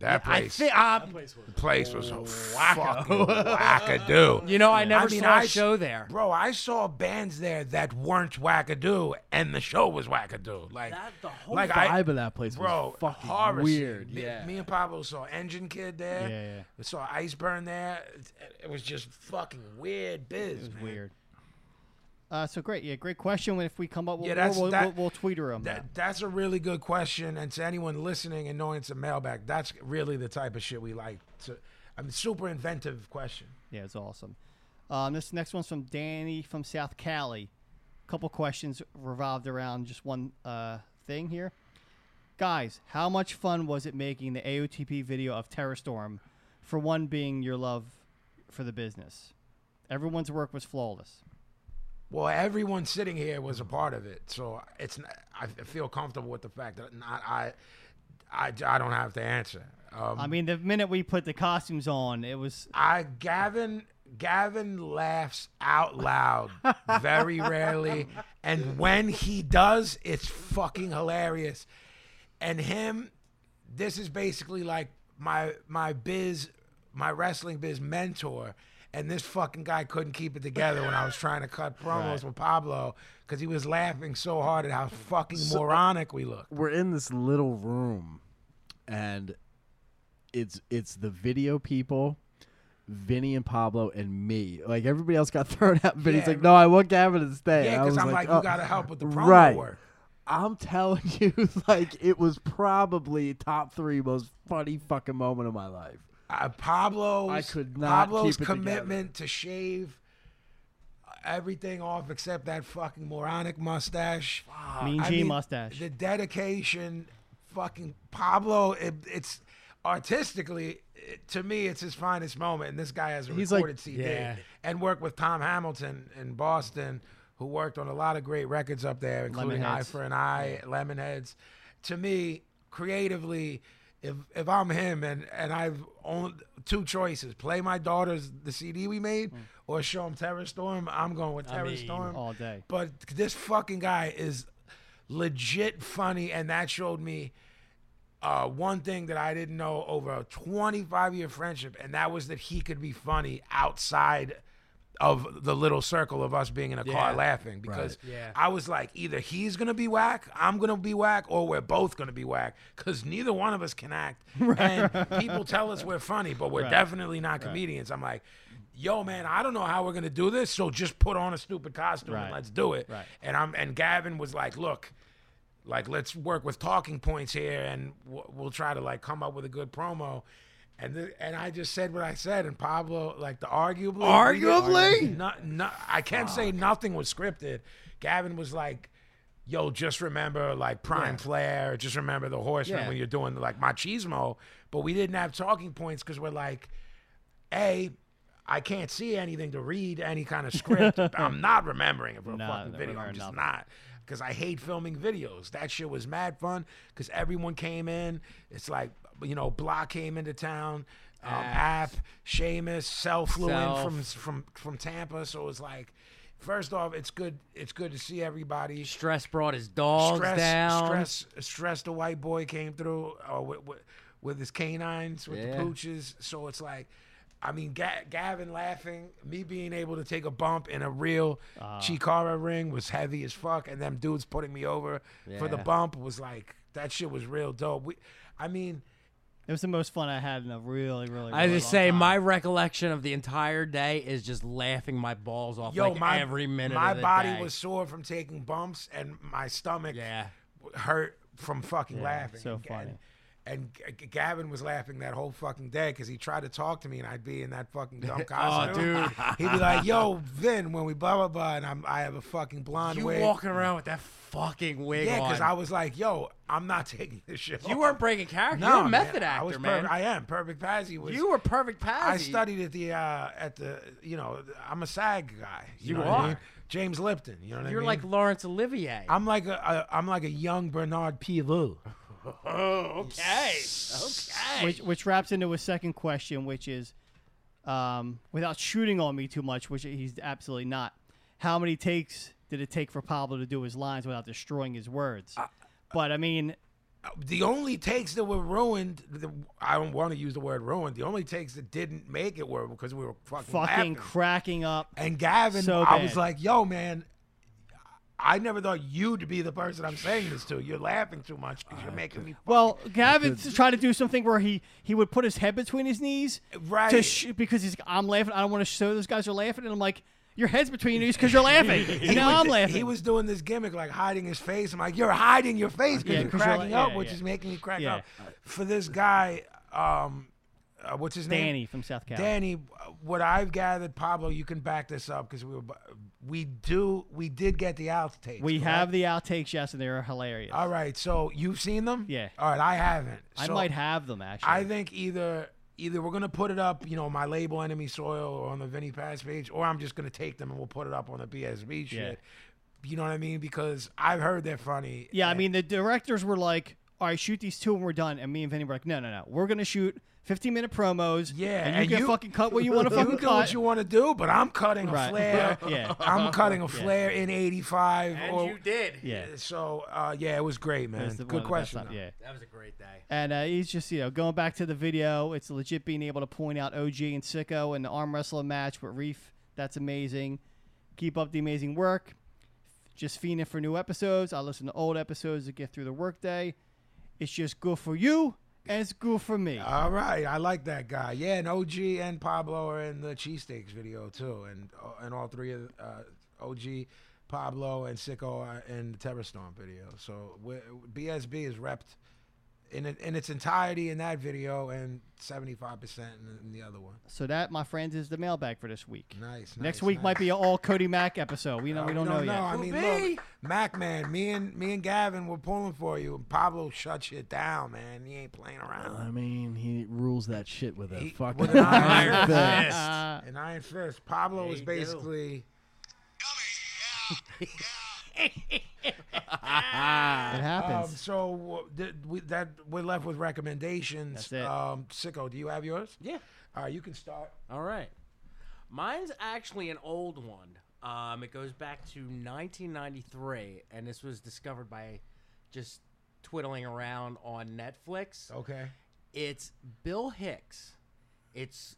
Speaker 1: That
Speaker 3: I
Speaker 1: place,
Speaker 3: think. Um,
Speaker 1: the place was a fucking wackadoo.
Speaker 3: you know, I never
Speaker 1: I mean,
Speaker 3: saw a
Speaker 1: I s-
Speaker 3: show there.
Speaker 1: Bro, I saw bands there that weren't wackadoo, and the show was wackadoo. Like
Speaker 3: That- the whole
Speaker 1: like
Speaker 4: The
Speaker 1: I,
Speaker 4: vibe of that place
Speaker 1: bro,
Speaker 4: was fucking
Speaker 1: horror scene.
Speaker 4: weird.
Speaker 1: Me,
Speaker 4: yeah.
Speaker 1: me and Pablo saw Engine Kid there.
Speaker 2: Yeah, yeah.
Speaker 1: We saw Iceburn there. It, it was just fucking weird biz.
Speaker 2: It was
Speaker 1: man.
Speaker 2: weird. Uh, so great, yeah, great question. If we come up, we'll,
Speaker 1: Yeah, that's-
Speaker 2: we'll,
Speaker 1: that-
Speaker 2: we'll, we'll tweet her on that.
Speaker 1: That, that's a really good question, and to anyone listening and knowing it's a mailbag, that's really the type of shit we like. To, I mean, super inventive question.
Speaker 2: Yeah, it's awesome. Um, this next one's from Danny from South Cali. couple questions revolved around just one uh, thing here. Guys, how much fun was it making the AOTP video of Terrorstorm? For one, being your love for the business. Everyone's work was flawless.
Speaker 1: Well, everyone sitting here was a part of it, so it's. Not, I feel comfortable with the fact that not I, I, I don't have to answer. Um,
Speaker 2: I
Speaker 3: Mm-hmm.
Speaker 2: mean, the minute we put the costumes on, it was
Speaker 1: I Gavin Gavin laughs out loud very rarely and when he does it's fucking hilarious. And him this is basically like my my biz my wrestling biz mentor and this fucking guy couldn't keep it together when I was trying to cut promos with Pablo cuz he was laughing so hard at how fucking moronic we look.
Speaker 4: We're in this little room and it's it's the video people, Vinny and Pablo and me. Like everybody else got thrown out. Vinny's
Speaker 1: Yeah.
Speaker 4: like, no, I want Gavin to stay.
Speaker 1: Yeah,
Speaker 4: I
Speaker 1: cuz
Speaker 4: was
Speaker 1: I'm like,
Speaker 4: oh,
Speaker 1: you got to help with the promo
Speaker 4: right.
Speaker 1: work.
Speaker 4: I'm telling you, like it was probably top three most funny fucking moment of my life.
Speaker 1: uh, Pablo's
Speaker 4: I could not
Speaker 1: Pablo's
Speaker 4: keep it together.
Speaker 1: commitment to shave everything off except that fucking moronic mustache.
Speaker 2: Mean
Speaker 1: I
Speaker 2: Gene
Speaker 1: mean,
Speaker 2: mustache.
Speaker 1: The dedication, fucking Pablo. It, it's artistically, it- to me, it's his finest moment. And this guy has a
Speaker 4: He's like-
Speaker 1: recorded CD
Speaker 3: Yeah.
Speaker 1: and worked with Tom Hamilton in Boston, who worked on a lot of great records up there, including Eye
Speaker 2: Lemonheads.
Speaker 1: for an Eye, Lemonheads. To me, creatively. If, if I'm him and, and I've only two choices, play my daughter's the CD we made, or show him Terror Storm, I'm going with Terror
Speaker 3: mean,
Speaker 1: Storm
Speaker 2: all day.
Speaker 1: but this fucking guy is legit funny, and that showed me uh, one thing that I didn't know over a 25 year friendship, and that was that he could be funny outside of the little circle of us being in a car
Speaker 3: Yeah.
Speaker 1: laughing because
Speaker 3: Yeah.
Speaker 1: I was like, either he's gonna be whack, I'm gonna be whack, or we're both gonna be whack because neither one of us can act. And people tell us we're funny, but we're definitely not comedians. I'm like, yo, man, I don't know how we're gonna do this, so just put on a stupid costume and
Speaker 2: Right.
Speaker 1: let's do it.
Speaker 2: Right.
Speaker 1: And I'm and Gavin was like, look. Like let's work with talking points here, and we'll, we'll try to like come up with a good promo, and the, and I just said what I said, and Pablo like the arguably
Speaker 7: Arguably?
Speaker 1: no, no, I can't say nothing was scripted. Gavin was like, "Yo, just remember like Prime Flair. Just remember the Horseman
Speaker 3: Yeah.
Speaker 1: when you're doing like machismo." But we didn't have talking points because we're like, "A, I can't see anything to read any kind of script. I'm not remembering it for a
Speaker 2: No,
Speaker 1: fucking
Speaker 2: don't
Speaker 1: video. I'm
Speaker 2: remember
Speaker 1: just
Speaker 2: nothing.
Speaker 1: not." Because I hate filming videos. That shit was mad fun. Because everyone came in. It's like you know, Block came into town. Um, App, Seamus, Self flew in
Speaker 3: Self.
Speaker 1: from from from Tampa, so it's like, first off, it's good it's good to see everybody.
Speaker 3: Stress brought his dogs
Speaker 1: stress,
Speaker 3: down.
Speaker 1: stress, stress. The white boy came through uh, with, with with his canines, with
Speaker 3: Yeah.
Speaker 1: the pooches. So it's like, I mean, Ga- Gavin laughing, me being able to take a bump in a real
Speaker 3: Ah.
Speaker 1: Chikara ring was heavy as fuck, and them dudes putting me over for the
Speaker 3: Yeah.
Speaker 1: bump was like that shit was real dope. We, I mean.
Speaker 2: It was the most fun I had in a really, really.
Speaker 3: I
Speaker 2: really
Speaker 3: just
Speaker 2: long
Speaker 3: say
Speaker 2: time.
Speaker 3: my recollection of the entire day is just laughing my balls off like every minute.
Speaker 1: My
Speaker 3: of the
Speaker 1: body
Speaker 3: day.
Speaker 1: was sore from taking bumps, and my stomach
Speaker 3: Yeah.
Speaker 1: w- hurt from fucking laughing.
Speaker 2: so
Speaker 1: And-
Speaker 2: funny.
Speaker 1: And, and G- G- Gavin was laughing that whole fucking day because he tried to talk to me, and I'd be in that fucking dumb costume.
Speaker 3: Oh, dude.
Speaker 1: He'd be like, "Yo, Vin, when we blah blah blah," and I'm I have a fucking blonde
Speaker 3: you
Speaker 1: wig.
Speaker 3: walking around with that fucking wig
Speaker 1: yeah,
Speaker 3: on.
Speaker 1: because I was like, "Yo, I'm not taking this shit."
Speaker 3: you
Speaker 1: off."
Speaker 3: weren't breaking character.
Speaker 1: No,
Speaker 3: You're a
Speaker 1: man,
Speaker 3: method
Speaker 1: I was
Speaker 3: actor,
Speaker 1: perf-
Speaker 3: man.
Speaker 1: I am perfect. Pazzi was.
Speaker 3: you were perfect
Speaker 1: I
Speaker 3: Pazzi.
Speaker 1: studied at the uh, at the you know I'm a SAG guy. You,
Speaker 3: You
Speaker 1: know what I
Speaker 3: are.
Speaker 1: mean? James Lipton. You know what I mean?
Speaker 3: You're like Laurence Olivier.
Speaker 1: I'm like a, a I'm like a young Bernard Pivot.
Speaker 3: okay. Okay.
Speaker 2: which, which wraps into his second question, which is, um, without shooting on me too much, which he's absolutely not. How many takes did it take for Pablo to do his lines without destroying his words?
Speaker 1: Uh,
Speaker 2: but I mean,
Speaker 1: The only takes that were ruined, the, I don't want to use the word ruined. The only takes that didn't make it were because we were fucking
Speaker 2: fucking
Speaker 1: laughing.
Speaker 2: cracking up.
Speaker 1: And Gavin,
Speaker 2: So
Speaker 1: I was
Speaker 2: bad.
Speaker 1: like, yo, man, I never thought you'd be the person I'm saying this to. You're laughing too much because
Speaker 2: Uh,
Speaker 1: you're making me.
Speaker 2: Well, Gavin tried to do something where he he would put his head between his knees
Speaker 1: Right.
Speaker 2: to sh- because he's I'm laughing. I don't want to show those guys are laughing, and I'm like, your head's between your knees because you're laughing.
Speaker 1: He
Speaker 2: and now
Speaker 1: was-
Speaker 2: I'm laughing.
Speaker 1: He was doing this gimmick, like hiding his face. I'm like, you're hiding your face because
Speaker 2: Yeah,
Speaker 1: you're
Speaker 2: 'cause you're
Speaker 1: cracking
Speaker 2: like-
Speaker 1: up,
Speaker 2: yeah,
Speaker 1: which
Speaker 2: yeah.
Speaker 1: is making me crack
Speaker 2: Yeah.
Speaker 1: up. For this guy, um, uh, what's his name?
Speaker 2: Danny from South Carolina.
Speaker 1: Danny, uh, what I've gathered, Pablo, you can back this up because we were, bu- we do, we did get the outtakes.
Speaker 2: We
Speaker 1: correct?
Speaker 2: have the outtakes, yes, and they are hilarious.
Speaker 1: All right, so you've seen them?
Speaker 2: Yeah.
Speaker 1: All right, I haven't.
Speaker 2: I
Speaker 1: So
Speaker 2: might have them actually.
Speaker 1: I think either either we're gonna put it up, you know, my label Enemy Soil or on the Vinny Pass page, or I'm just gonna take them and we'll put it up on the BSB shit.
Speaker 2: Yeah.
Speaker 1: You know what I mean? Because I've heard they're funny.
Speaker 2: yeah, I
Speaker 1: and-
Speaker 2: mean the directors were like, "All right, shoot these two and we're done." And me and Vinny were like, "No, no, no, we're gonna shoot 15 minute promos.
Speaker 1: Yeah,
Speaker 2: and you
Speaker 1: and
Speaker 2: can
Speaker 1: you-
Speaker 2: fucking cut what you want to
Speaker 1: you
Speaker 2: fucking
Speaker 1: do
Speaker 2: cut."
Speaker 1: what you want to do, but I'm cutting a
Speaker 2: Right.
Speaker 1: flare.
Speaker 2: Yeah.
Speaker 1: I'm cutting a flare in '85. or,
Speaker 3: did.
Speaker 2: yeah,
Speaker 1: So uh, yeah, it was great, man.
Speaker 2: That's the- one
Speaker 1: Good
Speaker 2: of the best
Speaker 1: question.
Speaker 2: time-
Speaker 1: though.
Speaker 2: Yeah,
Speaker 3: That was a great day.
Speaker 2: and uh, he's just you know going back to the video. It's legit being able to point out OG and Sicko in the arm wrestling match with Reef. That's amazing. Keep up the amazing work. Just fiending for new episodes. I listen to old episodes to get through the workday. It's just good for you and it's good for me.
Speaker 1: All right, I like that guy. Yeah, and OG and Pablo are in the cheesesteaks video too, and and all three of uh, OG, Pablo, and Sicko are in the Terror Storm video. So we're- BSB is repped in it, in its entirety in that video, and seventy five percent in the other one.
Speaker 2: So that, my friends, is the mailbag for this week.
Speaker 1: Nice.
Speaker 2: Next
Speaker 1: nice,
Speaker 2: week
Speaker 1: nice. Uh,
Speaker 2: might be an all Cody Mack episode. We know we don't, know, yet.
Speaker 1: I mean, look, Mac man, me and me and Gavin were pulling for you, and Pablo shut shit down, man. He ain't playing around.
Speaker 4: I mean, he rules that shit with a
Speaker 1: He-
Speaker 4: fucking
Speaker 1: with an
Speaker 4: iron
Speaker 1: iron
Speaker 4: fist.
Speaker 1: fist.
Speaker 2: Uh,
Speaker 1: An iron fist. Pablo
Speaker 3: Yeah,
Speaker 1: was
Speaker 3: you do.
Speaker 1: basically.
Speaker 2: it
Speaker 1: Um,
Speaker 2: happens.
Speaker 1: so w- th- we, that we're left with recommendations.
Speaker 2: That's it.
Speaker 1: Um, Sicko, do you have yours?
Speaker 3: Yeah.
Speaker 1: All right, you can start.
Speaker 3: All right. Mine's actually an old one. Um, it goes back to 1993, and this was discovered by just twiddling around on Netflix.
Speaker 1: Okay.
Speaker 3: It's Bill Hicks. It's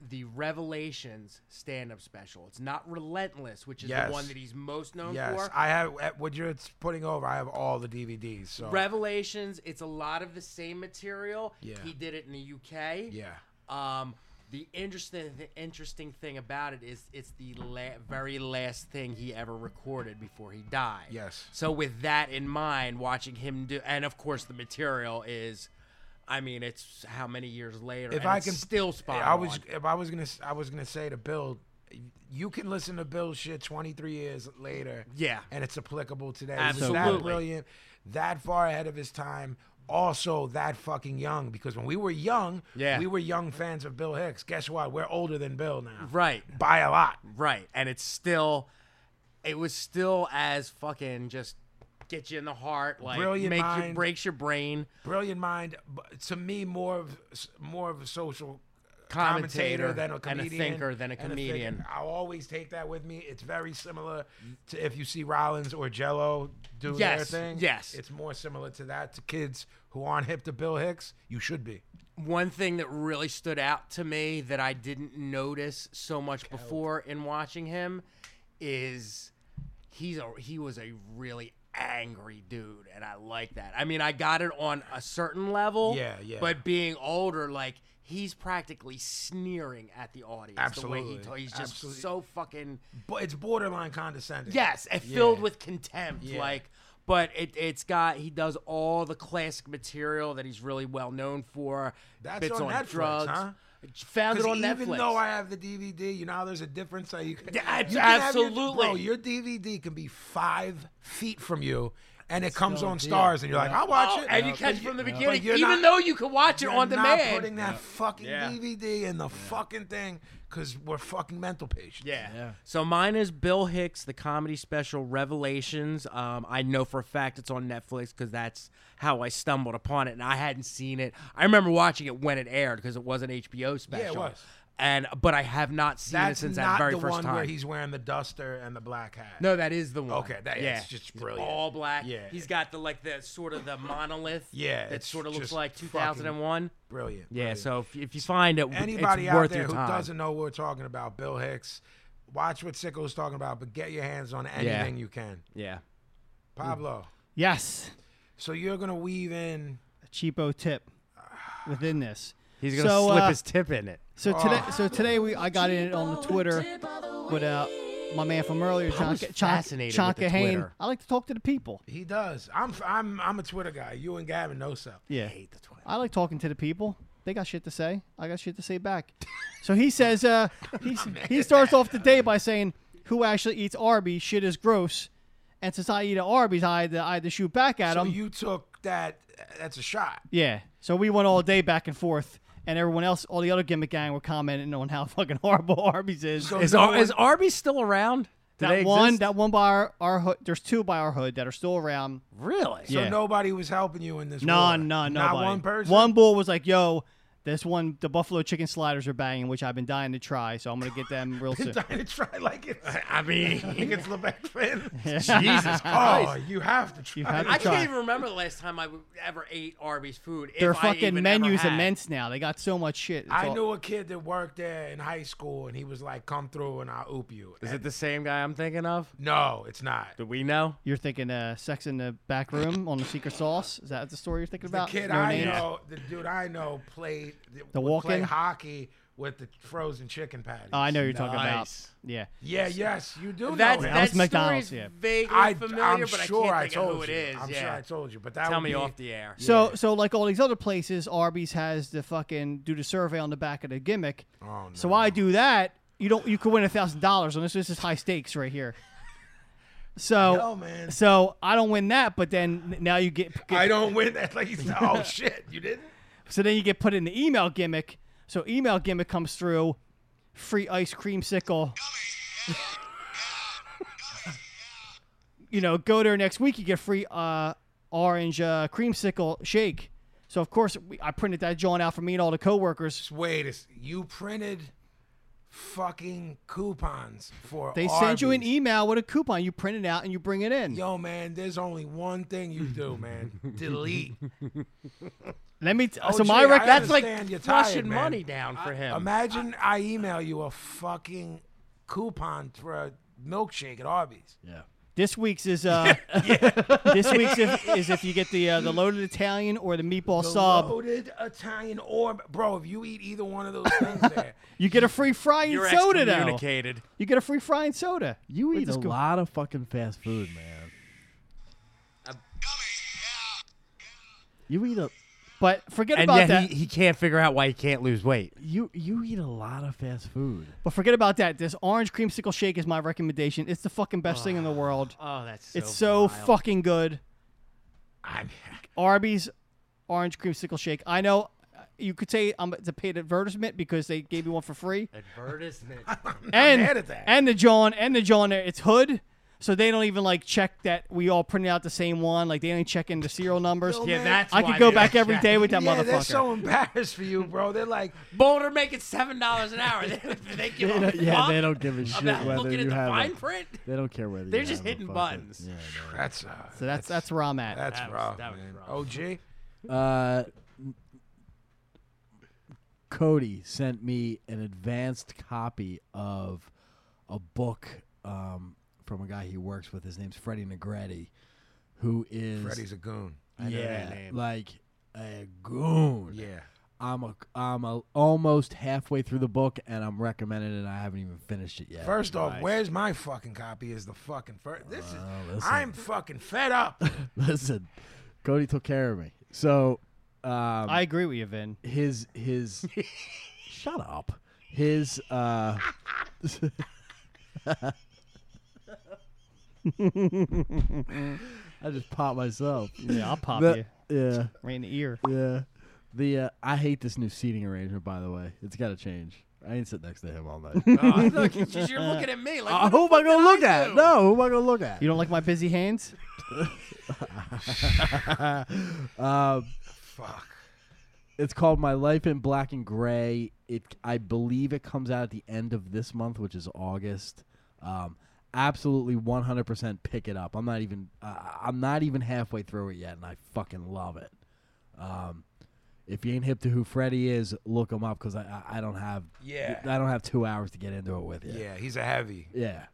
Speaker 3: the Revelations stand-up special. It's not Relentless, which is
Speaker 1: Yes.
Speaker 3: the one that he's most known
Speaker 1: Yes,
Speaker 3: for.
Speaker 1: I have. At what you're putting over, I have all the DVDs. So
Speaker 3: Revelations. It's a lot of the same material.
Speaker 1: Yeah.
Speaker 3: He did it in the UK.
Speaker 1: yeah,
Speaker 3: Um, the interesting the interesting thing about it is it's the la- very last thing he ever recorded before he died.
Speaker 1: Yes.
Speaker 3: So with that in mind, watching him do, and of course the material is, I mean, it's how many years later?
Speaker 1: if
Speaker 3: and
Speaker 1: I
Speaker 3: it's
Speaker 1: can
Speaker 3: still spot
Speaker 1: I was
Speaker 3: on.
Speaker 1: if I was gonna s- I was gonna say to Bill, you can listen to Bill shit 23 years later.
Speaker 3: Yeah.
Speaker 1: and it's applicable today. He's
Speaker 3: Absolutely.
Speaker 1: that brilliant, that far ahead of his time. Also, that fucking young because when we were young,
Speaker 3: Yeah.
Speaker 1: we were young fans of Bill Hicks. Guess what? We're older than Bill now,
Speaker 3: Right.
Speaker 1: By a lot.
Speaker 3: Right. And it's still it was still as fucking just get you in the heart, like
Speaker 1: Brilliant
Speaker 3: make you
Speaker 1: mind.
Speaker 3: breaks your brain.
Speaker 1: Brilliant mind, but to me, more of s- more of a social
Speaker 3: Commentator
Speaker 1: commentator than a
Speaker 3: and a
Speaker 1: comedian
Speaker 3: thinker than a
Speaker 1: and thinker.
Speaker 3: comedian.
Speaker 1: I'll always take that with me. It's very similar to if you see Rollins or Jello do
Speaker 3: Yes,
Speaker 1: their thing.
Speaker 3: yes.
Speaker 1: it's more similar to that to kids who aren't hip to Bill Hicks. You should be.
Speaker 3: One thing that really stood out to me that I didn't notice so much before in watching him is he's a he was a really angry dude and I like that. I mean, I got it on a certain level.
Speaker 1: Yeah, yeah.
Speaker 3: But being older like he's practically sneering at the audience the way he
Speaker 1: Absolutely,
Speaker 3: talks. He's just
Speaker 1: absolutely.
Speaker 3: so fucking
Speaker 1: But it's borderline condescending.
Speaker 3: Yes, and
Speaker 1: Yeah.
Speaker 3: filled with contempt.
Speaker 1: Yeah.
Speaker 3: Like, but it it's got he does all the classic material that he's really well known for.
Speaker 1: That's
Speaker 3: bits
Speaker 1: on
Speaker 3: on,
Speaker 1: Netflix,
Speaker 3: drugs.
Speaker 1: huh?
Speaker 3: Found it
Speaker 1: Because
Speaker 3: on
Speaker 1: even
Speaker 3: Netflix.
Speaker 1: though I have the DVD, you know how there's a difference. That you can,
Speaker 3: Yeah, I-
Speaker 1: you can have your-
Speaker 3: absolutely.
Speaker 1: bro, your DVD can be five feet from you, and it comes on stars, and you're like, I'll watch
Speaker 3: Oh,
Speaker 1: it.
Speaker 3: and you
Speaker 1: But
Speaker 3: catch it from the
Speaker 1: but
Speaker 3: beginning,
Speaker 1: you're not-
Speaker 3: even though you can watch it
Speaker 1: you're not
Speaker 3: on demand.
Speaker 1: putting that fucking
Speaker 3: Yeah.
Speaker 1: DVD in the fucking thing because we're fucking mental patients.
Speaker 3: Yeah. So mine is Bill Hicks, the comedy special Revelations. Um, I know for a fact it's on Netflix because that's how I stumbled upon it, and I hadn't seen it. I remember watching it when it aired because it was an HBO special.
Speaker 1: was.
Speaker 3: And but I have not seen
Speaker 1: That's
Speaker 3: it since
Speaker 1: not
Speaker 3: that very
Speaker 1: the
Speaker 3: first
Speaker 1: one
Speaker 3: time.
Speaker 1: where he's wearing the duster and the black hat.
Speaker 3: no, that is the one.
Speaker 1: Okay, that-
Speaker 3: yeah.
Speaker 1: it's just
Speaker 3: It's
Speaker 1: brilliant.
Speaker 3: All black.
Speaker 1: Yeah.
Speaker 3: He's got the like the sort of the monolith.
Speaker 1: Yeah,
Speaker 3: That
Speaker 1: it's
Speaker 3: sort of looks
Speaker 1: just
Speaker 3: like
Speaker 1: fucking-
Speaker 3: 2001.
Speaker 1: brilliant.
Speaker 3: Yeah.
Speaker 1: brilliant.
Speaker 3: So if, if you find it,
Speaker 1: anybody
Speaker 3: it's
Speaker 1: out
Speaker 3: worth
Speaker 1: there
Speaker 3: your
Speaker 1: who
Speaker 3: time.
Speaker 1: doesn't know what we're talking about, Bill Hicks, watch what Sicko's talking about, but get your hands on anything you can.
Speaker 3: Yeah.
Speaker 1: Pablo,
Speaker 2: yes,
Speaker 1: so you're gonna weave in.
Speaker 2: a cheapo tip within this.
Speaker 3: He's gonna
Speaker 2: So,
Speaker 3: slip
Speaker 2: uh,
Speaker 3: his tip in it.
Speaker 2: So today,
Speaker 3: Oh.
Speaker 2: so today we I got in on the Twitter with uh, my man from earlier,
Speaker 3: Pablo's
Speaker 2: Chonka, Chonka,
Speaker 3: fascinated with the
Speaker 2: Chonka Hain.
Speaker 3: Twitter.
Speaker 2: I like to talk to the people.
Speaker 1: He does. I'm I'm I'm a Twitter guy. You and Gavin know so.
Speaker 2: Yeah.
Speaker 3: hate the Twitter.
Speaker 2: I like talking to the people. They got shit to say. I got shit to say back. So he says, uh, he,
Speaker 3: Oh,
Speaker 2: he starts off the day by saying, "Who actually eats Arby's? Shit is gross." And since I eat at Arby's, I had to, I had to shoot back at
Speaker 1: So
Speaker 2: him.
Speaker 1: you took that. That's a shot.
Speaker 2: yeah. So we went all day back and forth, and everyone else, all the other gimmick gang, were commenting on how fucking horrible Arby's is.
Speaker 1: So
Speaker 3: Is,
Speaker 1: no
Speaker 3: Ar-
Speaker 1: one-
Speaker 3: is Arby's still around? Do
Speaker 2: that
Speaker 3: they
Speaker 2: one,
Speaker 3: exist?
Speaker 2: that one by our, our hood. There's two by our hood that are still around.
Speaker 3: really?
Speaker 1: so
Speaker 2: yeah.
Speaker 1: nobody was helping you in this. war.
Speaker 2: None, none,
Speaker 1: Not
Speaker 2: nobody.
Speaker 1: one person.
Speaker 2: One bull was like, "Yo, this one, the buffalo chicken sliders are banging, which I've been dying to try, so I'm gonna get them real soon."
Speaker 1: Trying to try like it.
Speaker 3: I mean,
Speaker 1: Like it's Levesque Finn.
Speaker 3: Jesus
Speaker 1: Oh, you have to try.
Speaker 2: You have
Speaker 1: it.
Speaker 2: to try.
Speaker 3: I can't even remember the last time I w- ever ate Arby's food. if
Speaker 2: Their
Speaker 3: I
Speaker 2: fucking
Speaker 3: even
Speaker 2: menu's
Speaker 3: ever had.
Speaker 2: immense now. They got so much shit. It's
Speaker 1: I
Speaker 2: all-
Speaker 1: knew a kid that worked there in high school, and he was like, "Come through, and I'll oop you."
Speaker 3: Is
Speaker 1: And-
Speaker 3: it the same guy I'm thinking of?
Speaker 1: No, it's not.
Speaker 3: Do we know?
Speaker 2: You're thinking uh, sex in the back room on the secret sauce. Is that the story you're thinking
Speaker 1: The
Speaker 2: about?
Speaker 1: kid
Speaker 2: No
Speaker 1: I
Speaker 2: names?
Speaker 1: know, the dude I know played
Speaker 2: The
Speaker 1: would play
Speaker 2: walk-in?
Speaker 1: hockey with the frozen chicken patties.
Speaker 2: Oh, I know who you're talking about.
Speaker 7: Nice.
Speaker 2: Yeah.
Speaker 1: Yeah, yes, you do
Speaker 12: That's,
Speaker 1: know him.
Speaker 2: that-
Speaker 12: that
Speaker 2: was McDonald's,
Speaker 12: story's
Speaker 2: yeah.
Speaker 12: vaguely
Speaker 1: I,
Speaker 12: familiar,
Speaker 1: I'm
Speaker 12: but
Speaker 1: sure
Speaker 12: I
Speaker 1: I,
Speaker 12: can't think
Speaker 1: told
Speaker 12: of who it
Speaker 1: you.
Speaker 12: is.
Speaker 1: I'm
Speaker 12: yeah.
Speaker 1: sure I told you, but that
Speaker 12: Tell
Speaker 1: would
Speaker 12: me
Speaker 1: be,
Speaker 12: off the air.
Speaker 2: So so like all these other places, Arby's has the fucking do the survey on the back of the gimmick.
Speaker 1: Oh, no.
Speaker 2: So I do that. You don't. You could win a thousand dollars on this. This is high stakes right here. So
Speaker 1: Yo, Oh, man.
Speaker 2: so I don't win that, but then now you get, get
Speaker 1: I don't win that. Like, he's- oh shit, you didn't?
Speaker 2: So then you get put in the email gimmick. So email gimmick comes through, free ice cream sickle. you know, go there next week. You get free uh, orange uh, creamsicle shake. So of course we, I printed that joint out for me and all the coworkers.
Speaker 1: Wait, a s- you printed fucking coupons for.
Speaker 2: They send you an
Speaker 1: Arby's.
Speaker 2: email with a coupon. You print it out and you bring it in.
Speaker 1: Yo, man, there's only one thing you do, man. Delete.
Speaker 2: Let me. T- so
Speaker 1: OG,
Speaker 2: my rec-
Speaker 1: oh, I
Speaker 2: that's
Speaker 1: understand
Speaker 2: like
Speaker 1: you're tired,
Speaker 3: flushing
Speaker 1: man.
Speaker 3: money down for him.
Speaker 1: Imagine I email you a fucking coupon for a milkshake at Arby's.
Speaker 2: this week's is. Uh, This week's is, is if you get the uh, the loaded Italian or the meatball sub.
Speaker 1: Loaded Italian or bro, if you eat either one of those things, there,
Speaker 2: You get a free fry and
Speaker 12: You're
Speaker 2: soda now.
Speaker 12: excommunicated.
Speaker 2: You get a free fry and soda.
Speaker 4: You
Speaker 2: With
Speaker 4: eat
Speaker 2: this
Speaker 4: a
Speaker 2: co-
Speaker 4: lot of fucking fast food, man. You eat a
Speaker 2: But forget
Speaker 3: and
Speaker 2: about
Speaker 3: yet
Speaker 2: that.
Speaker 3: he, he can't figure out why he can't lose weight.
Speaker 4: you you eat a lot of fast food.
Speaker 2: but forget about that. This orange creamsicle shake is my recommendation. It's the fucking best thing in the world.
Speaker 3: Oh, that's so
Speaker 2: it's so
Speaker 3: vile.
Speaker 2: fucking good.
Speaker 1: I'm
Speaker 2: Arby's orange creamsicle shake. I know uh, you could say I'm it's a paid advertisement because they gave me one for free.
Speaker 3: advertisement.
Speaker 2: and
Speaker 1: mad at that.
Speaker 2: and the John and the John there, it's hood. So they don't even like check that we all printed out the same one. Like they only check in the serial numbers.
Speaker 1: Yo,
Speaker 3: yeah,
Speaker 1: man.
Speaker 3: that's.
Speaker 2: I
Speaker 3: why
Speaker 2: could go
Speaker 3: they
Speaker 2: back
Speaker 3: don't
Speaker 2: every
Speaker 3: check.
Speaker 2: day with that
Speaker 1: yeah,
Speaker 2: motherfucker.
Speaker 1: they're so embarrassed for you, bro. They're like,
Speaker 3: Boulder making seven dollars an hour. They, they give a
Speaker 4: Yeah,
Speaker 3: fuck
Speaker 4: they don't give a shit
Speaker 3: about
Speaker 4: whether
Speaker 3: looking
Speaker 4: you
Speaker 3: at the
Speaker 4: have.
Speaker 3: fine
Speaker 4: A,
Speaker 3: print.
Speaker 4: they don't care whether
Speaker 3: They're
Speaker 4: you
Speaker 3: just
Speaker 4: have a
Speaker 3: hitting
Speaker 4: fucking-
Speaker 3: buttons.
Speaker 4: yeah.
Speaker 1: that's uh,
Speaker 2: so that's that's where I'm at.
Speaker 1: that's
Speaker 3: That was-
Speaker 1: rough,
Speaker 3: that was
Speaker 1: man.
Speaker 3: rough.
Speaker 1: OG,
Speaker 4: Uh, Cody sent me an advanced copy of a book um, from a guy he works with. His name's Freddie Negretti, who is
Speaker 1: Freddie's a goon.
Speaker 4: yeah, like a goon.
Speaker 1: Yeah,
Speaker 4: I'm a I'm a almost halfway through the book and I'm recommending it. I haven't even finished it yet.
Speaker 1: First off, where's my fucking copy? Is the fucking first? This is.
Speaker 4: listen.
Speaker 1: I'm fucking fed up.
Speaker 4: Listen, Cody took care of me. So um,
Speaker 2: I agree with you, Vin.
Speaker 4: his his shut up. His uh I just popped myself.
Speaker 2: Yeah, I'll pop
Speaker 4: The-
Speaker 2: you
Speaker 4: yeah,
Speaker 2: right in the ear.
Speaker 4: yeah. The uh, I hate this new seating arrangement. By the way, it's got to change. I ain't sitting next to him all night.
Speaker 3: Oh, look, it's just- you're looking at me like
Speaker 4: Uh,
Speaker 3: what
Speaker 4: who am I gonna look
Speaker 3: I
Speaker 4: at?
Speaker 3: do?
Speaker 4: No, who am I gonna look at?
Speaker 2: You don't like my busy hands?
Speaker 1: Fuck.
Speaker 4: It's called My Life in Black and Gray. It, I believe, it comes out at the end of this month, which is August. Um, absolutely, one hundred percent, pick it up. I'm not even, uh, I'm not even halfway through it yet, and I fucking love it. Um, if you ain't hip to who Freddie is, look him up because I, I, I don't have,
Speaker 1: Yeah.
Speaker 4: I don't have two hours to get into it with you.
Speaker 1: Yeah, he's a heavy.
Speaker 4: yeah.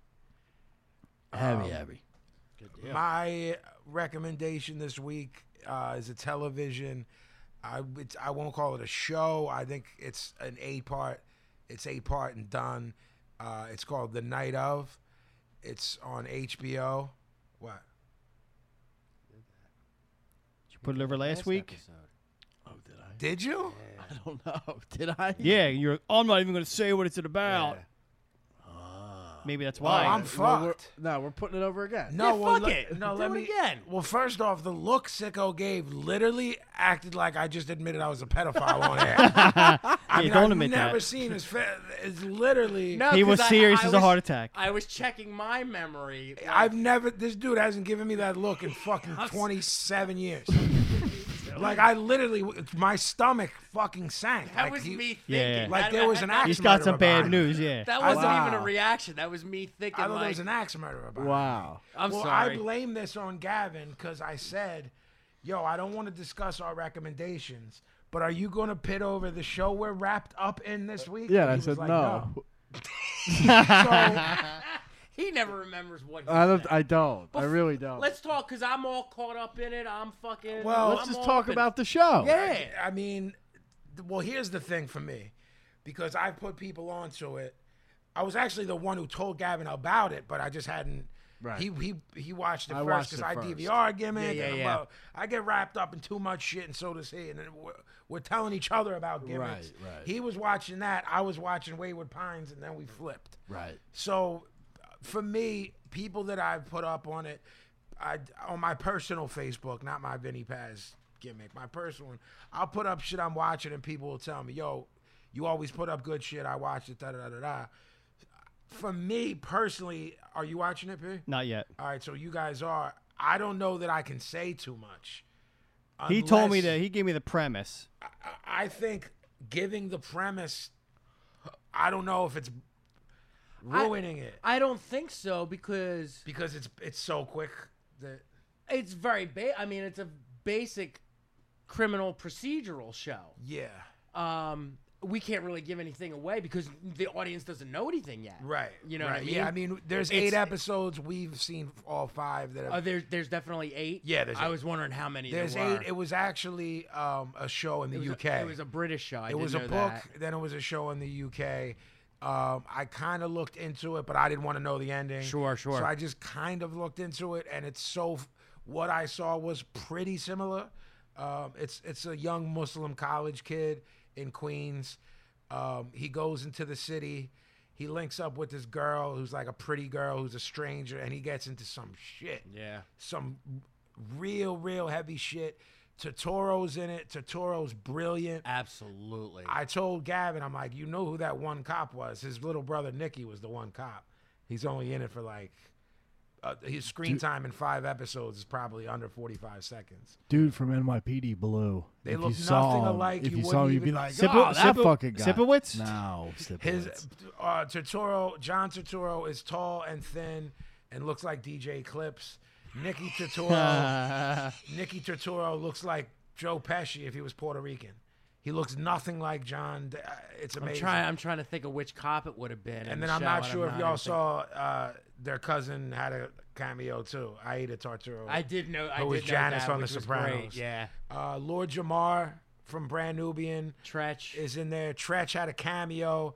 Speaker 4: Heavy, heavy.
Speaker 1: My recommendation this week uh, is a television. I it's, I won't call it a show. I think it's an eight part. It's eight part and done. Uh, it's called The Night of. It's on HBO. What?
Speaker 2: Did you put it over last week?
Speaker 1: Did you?
Speaker 4: I don't know. Did I?
Speaker 2: Yeah, you're. like, I'm not even going to say what it's about.
Speaker 3: Ah.
Speaker 2: Maybe that's why.
Speaker 1: I'm
Speaker 4: No, we're,
Speaker 1: fucked.
Speaker 4: no, we're putting it over again.
Speaker 1: No, well,
Speaker 3: fuck
Speaker 1: le-
Speaker 3: it.
Speaker 1: No,
Speaker 3: Do
Speaker 1: let
Speaker 3: it
Speaker 1: me.
Speaker 3: again.
Speaker 1: Well, first off, the look sicko gave literally acted like I just admitted I was a pedophile on air. I mean,
Speaker 2: don't
Speaker 1: I've
Speaker 2: admit
Speaker 1: never
Speaker 2: that.
Speaker 1: seen his face. It's literally.
Speaker 3: No,
Speaker 2: He
Speaker 3: 'cause
Speaker 2: was
Speaker 3: I-
Speaker 2: serious
Speaker 3: I
Speaker 2: as a
Speaker 3: was-
Speaker 2: heart attack.
Speaker 3: I was checking my memory. like,
Speaker 1: I've never. This dude hasn't given me that look in fucking 27 years. like I literally, my stomach fucking sank.
Speaker 3: that
Speaker 1: like
Speaker 3: was
Speaker 1: he-
Speaker 3: me thinking.
Speaker 2: Yeah.
Speaker 1: Like,
Speaker 3: That-
Speaker 1: there was an
Speaker 3: that-
Speaker 2: He's
Speaker 1: action-
Speaker 2: got some
Speaker 1: murderer
Speaker 2: bad
Speaker 1: behind
Speaker 2: news,
Speaker 1: it.
Speaker 2: yeah.
Speaker 3: That wasn't even
Speaker 1: Wow.
Speaker 3: a reaction. That was me thinking.
Speaker 1: I thought there
Speaker 3: like,
Speaker 1: was an axe murderer. Behind it.
Speaker 4: Wow.
Speaker 3: I'm
Speaker 1: well,
Speaker 3: sorry.
Speaker 1: I blame this on Gavin because I said, "Yo, I don't want to discuss our recommendations, but are you going to pit over the show we're wrapped up in this week?"
Speaker 4: Yeah,
Speaker 1: And
Speaker 4: I
Speaker 1: he was
Speaker 4: said
Speaker 1: like,
Speaker 4: no.
Speaker 1: So
Speaker 3: he never remembers what. He
Speaker 4: I
Speaker 3: said.
Speaker 4: don't. I don't. I really don't.
Speaker 3: Let's talk because I'm all caught up in it. I'm fucking.
Speaker 1: Well-
Speaker 3: I'm
Speaker 1: Let's
Speaker 4: just
Speaker 3: all
Speaker 4: talk
Speaker 3: up in-
Speaker 4: about the show.
Speaker 3: Yeah.
Speaker 1: I mean, th- well, here's the thing for me. because I put people onto it. I was actually the one who told Gavin about it, but I just hadn't.
Speaker 7: Right.
Speaker 1: He he he watched it
Speaker 7: I
Speaker 1: first
Speaker 7: watched
Speaker 1: because
Speaker 7: it
Speaker 1: I
Speaker 7: first.
Speaker 1: DVR gimmick.
Speaker 3: Yeah, yeah,
Speaker 1: and I'm
Speaker 3: yeah.
Speaker 1: about- I get wrapped up in too much shit, and so does he. And then we're, we're telling each other about gimmicks.
Speaker 7: Right, right.
Speaker 1: He was watching that. I was watching Wayward Pines, and then we flipped.
Speaker 7: Right.
Speaker 1: So, uh, for me, people that I've put up on it, I on my personal Facebook, not my Vinny Paz gimmick, my personal one. I'll put up shit I'm watching, and people will tell me, "Yo, you always put up good shit. I watched it." Da da da da. da." For me personally, are you watching it, P?
Speaker 2: Not yet.
Speaker 1: All right, so you guys are. I don't know that I can say too much.
Speaker 2: He told me
Speaker 1: unless-
Speaker 2: that he gave me the premise.
Speaker 1: I think giving the premise, I don't know if it's ruining it
Speaker 3: I don't think so because
Speaker 1: because it's it's so quick that
Speaker 3: it's very ba- I mean, it's a basic criminal procedural show.
Speaker 1: yeah,
Speaker 3: Um, we can't really give anything away because the audience doesn't know anything yet.
Speaker 1: right.
Speaker 3: You know
Speaker 1: right.
Speaker 3: what I mean?
Speaker 1: Yeah, I mean, there's
Speaker 3: It's-
Speaker 1: eight episodes. We've seen all five that. Have,
Speaker 3: Uh, there's there's definitely eight.
Speaker 1: Yeah, there's
Speaker 3: I
Speaker 1: eight.
Speaker 3: was wondering how many
Speaker 1: there's
Speaker 3: there were.
Speaker 1: eight. It was actually um, a show in the
Speaker 3: It was
Speaker 1: UK.
Speaker 3: A, it was a British show. I
Speaker 1: it
Speaker 3: didn't
Speaker 1: was a
Speaker 3: know
Speaker 1: book.
Speaker 3: that.
Speaker 1: Then it was a show in the UK. Um, I kind of looked into it, but I didn't want to know the ending.
Speaker 3: Sure, sure.
Speaker 1: So I just kind of looked into it, and it's so. What I saw was pretty similar. Um, it's it's a young Muslim college kid in Queens. Um, he goes into the city. He links up with this girl who's like a pretty girl who's a stranger, and he gets into some shit
Speaker 3: Yeah.
Speaker 1: some real, real heavy shit. Totoro's in it. Totoro's brilliant.
Speaker 3: Absolutely.
Speaker 1: I told Gavin, I'm like, you know who that one cop was? His little brother Nicky was the one cop. He's only in it for like uh, his screen time in five episodes is probably under 45 seconds.
Speaker 4: Dude from NYPD Blue.
Speaker 1: They
Speaker 4: if
Speaker 1: look
Speaker 4: you saw
Speaker 1: nothing
Speaker 4: him-
Speaker 1: alike,
Speaker 4: If
Speaker 1: you
Speaker 4: you, saw him,
Speaker 1: wouldn't
Speaker 4: you'd be
Speaker 1: even-
Speaker 4: like,
Speaker 1: Sippo-
Speaker 4: oh, that
Speaker 2: Sippo-
Speaker 4: fucking guy.
Speaker 2: Sipowicz?
Speaker 4: No, Sipowicz.
Speaker 1: His uh, Totoro, John Totoro is tall and thin and looks like DJ Clips. Nicky Totoro Nicky Turturro looks like Joe Pesci if he was Puerto Rican. He looks nothing like John. D- uh, It's
Speaker 3: I'm
Speaker 1: amazing.
Speaker 3: trying. I'm trying to think of which cop it would have been. in
Speaker 1: and then
Speaker 3: the
Speaker 1: I'm
Speaker 3: show,
Speaker 1: not sure
Speaker 3: I'm
Speaker 1: if y'all
Speaker 3: even thinking-
Speaker 1: saw uh, their cousin had a cameo too. Aida Tarturo.
Speaker 3: I did know. I
Speaker 1: Who was
Speaker 3: did know
Speaker 1: Janice
Speaker 3: that,
Speaker 1: on The
Speaker 3: which was
Speaker 1: Sopranos.
Speaker 3: great, Yeah.
Speaker 1: Uh, Lord Jamar from Brand Nubian
Speaker 3: Tretch.
Speaker 1: is in there. Tretch had a cameo,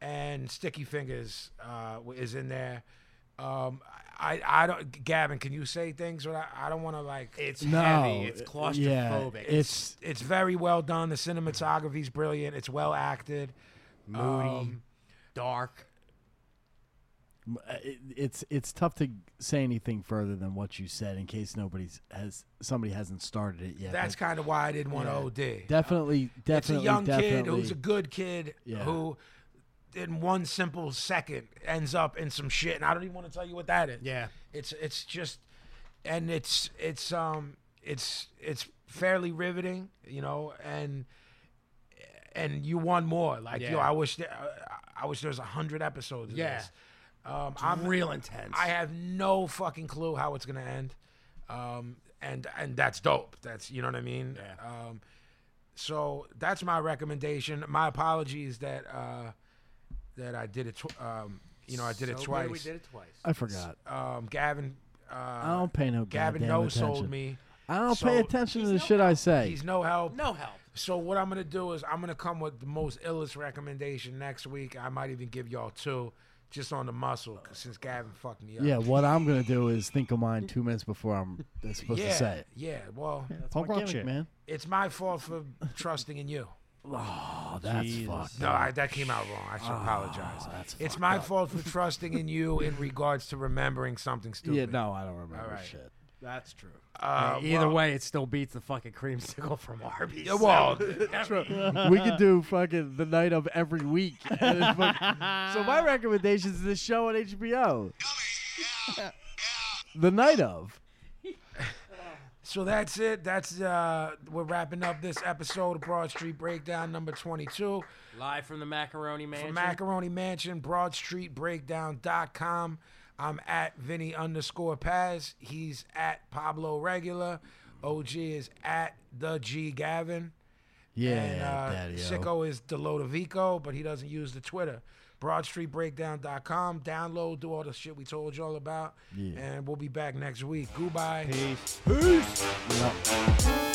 Speaker 1: and Sticky Fingers uh, w- is in there. Um, I, I don't. Gavin, can you say things? Or I, I don't want to like.
Speaker 3: It's
Speaker 4: no,
Speaker 3: heavy. It's
Speaker 4: yeah,
Speaker 3: claustrophobic.
Speaker 4: it's
Speaker 1: it's very well done. The cinematography's brilliant. It's well acted.
Speaker 3: moody,
Speaker 1: um,
Speaker 3: dark.
Speaker 4: it- it's it's tough to say anything further than what you said in case nobody's has somebody hasn't started it yet.
Speaker 1: That's
Speaker 4: but
Speaker 1: kind of why I didn't want
Speaker 4: Yeah.
Speaker 1: to OD.
Speaker 4: definitely definitely
Speaker 1: it's a young
Speaker 4: definitely,
Speaker 1: kid who's a good kid
Speaker 4: Yeah.
Speaker 1: who, in one simple second, ends up in some shit, and I don't even want to tell you what that is.
Speaker 3: Yeah.
Speaker 1: it's it's just, and it's it's um it's it's fairly riveting, you know, and and you want more. Like yo,
Speaker 3: Yeah.
Speaker 1: I wish there, I wish there was a hundred episodes. Of
Speaker 3: Yeah.
Speaker 1: this. Um,
Speaker 3: I'm
Speaker 1: I'm
Speaker 3: real intense.
Speaker 1: I have no fucking clue how it's gonna end, um, and and that's dope. That's you know what I mean.
Speaker 3: Yeah.
Speaker 1: Um, so that's my recommendation. My apologies that uh, that I did it. Tw- um, you know, I did it
Speaker 3: So
Speaker 1: twice.
Speaker 3: We did it twice.
Speaker 4: I forgot.
Speaker 1: Um, Gavin. Uh,
Speaker 4: I don't pay no
Speaker 1: Gavin
Speaker 4: goddamn
Speaker 1: no
Speaker 4: attention.
Speaker 1: sold me.
Speaker 4: I don't
Speaker 1: So,
Speaker 4: pay attention to the
Speaker 3: no
Speaker 4: shit I say.
Speaker 1: He's no help.
Speaker 3: No help.
Speaker 1: So what I'm gonna do is I'm gonna come with the most illest recommendation next week. I might even give y'all two, just on the muscle, 'cause since Gavin fucked me up.
Speaker 4: Yeah, what I'm gonna do is think of mine two minutes before I'm supposed
Speaker 1: Yeah.
Speaker 4: to say it.
Speaker 1: Yeah. Well.
Speaker 4: That's
Speaker 2: I'll
Speaker 4: my
Speaker 2: watch
Speaker 4: gimmick,
Speaker 2: it.
Speaker 4: man.
Speaker 1: It's my fault for trusting in you.
Speaker 4: Oh, that's fucked.
Speaker 1: No, I, that came out wrong. I should apologize. It's my fault for trusting in you in regards to remembering something stupid.
Speaker 4: Yeah, no, I don't remember
Speaker 1: right.
Speaker 4: shit.
Speaker 7: That's true.
Speaker 1: Uh,
Speaker 3: Either
Speaker 1: well,
Speaker 3: way, it still beats the fucking creamsicle from Arby's.
Speaker 1: yeah, Well,
Speaker 4: we could do fucking the night of every week. And it's fuck- so my recommendation is this show on HBO. the night of.
Speaker 1: so that's it. That's uh, we're wrapping up this episode of Broad Street Breakdown number twenty-two.
Speaker 3: Live from the Macaroni Man.
Speaker 1: From Macaroni Mansion, BroadStreetBreakdown.com. I'm at Vinny underscore Paz. He's at Pablo Regular. OG is at the G Gavin.
Speaker 4: Yeah,
Speaker 1: and uh,
Speaker 4: daddy-o.
Speaker 1: Sicko is Delodovico, but he doesn't use the Twitter. BroadStreetBreakdown.com. Download, do all the shit we told y'all about.
Speaker 4: Yeah.
Speaker 1: And we'll be back next week. Goodbye.
Speaker 2: Peace.
Speaker 4: Yeah.